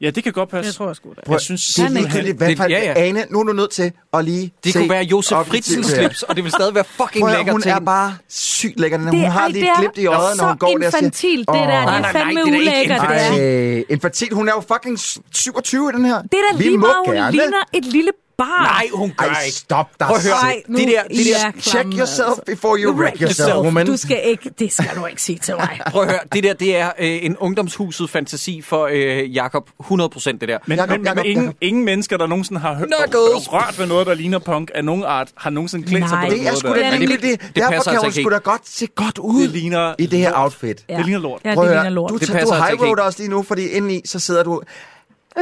Speaker 7: Ja, det kan godt passe.
Speaker 6: Det tror jeg sgu da.
Speaker 8: Prøv,
Speaker 7: Jeg synes
Speaker 8: det er
Speaker 7: simpelthen-
Speaker 8: ligegyldigt, hvad
Speaker 1: Det-
Speaker 8: for
Speaker 1: ja,
Speaker 8: ja,
Speaker 1: ja.
Speaker 8: ja. Ane, nu er du nødt til at lige
Speaker 1: Det
Speaker 8: se
Speaker 1: kunne være Josef
Speaker 8: objektivt
Speaker 1: Fritzens
Speaker 8: her.
Speaker 1: slips, og det vil stadig være fucking
Speaker 8: Prøv at,
Speaker 1: lækker
Speaker 8: høre, hun
Speaker 1: til
Speaker 8: er
Speaker 1: hende.
Speaker 8: bare sygt lækker. Den.
Speaker 6: Det
Speaker 8: Hun
Speaker 6: er-
Speaker 8: har
Speaker 6: ej,
Speaker 8: lige
Speaker 6: det
Speaker 8: et
Speaker 6: er
Speaker 8: glimt i øjet, når
Speaker 6: så
Speaker 8: hun går der. og siger,
Speaker 6: infantilt, det der.
Speaker 8: "Åh,
Speaker 6: Det er fandme ulækkert, det er.
Speaker 8: Ej, infantil. Hun er jo fucking 27 i den her.
Speaker 6: Det er da
Speaker 8: Vi
Speaker 6: lige
Speaker 8: må
Speaker 6: meget, hun
Speaker 8: gerne.
Speaker 6: ligner et lille barn.
Speaker 1: Nej, hun gør
Speaker 8: Ej,
Speaker 1: ikke.
Speaker 8: stop dig
Speaker 1: Prøv at høre.
Speaker 8: selv.
Speaker 6: Ej, nu-
Speaker 1: det der, det der,
Speaker 6: Ja,
Speaker 8: Check
Speaker 6: klamme,
Speaker 8: yourself before you wreck yourself,
Speaker 6: Self.
Speaker 8: woman.
Speaker 6: Du skal ikke, det skal du ikke sige til mig.
Speaker 1: Prøv at høre, det der, det er øh, en ungdomshuset fantasi for øh, Jakob. 100% det der.
Speaker 7: Men,
Speaker 8: Jakob,
Speaker 7: Jacob, men,
Speaker 8: Jakob,
Speaker 7: men ingen,
Speaker 8: Jakob.
Speaker 7: ingen mennesker, der nogensinde har hørt
Speaker 1: Knuckles.
Speaker 7: rørt ved noget, der ligner punk af nogen art, har nogensinde klædt sig
Speaker 6: Nej.
Speaker 7: på den
Speaker 8: Det er
Speaker 7: måde.
Speaker 8: sgu
Speaker 7: der.
Speaker 8: da
Speaker 6: Det er
Speaker 8: nemlig
Speaker 1: nemlig-
Speaker 8: det.
Speaker 1: det passer
Speaker 8: Derfor kan
Speaker 1: altså
Speaker 8: hun
Speaker 1: ikke
Speaker 8: sgu da godt se godt ud
Speaker 7: Det ligner
Speaker 8: i det her outfit.
Speaker 7: Det ligner lort.
Speaker 6: Ja, det
Speaker 8: Prøv at
Speaker 6: ligner
Speaker 8: høre,
Speaker 6: lort.
Speaker 8: du,
Speaker 1: Det
Speaker 8: tager, du
Speaker 1: passer altså ikke
Speaker 8: highroader
Speaker 1: helt.
Speaker 8: også lige nu, fordi indeni, så sidder du...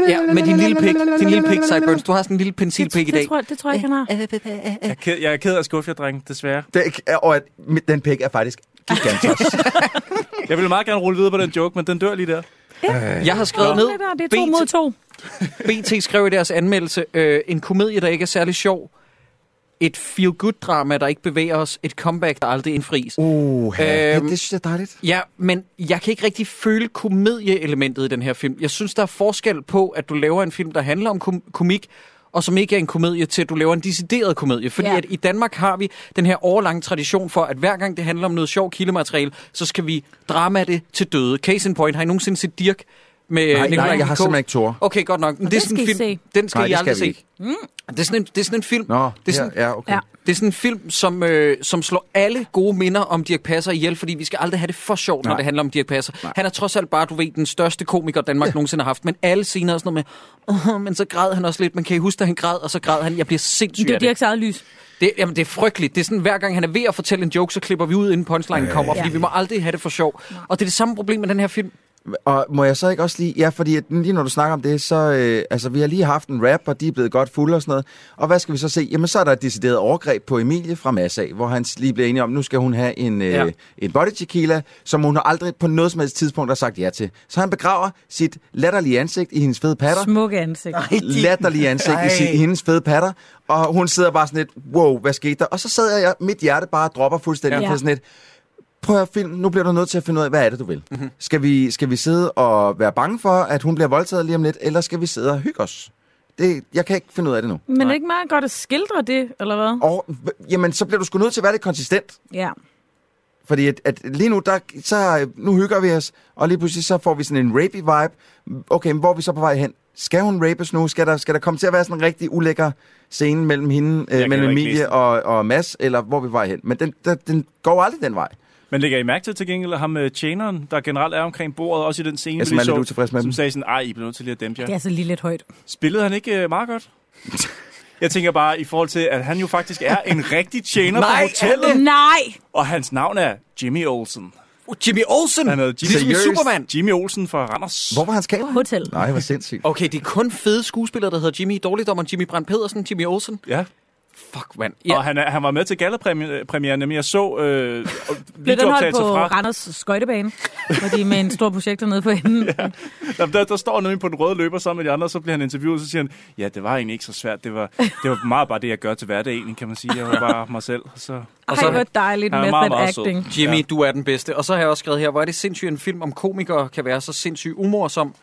Speaker 1: Ja, med din lille pik, din lille pik, Cyburns. Du har sådan en lille pensilpik i
Speaker 6: det,
Speaker 1: dag.
Speaker 6: tror, det tror jeg ikke, han har.
Speaker 7: Jeg er ked, jeg er ked af at skuffe jer, dreng, desværre.
Speaker 8: Det, er- øh, og at mit- den pik er faktisk gigantisk.
Speaker 7: Jeg ville meget gerne rulle videre på den joke, men den dør lige der.
Speaker 1: Jeg har skrevet
Speaker 6: Det, der, det er to
Speaker 1: ned,
Speaker 6: mod to.
Speaker 1: BT skrev i deres anmeldelse, øh, en komedie, der ikke er særlig sjov, et feel-good-drama, der ikke bevæger os, et comeback, der aldrig indfries. Uh.
Speaker 8: Uh, det,
Speaker 1: Øhm,
Speaker 8: det synes jeg er dejligt.
Speaker 1: Ja, men jeg kan ikke rigtig føle komedieelementet i den her film. Jeg synes, der er forskel på, at du laver en film, der handler om kom- komik, og som ikke er en komedie, til at du laver en decideret komedie. Fordi
Speaker 6: Ja.
Speaker 1: ja. at i Danmark har vi den her årlange tradition for, at hver gang det handler om noget sjovt kildemateriale, så skal vi drama det til døde. Case in point, har I nogensinde set Dirk? Med
Speaker 8: Nej,
Speaker 1: Nikolaj
Speaker 8: nej, jeg har
Speaker 1: Kost?
Speaker 8: simpelthen ikke tor.
Speaker 1: Okay, godt nok. Men det,
Speaker 6: den
Speaker 1: er sådan en
Speaker 6: skal I
Speaker 1: film, Den skal
Speaker 8: Nej,
Speaker 1: I
Speaker 8: det skal
Speaker 1: aldrig
Speaker 8: vi
Speaker 1: se. Mm.
Speaker 8: ikke.
Speaker 1: Det er, sådan en, det er sådan en film.
Speaker 8: Nå,
Speaker 1: det er sådan,
Speaker 8: ja, ja, okay.
Speaker 6: Ja.
Speaker 1: det er sådan en film, som, øh, som slår alle gode minder om Dirk Passer ihjel, fordi vi skal aldrig have det for sjovt, når
Speaker 8: Nej.
Speaker 1: det handler om Dirk Passer. Nej. Han er trods alt bare, du ved, den største komiker, Danmark ja. nogensinde har haft, men alle scener er sådan noget med, "Åh," men så græd han også lidt, men kan I huske, at han græd, og så græd han, jeg bliver sindssyg
Speaker 6: Det er
Speaker 1: af det.
Speaker 6: Dirks eget lys.
Speaker 1: det. Jamen, det er frygteligt. Det er sådan, hver gang han er ved at fortælle en joke, så klipper vi ud, inden punchline øh, kommer, fordi
Speaker 6: Ja.
Speaker 1: vi må aldrig have det for sjov. Og det er det samme problem med den her film.
Speaker 8: Og må jeg så ikke også lige... Ja, fordi at lige når du snakker om det, så... Øh, altså, vi har lige haft en rap, og de er blevet godt fulde og sådan noget. Og hvad skal vi så se? Jamen, så er der et decideret overgreb på Emilie fra Massa, hvor han lige bliver enige om, nu skal hun have en, øh,
Speaker 1: Ja.
Speaker 8: ja. en body tequila, som hun aldrig på noget som helst tidspunkt har sagt ja til. Så han begraver sit latterlige ansigt i hendes fede patter.
Speaker 6: Smukke ansigt.
Speaker 8: Ah, latterlige ansigt i, sin, i hendes fede patter, og hun sidder bare sådan lidt, wow, hvad skete der? Og så sad jeg, mit hjerte bare dropper fuldstændig
Speaker 6: Ja.
Speaker 8: ja. på sådan lidt, prøv at høre, film, nu bliver du nødt til at finde ud af, hvad er det, du vil? Mm-hmm. Skal, vi, skal vi sidde og være bange for, at hun bliver voldtaget lige om lidt, eller skal vi sidde og hygge os? Det, jeg kan ikke finde ud af det nu.
Speaker 6: Men Nej. det er ikke meget godt at skildre det, eller hvad?
Speaker 8: Og, jamen, så bliver du sgu nødt til at være lidt konsistent.
Speaker 6: Ja.
Speaker 8: Fordi at, at lige nu, der, så, øh, nu hygger vi os, og lige pludselig så får vi sådan en rapey vibe. Okay, men hvor er vi så på vej hen? Skal hun rapes nu? Skal der, skal der komme til at være sådan en rigtig ulækker scene mellem hende,
Speaker 7: Jeg
Speaker 8: øh,
Speaker 7: kan
Speaker 8: mellem
Speaker 7: heller ikke læse
Speaker 8: Emilie og, og Mads, eller hvor er vi på vej hen? Men den, den, den går aldrig den vej.
Speaker 7: Men lægger I mærke til til gengæld ham med tjeneren, der generelt er omkring bordet, også i den scene,
Speaker 8: Ja, som
Speaker 7: vi
Speaker 8: er lidt
Speaker 7: lige så,
Speaker 8: utilfreds med
Speaker 7: som
Speaker 8: dem.
Speaker 7: sagde sådan, ej, I bliver nødt til lige at dæmpe jer.
Speaker 6: Det er altså lige lidt højt.
Speaker 7: Spillede han ikke øh, meget godt? Jeg tænker bare i forhold til, at han jo faktisk er en rigtig tjener på
Speaker 6: Nej, er det?
Speaker 7: hotellet.
Speaker 6: Nej!
Speaker 7: Og hans navn er Jimmy Olsen.
Speaker 1: Uh, Jimmy Olsen?
Speaker 7: Han hedder Jimmy,
Speaker 1: Ligesom i Seriøst? Superman?
Speaker 7: Jimmy Olsen fra Randers.
Speaker 8: Hvor var hans kamera?
Speaker 6: Hotel.
Speaker 8: Nej, hvor sindssygt.
Speaker 1: Okay, det er kun fede skuespillere, der hedder Jimmy. Dårligdommeren Jimmy Brandt Pedersen, Jimmy Olsen.
Speaker 7: Ja.
Speaker 1: Fuck, mand.
Speaker 7: Ja. Og han, er- han var med til gallapremieren, nemlig jeg så øh,
Speaker 6: Blev den holdt
Speaker 7: videooptagelser
Speaker 6: på
Speaker 7: fra.
Speaker 6: Randers skøjtebane, hvor de er med en stor projekt nede på enden. Ja.
Speaker 7: Der, der, der står han nemlig på den røde løber sammen med de andre, og så bliver han interviewet, og så siger han, ja, det var egentlig ikke så svært. Det var, det var meget bare det, jeg gør til hverdag egentlig, kan man sige. Jeg var bare mig selv. Og så,
Speaker 6: Og så- Ej, hvor dejligt
Speaker 7: Han er
Speaker 6: method
Speaker 7: sød.
Speaker 6: acting.
Speaker 1: Jimmy, ja. du er den bedste. Og så har jeg også skrevet her, hvor er det sindssygt, en film om komikere kan være så sindssygt umorsom,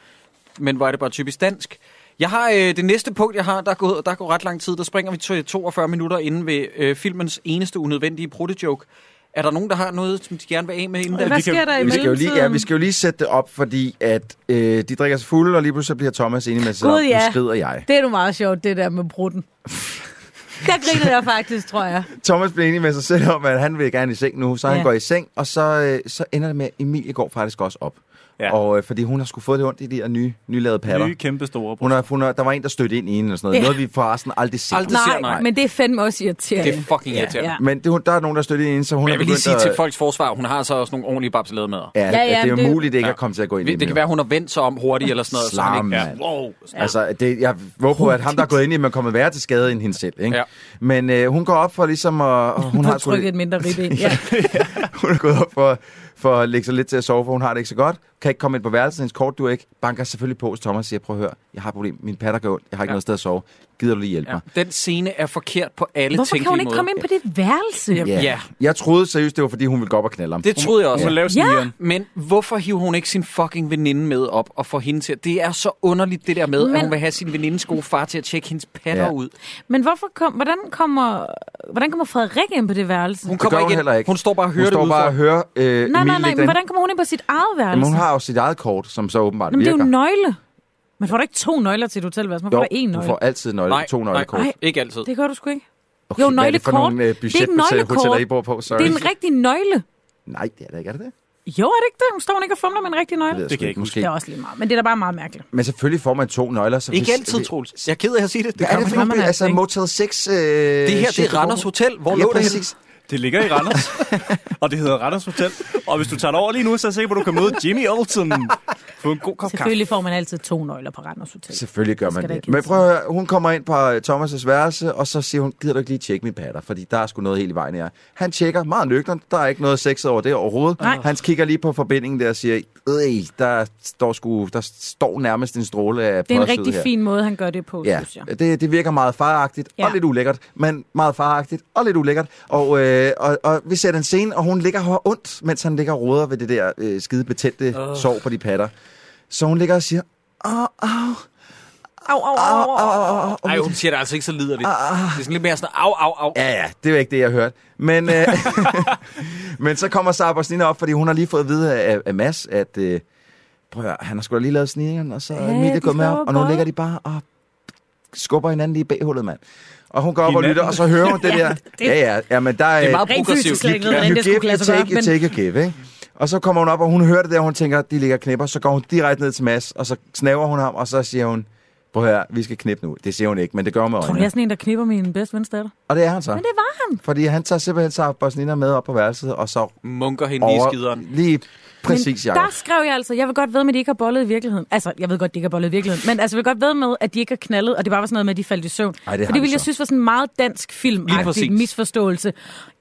Speaker 1: men hvor er det bare typisk dansk. Jeg har øh, det næste punkt, jeg har, der går, der går ret lang tid. Der springer vi til 42 minutter inden ved øh, filmens eneste unødvendige pruttejoke. Er der nogen, der har noget, som de gerne vil af med inden?
Speaker 6: Hvad sker der i
Speaker 8: vi skal, jo lige, ja,
Speaker 6: mellemtiden?
Speaker 8: vi skal jo lige sætte det op, fordi at øh, de drikker sig fulde, og lige pludselig så bliver Thomas enig med sig selv.
Speaker 6: Gud,
Speaker 8: om,
Speaker 6: ja.
Speaker 8: Nu skrider jeg.
Speaker 6: Det er nu meget sjovt, det der med brutten. Der griner jeg faktisk, tror jeg.
Speaker 8: Thomas bliver enig med sig selv om, at han vil gerne i seng nu, så ja.
Speaker 6: Ja.
Speaker 8: han går i seng, og så, øh, så ender det med, at Emilie går faktisk også op.
Speaker 7: Ja.
Speaker 8: Ja. Og øh, fordi hun har sgu fået det ondt i de her nye, nylavede patter.
Speaker 7: Nye, kæmpe store
Speaker 8: hun har, hun har, der var en, der stødte ind i hende og sådan noget.
Speaker 6: Ja.
Speaker 8: Ja. Noget, vi forresten aldrig ser.
Speaker 6: nej, men det er fandme også irriterende.
Speaker 1: Det er fucking irriterende.
Speaker 6: Ja, ja.
Speaker 8: Men det, der er nogen, der støttede ind, så hun
Speaker 1: Men
Speaker 8: er
Speaker 1: jeg vil lige
Speaker 8: begyndt
Speaker 1: sige
Speaker 8: at,
Speaker 1: til folks forsvar, hun har så også nogle ordentlige babselede med.
Speaker 8: Ja, ja, ja, det er
Speaker 6: men det-
Speaker 8: jo muligt ikke ja. at komme til at gå ind i
Speaker 1: Det, det kan være, hun har vendt sig om hurtigt eller sådan noget. så han
Speaker 8: Slam,
Speaker 1: ikke-
Speaker 8: mand.
Speaker 1: Wow.
Speaker 8: Ja. Altså, det, jeg håber på, at ham, der er gået ind i, man kommer værre til skade end hende selv. Ikke?
Speaker 1: Ja.
Speaker 8: Men øh, hun går op for ligesom at... Og hun,
Speaker 6: Hun
Speaker 8: har,
Speaker 6: har
Speaker 8: sgu lidt-
Speaker 6: trykket et mindre ribben. Ja.
Speaker 8: hun er gået op for, for at lægge sig lidt til at sove, for hun har det ikke så godt. Kan ikke komme ind på værelset, hendes kort du ikke. Banker selvfølgelig på, hos Thomas og siger, prøv at høre, jeg har et problem. Min patter går ondt, jeg har ikke
Speaker 1: Ja.
Speaker 8: ja. noget sted at sove. Gider du lige hjælpe ja. mig?
Speaker 1: Den scene er forkert på alle
Speaker 6: Hvorfor kan
Speaker 1: tænkelige
Speaker 6: hun ikke
Speaker 1: måder.
Speaker 6: komme ind på det værelse?
Speaker 1: Ja.
Speaker 8: Jeg troede seriøst, det var, fordi hun ville gå op og knalde ham.
Speaker 1: Det troede jeg også.
Speaker 7: Hun laver
Speaker 6: Ja.
Speaker 7: snigeren.
Speaker 1: Men hvorfor hiver hun ikke sin fucking veninde med op og får hende til at... Det er så underligt, det der med, Men... at
Speaker 6: Men-
Speaker 1: hun vil have sin venindes gode far til at tjekke hendes patter ja.
Speaker 8: Ja.
Speaker 1: ud.
Speaker 6: Men hvorfor kom, hvordan, kommer, hvordan kommer Frederik ind på det værelse?
Speaker 1: Hun
Speaker 8: det
Speaker 1: kommer
Speaker 8: gør hun
Speaker 1: ikke
Speaker 8: heller
Speaker 1: ind.
Speaker 8: ikke.
Speaker 1: Hun står bare og
Speaker 8: Hun
Speaker 1: hører det
Speaker 8: står bare og
Speaker 1: udenfor.
Speaker 8: hører øh, Emilie
Speaker 6: Nej, nej, nej,
Speaker 8: lægge
Speaker 6: men
Speaker 8: den-
Speaker 6: hvordan kommer hun ind på sit eget værelse?
Speaker 8: Jamen, hun har jo sit eget kort, som så åbenbart
Speaker 6: Jamen, det er
Speaker 8: virker.
Speaker 6: jo nøgle. Man får da ikke to nøgler til et hotelværelse, man får da én
Speaker 8: du
Speaker 6: nøgle.
Speaker 8: får altid nøgle,
Speaker 1: Nej,
Speaker 8: to
Speaker 1: nej,
Speaker 8: nøglekort.
Speaker 6: nej.
Speaker 1: Ikke altid.
Speaker 6: Det gør du sgu ikke.
Speaker 8: Okay,
Speaker 6: jo,
Speaker 8: hvad er det for
Speaker 6: nøglekort.
Speaker 8: nogle øh,
Speaker 6: det er ikke nøglekort.
Speaker 8: budgethoteller, I bor på? Sorry.
Speaker 6: Det er en rigtig nøgle.
Speaker 8: Nej, det er det ikke. Er det det?
Speaker 6: Jo, er det ikke det? Hun står hun ikke og fumler med en rigtig nøgle?
Speaker 8: ved
Speaker 7: Det kan jeg ikke
Speaker 8: måske.
Speaker 6: Det er også lige meget, men det er da bare meget mærkeligt.
Speaker 8: Men selvfølgelig får man to nøgler. Så
Speaker 1: Ikke
Speaker 8: hvis-
Speaker 1: altid,
Speaker 8: det-
Speaker 1: Troels. Jeg er ked af at sige det. Det,
Speaker 8: Hvad er det for
Speaker 6: man
Speaker 8: nogle
Speaker 6: altså
Speaker 8: altså
Speaker 6: ikke.
Speaker 8: Motel 6? Øh, det
Speaker 1: det her, det er Randers Hotel. Hvor
Speaker 8: Ja,
Speaker 1: lå det henne?
Speaker 8: præcis.
Speaker 7: Det ligger i Randers, og det hedder Randers Hotel. Og hvis du tager det over lige nu, så er jeg sikker på, at du kan møde Jimmy Olsen på en god kop kaffe.
Speaker 6: Selvfølgelig får man altid to nøgler på Randers Hotel.
Speaker 8: Selvfølgelig gør
Speaker 6: Skal
Speaker 8: man
Speaker 6: der
Speaker 8: det.
Speaker 6: ikke
Speaker 8: Men prøv at høre, hun kommer ind på øh, Thomas' værelse, og så siger hun, gider du ikke lige tjekke min patter, fordi der er sgu noget helt i vejen her. Han tjekker meget nøgternt, der er ikke noget sexet over det overhovedet.
Speaker 6: Nej.
Speaker 8: Han kigger lige på forbindingen der og siger, "Øj, der står, sgu, der står nærmest en stråle af
Speaker 6: Det er en
Speaker 8: pus ud
Speaker 6: rigtig
Speaker 8: her."
Speaker 6: fin måde, han gør det på,
Speaker 8: Ja,
Speaker 6: synes jeg.
Speaker 8: det, det virker meget faragtigt ja.
Speaker 6: Ja.
Speaker 8: og lidt ulækkert, men meget faragtigt og lidt ulækkert. Og, øh, og, og vi ser den scene, og hun ligger her ondt, mens han ligger og roder ved det der øh, skide betændte oh. sår på de patter. Så hun ligger og siger, au, au,
Speaker 6: Au, au, au, au.
Speaker 8: au, au, au.
Speaker 1: Ej, hun siger det altså ikke så liderligt. Det er sådan lidt mere sådan, au, au, au.
Speaker 8: Ja, ja, det var ikke det, jeg hørte. Men, øh, men så kommer Sara Bosnina op, fordi hun har lige fået at vide af, af Mads, at øh, prøv at høre, han har sgu da lige lavet snigeren, og så er
Speaker 6: Ja,
Speaker 8: Emilie
Speaker 6: de
Speaker 8: gået med
Speaker 6: slår
Speaker 8: op, og nu
Speaker 6: bare.
Speaker 8: ligger de bare og skubber hinanden lige i baghullet, mand. Og hun går op og
Speaker 7: Hinanden?
Speaker 8: lytter, og så hører hun det der. Ja, ja, ja, men der er...
Speaker 1: Det er meget
Speaker 6: Rent
Speaker 1: progressivt.
Speaker 6: fysisk slet ikke ved, hvordan
Speaker 8: you
Speaker 6: det skulle
Speaker 8: give,
Speaker 6: kunne
Speaker 8: you
Speaker 6: lade sig
Speaker 8: take,
Speaker 6: gøre,
Speaker 8: you
Speaker 6: men
Speaker 8: take, you give, ikke? Og så kommer hun op, og hun hører det der, og hun tænker, de ligger og knipper. Så går hun direkte ned til Mads, og så snaver hun ham, og så siger hun, prøv her, vi skal knippe nu. Det siger hun ikke, men det gør hun med
Speaker 6: tror du, jeg er
Speaker 8: øjnene.
Speaker 6: sådan en, der knipper min bedste vens datter?
Speaker 8: Og det er han så.
Speaker 6: Men det var han.
Speaker 8: Fordi han tager simpelthen så Bosnina med op på værelset, og så
Speaker 1: Munker hende lige i
Speaker 8: over...
Speaker 1: skideren.
Speaker 8: Lige præcis,
Speaker 6: men der
Speaker 8: Jacob.
Speaker 6: skrev jeg altså, jeg vil godt ved med, at de ikke har bollet i virkeligheden. Altså, jeg ved godt, de ikke har bollet i virkeligheden, men altså, jeg vil godt ved med, at de ikke har knaldet, og det bare var sådan noget med, at de faldt i søvn.
Speaker 8: Ej, det har
Speaker 6: For det
Speaker 8: de
Speaker 6: ville jeg
Speaker 8: så.
Speaker 6: synes var sådan en meget dansk film
Speaker 1: Lige præcis.
Speaker 6: misforståelse.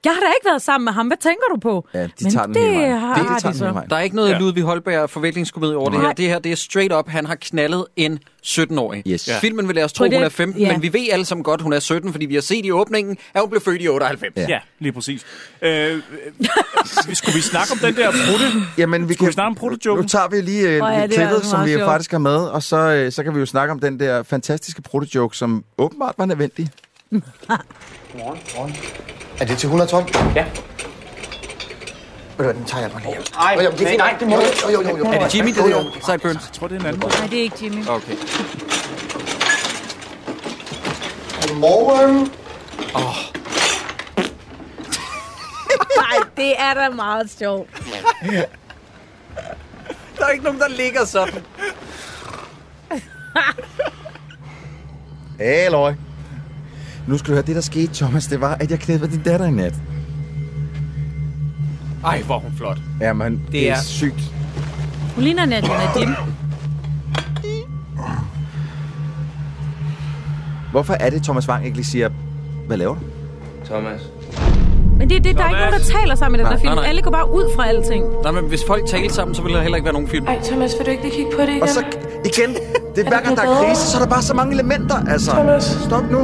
Speaker 6: Jeg har da ikke været sammen med ham, hvad tænker du på?
Speaker 8: Ja, de
Speaker 6: men
Speaker 8: tager den
Speaker 6: det
Speaker 8: hele vejen.
Speaker 6: har
Speaker 8: Det- de tager
Speaker 6: de
Speaker 8: den
Speaker 6: så.
Speaker 8: hele vejen.
Speaker 1: Der er ikke noget ja.
Speaker 7: Ja.
Speaker 1: Ludvig Holberg forviklingskomedie over det
Speaker 6: Nej.
Speaker 1: her. Det her, det er straight up. Han har knaldet en 17-årig.
Speaker 8: Yes. Ja.
Speaker 1: Filmen vil lade os tro,
Speaker 6: Tror I det?
Speaker 1: hun er 15,
Speaker 6: Ja.
Speaker 1: men vi ved alle sammen godt, hun er 17, fordi vi har set i åbningen, at hun blev født i 98.
Speaker 7: Ja, lige præcis. Øh, øh, skulle vi snakke om den der brutte
Speaker 8: Jamen, vi
Speaker 7: Skulle
Speaker 8: kan,
Speaker 7: vi snakke om protojoken?
Speaker 8: Nu tager vi lige øh,
Speaker 7: Åh, ja, det er
Speaker 8: klippet,
Speaker 7: altså
Speaker 8: som
Speaker 7: meget
Speaker 8: vi
Speaker 7: sjovt.
Speaker 8: faktisk har med, og så, øh, så kan vi jo snakke om den der fantastiske protojoke, som åbenbart var nødvendig.
Speaker 2: Godmorgen. Er det til 112? Ja. Ved du hvad, den tager jeg bare lige.
Speaker 4: Ej,
Speaker 2: Jo, jo, det er fint. Nej, det må du ikke. Jo, jo, jo, jo.
Speaker 1: Er det Jimmy, det
Speaker 2: Jo, jo.
Speaker 1: hedder? Sideburns? Jeg
Speaker 7: tror, det er en anden.
Speaker 6: Nej, det er ikke Jimmy.
Speaker 1: Okay.
Speaker 2: Godmorgen.
Speaker 1: Oh,
Speaker 6: Nej, det er da meget sjovt.
Speaker 1: der er ikke nogen, der ligger sådan.
Speaker 8: Halløj. Nu skal du høre, det der skete, Thomas, det var, at jeg knæppede din datter i nat.
Speaker 1: Ej, hvor er hun flot.
Speaker 8: Jamen, det, det er,
Speaker 1: er-
Speaker 8: er sygt.
Speaker 6: Hun ligner Nadia Nadim.
Speaker 8: Hvorfor er det, Thomas Wang ikke lige siger, hvad laver du?
Speaker 11: Thomas.
Speaker 6: Men det er det, der er ikke nogen, der taler sammen i den
Speaker 1: Nej,
Speaker 6: der film.
Speaker 1: nej, nej.
Speaker 6: Alle går bare ud fra alting.
Speaker 1: Nej, men hvis folk talte sammen, så ville der heller ikke være nogen film.
Speaker 14: Ej, Thomas, vil du ikke lige kigge på det igen?
Speaker 8: Og så igen, det er hver gang, der er
Speaker 14: blevet
Speaker 8: krise, så er der bare så mange elementer, altså.
Speaker 14: Thomas.
Speaker 8: Stop nu.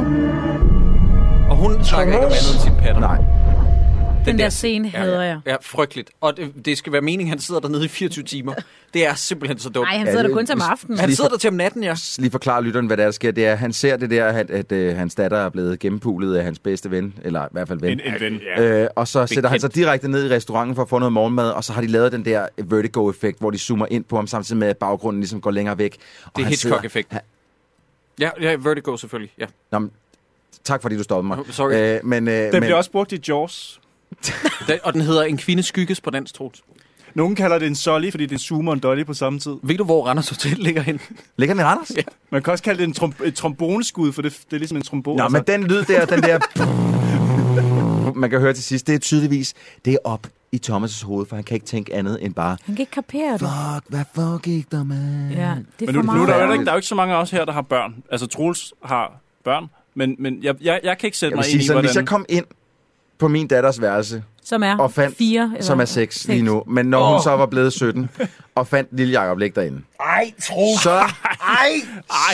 Speaker 1: Og hun snakker ikke om andet end sin patter.
Speaker 8: Nej.
Speaker 6: Den, den der scene hader jeg.
Speaker 1: Ja, frygteligt. Og det, det skal være meningen, han sidder dernede i 24 timer. Det er simpelthen så dumt.
Speaker 6: Nej, han
Speaker 8: Ja,
Speaker 6: sidder
Speaker 8: det-
Speaker 6: der kun til om
Speaker 8: hvis-
Speaker 6: aftenen.
Speaker 1: Han sidder der til om natten, ja.
Speaker 8: Lige forklare lytteren, hvad der, er, der sker. Det er, at han ser det der, at, at øh, hans datter er blevet gennempulet af hans bedste ven, eller i hvert fald ven.
Speaker 7: En, en ven.
Speaker 8: Øh, og så sætter han sig direkte ned i restauranten for at få noget morgenmad, og så har de lavet den der vertigo-effekt, hvor de zoomer ind på ham samtidig med, at baggrunden ligesom går længere væk. Og
Speaker 1: Det er
Speaker 8: han sidder-
Speaker 1: Hitchcock-effekten. Ja, ja, Vertigo selvfølgelig, ja.
Speaker 8: Nå, men, tak fordi du stoppede mig.
Speaker 1: Oh, sorry.
Speaker 8: Øh, men, øh,
Speaker 7: Den
Speaker 8: men,
Speaker 7: bliver også brugt i Jaws.
Speaker 1: Den, og den hedder En kvinde skygges på dansk trot.
Speaker 7: Nogen kalder det en solly, fordi det er en zoomer og en dolly på samme tid.
Speaker 1: Ved du, hvor Randers Hotel ligger hen?
Speaker 8: Ligger den i Randers?
Speaker 7: Man kan også kalde det en trom- et tromboneskud, for det, det er ligesom en trombone.
Speaker 8: Nå, men den lyd der, den der... Man kan høre til sidst, det er tydeligvis, det er op i Thomas' hoved, for han kan ikke tænke andet end bare,
Speaker 6: Han kan ikke kapere det.
Speaker 8: fuck, hvad foregik der, mand?
Speaker 6: Ja, det er
Speaker 7: Men
Speaker 6: for
Speaker 7: nu, nu er
Speaker 6: meget.
Speaker 7: der, jo heller ikke, der er jo ikke så mange af os her, der har børn. Altså, Troels har børn, men, men jeg, jeg, jeg kan ikke sætte
Speaker 8: Jeg
Speaker 7: mig ind
Speaker 8: vil sige
Speaker 7: i,
Speaker 8: sådan,
Speaker 7: hvordan...
Speaker 8: hvis jeg kom ind på min datters værelse,
Speaker 6: Som er
Speaker 8: og fandt,
Speaker 6: fire. Eller?
Speaker 8: som er seks lige nu, men når hun så var blevet 17, og fandt lille Jacob ligge derinde,
Speaker 2: Ej, tro.
Speaker 8: så,
Speaker 2: Ej.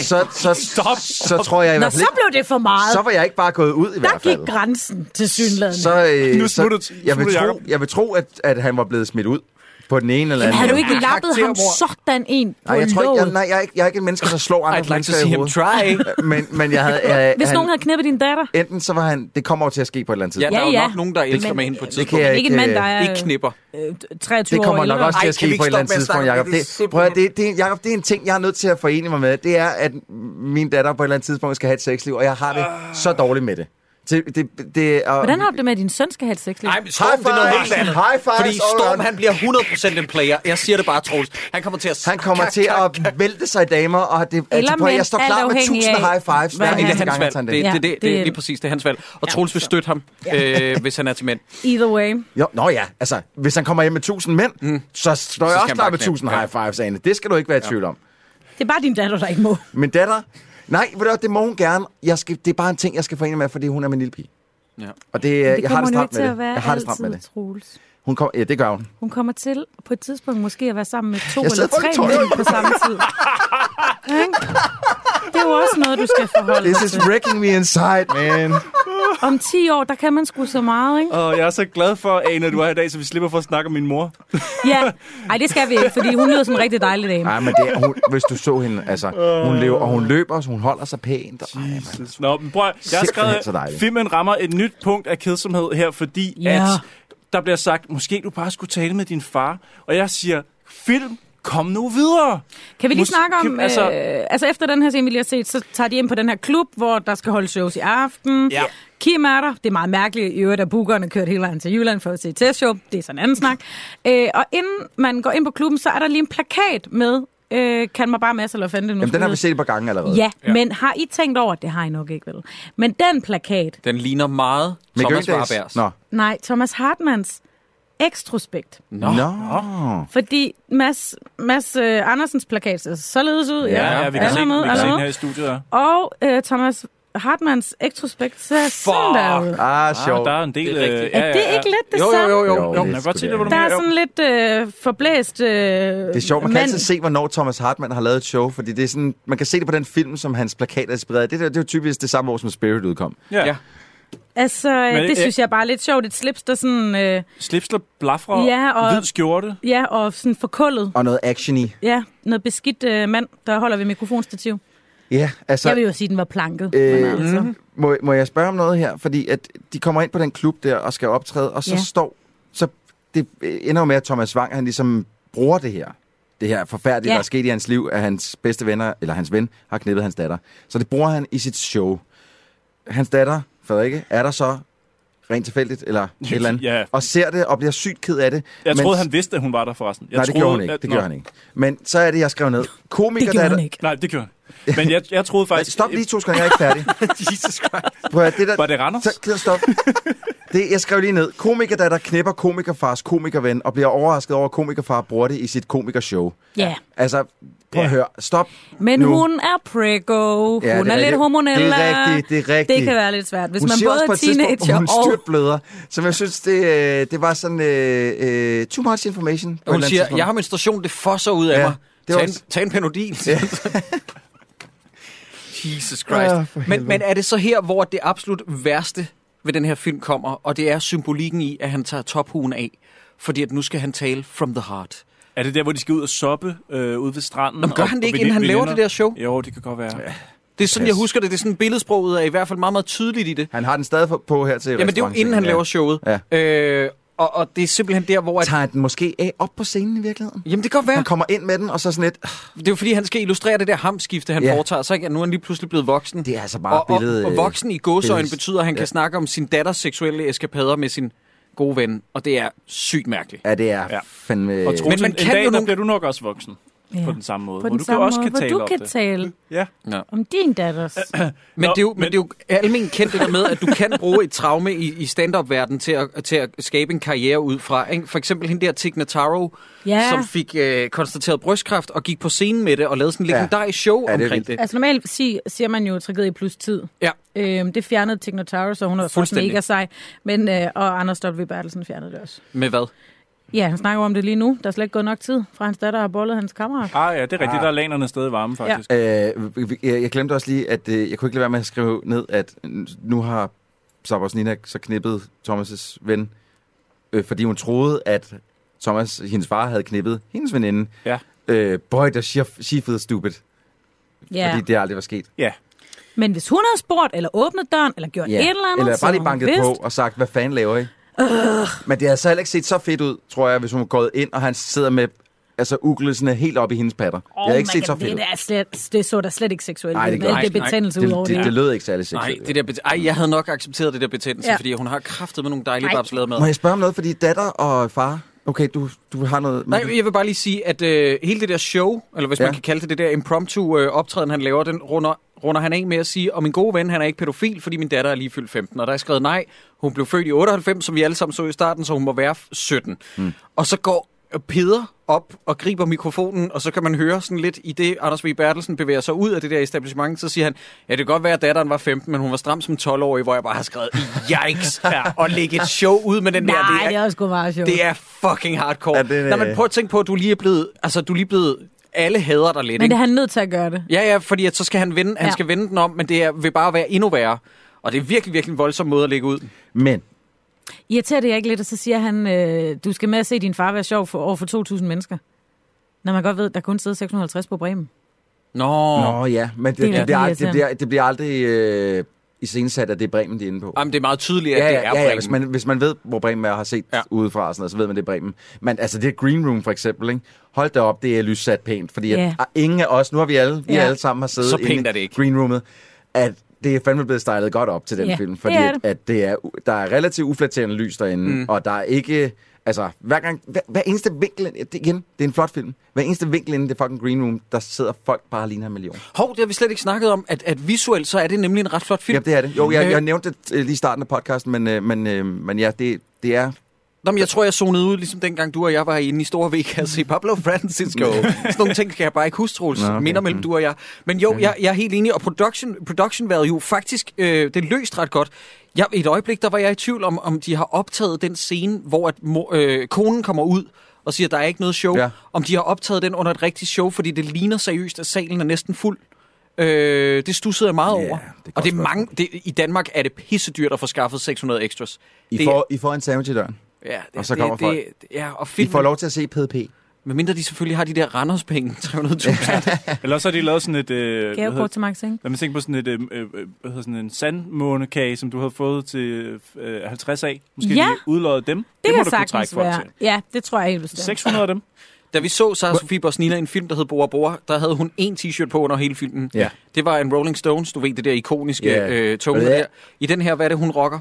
Speaker 8: så, så, stop, så tror jeg i
Speaker 6: Nå,
Speaker 8: hvert
Speaker 6: så
Speaker 8: fald ikke,
Speaker 6: blev det for meget.
Speaker 8: så var jeg ikke bare gået ud i
Speaker 6: der
Speaker 8: hvert fald.
Speaker 6: gik grænsen til synligheden.
Speaker 8: Så, øh,
Speaker 7: Nu
Speaker 8: så,
Speaker 7: smutter-
Speaker 8: jeg, vil
Speaker 7: smutter
Speaker 8: tro,
Speaker 7: Jacob.
Speaker 8: jeg vil tro, at, at han var blevet smidt ud på den ene eller anden
Speaker 6: Har du ikke
Speaker 8: måde.
Speaker 6: lappet ham sådan en på
Speaker 8: Nej, jeg tror ikke, jeg,
Speaker 6: låget?
Speaker 8: nej, jeg, er ikke, jeg er ikke et menneske, der slår andre
Speaker 1: I'd like to
Speaker 8: mennesker i
Speaker 1: see him
Speaker 8: hovedet.
Speaker 1: try.
Speaker 8: Men, men jeg havde... Jeg,
Speaker 6: Hvis
Speaker 8: han,
Speaker 6: nogen havde knippet din datter,
Speaker 8: Enten så var han... Det kommer jo til at ske på et eller andet
Speaker 1: Ja,
Speaker 8: tidspunkt.
Speaker 1: der er jo
Speaker 6: Ja, ja.
Speaker 1: nok nogen, der elsker
Speaker 6: Men-
Speaker 1: med hende på et
Speaker 8: Det kan
Speaker 1: tidspunkt.
Speaker 8: jeg
Speaker 6: ikke en mand, der er
Speaker 1: Ikke knipper.
Speaker 6: øh, 23
Speaker 8: Det
Speaker 6: år
Speaker 8: kommer nok
Speaker 6: ældre.
Speaker 8: også til
Speaker 1: Ej,
Speaker 8: at
Speaker 1: kan vi
Speaker 8: ske
Speaker 1: ikke
Speaker 8: på et eller
Speaker 1: stoppe
Speaker 8: andet
Speaker 1: med at
Speaker 8: tidspunkt,
Speaker 1: snakke om
Speaker 8: Jacob.
Speaker 1: det? Det er
Speaker 8: Det, prøv at, høre, det, det, Jacob, det er en ting, jeg er nødt til at forene mig med. Det er, at min datter på et eller andet tidspunkt skal have et sexliv, og jeg har det så dårligt med det. Det, det, det, og,
Speaker 6: Hvordan har du det med, at din søn skal have et sexliv?
Speaker 1: Nej, men Storm, det er noget helt andet.
Speaker 8: High fives,
Speaker 1: Fordi
Speaker 8: all
Speaker 1: Storm,
Speaker 8: around.
Speaker 1: han bliver 100% en player. Jeg siger det bare, Troels. Han kommer til at...
Speaker 8: Han kommer
Speaker 1: Kak,
Speaker 8: til
Speaker 1: kak,
Speaker 8: at vælte sig i damer, og det,
Speaker 6: Eller
Speaker 8: altså, prøv, at-
Speaker 6: mænd,
Speaker 8: jeg står
Speaker 6: alt
Speaker 8: klar med
Speaker 6: afhængig
Speaker 8: tusind
Speaker 6: af,
Speaker 8: high fives,
Speaker 6: hvad
Speaker 8: hver
Speaker 6: han
Speaker 1: Det er
Speaker 8: eneste gang, han
Speaker 1: hans
Speaker 8: tager
Speaker 1: valg.
Speaker 8: den.
Speaker 1: Det,
Speaker 6: Ja,
Speaker 1: det, det, det,
Speaker 6: det
Speaker 1: det
Speaker 6: er-
Speaker 1: er lige præcis, det er hans valg. Og Troels vil støtte ham, øh, hvis han er til mænd.
Speaker 6: Either way.
Speaker 8: Jo, nå ja, altså, hvis han kommer hjem med tusind mænd, mm. så står jeg
Speaker 1: skal
Speaker 8: også
Speaker 1: han
Speaker 8: klar
Speaker 1: bare
Speaker 8: med
Speaker 1: knæppe.
Speaker 8: tusind
Speaker 1: Ja.
Speaker 8: high fives, Ane. Det skal du ikke være i tvivl om.
Speaker 6: Det er bare din datter, der ikke må.
Speaker 8: Min datter, nej, ved du, hvad, det må hun gerne. Jeg skal, det er bare en ting, jeg skal forene med, fordi hun er min lille pige.
Speaker 1: Ja.
Speaker 8: Og det, det jeg har det
Speaker 6: kommer
Speaker 8: stramt
Speaker 6: til
Speaker 8: med
Speaker 6: at
Speaker 8: det.
Speaker 6: være
Speaker 8: Jeg har det stramt
Speaker 6: altid,
Speaker 8: med det.
Speaker 6: Troels.
Speaker 8: Hun kom, ja, det gør hun.
Speaker 6: Hun kommer til på et tidspunkt måske at være sammen med to
Speaker 8: Jeg
Speaker 6: eller
Speaker 8: sidder på
Speaker 6: tre
Speaker 8: et tøj.
Speaker 6: mænd på samme tid. Ikke? Det er jo også noget, du skal forholde
Speaker 8: This
Speaker 6: dig
Speaker 8: is
Speaker 6: til.
Speaker 8: wrecking me inside, man.
Speaker 6: Om 10 år, der kan man sgu så meget, ikke?
Speaker 7: Og jeg er så glad for, Ane, at du er her i dag, så vi slipper for at snakke om min mor.
Speaker 6: Ja. Ej, det skal vi ikke, fordi hun lyder som en rigtig dejlig dame.
Speaker 8: Nej, men det, er- hun, hvis du så hende, altså, hun lever, og hun løber, og hun holder sig pænt. Og, ej, man.
Speaker 7: Nå, men prøv, at- jeg har
Speaker 8: altså, Simpelthen så
Speaker 7: skrevet,
Speaker 8: dejligt.
Speaker 7: filmen rammer et nyt punkt af kedsomhed her, fordi
Speaker 6: Ja.
Speaker 7: ja. at der bliver sagt, måske du bare skulle tale med din far. Og jeg siger, film, kom nu videre.
Speaker 6: Kan vi lige
Speaker 7: Mus-
Speaker 6: snakke om,
Speaker 7: kan-
Speaker 6: altså,
Speaker 7: altså-
Speaker 6: øh, altså efter den her scene, vi lige har set, så tager de ind på den her klub, hvor der skal holde shows i aften.
Speaker 1: Ja.
Speaker 6: Kim er der. Det er meget mærkeligt i øvrigt, at bookerne kørt hele vejen til Jylland for at se et testshow. Det er sådan en anden snak. Øh, og inden man går ind på klubben, så er der lige en plakat med, øh, kan man bare masse eller fandt det nu.
Speaker 8: Jamen, den har vi
Speaker 6: skulle
Speaker 8: set et par gange allerede.
Speaker 6: hedde. Ja, ja, men har I tænkt over, det har I nok ikke, vel? Men den plakat,
Speaker 1: Den ligner meget
Speaker 8: Med
Speaker 1: Thomas
Speaker 8: Gyldendals.
Speaker 1: Warbergs.
Speaker 8: Nå.
Speaker 6: nej, Thomas Hartmanns ekstrospekt.
Speaker 1: Nå.
Speaker 8: Nå.
Speaker 6: Fordi Mads, Mads øh, Andersens plakat ser således ud.
Speaker 7: Ja, ja vi kan
Speaker 6: Alle
Speaker 7: se,
Speaker 6: er
Speaker 7: den-
Speaker 6: med,
Speaker 7: vi kan
Speaker 6: alle
Speaker 7: se
Speaker 6: er
Speaker 7: den
Speaker 6: med.
Speaker 7: her i studiet. Ja.
Speaker 6: Og øh, Thomas Hartmanns ektrospekt ser sådan der ud.
Speaker 8: Ah,
Speaker 7: Ah,
Speaker 8: sjovt.
Speaker 7: der er en del...
Speaker 1: Det er
Speaker 7: øh,
Speaker 1: rigtigt.
Speaker 6: Er det ikke lidt det
Speaker 1: Jo, jo,
Speaker 6: samme?
Speaker 1: jo, jo.
Speaker 8: Jo,
Speaker 1: jo.
Speaker 8: det
Speaker 7: Jeg kan godt se det, hvor du
Speaker 6: Der er
Speaker 7: Jo.
Speaker 6: sådan lidt øh, forblæst øh, Det
Speaker 8: Det er sjovt, man kan altid se, hvornår Thomas Hartmann har lavet et show, fordi det er sådan, man kan se det på den film, som hans plakat er inspireret af. Det, der, det er jo typisk det samme år, som Spirit udkom.
Speaker 7: Ja.
Speaker 1: Ja.
Speaker 7: ja.
Speaker 6: Altså,
Speaker 7: Men
Speaker 6: Men, det
Speaker 7: det-
Speaker 6: synes jeg bare er lidt sjovt. Et slips, der sådan... Øh,
Speaker 7: Slipsler, blafra,
Speaker 6: Ja,
Speaker 7: ja,
Speaker 6: og-
Speaker 7: og... hvid skjorte.
Speaker 6: ja, og sådan forkullet.
Speaker 8: Og noget action i.
Speaker 6: Ja, noget beskidt øh, mand, der holder ved mikrofonstativ.
Speaker 8: Ja, altså...
Speaker 6: Altså, jeg vil jo sige, at den var planket. Øh, men
Speaker 8: Øh,
Speaker 6: altså.
Speaker 8: altså. må, må jeg spørge om noget her? Fordi at de kommer ind på den klub der og skal optræde, og så
Speaker 6: Ja.
Speaker 8: ja. står... Så det øh, ender jo med, at Thomas Wang, han ligesom bruger det her. Det her forfærdelige,
Speaker 6: Ja.
Speaker 8: ja. der er sket i hans liv, at hans bedste venner, eller hans ven, har knippet hans datter. Så det bruger han i sit show. Hans datter, Frederikke, er der så rent tilfældigt, eller et eller andet,
Speaker 7: Ja.
Speaker 8: og ser det og bliver sygt ked af det.
Speaker 7: Jeg
Speaker 8: men-
Speaker 7: troede, han vidste, at hun var der forresten. Jeg
Speaker 8: Nej, det
Speaker 7: troede,
Speaker 8: gjorde hun ikke.
Speaker 7: at-
Speaker 8: Det
Speaker 7: Nå.
Speaker 8: gjorde han ikke. Men så er det, jeg skrev ned. Komiker,
Speaker 7: gjorde
Speaker 8: der,
Speaker 7: han Nej, det gjorde han. Men jeg, jeg troede faktisk...
Speaker 8: Stop lige to sekunder, jeg er ikke færdig.
Speaker 7: Jesus Christ.
Speaker 8: Prøv at, høre, det der,
Speaker 7: Var det Randers?
Speaker 8: Så, gider stop. Det, jeg skrev lige ned. Komiker, der, der knæpper komikerfars komikerven og bliver overrasket over, at komikerfar bruger det i sit komikershow.
Speaker 6: Ja.
Speaker 8: Altså, prøv at høre. Stop
Speaker 6: Men
Speaker 8: nu.
Speaker 6: hun er prego.
Speaker 8: Ja,
Speaker 6: hun er,
Speaker 8: det
Speaker 6: lidt
Speaker 8: er rigtigt.
Speaker 6: hormonella.
Speaker 8: Det er rigtigt, det er rigtigt.
Speaker 6: Det kan være lidt svært. Hvis
Speaker 8: hun
Speaker 6: man
Speaker 8: siger også
Speaker 6: både
Speaker 8: på
Speaker 6: er
Speaker 8: et tidspunkt,
Speaker 6: teenager
Speaker 8: hun
Speaker 6: og...
Speaker 8: styrtbløder, som jeg synes, det, øh, det var sådan øh, øh, too much information. på et
Speaker 1: Hun
Speaker 8: eller andet
Speaker 1: siger,
Speaker 8: tidspunkt.
Speaker 1: jeg har menstruation, det fosser ud af
Speaker 8: Ja,
Speaker 1: mig.
Speaker 8: det
Speaker 1: Det
Speaker 8: var
Speaker 1: tag, en,
Speaker 8: også-
Speaker 1: tag en panodil.
Speaker 8: Ja.
Speaker 1: Jesus Christ.
Speaker 8: Ah, for helvede.
Speaker 1: men, men er det så her, hvor det absolut værste ved den her film kommer, og det er symbolikken i, at han tager tophuen af, fordi at nu skal han tale from the heart.
Speaker 7: Er det der, hvor de skal ud og soppe øh, ude ved stranden?
Speaker 1: Nå, men gør
Speaker 7: og-
Speaker 1: han det ikke,
Speaker 7: og
Speaker 1: inden han laver
Speaker 7: veninder?
Speaker 1: det der show?
Speaker 7: Jo, det kan godt være. Ja.
Speaker 1: Det er sådan, jeg husker det. Det er sådan, billedsproget er i hvert fald meget, meget tydeligt i det.
Speaker 8: Han har den stadig på her til
Speaker 1: Jamen, det er jo inden han laver showet. Ja. Øh, og, og det er simpelthen der, hvor... At,
Speaker 8: Tager den måske af op på scenen i virkeligheden?
Speaker 1: Jamen, det kan godt være.
Speaker 8: Han kommer ind med den, og så sådan lidt...
Speaker 1: Det er jo fordi, han skal illustrere det der hamskifte, han
Speaker 8: Ja.
Speaker 1: ja. foretager sig. Ikke? At nu er han lige pludselig blevet voksen.
Speaker 8: Det er altså bare
Speaker 1: og,
Speaker 8: billedet,
Speaker 1: Og, og
Speaker 8: øh,
Speaker 1: voksen i godsøjen
Speaker 8: billedet.
Speaker 1: betyder, at han
Speaker 8: Ja.
Speaker 1: kan snakke om sin datters seksuelle eskapader med sin gode ven. Og det er sygt mærkeligt.
Speaker 8: Ja, det er
Speaker 7: Ja.
Speaker 8: fandme...
Speaker 7: Og Troels,
Speaker 1: Men man
Speaker 7: en
Speaker 1: kan
Speaker 7: dag,
Speaker 1: jo
Speaker 7: der
Speaker 1: nogle-
Speaker 7: bliver du nok også voksen.
Speaker 6: Ja.
Speaker 7: Ja. På den samme måde.
Speaker 6: På
Speaker 7: hvor
Speaker 6: den
Speaker 7: du
Speaker 6: samme
Speaker 7: kan også
Speaker 6: måde,
Speaker 7: kan tale
Speaker 6: hvor du
Speaker 7: om
Speaker 6: kan
Speaker 7: det.
Speaker 6: tale
Speaker 7: Ja.
Speaker 1: Nå.
Speaker 6: om din datters.
Speaker 1: Men,
Speaker 7: Nå,
Speaker 1: det er jo, men, det er jo almindeligt kendt det der med, at du kan bruge et traume i, i stand-up-verdenen til at, til at skabe en karriere ud fra. Ikke? For eksempel hende der Tig Notaro,
Speaker 6: Ja.
Speaker 1: som fik øh, konstateret brystkræft og gik på scenen med det og lavede sådan en legendarisk show
Speaker 8: Ja, det er
Speaker 1: omkring det.
Speaker 8: vildt.
Speaker 6: Altså normalt sig, siger man jo tragedie plus tid.
Speaker 1: Ja.
Speaker 6: Øhm, det fjernede Technotaurus, så hun er også
Speaker 1: Fuldstændig.
Speaker 6: mega sej. Men, øh, og Anders W. Bertelsen fjernede det også.
Speaker 1: Med hvad?
Speaker 6: Ja, han snakker om det lige nu. Der er slet ikke gået nok tid, fra hans datter har bollet hans kammerat.
Speaker 7: Ah ja, det er rigtigt.
Speaker 8: Ah.
Speaker 7: Der er lanerne stadig varme, faktisk.
Speaker 8: Øh, vi- vi- jeg jeg glemte også lige, at øh, jeg kunne ikke lade være med at skrive ned, at nu har Sabers Nina så knippet Thomas' ven, øh, fordi hun troede, at Thomas, hendes far, havde knippet hendes veninde.
Speaker 7: Ja.
Speaker 8: Øh, boy, der she feels stupid,
Speaker 6: Ja.
Speaker 8: fordi det aldrig var sket.
Speaker 7: Ja.
Speaker 6: Men hvis hun havde spurgt, eller åbnet døren, eller gjort et eller andet,
Speaker 8: eller
Speaker 6: så
Speaker 8: bare lige
Speaker 6: hun
Speaker 8: banket
Speaker 6: vidste- Øh.
Speaker 8: på og sagt, hvad fanden laver I? Men det havde så heller ikke set så fedt ud, tror jeg, hvis hun var gået ind, og han sidder med altså uglesene helt op i hendes patter. Oh, jeg
Speaker 6: Åh,
Speaker 8: havde ikke
Speaker 6: man
Speaker 8: set så
Speaker 6: kan-
Speaker 8: fedt ud.
Speaker 6: det, er slet, det så da slet ikke seksuelt. ud.
Speaker 8: gjorde
Speaker 6: Alt det
Speaker 8: ikke.
Speaker 6: betændelse
Speaker 8: det,
Speaker 6: ud over
Speaker 8: det,
Speaker 6: det.
Speaker 8: det, det lød ikke særlig sexuelt.
Speaker 1: Nej, det der bet- Ej, jeg havde nok accepteret det der betændelse,
Speaker 6: Ja.
Speaker 1: ja. fordi hun har kraftet med nogle dejlige
Speaker 6: Ej.
Speaker 1: babslader med.
Speaker 8: Må jeg spørge om noget? Fordi datter og far... Okay, du, du har noget...
Speaker 1: Nej, jeg vil bare lige sige, at øh, hele det der show, eller hvis
Speaker 8: Ja.
Speaker 1: ja. man kan kalde det det der impromptu øh, optræden, han laver, den runder, runder han af med at sige, og min gode ven, han er ikke pædofil, fordi min datter er lige fyldt 15. Og der er skrevet nej, hun blev født i 98, som vi alle sammen så i starten, så hun må være 17. Mm. Og så går Peder op og griber mikrofonen, og så kan man høre sådan lidt i det, Anders V. Bertelsen bevæger sig ud af det der establishment, så siger han, ja, det kan godt være, at datteren var 15, men hun var stram som 12-årig, hvor jeg bare har skrevet, yikes, ja. og lægge et show ud med den der.
Speaker 6: Nej, det er også sgu meget sjovt.
Speaker 1: Det er fucking hardcore. Er
Speaker 8: det,
Speaker 1: det, Nå, men
Speaker 8: øh,
Speaker 1: prøv at tænke på, at du lige er blevet... Altså, du er lige blevet... Alle hader dig lidt,
Speaker 6: Men det
Speaker 1: ikke?
Speaker 6: er han nødt til at gøre det.
Speaker 1: Ja, ja, fordi at så skal han vende, han
Speaker 6: Ja.
Speaker 1: skal vende den om, men det er, vil bare være endnu værre. Og det er virkelig, virkelig en voldsom måde at lægge ud.
Speaker 8: Men
Speaker 6: Irriterer det jer ikke lidt, og så siger han, øh, du skal med at se din far være sjov for, over for 2.000 mennesker. Når man godt ved, der kun sidder 650 på Bremen.
Speaker 1: Nå.
Speaker 8: Nå ja, men det,
Speaker 6: Det er
Speaker 8: det, det, bliver,
Speaker 6: rigtig
Speaker 8: aldrig- det,
Speaker 6: irriterende.
Speaker 8: bliver, det bliver aldrig øh, iscenesat, at det er Bremen, de er inde på.
Speaker 1: Jamen, det er meget tydeligt, at ja, det er
Speaker 8: ja,
Speaker 1: ja,
Speaker 8: ja, hvis, man, hvis man ved, hvor Bremen er og har set ja. udefra, og sådan noget, så ved man, det er Bremen. Men altså, det er Green Room for eksempel, ikke? Hold da op, det er lyssat pænt, fordi
Speaker 6: Ja.
Speaker 8: yeah. at, ingen af os, nu har vi alle, vi
Speaker 6: Ja.
Speaker 8: yeah. alle sammen har siddet
Speaker 1: Så pænt
Speaker 8: inde
Speaker 1: er det
Speaker 8: i
Speaker 1: ikke.
Speaker 8: Green Roomet, at det er fandme blevet stylet godt op til den
Speaker 6: Ja,
Speaker 8: film,
Speaker 6: det
Speaker 8: fordi
Speaker 6: er
Speaker 8: at,
Speaker 6: det.
Speaker 8: at det er, u- der er relativt uflatterende lys derinde, mm. og der er ikke... Altså, hver, gang, hver, hver eneste vinkel... Det, igen, det er en flot film. Hver eneste vinkel inden det fucking Green Room, der sidder folk bare og ligner en million.
Speaker 1: Hov, det har vi slet ikke snakket om, at, at visuelt, så er det nemlig en ret flot film.
Speaker 8: Ja, det er det. Jo, jeg,
Speaker 1: Øh,
Speaker 8: jeg nævnte det øh, lige i starten af podcasten, men, øh, men, øh, men ja, det, det er
Speaker 1: Nå, men jeg tror, jeg zonede ud, ligesom dengang du og jeg var inde i Store Vegas i Pablo Francisco. Sådan nogle ting kan jeg bare ikke huske, Troels.
Speaker 8: Nå, okay. Mm.
Speaker 1: Minder mellem du og jeg. Men jo, jeg, jeg er helt enig, og production, production value, faktisk, øh, det løst ret godt. Jeg, et øjeblik, der var jeg i tvivl om, om de har optaget den scene, hvor at mor, øh, konen kommer ud og siger, der er ikke noget show.
Speaker 8: Ja.
Speaker 1: Ja. Om de har optaget den under et rigtigt show, fordi det ligner seriøst, at salen er næsten fuld. Øh, det stussede jeg meget over. Det og det er mange, det, i Danmark er det pissedyrt at få skaffet 600 extras.
Speaker 8: I
Speaker 1: det,
Speaker 8: får, I får en sandwich i døren.
Speaker 1: Ja, det,
Speaker 8: og så kommer
Speaker 1: det,
Speaker 8: folk.
Speaker 1: Det, ja, og
Speaker 8: I
Speaker 1: filmen,
Speaker 8: får lov til at se PDP.
Speaker 1: Men mindre de selvfølgelig har de der Randers-penge, 300.000.
Speaker 7: Eller så har de lavet sådan et... Øh, hvad hedder-
Speaker 6: Gavekort til Max, ikke?
Speaker 7: Lad mig tænke på sådan, et, øh, øh, hvad hedder sådan en sandmånekage, som du havde fået til øh, 50 af. Måske
Speaker 6: Ja.
Speaker 7: de udlodede dem.
Speaker 6: Det, det
Speaker 7: må
Speaker 6: kan
Speaker 7: du kunne
Speaker 6: sagtens
Speaker 7: trække folk
Speaker 6: være.
Speaker 7: til.
Speaker 6: Ja, det tror jeg helt bestemt.
Speaker 7: 600 af dem.
Speaker 1: Da vi så Sara Sofie Bosnina i en film, der hed Bora Bora, der havde hun en t-shirt på under hele filmen.
Speaker 8: Ja.
Speaker 1: Det var en Rolling Stones, du ved det der ikoniske
Speaker 8: Ja.
Speaker 1: yeah. øh, tunge
Speaker 8: Ja.
Speaker 1: der. I den her, hvad er det, hun rocker?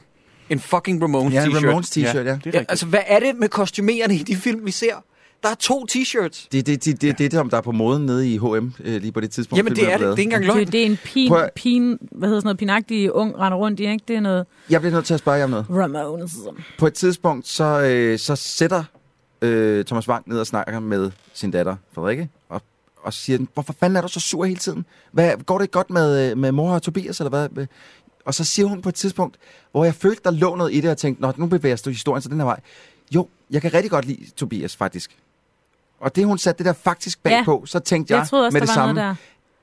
Speaker 1: En fucking Ramones
Speaker 8: Ja, en
Speaker 1: t-shirt.
Speaker 8: Ramones t-shirt, ja. Det er
Speaker 1: ja.
Speaker 8: rigtigt.
Speaker 1: Altså, hvad er det med kostumererne i de film, vi ser? Der er to t-shirts.
Speaker 8: Det er det, det, det, det, det, der er på moden nede i H&M øh, lige på det tidspunkt.
Speaker 1: Jamen, det
Speaker 8: filmen
Speaker 1: er det.
Speaker 8: lavet.
Speaker 1: Det er ikke engang
Speaker 6: Det, er jo- det er en pin,
Speaker 8: Prøv at-
Speaker 6: pin, hvad hedder sådan noget, pinagtig ung render rundt i, ikke? Det er noget
Speaker 8: Jeg bliver nødt til at spørge jer om noget.
Speaker 6: Ramones.
Speaker 8: På et tidspunkt, så, øh, så sætter øh, Thomas Wang ned og snakker med sin datter, Frederikke, og, og siger, hvorfor fanden er du så sur hele tiden? Hvad, går det ikke godt med, øh, med mor og Tobias, eller hvad? Og så siger hun på et tidspunkt, hvor jeg følte, der lå noget i det, og tænkte, nå, nu bevæger sig historien så den her vej. Jo, jeg kan rigtig godt lide Tobias, faktisk. Og det, hun satte det der faktisk bag
Speaker 6: Ja.
Speaker 8: på, så tænkte jeg,
Speaker 6: jeg troede også,
Speaker 8: med
Speaker 6: der
Speaker 8: det
Speaker 6: var
Speaker 8: samme,
Speaker 6: noget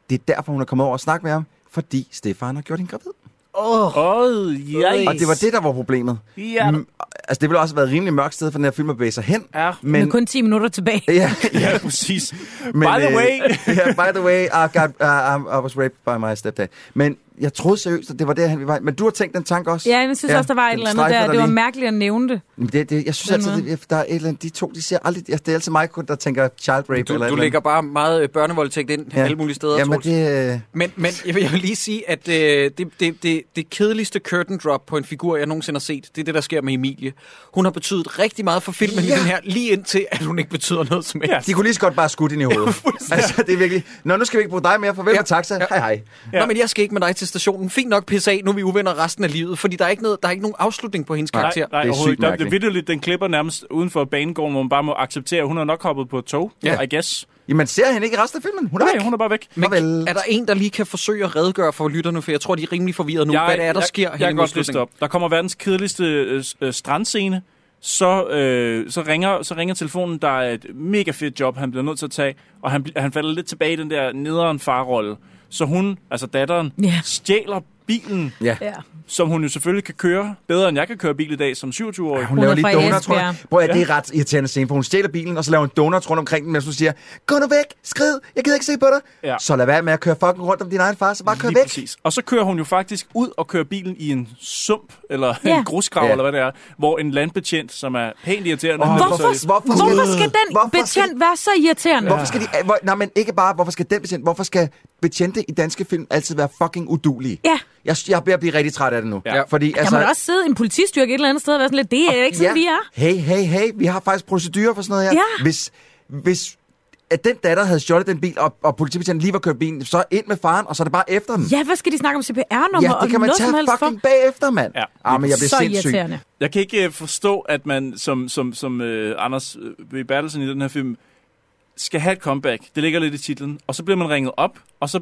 Speaker 6: der.
Speaker 8: det er derfor, hun er kommet over og snakke med ham, fordi Stefan har gjort hende gravid.
Speaker 1: Åh,
Speaker 7: oh. yes.
Speaker 8: Og det var det, der var problemet.
Speaker 7: Ja.
Speaker 8: Mm, altså, det ville også have været et rimelig mørkt sted for den her film at bevæge sig hen.
Speaker 7: Ja.
Speaker 6: Men... Med kun 10 minutter tilbage.
Speaker 8: Ja, øh,
Speaker 7: ja præcis. By the way.
Speaker 8: yeah, by the way, I, got, uh, I was raped by my stepdad. Men jeg troede seriøst, at det var der, han ville vej. Men du har tænkt den tanke også?
Speaker 6: Ja, jeg synes også, der var et
Speaker 8: den
Speaker 6: eller andet
Speaker 8: strejfer
Speaker 6: der.
Speaker 8: dig
Speaker 6: Det var
Speaker 8: lige.
Speaker 6: mærkeligt at nævne det.
Speaker 8: Jamen, det, det, jeg synes
Speaker 6: Den
Speaker 8: altid, det, der er et eller andet, de to, de ser aldrig, altså, det er altid mig, kun, der tænker child rape
Speaker 1: Du,
Speaker 8: eller et
Speaker 1: du
Speaker 8: eller
Speaker 1: lægger
Speaker 8: andet.
Speaker 1: bare meget øh, børnevoldtægt ind ja. alle mulige steder,
Speaker 8: Jamen,
Speaker 1: Troels.
Speaker 8: det, øh,
Speaker 1: Men, men jeg, vil, jeg vil lige sige, at øh, det, det, det, det kedeligste curtain drop på en figur, jeg nogensinde har set, det er det, der sker med Emilie. Hun har betydet rigtig meget for filmen ja. i den her, lige indtil, at hun ikke betyder noget som helst.
Speaker 8: de kunne lige så godt bare skudt ind i hovedet. altså, det er virkelig... Nå, nu skal vi ikke bruge dig mere. Farvel ja. med taxa. Ja. Hej, hej.
Speaker 1: Ja. Nå, men jeg skal ikke med dig til stationen. Fint nok, pisse af, nu er vi uvenner resten af livet, fordi der er ikke, noget, der er ikke nogen afslutning på hendes karakter.
Speaker 7: Nej, nej, det er sygt mærkeligt. Vitterligt, den klipper nærmest uden for banegården, hvor man bare må acceptere, at hun har nok hoppet på et tog,
Speaker 1: Ja.
Speaker 7: ja. I guess.
Speaker 8: Jamen, ser hende ikke i resten af filmen? Hun er
Speaker 7: Nej,
Speaker 8: væk.
Speaker 7: hun er bare væk.
Speaker 1: Men er der en, der lige kan forsøge at redegøre for lytterne, for jeg tror, de er rimelig forvirrede nu, jeg, hvad det er, der
Speaker 7: jeg,
Speaker 1: sker
Speaker 7: Jeg,
Speaker 1: hen
Speaker 7: jeg kan
Speaker 1: imod
Speaker 7: godt liste
Speaker 1: slutningen.
Speaker 7: op. Der kommer verdens kedeligste øh, s- øh, strandscene. Så, øh, så, ringer, så ringer telefonen, der er et mega fedt job, han bliver nødt til at tage, og han, bl- han falder lidt tilbage i den der nederen farrolle. Så hun, altså datteren,
Speaker 6: Ja.
Speaker 7: stjæler bilen,
Speaker 8: Ja.
Speaker 6: Ja.
Speaker 7: som hun jo selvfølgelig kan køre bedre, end jeg kan køre bil i dag som 27-årig.
Speaker 8: Hun, hun laver lige donuts rundt. Prøv at det er ret irriterende scene, for hun stjæler bilen, og så laver hun donuts rundt omkring den, mens hun siger, gå nu væk, skrid, jeg gider ikke se på dig.
Speaker 7: Ja.
Speaker 8: Så lad være med at køre fucking rundt om din egen far, så bare kør
Speaker 7: Lige
Speaker 8: væk.
Speaker 7: præcis. Og så kører hun jo faktisk ud og kører bilen i en sump, eller
Speaker 6: Ja.
Speaker 7: en grusgrav,
Speaker 8: Ja.
Speaker 7: eller hvad det er, hvor en landbetjent, som er pænt irriterende...
Speaker 8: Åh,
Speaker 7: han er nødt
Speaker 6: Hvorfor,
Speaker 7: til-
Speaker 8: hvorfor-
Speaker 6: hvorfor, hvorfor skal den hvorfor betjent skal... være så irriterende?
Speaker 8: Hvorfor skal de, eh, hvor, nej, men ikke bare, hvorfor skal den betjent, hvorfor skal betjente i danske film altid være fucking udulige?
Speaker 6: Ja.
Speaker 8: Jeg, jeg er ved at blive rigtig træt af det nu.
Speaker 7: Ja.
Speaker 8: Fordi, altså-
Speaker 6: Der må da også sidde en politistyrke et eller andet sted Altså- og være sådan lidt, det er ikke sådan, vi er.
Speaker 8: Hey, hey, hey, vi har faktisk procedurer for sådan noget her.
Speaker 6: Ja.
Speaker 8: Hvis, hvis at den datter havde stjålet den bil, og, og politibetjenten lige var kørt bilen, så ind med faren, og så er det bare efter dem.
Speaker 6: Ja, hvad skal de snakke om CPR-nummer
Speaker 8: Ja,
Speaker 6: og
Speaker 8: det kan man
Speaker 6: noget
Speaker 8: tage
Speaker 6: som helst
Speaker 8: fucking
Speaker 6: for?
Speaker 8: bagefter, mand.
Speaker 7: Ja.
Speaker 8: Ah, men jeg bliver
Speaker 6: så
Speaker 8: sindssyg.
Speaker 6: irriterende.
Speaker 7: Jeg kan ikke øh, forstå, at man som, som, som øh, Anders øh, B. Bertelsen i den her film skal have et comeback. Det ligger lidt i titlen. Og så bliver man ringet op, og så,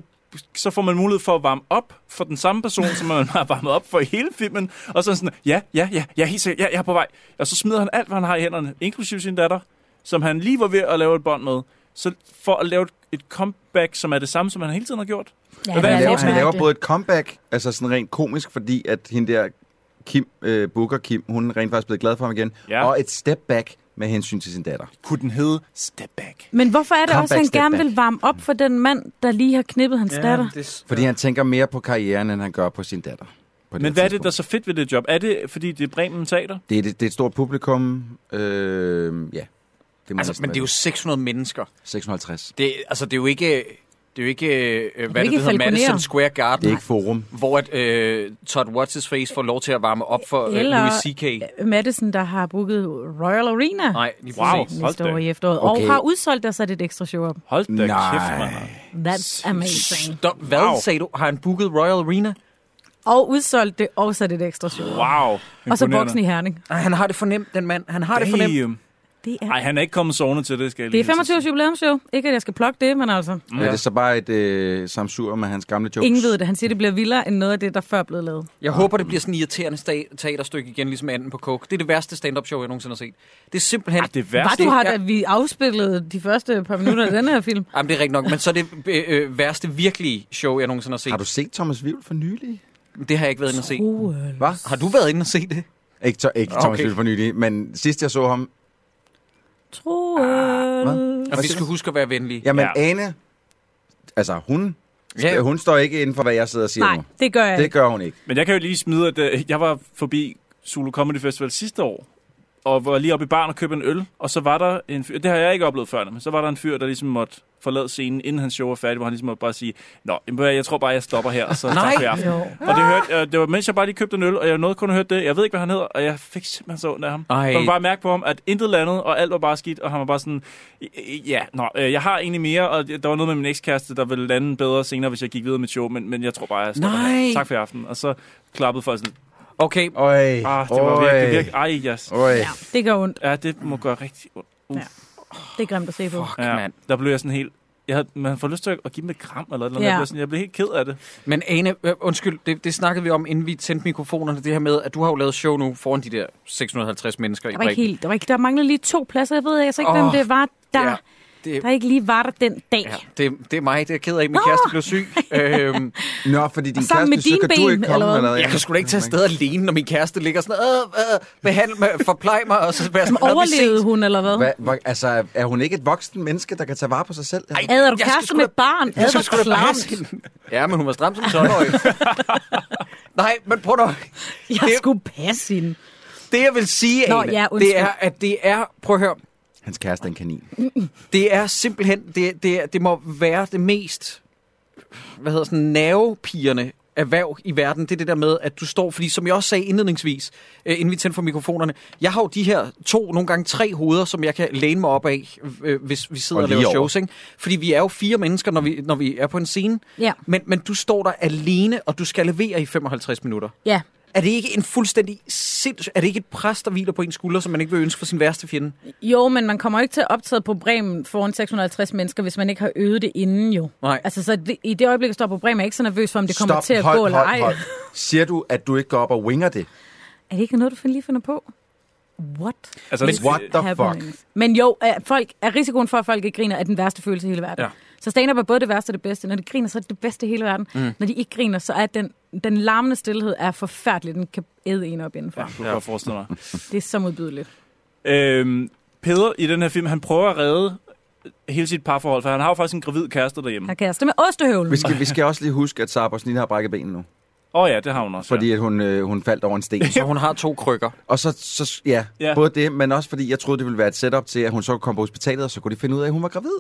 Speaker 7: så får man mulighed for at varme op for den samme person, som man har varmet op for i hele filmen. Og så er han sådan, ja, ja, ja, jeg er helt sikker, ja, jeg er på vej. Og så smider han alt, hvad han har i hænderne, inklusive sin datter, som han lige var ved at lave et bånd med. Så for at lave et, et comeback, som er det samme, som han hele tiden har gjort.
Speaker 6: Ja,
Speaker 7: Hvad
Speaker 6: det
Speaker 7: er
Speaker 8: Han laver, han
Speaker 7: forskellen?
Speaker 8: laver både et comeback, altså sådan rent komisk, fordi at hende der Kim, øh, Booker Kim, hun er rent faktisk blevet glad for ham igen,
Speaker 7: Ja.
Speaker 8: og et step back med hensyn til sin datter.
Speaker 7: Kunne den hedde Step Back?
Speaker 6: Men hvorfor er det
Speaker 8: Comeback,
Speaker 6: også, at han
Speaker 8: step
Speaker 6: gerne
Speaker 8: back.
Speaker 6: vil varme op for den mand, der lige har knippet hans datter?
Speaker 1: Det,
Speaker 8: Fordi han tænker mere på karrieren, end han gør på sin datter. På
Speaker 7: Men hvad er det, der er så fedt ved det job? Er det, fordi det er Bremen Teater?
Speaker 8: Det, er, det, det er et stort publikum. Øh, ja. Det må
Speaker 1: Altså,
Speaker 8: næsten
Speaker 1: men
Speaker 8: være
Speaker 1: det er jo 600 mennesker.
Speaker 8: 650.
Speaker 1: Det, altså, det er jo ikke... Det er jo ikke, øh, hvad
Speaker 6: ikke
Speaker 1: det, det hedder,
Speaker 6: Falconer.
Speaker 1: Madison Square
Speaker 8: Det er
Speaker 1: Garden,
Speaker 8: ikke forum.
Speaker 1: hvor at, øh, Todd Watts' face får lov til at varme op for øh,
Speaker 6: Eller-
Speaker 1: Louis C.K.
Speaker 6: Madison, der har booket Royal Arena
Speaker 1: Nej, lige
Speaker 7: Wow,
Speaker 1: præcis.
Speaker 7: hold
Speaker 6: næste
Speaker 7: da,
Speaker 6: år i efteråret,
Speaker 8: Okay.
Speaker 6: og har udsolgt og sat et ekstra show op.
Speaker 7: hold da kæft,
Speaker 8: Nej.
Speaker 7: mand.
Speaker 6: That's amazing.
Speaker 1: Stop. Hvad
Speaker 7: Wow.
Speaker 1: sagde du? Har han booket Royal Arena?
Speaker 6: Og udsolgt det, og sat et ekstra show op.
Speaker 7: Wow.
Speaker 6: Og så boksen i Herning.
Speaker 1: Ej, han har det fornemt, den mand. Han har det fornemt.
Speaker 7: Damn.
Speaker 6: Det er,
Speaker 7: Nej, han er ikke kommet sovende til det, skal jeg
Speaker 6: det
Speaker 7: lige
Speaker 6: er 25 års jubilæumsshow. Ikke, at jeg skal plukke det, men altså...
Speaker 8: Ja. Er det så bare et øh, samsur med hans gamle jokes?
Speaker 6: Ingen ved det. Han siger, det bliver vildere end noget af det, der før er blevet lavet.
Speaker 1: Jeg håber, det bliver sådan et irriterende sta- teaterstykke igen, ligesom anden på Coke. Det er det værste stand-up show, jeg nogensinde har set. Det er simpelthen... Ej, det
Speaker 6: Var du har, da vi afspillede de første par minutter af den her film?
Speaker 1: Jamen, det er rigtigt nok, men så er det øh, øh, værste virkelige show, jeg nogensinde har set. Har
Speaker 8: du set Thomas Vivl for nylig?
Speaker 1: Det har jeg ikke været inde at se.
Speaker 6: Troels.
Speaker 1: Hvad? Har du været inde og se det?
Speaker 8: Ikke, to, ikke Thomas
Speaker 1: Okay.
Speaker 8: Vivl for nylig, men sidst jeg så ham...
Speaker 6: Troels.
Speaker 1: Og vi skal huske at være venlige.
Speaker 8: Jamen, ja. Ane... Altså, hun... Ja. Hun står ikke inden for, hvad jeg sidder og siger
Speaker 6: Nej,
Speaker 8: nu.
Speaker 6: det gør jeg
Speaker 8: Det
Speaker 6: ikke.
Speaker 8: gør hun ikke.
Speaker 7: Men jeg kan jo lige smide, at øh, jeg var forbi Zulu Comedy Festival sidste år, og var lige oppe i baren og købte en øl, og så var der en fyr, det har jeg ikke oplevet før, men så var der en fyr, der ligesom måtte forlade scenen, inden hans show var færdig, hvor han ligesom måtte bare sige, Nå, jamen, ved du hvad, jeg tror bare, jeg stopper her, og så
Speaker 1: Nej.
Speaker 7: tak for i aften.
Speaker 1: Jo.
Speaker 7: Og det, hørte, øh, det var, mens jeg bare lige købte en øl, og jeg nåede kun at høre det, jeg ved ikke, hvad han hedder, og jeg fik simpelthen så ondt af ham.
Speaker 1: Ej.
Speaker 7: Jeg kunne bare mærke på ham, at intet landede, og alt var bare skidt, og han var bare sådan, "I- I- ja, nå, øh, jeg har egentlig mere, og der var noget med min ekskæreste, der ville lande bedre senere, hvis jeg gik videre med show, men, men jeg tror bare, jeg stopper
Speaker 1: Nej.
Speaker 7: her. Tak for i aften. Og så klappede folk sådan,
Speaker 1: Okay.
Speaker 8: Øj.
Speaker 7: Ah, det var virkelig, virkelig. Ej, yes.
Speaker 8: Øj.
Speaker 6: Det gør ondt.
Speaker 7: Ja, det må gøre rigtig ondt. Uff.
Speaker 6: Ja. Det er grimt at se på. Fuck,
Speaker 7: Ja, der blev jeg sådan helt... Jeg havde, man får lyst til at give dem et kram eller et eller andet.
Speaker 6: Ja.
Speaker 7: Ja. Jeg, blev sådan, jeg blev helt ked af det.
Speaker 1: Men Ane, øh, undskyld, det, det snakkede vi om, inden vi tændte mikrofonerne, det her med, at du har jo lavet show nu foran de der 650 mennesker i
Speaker 6: Der var ikke
Speaker 1: Bremen.
Speaker 6: helt, der, var ikke, der manglede lige to pladser. Jeg ved altså ikke, hvem
Speaker 1: Åh,
Speaker 6: det var, der,
Speaker 1: ja, det-
Speaker 6: der ikke lige var der den dag.
Speaker 1: Ja, det, det er mig, det er jeg ked af. Min kæreste blev syg. øhm,
Speaker 8: Nå, fordi din
Speaker 6: sammen med
Speaker 8: kæreste, så
Speaker 6: dine
Speaker 8: kan du
Speaker 6: ben,
Speaker 8: ikke komme
Speaker 6: eller
Speaker 8: eller,
Speaker 6: hvad?
Speaker 8: eller
Speaker 1: jeg kan sgu da ikke tage afsted alene, når min kæreste ligger sådan, øh, øh, behandle mig, forplej mig, og så være sådan, "Nå, vi ses."
Speaker 6: Overlevede hun, eller hvad?
Speaker 8: Hva, hva, altså, er hun ikke et voksen menneske, der kan tage vare på sig selv?
Speaker 1: Ej,
Speaker 6: Ad, er du
Speaker 1: jeg skal
Speaker 6: kæreste
Speaker 1: sgu
Speaker 6: med
Speaker 1: da-
Speaker 6: barn?
Speaker 1: jeg skal
Speaker 6: Ad,
Speaker 1: sgu da
Speaker 6: hvor
Speaker 1: passe
Speaker 6: klamt.
Speaker 1: hende. Ja, men hun var stram som 12-årig. Nej, men prøv da.
Speaker 6: Jeg skulle passe hende.
Speaker 1: Det, jeg vil sige,
Speaker 6: Nå,
Speaker 1: Ane,
Speaker 6: ja, undskyld.
Speaker 1: det er, at det er, prøv at høre,
Speaker 8: Hans kæreste er en kanin.
Speaker 1: Det er simpelthen, det, det, er- det må være det mest, hvad hedder sådan, nervepirrende erhverv i verden, det er det der med, at du står, fordi som jeg også sagde indledningsvis, øh, inden vi tændte for mikrofonerne, jeg har jo de her to, nogle gange tre hoveder, som jeg kan læne mig op af, øh, hvis vi sidder
Speaker 8: Og
Speaker 1: og,
Speaker 8: lige
Speaker 1: laver
Speaker 8: over.
Speaker 1: shows, ikke? Fordi vi er jo fire mennesker, når vi, når vi er på en scene,
Speaker 6: Ja.
Speaker 1: men, men du står der alene, og du skal levere i 55 minutter.
Speaker 6: Ja,
Speaker 1: Er det ikke en fuldstændig sindssyg... Er det ikke et pres, der hviler på ens skulder, som man ikke vil ønske for sin værste fjende?
Speaker 6: Jo, men man kommer jo ikke til at optræde på Bremen foran 650 mennesker, hvis man ikke har øvet det inden jo.
Speaker 1: Nej.
Speaker 6: Altså, så det, i det øjeblik, jeg står på Bremen, er jeg ikke så nervøs for, om det kommer til at gå eller ej.
Speaker 8: Siger du, at du ikke går op og winger det?
Speaker 6: Er det ikke noget, du find- lige finder på? What?
Speaker 7: Altså,
Speaker 6: is
Speaker 7: det- What
Speaker 8: the fuck?
Speaker 6: happening? Men jo, er, folk, er risikoen for, at folk ikke griner, er den værste følelse i hele verden.
Speaker 7: Ja.
Speaker 6: Så stand-up er både det værste og det bedste. Når de griner, så er det det bedste i hele verden.
Speaker 7: Mm.
Speaker 6: Når de ikke griner, så er den, den larmende stillhed er forfærdelig. Den kan æde en op indenfor.
Speaker 7: Ja, det kan jeg godt forestille mig.
Speaker 6: Det er så modbydeligt.
Speaker 7: Øhm, Peder i den her film, han prøver at redde hele sit parforhold, for han har jo faktisk en gravid kæreste derhjemme.
Speaker 6: Har kæreste med ostehøvlen.
Speaker 8: Vi skal, vi skal også lige huske, at Sara Bosnina har brækket benet nu.
Speaker 7: Åh oh, ja, det har hun også.
Speaker 8: Fordi at hun, øh, hun faldt over en sten.
Speaker 1: Så hun har to krykker.
Speaker 8: Og så, så ja,
Speaker 7: Ja.
Speaker 8: ja, både det, men også fordi jeg troede, det ville være et setup til, at hun så kunne komme på hospitalet, og så kunne de finde ud af, at hun var gravid.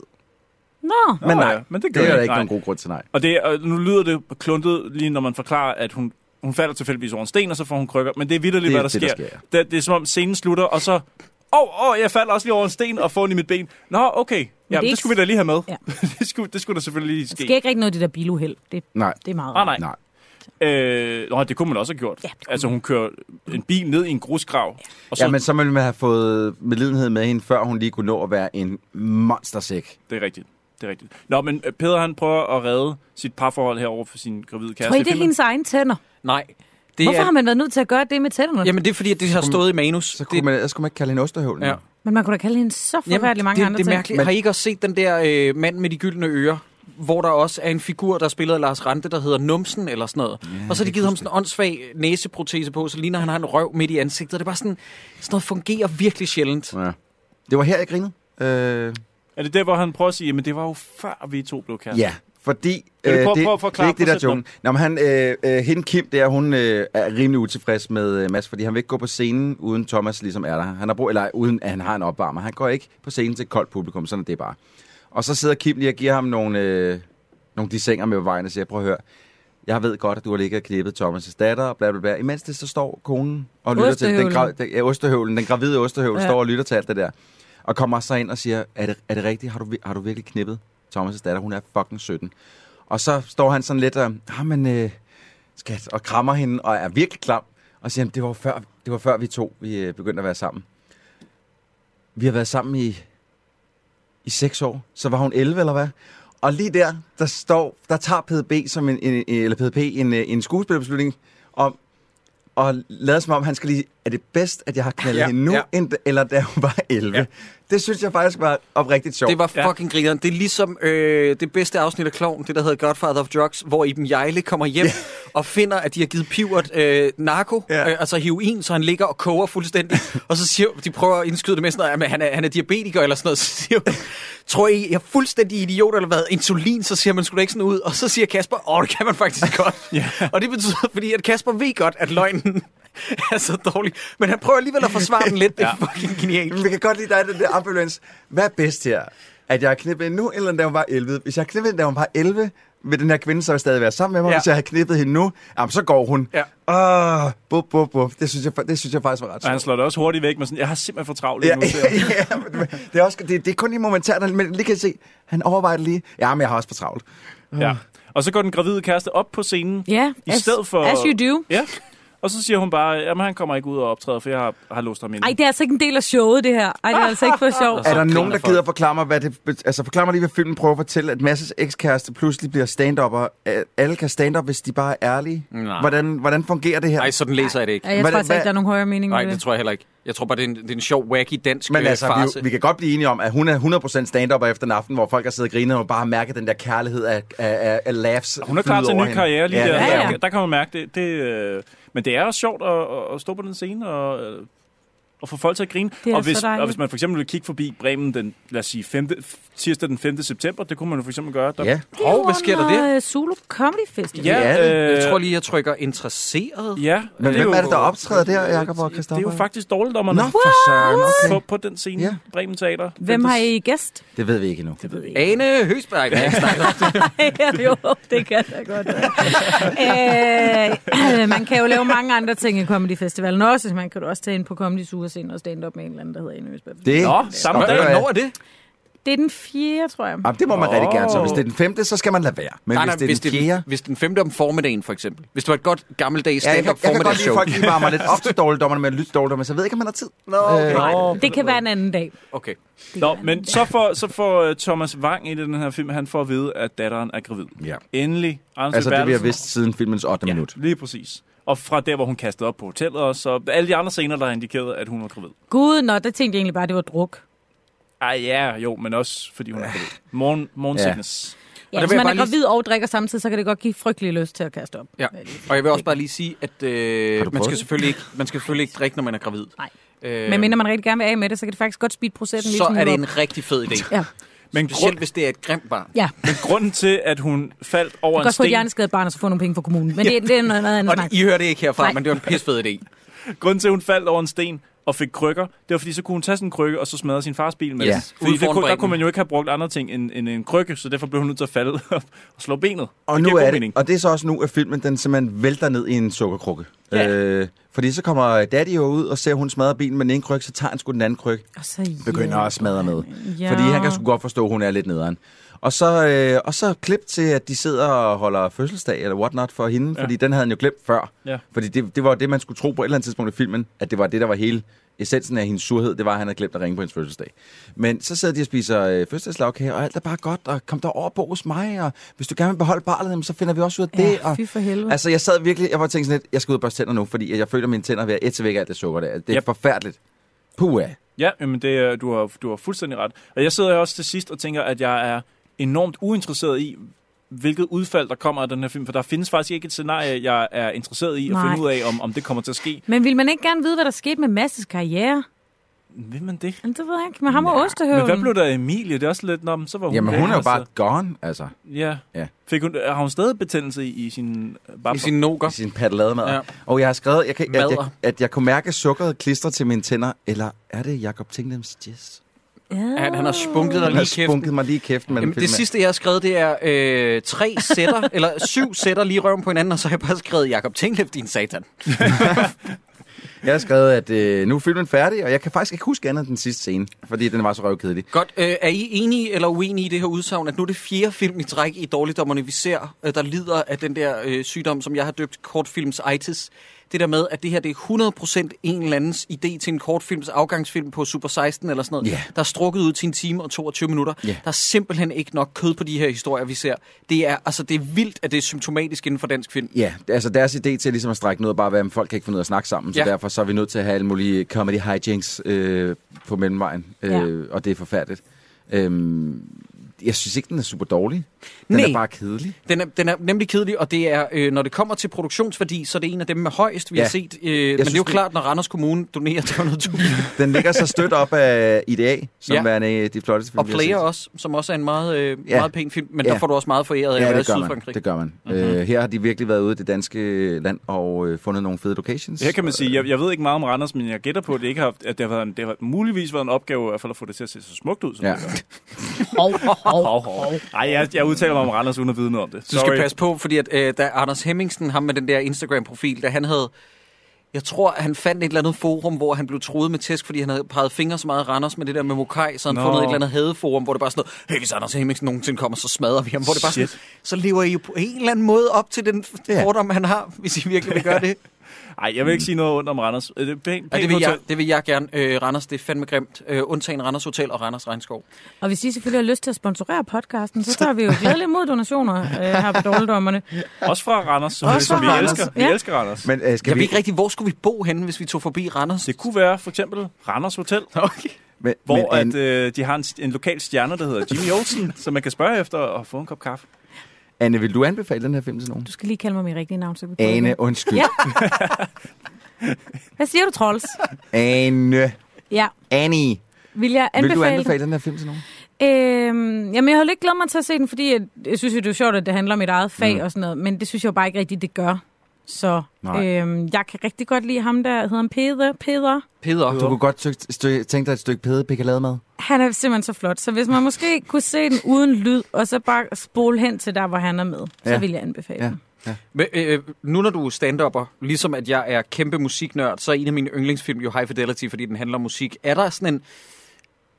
Speaker 6: Nå,
Speaker 8: Men nej,
Speaker 7: ja, men det
Speaker 8: det,
Speaker 7: gør
Speaker 8: det er
Speaker 7: jeg ikke,
Speaker 8: der ikke
Speaker 7: nej.
Speaker 8: nogen god grund til nej.
Speaker 7: Og, det, og nu lyder det kluntet, lige når man forklarer, at hun, hun falder tilfældigvis over en sten, og så får hun krykker. Men det er vildt,
Speaker 8: Det er
Speaker 7: hvad der
Speaker 8: det,
Speaker 7: sker.
Speaker 8: der
Speaker 7: Det,
Speaker 8: sker,
Speaker 7: det, det er som om scenen slutter, og så... Åh, oh, oh, jeg faldt også lige over en sten og får den i mit ben. Nå, okay. Ja, det,
Speaker 6: ikke-
Speaker 7: det skulle vi da lige have med.
Speaker 6: Ja.
Speaker 7: det, skulle, det skulle der selvfølgelig lige ske.
Speaker 6: Der sker ikke rigtig noget af det der biluheld. Det,
Speaker 8: Nej.
Speaker 6: det er meget
Speaker 7: Ah,
Speaker 6: rart.
Speaker 7: nej.
Speaker 8: Nej.
Speaker 7: Øh, nå, det kunne man også have gjort. Ja, altså, hun kører en bil ned i en grusgrav. Og så,
Speaker 8: Så... Jamen, så ville man have fået medlidenhed med hende, før hun lige kunne nå at være en monstersæk.
Speaker 7: Det er rigtigt. Det er rigtigt. Nå, men øh, Peder, han prøver at redde sit parforhold herover for sin gravide kæreste.
Speaker 6: Tror I, det er
Speaker 7: filmen.
Speaker 6: hendes egen tænder?
Speaker 1: Nej. Det
Speaker 6: Det Hvorfor
Speaker 1: er,
Speaker 6: har man været nødt til at gøre det med tænderne?
Speaker 1: Jamen, det er fordi, at det har stået i manus.
Speaker 8: Så kunne det... man, ellers kunne man ikke kalde hende Osterhøvlen.
Speaker 1: Ja.
Speaker 6: Men man kunne da kalde hende så forfærdelig mange
Speaker 1: det,
Speaker 6: andre
Speaker 1: det er
Speaker 6: ting.
Speaker 1: mærkeligt. Men... Har I ikke også set den der øh, mand med de gyldne ører? hvor der også er en figur, der er spillet af Lars Rante, der hedder Numsen eller sådan noget. Ja, og så har de givet ham sådan en åndssvag næseprotese på, så ligner han har en røv midt i ansigtet. Det er bare sådan, sådan noget fungerer virkelig sjældent.
Speaker 8: Ja. Det var her, jeg grinede. Øh,
Speaker 7: Er det der, hvor han prøver at sige, men det var jo før vi to blev kærester?
Speaker 8: ja, fordi... øh,
Speaker 7: Kan du prøve-
Speaker 8: det,
Speaker 7: prøve at
Speaker 8: det
Speaker 7: forklare
Speaker 8: er ikke det, der er
Speaker 7: procenten?
Speaker 8: joken. Nå, men han, øh, øh, hende Kim der, hun øh, er rimelig utilfreds med øh, Mads, fordi han vil ikke gå på scenen, uden Thomas ligesom er der. Han har brug, eller uden at han har en opvarmer. Han går ikke på scenen til et koldt publikum, sådan er det bare. Og så sidder Kim lige og giver ham nogle, øh, nogle de sænger med på vejen og siger, prøv at høre, jeg ved godt, at du har ligget og knippet Thomas' datter, og bla bla bla. Imens det, så står konen og lytter til den, gra-
Speaker 6: Ostehøvlen.
Speaker 8: den, ja, ostehøvlen, den gravide ostehøvel,
Speaker 6: Ja.
Speaker 8: ja. står og lytter til alt det der. Og kommer så ind og siger, er det, er det rigtigt? Har du, vi- har du virkelig knippet Thomas' datter? Hun er fucking 17. Og så står han sådan lidt og, ah, men, øh, skat, og krammer hende, og er virkelig klam, og siger, det var jo før, det var før vi to vi øh, begyndte at være sammen. vi har været sammen i, i seks år. Så var hun 11 eller hvad? Og lige der, der står, der tager PDB som en, en, en eller PDP en, øh, en skuespillerbeslutning om, og lader som om, han skal lige, er det bedst, at jeg har knaldet
Speaker 1: Ja,
Speaker 8: ja, hende nu,
Speaker 1: ja.
Speaker 8: ja. end, eller da hun var 11? Ja. Det synes jeg faktisk var oprigtigt sjovt.
Speaker 1: Det var fucking ja. grineren. Det er ligesom øh, det bedste afsnit af Kloven, det der hedder Godfather of Drugs, hvor Iben Jejle kommer hjem og finder, at de har givet Pivert øh, narko, ja. øh, altså heroin, så han ligger og koger fuldstændig. og så siger de prøver at indskyde det med sådan noget, at han er, han er diabetiker eller sådan noget. Så siger hun, tror I, jeg er fuldstændig idiot eller hvad? Insulin, så ser man sgu da ikke sådan ud. Og så siger Kasper, åh, det kan man faktisk godt. ja. Og det betyder, fordi at Kasper ved godt, at løgnen er så dårlig. Men han prøver alligevel at forsvare den lidt. Det er fucking genialt.
Speaker 8: Men vi kan godt lide dig, den der ambulance. Hvad er bedst her? At jeg har knippet hende nu, eller da hun var 11? Hvis jeg har knippet hende, da hun var 11, vil den her kvinde så stadig være sammen med mig.
Speaker 1: Ja.
Speaker 8: Ja. Hvis jeg har knippet hende nu, jamen, så går hun. Ja. Åh, buf, buf, buf. Det synes, jeg, fa- det synes jeg faktisk var ret
Speaker 7: Og han
Speaker 8: sjovt.
Speaker 7: slår det også hurtigt væk med sådan, jeg har simpelthen for travlt
Speaker 8: Ja,
Speaker 7: lige nu. til at-"
Speaker 8: ja, men det, er også, det, det er kun lige momentært, men lige kan jeg se, han overvejer det lige. Ja, men jeg har også for travlt.
Speaker 7: Ja. Og så går den gravide kæreste op på scenen.
Speaker 6: Ja,
Speaker 7: I
Speaker 6: as-
Speaker 7: stedet for...
Speaker 6: as you do.
Speaker 7: Ja. Og så siger hun bare, jamen han kommer ikke ud og optræder, for jeg har, har låst ham ind.
Speaker 6: Ej, det er altså ikke en del af showet, det her. Ej, det er altså ikke for sjov.
Speaker 8: Er der nogen, der gider forklare mig, hvad det... bet- Altså, forklare mig lige, hvad filmen prøver at fortælle, at masses ekskæreste pludselig bliver stand-upper. At Alle kan stand-up, hvis de bare er ærlige.
Speaker 1: Nej.
Speaker 8: Hvordan, hvordan fungerer det her?
Speaker 1: Nej, sådan læser jeg det ikke.
Speaker 6: Ja, jeg tror altså ikke, der er nogen højere mening
Speaker 1: Nej,
Speaker 6: med
Speaker 1: det
Speaker 6: det.
Speaker 1: tror jeg heller ikke. Jeg tror bare, det er en, det er en sjov, wacky dansk
Speaker 8: Men
Speaker 1: øh,
Speaker 8: altså,
Speaker 1: farce.
Speaker 8: vi, vi kan godt blive enige om, at hun er 100% stand-upper efter en aften, hvor folk har siddet og grinet og bare har mærket den der kærlighed af, af, af, af laughs.
Speaker 7: Hun er klar
Speaker 8: flyde
Speaker 7: til en
Speaker 8: over
Speaker 7: ny
Speaker 8: hende.
Speaker 7: karriere lige
Speaker 8: Ja,
Speaker 7: der.
Speaker 8: ja,
Speaker 7: Der,
Speaker 8: ja.
Speaker 7: der kan man mærke det. det øh, men det er også sjovt at, at- at stå på den scene og, øh, og få folk til at grine.
Speaker 6: Det er
Speaker 7: og, hvis,
Speaker 6: så dejligt.
Speaker 7: og hvis man for eksempel vil kigge forbi Bremen den, lad os sige, 5, tirsdag den 5. september, det kunne man jo for eksempel gøre. Der,
Speaker 8: Ja.
Speaker 1: Hov, hvad sker der der?
Speaker 6: Øh, Zulu Comedy Festival.
Speaker 7: Ja, øh,
Speaker 1: Jeg tror lige, jeg trykker interesseret.
Speaker 7: Ja.
Speaker 8: Men hvem er det, der optræder der, Jacob og
Speaker 7: Det er
Speaker 8: Christoffer?
Speaker 7: jo faktisk dårligt, om man
Speaker 8: Nå, for søren, okay.
Speaker 7: på, på den scene,
Speaker 8: Ja.
Speaker 7: Bremen Teater.
Speaker 6: Hvem har I gæst?
Speaker 8: Det ved vi ikke endnu.
Speaker 1: Ane Høsberg. Nej,
Speaker 6: jo, det kan jeg godt være. øh, man kan jo lave mange andre ting i Comedy Festivalen også. Man kan jo også tage ind på Comedy Zoo og senere stand up med en eller anden, der hedder Ane Øsberg.
Speaker 8: Det,
Speaker 7: Nå, samme
Speaker 8: Nå,
Speaker 7: dag.
Speaker 8: ved du hvad?
Speaker 1: Hvornår er det?
Speaker 6: Det er den fjerde, tror jeg.
Speaker 8: Jamen, det må man
Speaker 7: Åh.
Speaker 8: rigtig gerne. Så hvis det er den femte, så skal man lade være. Men
Speaker 1: nej,
Speaker 8: nej,
Speaker 1: nej,
Speaker 8: hvis det er den fjerde...
Speaker 1: hvis den femte om formiddagen, for eksempel. Hvis det var et godt gammeldags
Speaker 8: Ja, jeg, kan,
Speaker 1: stand-up
Speaker 8: jeg kan godt lide,
Speaker 1: show.
Speaker 8: at folk lige varmer lidt op til dårligdommerne med at lytte til dårligdommerne, så jeg ved ikke, om man har tid. Øh, Nå, okay.
Speaker 7: Nå,
Speaker 6: Det kan være en anden dag.
Speaker 1: Okay.
Speaker 7: Nå, men så får, så får øh, Thomas Wang ind i den her film, han får at vide, at datteren er gravid.
Speaker 8: Ja.
Speaker 7: Endelig. Anders
Speaker 8: Altså, det vi har
Speaker 7: Bertelsen.
Speaker 8: vidst siden filmens 8.
Speaker 7: Ja,
Speaker 8: minut.
Speaker 7: lige præcis. Og fra der, hvor hun kastede op på hotellet også, og alle de andre scener, der har indikeret, at hun var gravid.
Speaker 6: Gud, nå, der tænkte jeg egentlig bare, at det var druk.
Speaker 7: Ah ja, jo, men også fordi hun er gravid. Morgen, morgen
Speaker 8: Ja.
Speaker 7: sickness.
Speaker 1: Og
Speaker 6: Ja,
Speaker 1: der
Speaker 6: hvis
Speaker 1: vil jeg
Speaker 6: man er
Speaker 1: bare lige-
Speaker 6: gravid og drikker samtidig, så kan det godt give frygtelig lyst til at kaste op.
Speaker 1: Ja. Og jeg vil også bare lige sige, at øh, man,
Speaker 8: prøvet
Speaker 1: skal
Speaker 8: det?
Speaker 1: selvfølgelig ikke, man skal selvfølgelig ikke drikke, når man er gravid.
Speaker 6: Nej.
Speaker 1: Øh,
Speaker 6: Men mindre man rigtig gerne vil af med det, så kan det faktisk godt speede processen lidt.
Speaker 1: så er det en rigtig fed idé.
Speaker 6: Ja,
Speaker 7: Men, grund,
Speaker 1: Specielt hvis det er et grimt barn.
Speaker 6: ja.
Speaker 7: men grunden til, at hun faldt
Speaker 6: Du
Speaker 7: over
Speaker 6: kan
Speaker 7: en
Speaker 6: godt få et
Speaker 7: sten,
Speaker 6: hjerneskadet barn, og så få nogle penge fra kommunen. Men det, det er noget noget andet
Speaker 1: Og
Speaker 6: snak.
Speaker 1: I hører det ikke herfra,
Speaker 6: Nej.
Speaker 1: men det var en pissefed idé.
Speaker 7: grunden til, at hun faldt over en sten og fik krykker, det var fordi, så kunne hun tage sådan en krykke, og så smadre sin fars bil med.
Speaker 1: Ja,
Speaker 7: den.
Speaker 1: ude
Speaker 7: Fordi der
Speaker 1: foran
Speaker 7: kunne, der
Speaker 1: brækken.
Speaker 7: kunne man jo ikke have brugt andre ting end, end en krykke, så derfor blev hun nødt til at falde og slå benet.
Speaker 8: Og,
Speaker 7: det
Speaker 8: nu
Speaker 7: giver god
Speaker 8: er det,
Speaker 7: mening.
Speaker 8: og det er så også nu, at filmen den simpelthen vælter ned i en sukkerkrukke. Ja. Øh, fordi så kommer daddy jo ud og ser, at hun smadrer bilen med den ene kryg, så tager han sgu den anden kryg.
Speaker 6: Og så
Speaker 8: Begynder
Speaker 6: ja.
Speaker 8: at smadre med.
Speaker 6: Ja.
Speaker 8: Ja. Fordi han kan sgu godt forstå, at hun er lidt nederen. Og så, øh, og så klip til, at de sidder og holder fødselsdag eller whatnot for hende,
Speaker 7: Ja.
Speaker 8: ja. fordi den havde han jo glemt før.
Speaker 7: Ja.
Speaker 8: Fordi det, det var det, man skulle tro på et eller andet tidspunkt i filmen, at det var det, der var hele essensen af hendes surhed, det var, at han havde glemt at ringe på hendes fødselsdag. Men så sidder de og spiser øh, fødselsdagslagkage, og alt er bare godt, og kom der over på hos mig, og hvis du gerne vil beholde barnet, jamen, så finder vi også ud af det.
Speaker 6: Ja,
Speaker 8: og,
Speaker 6: fy for helvede.
Speaker 8: Altså, jeg sad virkelig, jeg var tænkt sådan lidt, jeg skal ud og børste tænder nu, fordi jeg føler, at mine tænder er ved at ætse væk af alt det sukker der. Det er
Speaker 7: Yep.
Speaker 8: yep. forfærdeligt. Puh,
Speaker 7: Ja, men det, er- du, har, du har fuldstændig ret. Og jeg sidder også til sidst og tænker, at jeg er enormt uinteresseret i, hvilket udfald, der kommer af den her film. For der findes faktisk ikke et scenarie, jeg er interesseret i at
Speaker 6: Nej.
Speaker 7: finde ud af, om, om det kommer til at ske.
Speaker 6: Men vil man ikke gerne vide, hvad der skete med Masses karriere?
Speaker 7: Vil man det?
Speaker 6: Men det ved jeg ikke. Men ham og Osterhøven.
Speaker 7: Men hvad blev der af Emilie? Det er også lidt, om så var hun
Speaker 8: Jamen,
Speaker 7: væk,
Speaker 8: hun er jo
Speaker 7: altså.
Speaker 8: bare gone, altså.
Speaker 7: Ja.
Speaker 8: Ja.
Speaker 7: Fik hun, har hun stadig betændelse i, i sin... Bare
Speaker 1: I sine noger.
Speaker 8: I sin paddelademad.
Speaker 1: Ja.
Speaker 8: Ja. Og jeg har skrevet, jeg kan, at,
Speaker 1: Madder.
Speaker 8: jeg, at jeg kunne mærke sukkeret klistre til mine tænder. Eller er det Jacob Tinglems jazz?
Speaker 6: Ja.
Speaker 1: Han, han har spunket dig
Speaker 8: Han har
Speaker 1: lige kæft.
Speaker 8: spunket mig lige i kæften. med den
Speaker 1: Jamen, det
Speaker 8: film her.
Speaker 1: sidste, jeg har skrevet, det er øh, tre sætter, eller syv sætter lige i røven på hinanden, og så har jeg bare skrevet, Jakob Tinglev, din satan.
Speaker 8: Jeg har skrevet, at øh, nu er filmen færdig, og jeg kan faktisk ikke huske andet end den sidste scene, fordi den var så røvkedelig.
Speaker 1: Godt. Øh, er I enige eller uenige i det her udsagn, at nu er det fjerde film i træk i Dårligdommerne, vi ser, øh, der lider af den der øh, sygdom, som jeg har døbt kortfilms-itis? Det der med, at det her det er 100% en eller andens idé til en kortfilms afgangsfilm på Super 16 eller sådan noget,
Speaker 8: Ja.
Speaker 1: der er strukket ud til en time og 22 minutter.
Speaker 8: Ja.
Speaker 1: Der er simpelthen ikke nok kød på de her historier, vi ser. Det er, altså, det er vildt, at det er symptomatisk inden for dansk film.
Speaker 8: Ja, altså deres idé til ligesom at strække noget, bare være, at folk kan ikke finde ud af at snakke sammen, så
Speaker 1: Ja.
Speaker 8: derfor så er vi nødt til at have alle mulige comedy hijinks øh, på mellemvejen, øh,
Speaker 1: Ja.
Speaker 8: og det er forfærdeligt. Øhm, jeg synes ikke, den er super dårlig. Den
Speaker 1: Nej.
Speaker 8: er bare kedelig.
Speaker 1: Den er, den er nemlig kedelig, og det er, øh, når det kommer til produktionsværdi, så er det en af dem med højst, vi ja.
Speaker 8: Ja.
Speaker 1: har set. Øh,
Speaker 8: Jeg
Speaker 1: men det er
Speaker 8: synes,
Speaker 1: jo
Speaker 8: det-
Speaker 1: klart, når Randers Kommune donerer 300.000.
Speaker 8: Den ligger så stødt op af IDA,
Speaker 1: Ja.
Speaker 8: som ja. værende øh, de flotteste film,
Speaker 1: Og
Speaker 8: vi har
Speaker 1: Player
Speaker 8: set.
Speaker 1: også, som også er en meget, øh, ja.
Speaker 8: Ja.
Speaker 1: meget pæn film, men ja. der
Speaker 8: Ja.
Speaker 1: får du også meget foræret af at
Speaker 8: Ja,
Speaker 1: være i
Speaker 8: det gør man.
Speaker 1: Sydfrankrig.
Speaker 8: Det gør man. Mm-hmm. Øh, her har de virkelig været ude i det danske land og øh, fundet nogle fede locations.
Speaker 7: Her kan man sige, jeg, jeg ved ikke meget om Randers, men jeg gætter på, at det, ikke har, at det, har, været en, det har muligvis været en opgave i hvert fald at få det til at se så smukt ud. Som
Speaker 8: Ja.
Speaker 7: det hov, hov. Ej, jeg, jeg udtaler mig om Randers uden at vide noget om det.
Speaker 1: Du skal passe på, fordi at, øh, da Anders Hemmingsen, ham med den der Instagram-profil, da han havde... Jeg tror, han fandt et eller andet forum, hvor han blev troet med tæsk, fordi han havde peget fingre så meget af Randers med det der med Mokai, så han
Speaker 7: Nå.
Speaker 1: fundet et eller andet hadeforum, hvor det bare sådan noget, hey, hvis Anders Hemmingsen nogensinde kommer, så smadrer vi ham. Hvor det bare sådan,
Speaker 7: Shit.
Speaker 1: så lever I jo på en eller anden måde op til den
Speaker 7: Ja.
Speaker 1: fordom, han har, hvis I virkelig vil gøre det.
Speaker 7: Ej, jeg vil ikke sige noget ondt om Randers. Øh, Det er pænt,
Speaker 1: Ja,
Speaker 7: pænt
Speaker 1: det, vil jeg,
Speaker 7: hotel.
Speaker 1: det vil jeg gerne. Øh, Randers, det er fandme grimt. Øh, undtagen Randers Hotel og Randers Regnskov.
Speaker 6: Og hvis I selvfølgelig har lyst til at sponsorere podcasten, så tager vi jo glædeligt mod donationer øh, her på Dårligdommerne.
Speaker 7: Også fra Randers, som,
Speaker 6: Også
Speaker 7: som
Speaker 6: fra
Speaker 7: vi,
Speaker 6: Randers,
Speaker 7: elsker.
Speaker 6: ja.
Speaker 7: vi elsker Randers.
Speaker 8: Men, øh, skal
Speaker 1: Jeg
Speaker 8: vi-
Speaker 1: ved ikke rigtig, hvor skulle vi bo henne, hvis vi tog forbi Randers?
Speaker 7: Det kunne være for eksempel Randers Hotel, okay.
Speaker 8: Men,
Speaker 7: hvor
Speaker 8: men
Speaker 7: at, øh, de har en, en lokal stjerne, der hedder Jimmy Olsen, som man kan spørge efter og få en kop kaffe.
Speaker 8: Anne, vil du anbefale den her film til nogen?
Speaker 6: Du skal lige kalde mig mit rigtige navn, så vi prøver
Speaker 8: Ane,
Speaker 6: igen.
Speaker 8: undskyld.
Speaker 6: Ja. Hvad siger du, Trolls?
Speaker 8: Anne.
Speaker 6: Ja,
Speaker 8: Annie.
Speaker 6: vil jeg anbefale,
Speaker 8: Vil du
Speaker 6: den?
Speaker 8: anbefale den her film til nogen?
Speaker 6: Øhm, jamen, jeg har lidt glædet mig til at se den, fordi jeg, jeg synes jo, det er sjovt, at det handler om mit eget fag
Speaker 8: Mm.
Speaker 6: mm. og sådan noget, men det synes jeg jo bare ikke rigtigt, det gør. Så
Speaker 8: Nej.
Speaker 6: øhm, jeg kan rigtig godt lide ham der, hedder han Peder. Peder.
Speaker 1: Peder.
Speaker 8: Du kunne godt tyk, stø, tænke dig et stykke pæde pikalade med.
Speaker 6: Han er simpelthen så flot, så hvis man måske kunne se den uden lyd, og så bare spole hen til der, hvor han er med, ja.
Speaker 1: Ja.
Speaker 6: så vil jeg anbefale ja. den.
Speaker 1: Men, øh, nu når du er stand-upper, ligesom at jeg er kæmpe musiknørd, så er en af mine yndlingsfilm jo High Fidelity, fordi den handler om musik. Er der sådan en,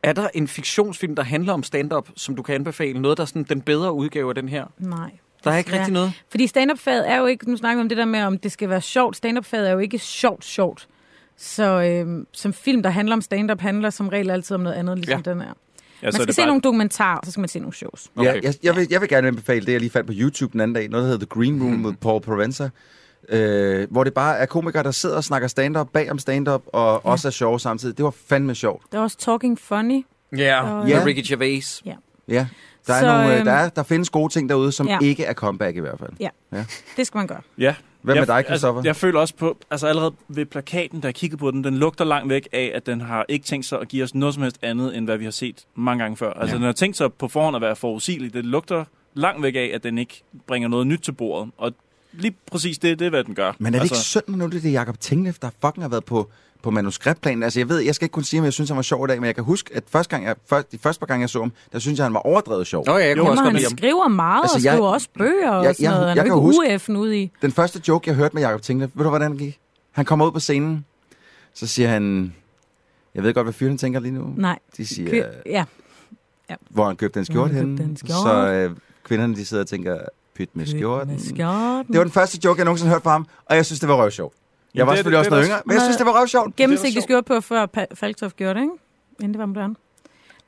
Speaker 1: er der en fiktionsfilm, der handler om stand-up, som du kan anbefale? Noget, der er sådan den bedre udgave af den her?
Speaker 6: Nej.
Speaker 1: Der er ikke
Speaker 6: desværre.
Speaker 1: rigtig noget?
Speaker 6: Fordi stand-up-faget er jo ikke, nu snakker vi om det der med, om det skal være sjovt. Stand-up-faget er jo ikke sjovt, sjovt. Så øhm, som film, der handler om stand-up, handler som regel altid om noget andet, ligesom ja. den er. Ja, man
Speaker 8: så er
Speaker 6: skal
Speaker 8: det
Speaker 6: se
Speaker 8: bare-
Speaker 6: nogle dokumentarer, og så skal man se nogle shows.
Speaker 8: Okay. Ja, jeg, jeg, vil, jeg vil gerne anbefale det, jeg lige fandt på YouTube den anden dag. Noget, der hedder The Green Room med Paul Provenza. Øh, hvor det bare er komikere, der sidder og snakker stand-up bag om stand-up, og ja. også er sjove samtidig. Det var fandme sjovt.
Speaker 6: Der er også Talking Funny.
Speaker 8: Ah,
Speaker 1: Ja,
Speaker 6: Og-
Speaker 1: med Ricky Gervais.
Speaker 6: Ja.
Speaker 8: Ja, der, er
Speaker 6: Så,
Speaker 8: så, nogle, øh,
Speaker 6: øhm,
Speaker 8: der, er, der findes gode ting derude, som
Speaker 6: ja.
Speaker 8: ja. ikke er comeback i hvert fald.
Speaker 6: Ja.
Speaker 8: ja.
Speaker 6: Det skal man gøre.
Speaker 7: Ja.
Speaker 8: Hvad med
Speaker 7: jeg,
Speaker 8: dig, Christoffer?
Speaker 7: Altså, jeg føler også på, altså allerede ved plakaten, da jeg kiggede på den, den lugter langt væk af, at den har ikke tænkt sig at give os noget som helst andet, end hvad vi har set mange gange før. Altså
Speaker 8: Ja.
Speaker 7: den har tænkt sig på forhånd at være forudsigelig. Det lugter langt væk af, at den ikke bringer noget nyt til bordet. Og lige præcis det, det er, hvad den gør.
Speaker 8: Men er det
Speaker 7: altså,
Speaker 8: altså... ikke synd, nu det er Jacob Tinglev, der fucking har været på, på manuskriptplanen? Altså, jeg ved, jeg skal ikke kunne sige, om jeg synes, han var sjov i dag, men jeg kan huske, at første gang jeg, først, de første par gange, jeg så ham, der synes jeg, han var overdrevet sjov.
Speaker 1: Nå ja, jeg
Speaker 6: Jo, men han skriver meget, altså, og
Speaker 8: Altså, jeg-
Speaker 6: skriver også bøger
Speaker 8: jeg-
Speaker 6: og sådan
Speaker 8: jeg-
Speaker 6: noget. Han
Speaker 8: jeg
Speaker 6: er
Speaker 8: kan
Speaker 6: jo
Speaker 8: huske-
Speaker 6: ikke UF'en ude i.
Speaker 8: Den første joke, jeg hørte med Jacob Tinglev, ved du, hvordan den gik? Han kommer ud på scenen, så siger han, jeg ved godt, hvad fyren tænker lige nu.
Speaker 6: Nej.
Speaker 8: De siger,
Speaker 6: Kø- ja.
Speaker 8: hvor han købte den
Speaker 6: Mm. Hvor han
Speaker 8: skjorte henne.
Speaker 6: købte den skjorte.
Speaker 8: Så øh, kvinderne, de sidder og tænker, pyt med skjorten.
Speaker 6: skjorten.
Speaker 8: Det var den første joke, jeg nogensinde hørte fra ham, og jeg synes, det var røvsjov. Jeg var
Speaker 7: det-
Speaker 8: selvfølgelig
Speaker 7: det-
Speaker 8: også
Speaker 7: det-
Speaker 8: noget yngre, men jeg synes, det var røvsjovt.
Speaker 6: Gennemsigtig skjort på, før pa- Falktoft gjorde det, ikke? Inden det var moderne.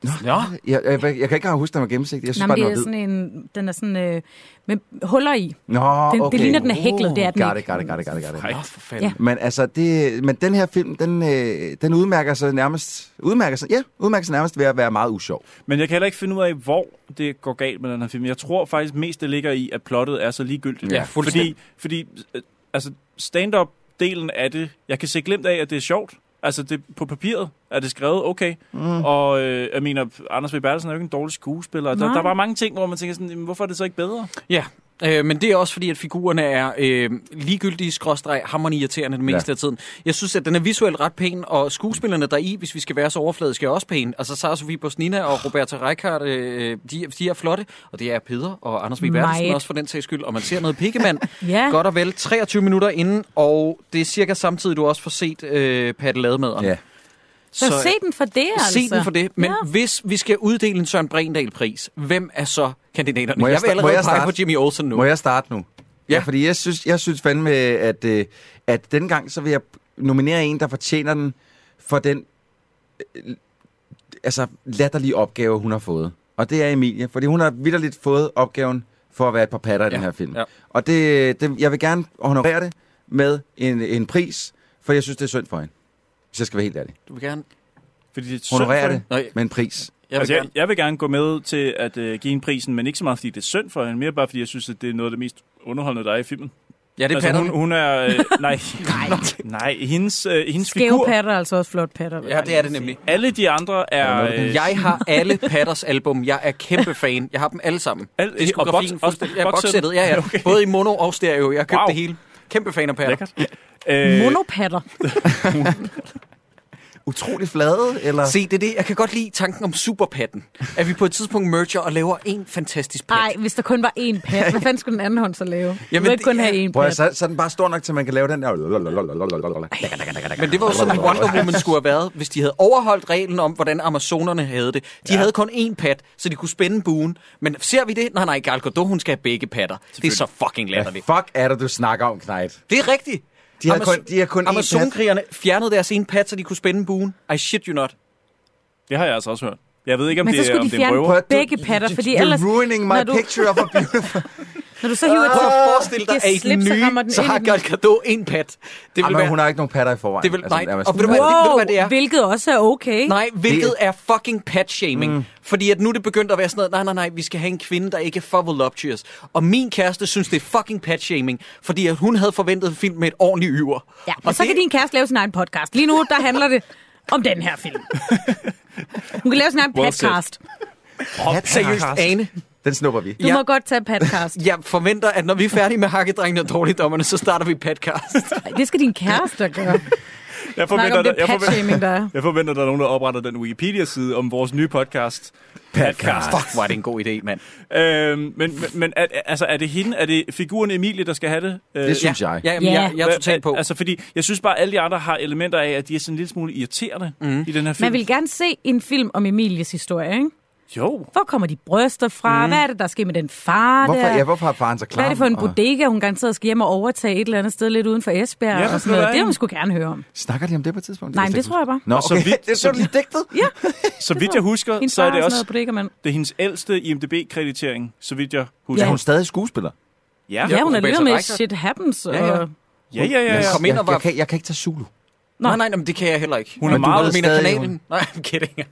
Speaker 8: Nå, jeg, jeg, jeg, jeg kan ikke huske, den var gennemsigtig. Jeg synes
Speaker 6: Nej,
Speaker 8: bare,
Speaker 6: men
Speaker 8: den
Speaker 6: det
Speaker 8: var
Speaker 6: er
Speaker 8: hvid.
Speaker 6: sådan en, den er sådan øh, med huller i.
Speaker 8: Nå,
Speaker 6: Den- det
Speaker 8: Ah, okay. Uh,
Speaker 6: ligner, den er hæklet, det er den
Speaker 8: Got
Speaker 6: ikke.
Speaker 8: it, got it, got it, got it, got it.
Speaker 1: Nå, for fanden.
Speaker 6: Ja.
Speaker 8: Men altså, det, men den her film, den, øh, den udmærker sig nærmest, udmærker sig, ja, udmærker sig nærmest ved at være meget usjov.
Speaker 7: Men jeg kan heller ikke finde ud af, hvor det går galt med den her film. Jeg tror faktisk mest, det ligger i, at plottet er så ligegyldigt.
Speaker 8: Ja,
Speaker 7: fordi,
Speaker 8: fuldstændig.
Speaker 7: fordi øh, altså, stand-up-delen af det, jeg kan se glemt af, at det er sjovt. Altså, det, på papiret er det skrevet okay. Mm. Og øh, jeg mener, Anders V. Bertelsen er jo ikke en dårlig skuespiller. Der,
Speaker 1: Nej.
Speaker 7: der var mange ting, hvor man tænker sådan, "Jamen, hvorfor er det så ikke bedre?
Speaker 1: Ja, øh, men det er også fordi, at figurerne er øh, ligegyldige, skråstreg, hammerne irriterende det meste
Speaker 7: Ja.
Speaker 1: ja. af tiden. Jeg synes, at den er visuelt ret pæn, og skuespillerne der i, hvis vi skal være så overfladiske, er også pæne. Altså Sara Sofie Bosnina og Roberta Reichardt, øh, de, de er flotte, og det er Peder og Anders V. Bertelsen
Speaker 6: Meget.
Speaker 1: også for den sags skyld, og man ser noget pikkemand.
Speaker 6: Ja.
Speaker 1: Godt og vel 23 minutter inden, og det er cirka samtidig, du også får set øh, Patte Lademaderen. øh,
Speaker 8: Ja.
Speaker 6: Så, så se den for det, altså.
Speaker 1: Se den for det, men
Speaker 6: Ja.
Speaker 1: ja. hvis vi skal uddele en Søren Brindal-pris, hvem er så kandidaterne?
Speaker 8: Må jeg
Speaker 1: jeg, vil
Speaker 8: sta- må
Speaker 1: allerede
Speaker 8: jeg
Speaker 1: pege
Speaker 8: starte?
Speaker 1: på Jimmy Olsen nu.
Speaker 8: Må jeg starte nu? Ja. ja fordi jeg synes, jeg synes fandme, at, øh, at dengang, så vil jeg nominere en, der fortjener den for den øh, altså latterlige opgave, hun har fået. Og det er Emilie, fordi hun har vidderligt fået opgaven for at være et par patter ja. i den her film. Ja. Og det, det, jeg vil gerne honorere det med en, en pris, for jeg synes, det er synd for hende. Hvis jeg skal være helt ærlig.
Speaker 1: Du vil gerne...
Speaker 7: Fordi det er
Speaker 8: Honorere
Speaker 7: synd
Speaker 8: det
Speaker 7: for hende.
Speaker 8: med en pris.
Speaker 7: Jeg vil, altså, jeg, jeg vil gerne gå med til at øh, give en prisen, men ikke så meget, fordi det er synd for hende, mere bare fordi jeg synes, at det er noget af det mest underholdende, der er i filmen.
Speaker 1: Ja, det er
Speaker 7: altså, hun,
Speaker 1: patterne.
Speaker 7: hun er... Øh, nej, nej, nej, hendes, øh, hendes
Speaker 6: Skæve
Speaker 7: figur...
Speaker 6: patter er altså også flot patter.
Speaker 1: Ja, det er det nemlig.
Speaker 7: Alle de andre er... Øh,
Speaker 1: Jeg har alle Patters album. Jeg er kæmpe fan. Jeg har dem alle sammen.
Speaker 7: Al- og
Speaker 1: Diskografien,
Speaker 7: box- også
Speaker 1: fuldstændig- ja,
Speaker 7: boxsættet?
Speaker 1: boxsættet. Ja, ja.
Speaker 7: Okay.
Speaker 1: Både i mono og stereo. Jeg har købt
Speaker 7: Wow.
Speaker 1: det hele. Kæmpe fan af Patter.
Speaker 7: Øh,
Speaker 6: Monopatter.
Speaker 8: Utrolig flade, eller...
Speaker 1: Se, det er det. Jeg kan godt lide tanken om superpatten. At vi på et tidspunkt merger og laver en fantastisk pat.
Speaker 6: Nej, hvis der kun var én pat. Hvad fanden skulle den anden hånd så lave? Jamen, du
Speaker 1: Jamen,
Speaker 6: ikke kun
Speaker 1: det-
Speaker 6: have én
Speaker 8: Prøv
Speaker 6: pat.
Speaker 8: at, så, så er den bare stor nok, til man kan lave den der...
Speaker 1: Men det var jo sådan, Wonder Woman skulle have været, hvis de havde overholdt reglen om, hvordan amazonerne havde det. De ja. havde kun én pat, så de kunne spænde buen. Men ser vi det? Nej, nej, Gal Gadot, hun skal have begge patter. Det er så fucking latterligt.
Speaker 8: Fuck er det, du snakker om, Knight?
Speaker 1: Det er rigtigt.
Speaker 8: De havde kun- de havde kun én
Speaker 1: Amazonkrigerne fjernede deres ene pat, så de kunne spænde buen. I shit you not.
Speaker 7: Det har jeg altså også hørt. Jeg ved ikke, om
Speaker 6: Men så
Speaker 7: det, er,
Speaker 6: skulle
Speaker 7: om
Speaker 6: de
Speaker 7: det er en
Speaker 6: fjerne
Speaker 7: røver.
Speaker 6: begge patter, fordi ellers...
Speaker 8: You're ruining my
Speaker 6: når du-
Speaker 8: picture of a beautiful...
Speaker 6: Når du så hiver
Speaker 1: Prøv
Speaker 8: Ah!
Speaker 1: at
Speaker 6: et
Speaker 1: forestille dig, at i den
Speaker 6: slip, så rammer
Speaker 1: nye,
Speaker 6: den
Speaker 1: så
Speaker 6: ind
Speaker 1: har
Speaker 6: i den.
Speaker 1: Gal Gadot en pat. Det vil
Speaker 8: Jamen,
Speaker 1: være...
Speaker 8: hun har ikke nogen patter i forvejen. Altså,
Speaker 1: Det vil- nej,
Speaker 8: nærmest-
Speaker 1: og ved du hvad- ved du,
Speaker 6: Wow,
Speaker 1: hvad det er?
Speaker 6: hvilket også er okay.
Speaker 1: Nej, hvilket er fucking pat-shaming. Mm. Fordi at nu er det begyndt at være sådan noget, nej, nej, nej, vi skal have en kvinde, der ikke er for voluptuous. Og min kæreste synes, det er fucking pat-shaming, fordi at hun havde forventet en film med et ordentligt yver.
Speaker 6: Ja,
Speaker 1: og
Speaker 6: men så
Speaker 1: det,
Speaker 6: kan din kæreste lave sin egen podcast. Lige nu, der handler det om den her film. Hun kan lave sin egen
Speaker 7: Well said.
Speaker 6: podcast.
Speaker 8: Pat-
Speaker 1: Seriøst, Ane,
Speaker 8: Den snupper vi.
Speaker 6: Du
Speaker 1: Ja.
Speaker 6: må godt tage podcast.
Speaker 1: jeg forventer, at når vi er færdige med hakkedrengene og dårligdommerne, så starter vi podcast.
Speaker 6: Ej, Det skal din kæreste gøre.
Speaker 7: Jeg
Speaker 6: Snak om
Speaker 7: forventer,
Speaker 6: det
Speaker 7: jeg
Speaker 6: patshaming, der er.
Speaker 7: forventer, jeg forventer, der er nogen, der opretter den Wikipedia-side om vores nye podcast. Podcast.
Speaker 1: Fuck, hvor er det en god idé, mand.
Speaker 7: Øhm, men men, men er, altså, er det hende? Er det figuren Emilie, der skal have det? Øh,
Speaker 8: Det synes jeg.
Speaker 1: Ja, jamen,
Speaker 6: Ja.
Speaker 1: jeg, jeg er totalt på.
Speaker 7: Altså, fordi jeg synes bare, at alle de andre har elementer af, at de er sådan en lille smule irriterende mm. i den her film.
Speaker 6: Man vil gerne se en film om Emilies historie, ikke?
Speaker 7: Jo.
Speaker 6: Hvor kommer de bryster fra? Mm. Hvad er det, der sker med den far
Speaker 8: Hvorfor,
Speaker 6: der?
Speaker 8: ja, hvorfor har faren så klar?
Speaker 6: Hvad er det for en
Speaker 8: og...
Speaker 6: bodega, hun garanteret skal hjem og overtage et eller andet sted lidt uden for Esbjerg?
Speaker 7: Ja,
Speaker 6: Ja, og
Speaker 7: det
Speaker 6: sådan noget.
Speaker 7: er
Speaker 6: Det vil
Speaker 7: en-
Speaker 6: hun skulle gerne høre om.
Speaker 8: Øh, Snakker de om det på et tidspunkt?
Speaker 6: Nej,
Speaker 8: kan
Speaker 6: men
Speaker 8: jeg
Speaker 6: det
Speaker 8: ikke
Speaker 6: tror jeg bare.
Speaker 8: huske. Nå,
Speaker 7: Og så
Speaker 8: okay.
Speaker 7: vidt-
Speaker 8: det er så lidt digtet.
Speaker 6: Ja,
Speaker 7: Så vidt jeg husker,
Speaker 6: en
Speaker 7: så er det også
Speaker 6: bodega, mand.
Speaker 7: det er hendes ældste IMDb-kreditering, så vidt jeg husker.
Speaker 8: Er hun stadig skuespiller?
Speaker 6: Øh,
Speaker 7: Ja,
Speaker 6: Ja, hun er
Speaker 1: Rebecca
Speaker 6: lidt med
Speaker 1: Reichardt.
Speaker 6: shit happens. Ja,
Speaker 1: ja.
Speaker 6: Og...
Speaker 7: ja, ja. ja, ja.
Speaker 1: Kom ind og
Speaker 8: Jeg, jeg,
Speaker 1: var...
Speaker 8: kan, jeg kan ikke tage Zulu.
Speaker 1: Nej, nej, nej, men det kan jeg heller ikke.
Speaker 7: Hun er
Speaker 1: Men du
Speaker 7: meget
Speaker 1: ved, mener
Speaker 8: stadig,
Speaker 1: kanalen. Nej, I'm kidding.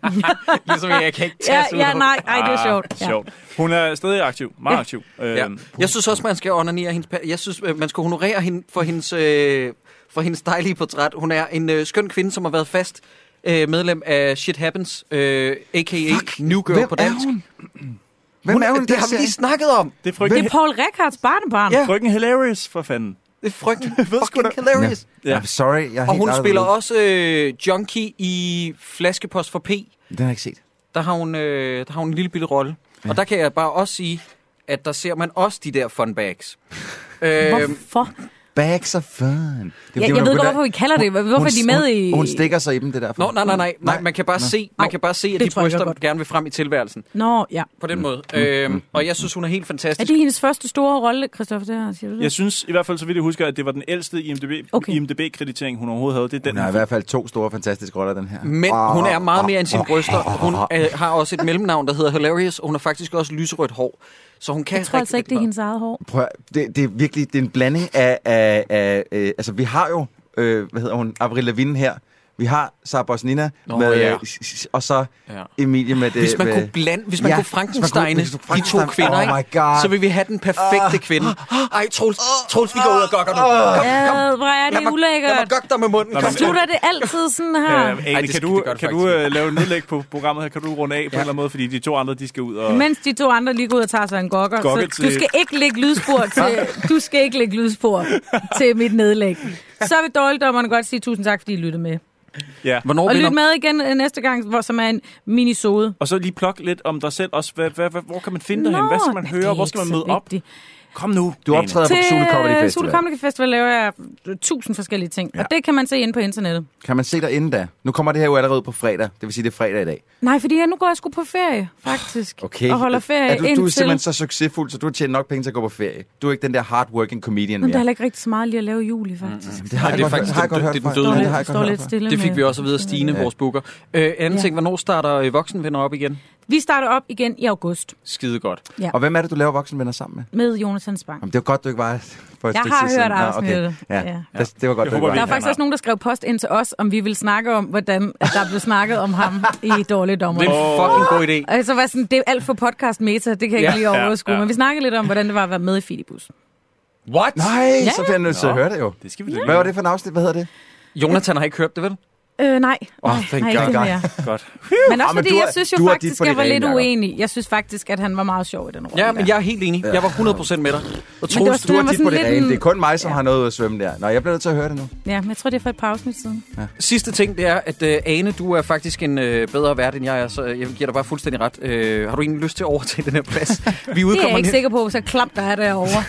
Speaker 1: ligesom jeg kan ikke tage
Speaker 6: ja,
Speaker 1: sådan
Speaker 6: ja,
Speaker 1: noget.
Speaker 6: nej, ej, det er sjovt.
Speaker 7: Ah,
Speaker 6: Ja.
Speaker 7: sjovt. Hun er stadig aktiv. Meget aktiv.
Speaker 1: Ja.
Speaker 7: Øhm,
Speaker 1: Jeg synes også, man skal onanere hendes... pa- Jeg synes, øh, man skal honorere hende for hendes, øh, for hendes dejlige portræt. Hun er en øh, skøn kvinde, som har været fast øh, medlem af Shit Happens, øh, a.k.a. New Girl
Speaker 8: Hvem
Speaker 1: på
Speaker 8: er
Speaker 1: dansk.
Speaker 8: hun? Hvem er hun? i
Speaker 1: det
Speaker 8: den
Speaker 1: har vi
Speaker 8: serie?
Speaker 1: lige snakket om.
Speaker 7: Det er
Speaker 6: Det
Speaker 7: frygten,
Speaker 6: er Paul Rekards barnebarn.
Speaker 1: Ja.
Speaker 7: frygten hilarious, for fanden.
Speaker 6: Mm.
Speaker 1: Det er frygten
Speaker 7: sgu
Speaker 1: fucking
Speaker 7: da-
Speaker 1: hilarious.
Speaker 7: Ja.
Speaker 8: I'm sorry, jeg er
Speaker 1: Og
Speaker 8: helt
Speaker 1: hun
Speaker 8: out of the
Speaker 1: spiller
Speaker 8: loop.
Speaker 1: også øh, junkie i Flaskepost for P.
Speaker 8: Den har jeg ikke set.
Speaker 1: Der har hun, øh, der har hun en lille bitte rolle. Ja. Og der kan jeg bare også sige, at der ser man også de der funbags. øhm,
Speaker 6: Hvorfor?
Speaker 8: Bags of fun. Det er, fordi,
Speaker 6: jeg
Speaker 8: hun
Speaker 6: ved
Speaker 8: er
Speaker 6: godt,
Speaker 8: på
Speaker 6: hvorfor vi kalder det. Hvorfor
Speaker 8: hun,
Speaker 6: er de med
Speaker 8: hun,
Speaker 6: i-
Speaker 8: Hun stikker sig i dem, det der.
Speaker 1: Nå, nej, nej, nej, nej. Man kan bare se, man
Speaker 6: Au.
Speaker 1: kan bare se at
Speaker 6: Det
Speaker 1: de
Speaker 6: tror jeg
Speaker 1: bryster
Speaker 6: godt.
Speaker 1: gerne vil frem i tilværelsen.
Speaker 6: Nå, ja.
Speaker 1: På
Speaker 8: Mm.
Speaker 1: den måde. Øhm, og jeg synes, hun er helt
Speaker 6: Er
Speaker 1: fantastisk.
Speaker 6: det hendes første store rolle, Christoffer? Det her, siger du det?
Speaker 7: Jeg synes i hvert fald, så vidt jeg husker, at det var den ældste IMDb,
Speaker 6: Okay.
Speaker 7: IMDb-kreditering, hun overhovedet havde. Det er den,
Speaker 8: Hun har i
Speaker 7: hun
Speaker 8: hvert fald to store, fantastiske roller, den her.
Speaker 1: Men
Speaker 8: Åh,
Speaker 1: hun er meget
Speaker 8: åh,
Speaker 1: mere end sine
Speaker 8: åh.
Speaker 1: bryster. Hun øh, har også et mellemnavn, der hedder Hilarious, og hun har faktisk også lyserødt hår. Så hun kan
Speaker 6: jeg tror altså
Speaker 1: rigtig,
Speaker 6: ikke, det er
Speaker 1: rigtig
Speaker 6: hendes eget hår.
Speaker 8: Prøv, at- det, det er virkelig det er en blanding af... af, af øh, altså, vi har jo, øh, hvad hedder hun, Avril Lavigne her. Vi har Sara Bosnina
Speaker 1: Nå,
Speaker 8: med,
Speaker 1: ja.
Speaker 8: øh, s- s- og så
Speaker 1: Ja.
Speaker 8: Emilie med...
Speaker 1: Hvis man
Speaker 8: med,
Speaker 1: kunne blande, hvis man
Speaker 8: Ja,
Speaker 1: kunne
Speaker 8: hvis man kunne-
Speaker 1: Frankensteine
Speaker 8: hvis man kunne
Speaker 1: de to
Speaker 8: Frankenstein-
Speaker 1: kvinder,
Speaker 8: Oh
Speaker 1: ikke?
Speaker 8: my God. Ah.
Speaker 1: så vil vi have den perfekte kvinde. Ej, Troels, Troels, vi går ud og gokker nu. Kom,
Speaker 6: Ja, hvor er
Speaker 1: lad
Speaker 6: det
Speaker 1: mig, lad mig
Speaker 6: ulækkert.
Speaker 1: gokke dig med munden. Kom,
Speaker 7: men-
Speaker 6: Slutter det altid sådan
Speaker 7: Ja,
Speaker 6: her?
Speaker 7: Ane,
Speaker 1: Ej,
Speaker 7: kan
Speaker 1: det-
Speaker 7: du,
Speaker 1: det gør det
Speaker 7: kan
Speaker 1: faktisk
Speaker 7: du øh, lave en nedlæg på programmet her? Kan du runde af på en eller anden måde? Fordi de to andre, de skal ud og...
Speaker 6: Mens de to andre lige går ud og tager sig en gokker.
Speaker 7: Gokke
Speaker 6: Så du
Speaker 7: til-
Speaker 6: skal ikke lægge lydspor til, du skal ikke lægge lydspor til mit nedlæg. Så vil dårligdommerne godt sige tusind tak, fordi I lyttede med.
Speaker 7: Ja.
Speaker 1: Hvornår
Speaker 6: Og lyt
Speaker 1: vinder...
Speaker 6: med igen øh, næste gang, hvor som er en minisode.
Speaker 7: Og så lige plok lidt om dig selv også. Hvad, hvad, hvad, hvor kan man finde dig hen? Hvad skal man
Speaker 6: men
Speaker 7: høre?
Speaker 6: det er
Speaker 7: Hvor skal man
Speaker 6: ikke
Speaker 7: møde
Speaker 6: så
Speaker 7: op?
Speaker 6: vigtigt.
Speaker 7: Kom nu.
Speaker 8: Du optræder på
Speaker 6: Til øh,
Speaker 8: Zulu Comedy Festival.
Speaker 6: Zulu Comedy Festival laver jeg øh, tusind forskellige ting, ja. og det kan man se inde på internettet.
Speaker 8: Kan man se dig inden da? Nu kommer det her jo allerede ud på fredag. Det vil sige, det er fredag i dag.
Speaker 6: Nej, fordi jeg, nu går jeg sgu på ferie, faktisk.
Speaker 8: Okay.
Speaker 6: Og holder ferie
Speaker 8: er du,
Speaker 6: indtil...
Speaker 8: du er simpelthen så succesfuld, så du har tjent nok penge til at gå på ferie. Du er ikke den der hardworking comedian
Speaker 6: Nå,
Speaker 8: mere.
Speaker 6: der er heller ikke rigtig så meget lige at lave i juli, faktisk.
Speaker 8: Det har jeg godt hørt- har jeg godt hørt fra.
Speaker 6: Står
Speaker 8: Ja, det
Speaker 6: lidt-
Speaker 8: har jeg godt
Speaker 6: står
Speaker 8: hørt
Speaker 6: lidt
Speaker 8: fra.
Speaker 6: stille
Speaker 1: Det fik
Speaker 6: med-
Speaker 1: vi også at vide af Stine,
Speaker 6: Ja.
Speaker 1: vores booker. Øh, anden
Speaker 6: Ja.
Speaker 1: ting, hvornår starter øh, voksenvenner op igen?
Speaker 6: Vi starter op igen i august
Speaker 1: Skide godt.
Speaker 6: Ja.
Speaker 8: Og hvem er det, du laver voksenvenner sammen med?
Speaker 6: med Jonathan Spang.
Speaker 8: Jamen, det var godt, du ikke var for et
Speaker 6: Jeg
Speaker 8: stykke
Speaker 6: har
Speaker 8: tid siden.
Speaker 6: hørt
Speaker 8: Nå,
Speaker 6: afsnittet.
Speaker 8: Okay. Ja.
Speaker 6: Ja.
Speaker 8: ja. Det, det var godt,
Speaker 7: Jeg
Speaker 8: du
Speaker 7: håber,
Speaker 8: ikke
Speaker 6: Der er
Speaker 8: var
Speaker 6: faktisk også nogen, der skrev post ind til os, om vi ville snakke om, hvordan at der blev snakket om ham i Dårlige Dommer.
Speaker 1: Det er en fucking god idé.
Speaker 6: Og så var jeg Altså, sådan, det er alt for podcast meta, det kan jeg
Speaker 1: Ja,
Speaker 6: ja, ikke lige
Speaker 1: ja,
Speaker 6: overskue. Ja,
Speaker 1: ja.
Speaker 6: Men vi snakkede lidt om, hvordan det var at være med i Filibus.
Speaker 1: What?
Speaker 8: Nej,
Speaker 6: Ja,
Speaker 8: så bliver jeg nødt til at
Speaker 1: Nå.
Speaker 8: høre det jo.
Speaker 7: Det skal vi da
Speaker 8: Hvad var det for en afsnit? Hvad hedder det?
Speaker 1: Jonathan har ikke hørt det, vel?
Speaker 6: Øh, nej. nej, nej, ikke det mere.
Speaker 7: Godt.
Speaker 6: Men også
Speaker 8: Ah, men
Speaker 6: fordi,
Speaker 8: du er-
Speaker 6: jeg synes jo
Speaker 8: du er dit
Speaker 6: faktisk,
Speaker 8: på
Speaker 6: jeg
Speaker 8: dit
Speaker 6: var
Speaker 8: rene,
Speaker 6: lidt
Speaker 8: Jacob.
Speaker 6: uenig. Jeg synes faktisk, at han var meget sjov i den rolle.
Speaker 1: Ja, men jeg er helt enig. Jeg var 100% med dig. Og
Speaker 6: det var
Speaker 1: Troels,
Speaker 6: sådan,
Speaker 1: du
Speaker 6: han
Speaker 1: har
Speaker 6: var
Speaker 1: tit
Speaker 6: sådan
Speaker 1: på det
Speaker 6: lidt
Speaker 1: rene.
Speaker 6: en-
Speaker 8: Det er kun mig, som har noget ud at svømme der. Nå, jeg bliver nødt til at høre det nu.
Speaker 6: Ja, men jeg tror, det er for et par afsnit siden.
Speaker 1: Sidste ting, det er, at øh, Ane, du er faktisk en øh, bedre vært, end jeg er, så øh, jeg giver dig bare fuldstændig ret. Øh, har du egentlig lyst til at overtage den her plads? Vi
Speaker 6: Det er
Speaker 1: udkommer
Speaker 6: jeg ikke
Speaker 1: ne-
Speaker 6: sikker på, så klamt der er derovre.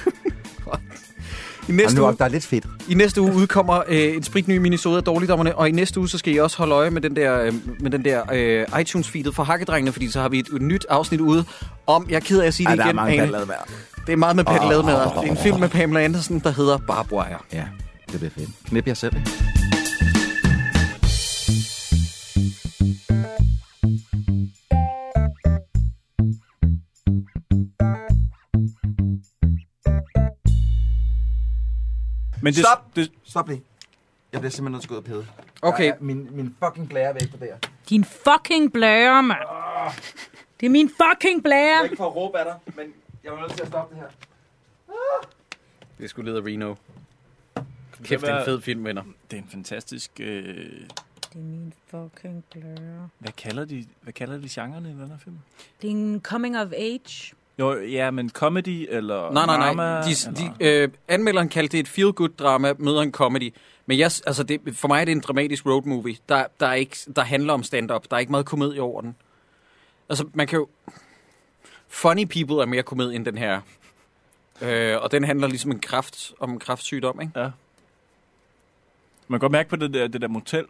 Speaker 1: i
Speaker 8: Hold
Speaker 1: næste
Speaker 8: nu
Speaker 1: uge.
Speaker 8: op, der er lidt fedt.
Speaker 1: I næste uge udkommer øh, en spritny minisode af Dårligdommerne, og i næste uge, så skal I også holde øje med den der, øh, med den der øh, iTunes-feedet fra Hakkedrengene, fordi så har vi et, et nyt afsnit ude om, jeg er ked af at sige det
Speaker 8: Ej, der er
Speaker 1: igen,
Speaker 8: mange
Speaker 1: Ane.
Speaker 8: ballade med.
Speaker 1: Det er meget med Patte oh, med. Det er en film med Pamela Andersen, der hedder Barbwire.
Speaker 8: Ja, det bliver fedt. Knip jer selv. ikke?
Speaker 7: Men det,
Speaker 8: Stop!
Speaker 7: Det,
Speaker 8: Stop lige. Jeg bliver simpelthen nødt til at gå ud og pede.
Speaker 1: Okay.
Speaker 8: Jeg er- Min, min fucking blære er væk på der.
Speaker 6: Din fucking blære, mand. Det er min fucking
Speaker 8: Jeg er
Speaker 6: blære.
Speaker 8: ikke for at råbe af dig, men jeg var nødt til at stoppe det her.
Speaker 1: Det er sgu led af Reno.
Speaker 7: det
Speaker 1: Kæft, det er
Speaker 7: være-
Speaker 1: en fed film, venner.
Speaker 7: det er en fantastisk... Øh,
Speaker 6: Det er min fucking blære.
Speaker 7: hvad, kalder de, hvad kalder de genrerne i den her film?
Speaker 6: Det er en coming of age.
Speaker 7: Jo, ja, men comedy eller
Speaker 1: Nej, nej, nej.
Speaker 7: drama,
Speaker 1: De,
Speaker 7: eller-
Speaker 1: de, øh, anmelderen kaldte det et feel-good-drama møder en comedy. Men jeg, s- altså det, for mig er det en dramatisk road movie, der, der, er ikke, der handler om stand-up. Der er ikke meget komedie over den. Altså, man kan jo... Funny People er mere komedie end den her. Øh, og den handler ligesom en kraft, om en kraftsygdom, ikke? øh-
Speaker 7: Man kan godt mærke på det der, det der motel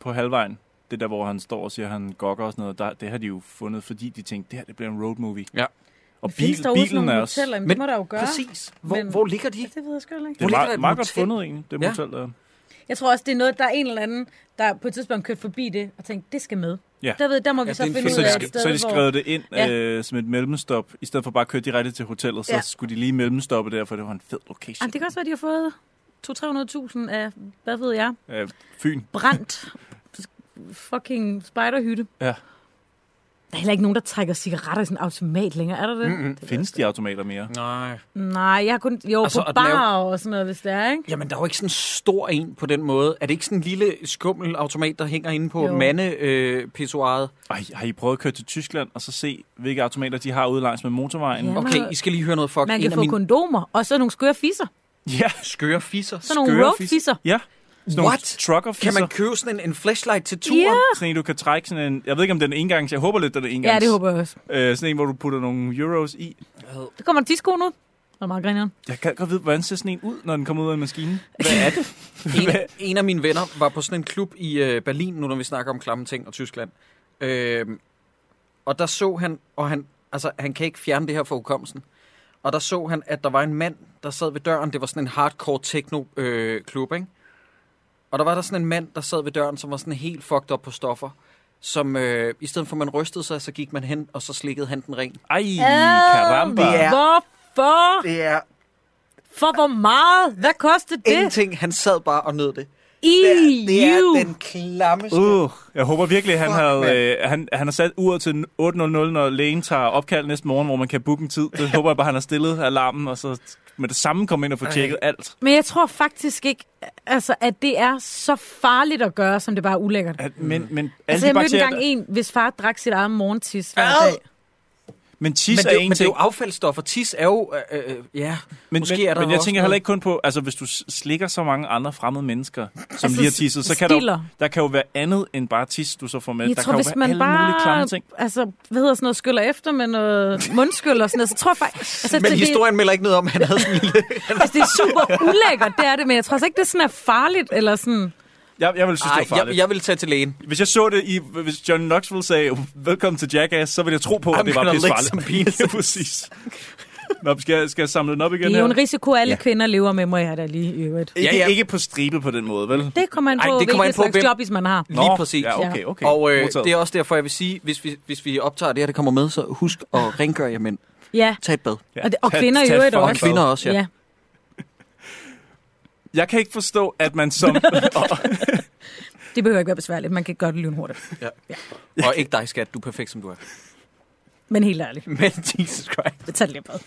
Speaker 7: på halvvejen. Det der, hvor han står og siger, at han gokker og sådan noget. Der, det har de jo fundet, fordi de tænkte, det her det bliver en road movie.
Speaker 1: Ja.
Speaker 7: Og
Speaker 6: Det findes
Speaker 7: bil,
Speaker 6: derude sådan
Speaker 7: bilen
Speaker 6: nogle
Speaker 7: er også...
Speaker 6: moteller,
Speaker 7: Det
Speaker 6: men, det
Speaker 1: Men
Speaker 6: må der jo gøre.
Speaker 1: Præcis. Hvor,
Speaker 6: Men-
Speaker 1: hvor ligger de?
Speaker 6: Det ved jeg sgu heller ikke.
Speaker 1: Hvor
Speaker 7: er
Speaker 1: ligger der
Speaker 7: meget,
Speaker 1: et
Speaker 7: meget godt
Speaker 1: motel?
Speaker 7: fundet egentlig, det
Speaker 1: Ja.
Speaker 7: motel der.
Speaker 6: Jeg tror også, det er noget, der er en eller anden, der på et tidspunkt kørte forbi det og tænkte, det skal med.
Speaker 7: Ja.
Speaker 6: Der, ved, der må vi
Speaker 1: Ja,
Speaker 6: så
Speaker 1: det er en
Speaker 6: finde
Speaker 1: film.
Speaker 6: ud
Speaker 7: Så
Speaker 6: af
Speaker 7: de,
Speaker 6: et
Speaker 7: sk-
Speaker 6: sted,
Speaker 7: så de
Speaker 6: hvor...
Speaker 7: skrev det ind
Speaker 6: Ja.
Speaker 7: ja. øh, som et mellemstop. I stedet for bare at køre direkte til hotellet, så
Speaker 6: Ja.
Speaker 7: ja. skulle de lige mellemstoppe der, for det var en fed
Speaker 6: Ah,
Speaker 7: location.
Speaker 6: det kan også være, de har fået 200-300.000 af, hvad ved jeg,
Speaker 7: Øh, Fyn.
Speaker 6: brændt fucking spiderhytte.
Speaker 7: Ja.
Speaker 6: Der er heller ikke nogen, der trækker cigaretter i sådan en automat længere, er der det? Mm-hmm.
Speaker 7: Findes de automater mere?
Speaker 1: Nej.
Speaker 6: Nej, jeg har kun... Jo,
Speaker 1: Altså,
Speaker 6: altså, på
Speaker 1: at lave-
Speaker 6: bar og sådan noget, hvis det er, ikke?
Speaker 1: Jamen, der er jo ikke sådan en stor en på den måde. Er det ikke sådan en lille skummel automat, der hænger inde på
Speaker 6: Jo.
Speaker 1: mande-pissoaret?
Speaker 7: Ej, har I prøvet at køre til Tyskland og så se, hvilke automater de har ude langs med motorvejen?
Speaker 6: Ja.
Speaker 7: Ja.
Speaker 1: okay, I skal lige høre noget fuck.
Speaker 6: Man
Speaker 1: en
Speaker 6: kan
Speaker 1: af
Speaker 6: få
Speaker 1: mine
Speaker 6: kondomer, og så nogle skøre fisser.
Speaker 7: ja.
Speaker 1: skøre fisser.
Speaker 6: Sådan nogle
Speaker 7: Skøre
Speaker 6: roadfisser.
Speaker 7: Ja. Sådan nogle
Speaker 1: What?
Speaker 7: truckerfisser.
Speaker 1: Kan man købe sådan en, en flashlight til turen?
Speaker 6: Ja.
Speaker 7: Sådan en, du kan trække sådan en... Jeg ved ikke, om den er engangs. Jeg håber lidt, den er engangs.
Speaker 6: ja, det håber jeg også.
Speaker 7: Øh, sådan en, hvor du putter nogle euros i.
Speaker 6: Der kommer discoen ud. Det er meget grineren.
Speaker 7: Jeg kan godt vide, hvordan ser sådan en ud, når den kommer ud af en maskine? Hvad er det?
Speaker 1: En, en af mine venner var på sådan en klub i øh, Berlin, nu når vi snakker om klamme ting og Tyskland. Øh, og der så han, og han, altså, han kan ikke fjerne det her fra hukommelsen. Og der så han, at der var en mand, der sad ved døren. Det var sådan en hardcore techno-klub, øh, klub, ikke? Og der var der sådan en mand, der sad ved døren, som var sådan helt fucked op på stoffer. Som øh, i stedet for, at man rystede sig, så gik man hen, og så slikkede han den ren.
Speaker 7: Ej, karamba.
Speaker 1: det er-
Speaker 6: Hvorfor?
Speaker 1: Det er
Speaker 6: For hvor meget? Hvad koster det?
Speaker 1: ingenting. Han sad bare og nød det.
Speaker 6: I you.
Speaker 1: klammeste.
Speaker 7: Uh, jeg håber virkelig, at han,
Speaker 1: Fuck, mand.
Speaker 7: havde, øh, han, han har sat uret til 8.00, når lægen tager opkald næste morgen, hvor man kan booke en tid. Det håber jeg bare, han har stillet alarmen, og så med det samme komme ind og få tjekket alt.
Speaker 6: Men jeg tror faktisk ikke, altså, at det er så farligt at gøre, som det bare er ulækkert.
Speaker 7: At, men, men, alle
Speaker 6: Altså,
Speaker 7: de
Speaker 6: jeg mødte
Speaker 7: bakterier,
Speaker 6: engang en, hvis far drak sit eget morgentis hver dag.
Speaker 7: Men tis
Speaker 1: men
Speaker 7: er
Speaker 1: det,
Speaker 7: en
Speaker 1: Men det er jo
Speaker 7: ting.
Speaker 1: affaldsstof, og tis er jo... Øh, øh, ja,
Speaker 7: Men,
Speaker 1: måske
Speaker 7: men,
Speaker 1: er der
Speaker 7: men jeg
Speaker 1: også
Speaker 7: tænker
Speaker 1: noget-
Speaker 7: heller ikke kun på, altså hvis du s- slikker så mange andre fremmede mennesker, som
Speaker 1: Altså,
Speaker 7: altså, lige har tisset, så kan der, jo,
Speaker 6: stiller.
Speaker 7: der kan jo være andet end bare tis, du så får med.
Speaker 6: Jeg
Speaker 7: der
Speaker 6: tror,
Speaker 7: kan jo
Speaker 6: hvis
Speaker 7: være
Speaker 6: man
Speaker 7: alle mulige klamme
Speaker 6: bare
Speaker 7: ting.
Speaker 6: altså, hvad hedder sådan noget, skyller efter med noget mundskyld og sådan noget, så tror jeg faktisk... Altså,
Speaker 1: Men historien melder ikke noget om, at han havde sådan en lille...
Speaker 6: Det, altså, det er super ulækkert, det er det, men jeg tror altså ikke, det sådan er farligt, eller sådan...
Speaker 7: Jeg, jeg vil synes, det var
Speaker 1: Ej,
Speaker 7: farligt.
Speaker 1: jeg, jeg vil tage til lægen.
Speaker 7: Hvis jeg så det i, hvis John Knoxville sagde, velkommen til Jackass, så ville jeg tro på,
Speaker 1: I'm
Speaker 7: at det var
Speaker 1: gonna lick
Speaker 7: pissefarligt.
Speaker 1: some
Speaker 7: ja, præcis. Nå, skal jeg, skal jeg samle den op igen
Speaker 6: Det er
Speaker 7: her?
Speaker 6: jo en risiko, alle
Speaker 7: Ja.
Speaker 6: ja. kvinder lever med, må jeg da lige i øvrigt.
Speaker 7: Ikke, ja, ja. ikke på stribe på den måde, vel?
Speaker 6: Det kommer an på,
Speaker 1: Ej, det kommer
Speaker 6: hvilken
Speaker 1: an på,
Speaker 6: slags
Speaker 1: hvem-
Speaker 6: jobbis man har.
Speaker 1: Lige Nå, præcis.
Speaker 7: ja, okay, okay.
Speaker 1: Og øh,
Speaker 7: Modtaget.
Speaker 1: det er også derfor, jeg vil sige, hvis vi, hvis vi optager det her, det kommer med, så husk
Speaker 6: Ah.
Speaker 1: at rengøre jer mænd.
Speaker 6: Ja,
Speaker 1: Tag et bad.
Speaker 7: Ja.
Speaker 6: og, det, og
Speaker 7: Tag-
Speaker 6: kvinder i
Speaker 7: tag
Speaker 6: øvrigt
Speaker 7: fucking
Speaker 6: også.
Speaker 1: Og kvinder også, ja.
Speaker 6: ja.
Speaker 7: Jeg kan ikke forstå, at man som...
Speaker 6: Det behøver ikke være besværligt, man kan gøre det lynhurtigt.
Speaker 1: Ja. ja. Og ikke dig, skat. Du er perfekt, som du er.
Speaker 6: Men helt ærligt,
Speaker 1: Men Jesus Christ.
Speaker 6: tag det lidt bad.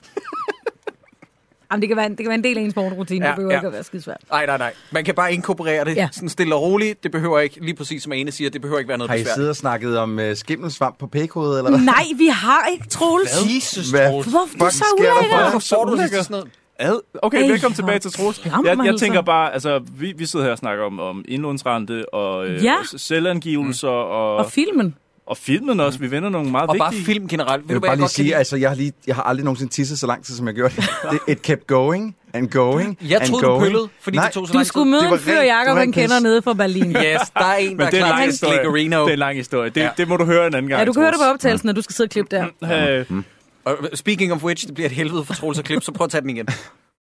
Speaker 6: Jamen, det kan være en, det kan være en del af ens morgenrutine,
Speaker 1: Ja,
Speaker 6: ja, det behøver
Speaker 1: ja.
Speaker 6: ja. ikke at være skidesvært.
Speaker 1: Nej, nej, nej. Man kan bare inkorporere det ja.
Speaker 6: Ja.
Speaker 1: sådan stille og roligt. Det behøver ikke, lige præcis som Ane siger, det behøver ikke være noget
Speaker 8: Har I siddet
Speaker 1: besværligt.
Speaker 8: og snakket om uh, skimmelsvamp på pækhovedet, eller hvad?
Speaker 6: Nej, vi har ikke, Troels.
Speaker 1: Jesus,
Speaker 8: Hvad
Speaker 1: Troels.
Speaker 6: Hvorfor er du
Speaker 8: fuck
Speaker 6: så
Speaker 8: sker der for
Speaker 6: ulækker?
Speaker 8: dig?
Speaker 1: Hvorfor får du det til
Speaker 7: ulækkert.
Speaker 1: sådan noget?
Speaker 7: Ad. Okay,
Speaker 6: Ej,
Speaker 7: velkommen
Speaker 6: hvor
Speaker 7: tilbage til Troels.
Speaker 6: skam,
Speaker 7: Jeg, jeg
Speaker 6: altså.
Speaker 7: tænker bare, altså, vi, vi sidder her og snakker om, om indlånsrente og øh,
Speaker 6: Ja. Mm.
Speaker 7: ja. selvangivelser og,
Speaker 6: Og filmen.
Speaker 7: og filmen også. Vi vender nogle meget
Speaker 1: Og bare
Speaker 7: vigtige...
Speaker 1: film generelt. Vil
Speaker 8: Jeg vil
Speaker 1: du
Speaker 8: bare
Speaker 1: bare
Speaker 8: lige
Speaker 1: godt
Speaker 8: sige,
Speaker 1: sige,
Speaker 8: altså, jeg har, lige, jeg har aldrig nogensinde tisset så lang tid, som jeg gjorde det. det. It kept going and going
Speaker 1: Jeg
Speaker 8: and
Speaker 1: troede, du
Speaker 8: going.
Speaker 1: pøllede, fordi
Speaker 8: Nej,
Speaker 1: det tog så
Speaker 6: Du
Speaker 1: lang tid.
Speaker 6: skulle møde
Speaker 8: Det var
Speaker 6: en fyr,
Speaker 8: rent- det
Speaker 6: Jacob,
Speaker 8: var
Speaker 6: han
Speaker 8: rent
Speaker 6: kender
Speaker 8: pis.
Speaker 6: nede fra Berlin.
Speaker 1: Yes, der er en,
Speaker 7: Men
Speaker 1: der
Speaker 7: det er en
Speaker 1: klar
Speaker 7: lang
Speaker 1: til
Speaker 7: historie.
Speaker 1: Slickerino.
Speaker 7: Det er en lang historie. Det,
Speaker 1: Ja.
Speaker 7: ja. det må du høre en anden gang,
Speaker 6: Ja, du kan høre det på
Speaker 7: Troels.
Speaker 6: optagelsen, når du skal sidde og klippe der.
Speaker 7: Øh,
Speaker 1: Og speaking of which, det bliver et helvede for Troels at klippe, så prøv at tage den igen.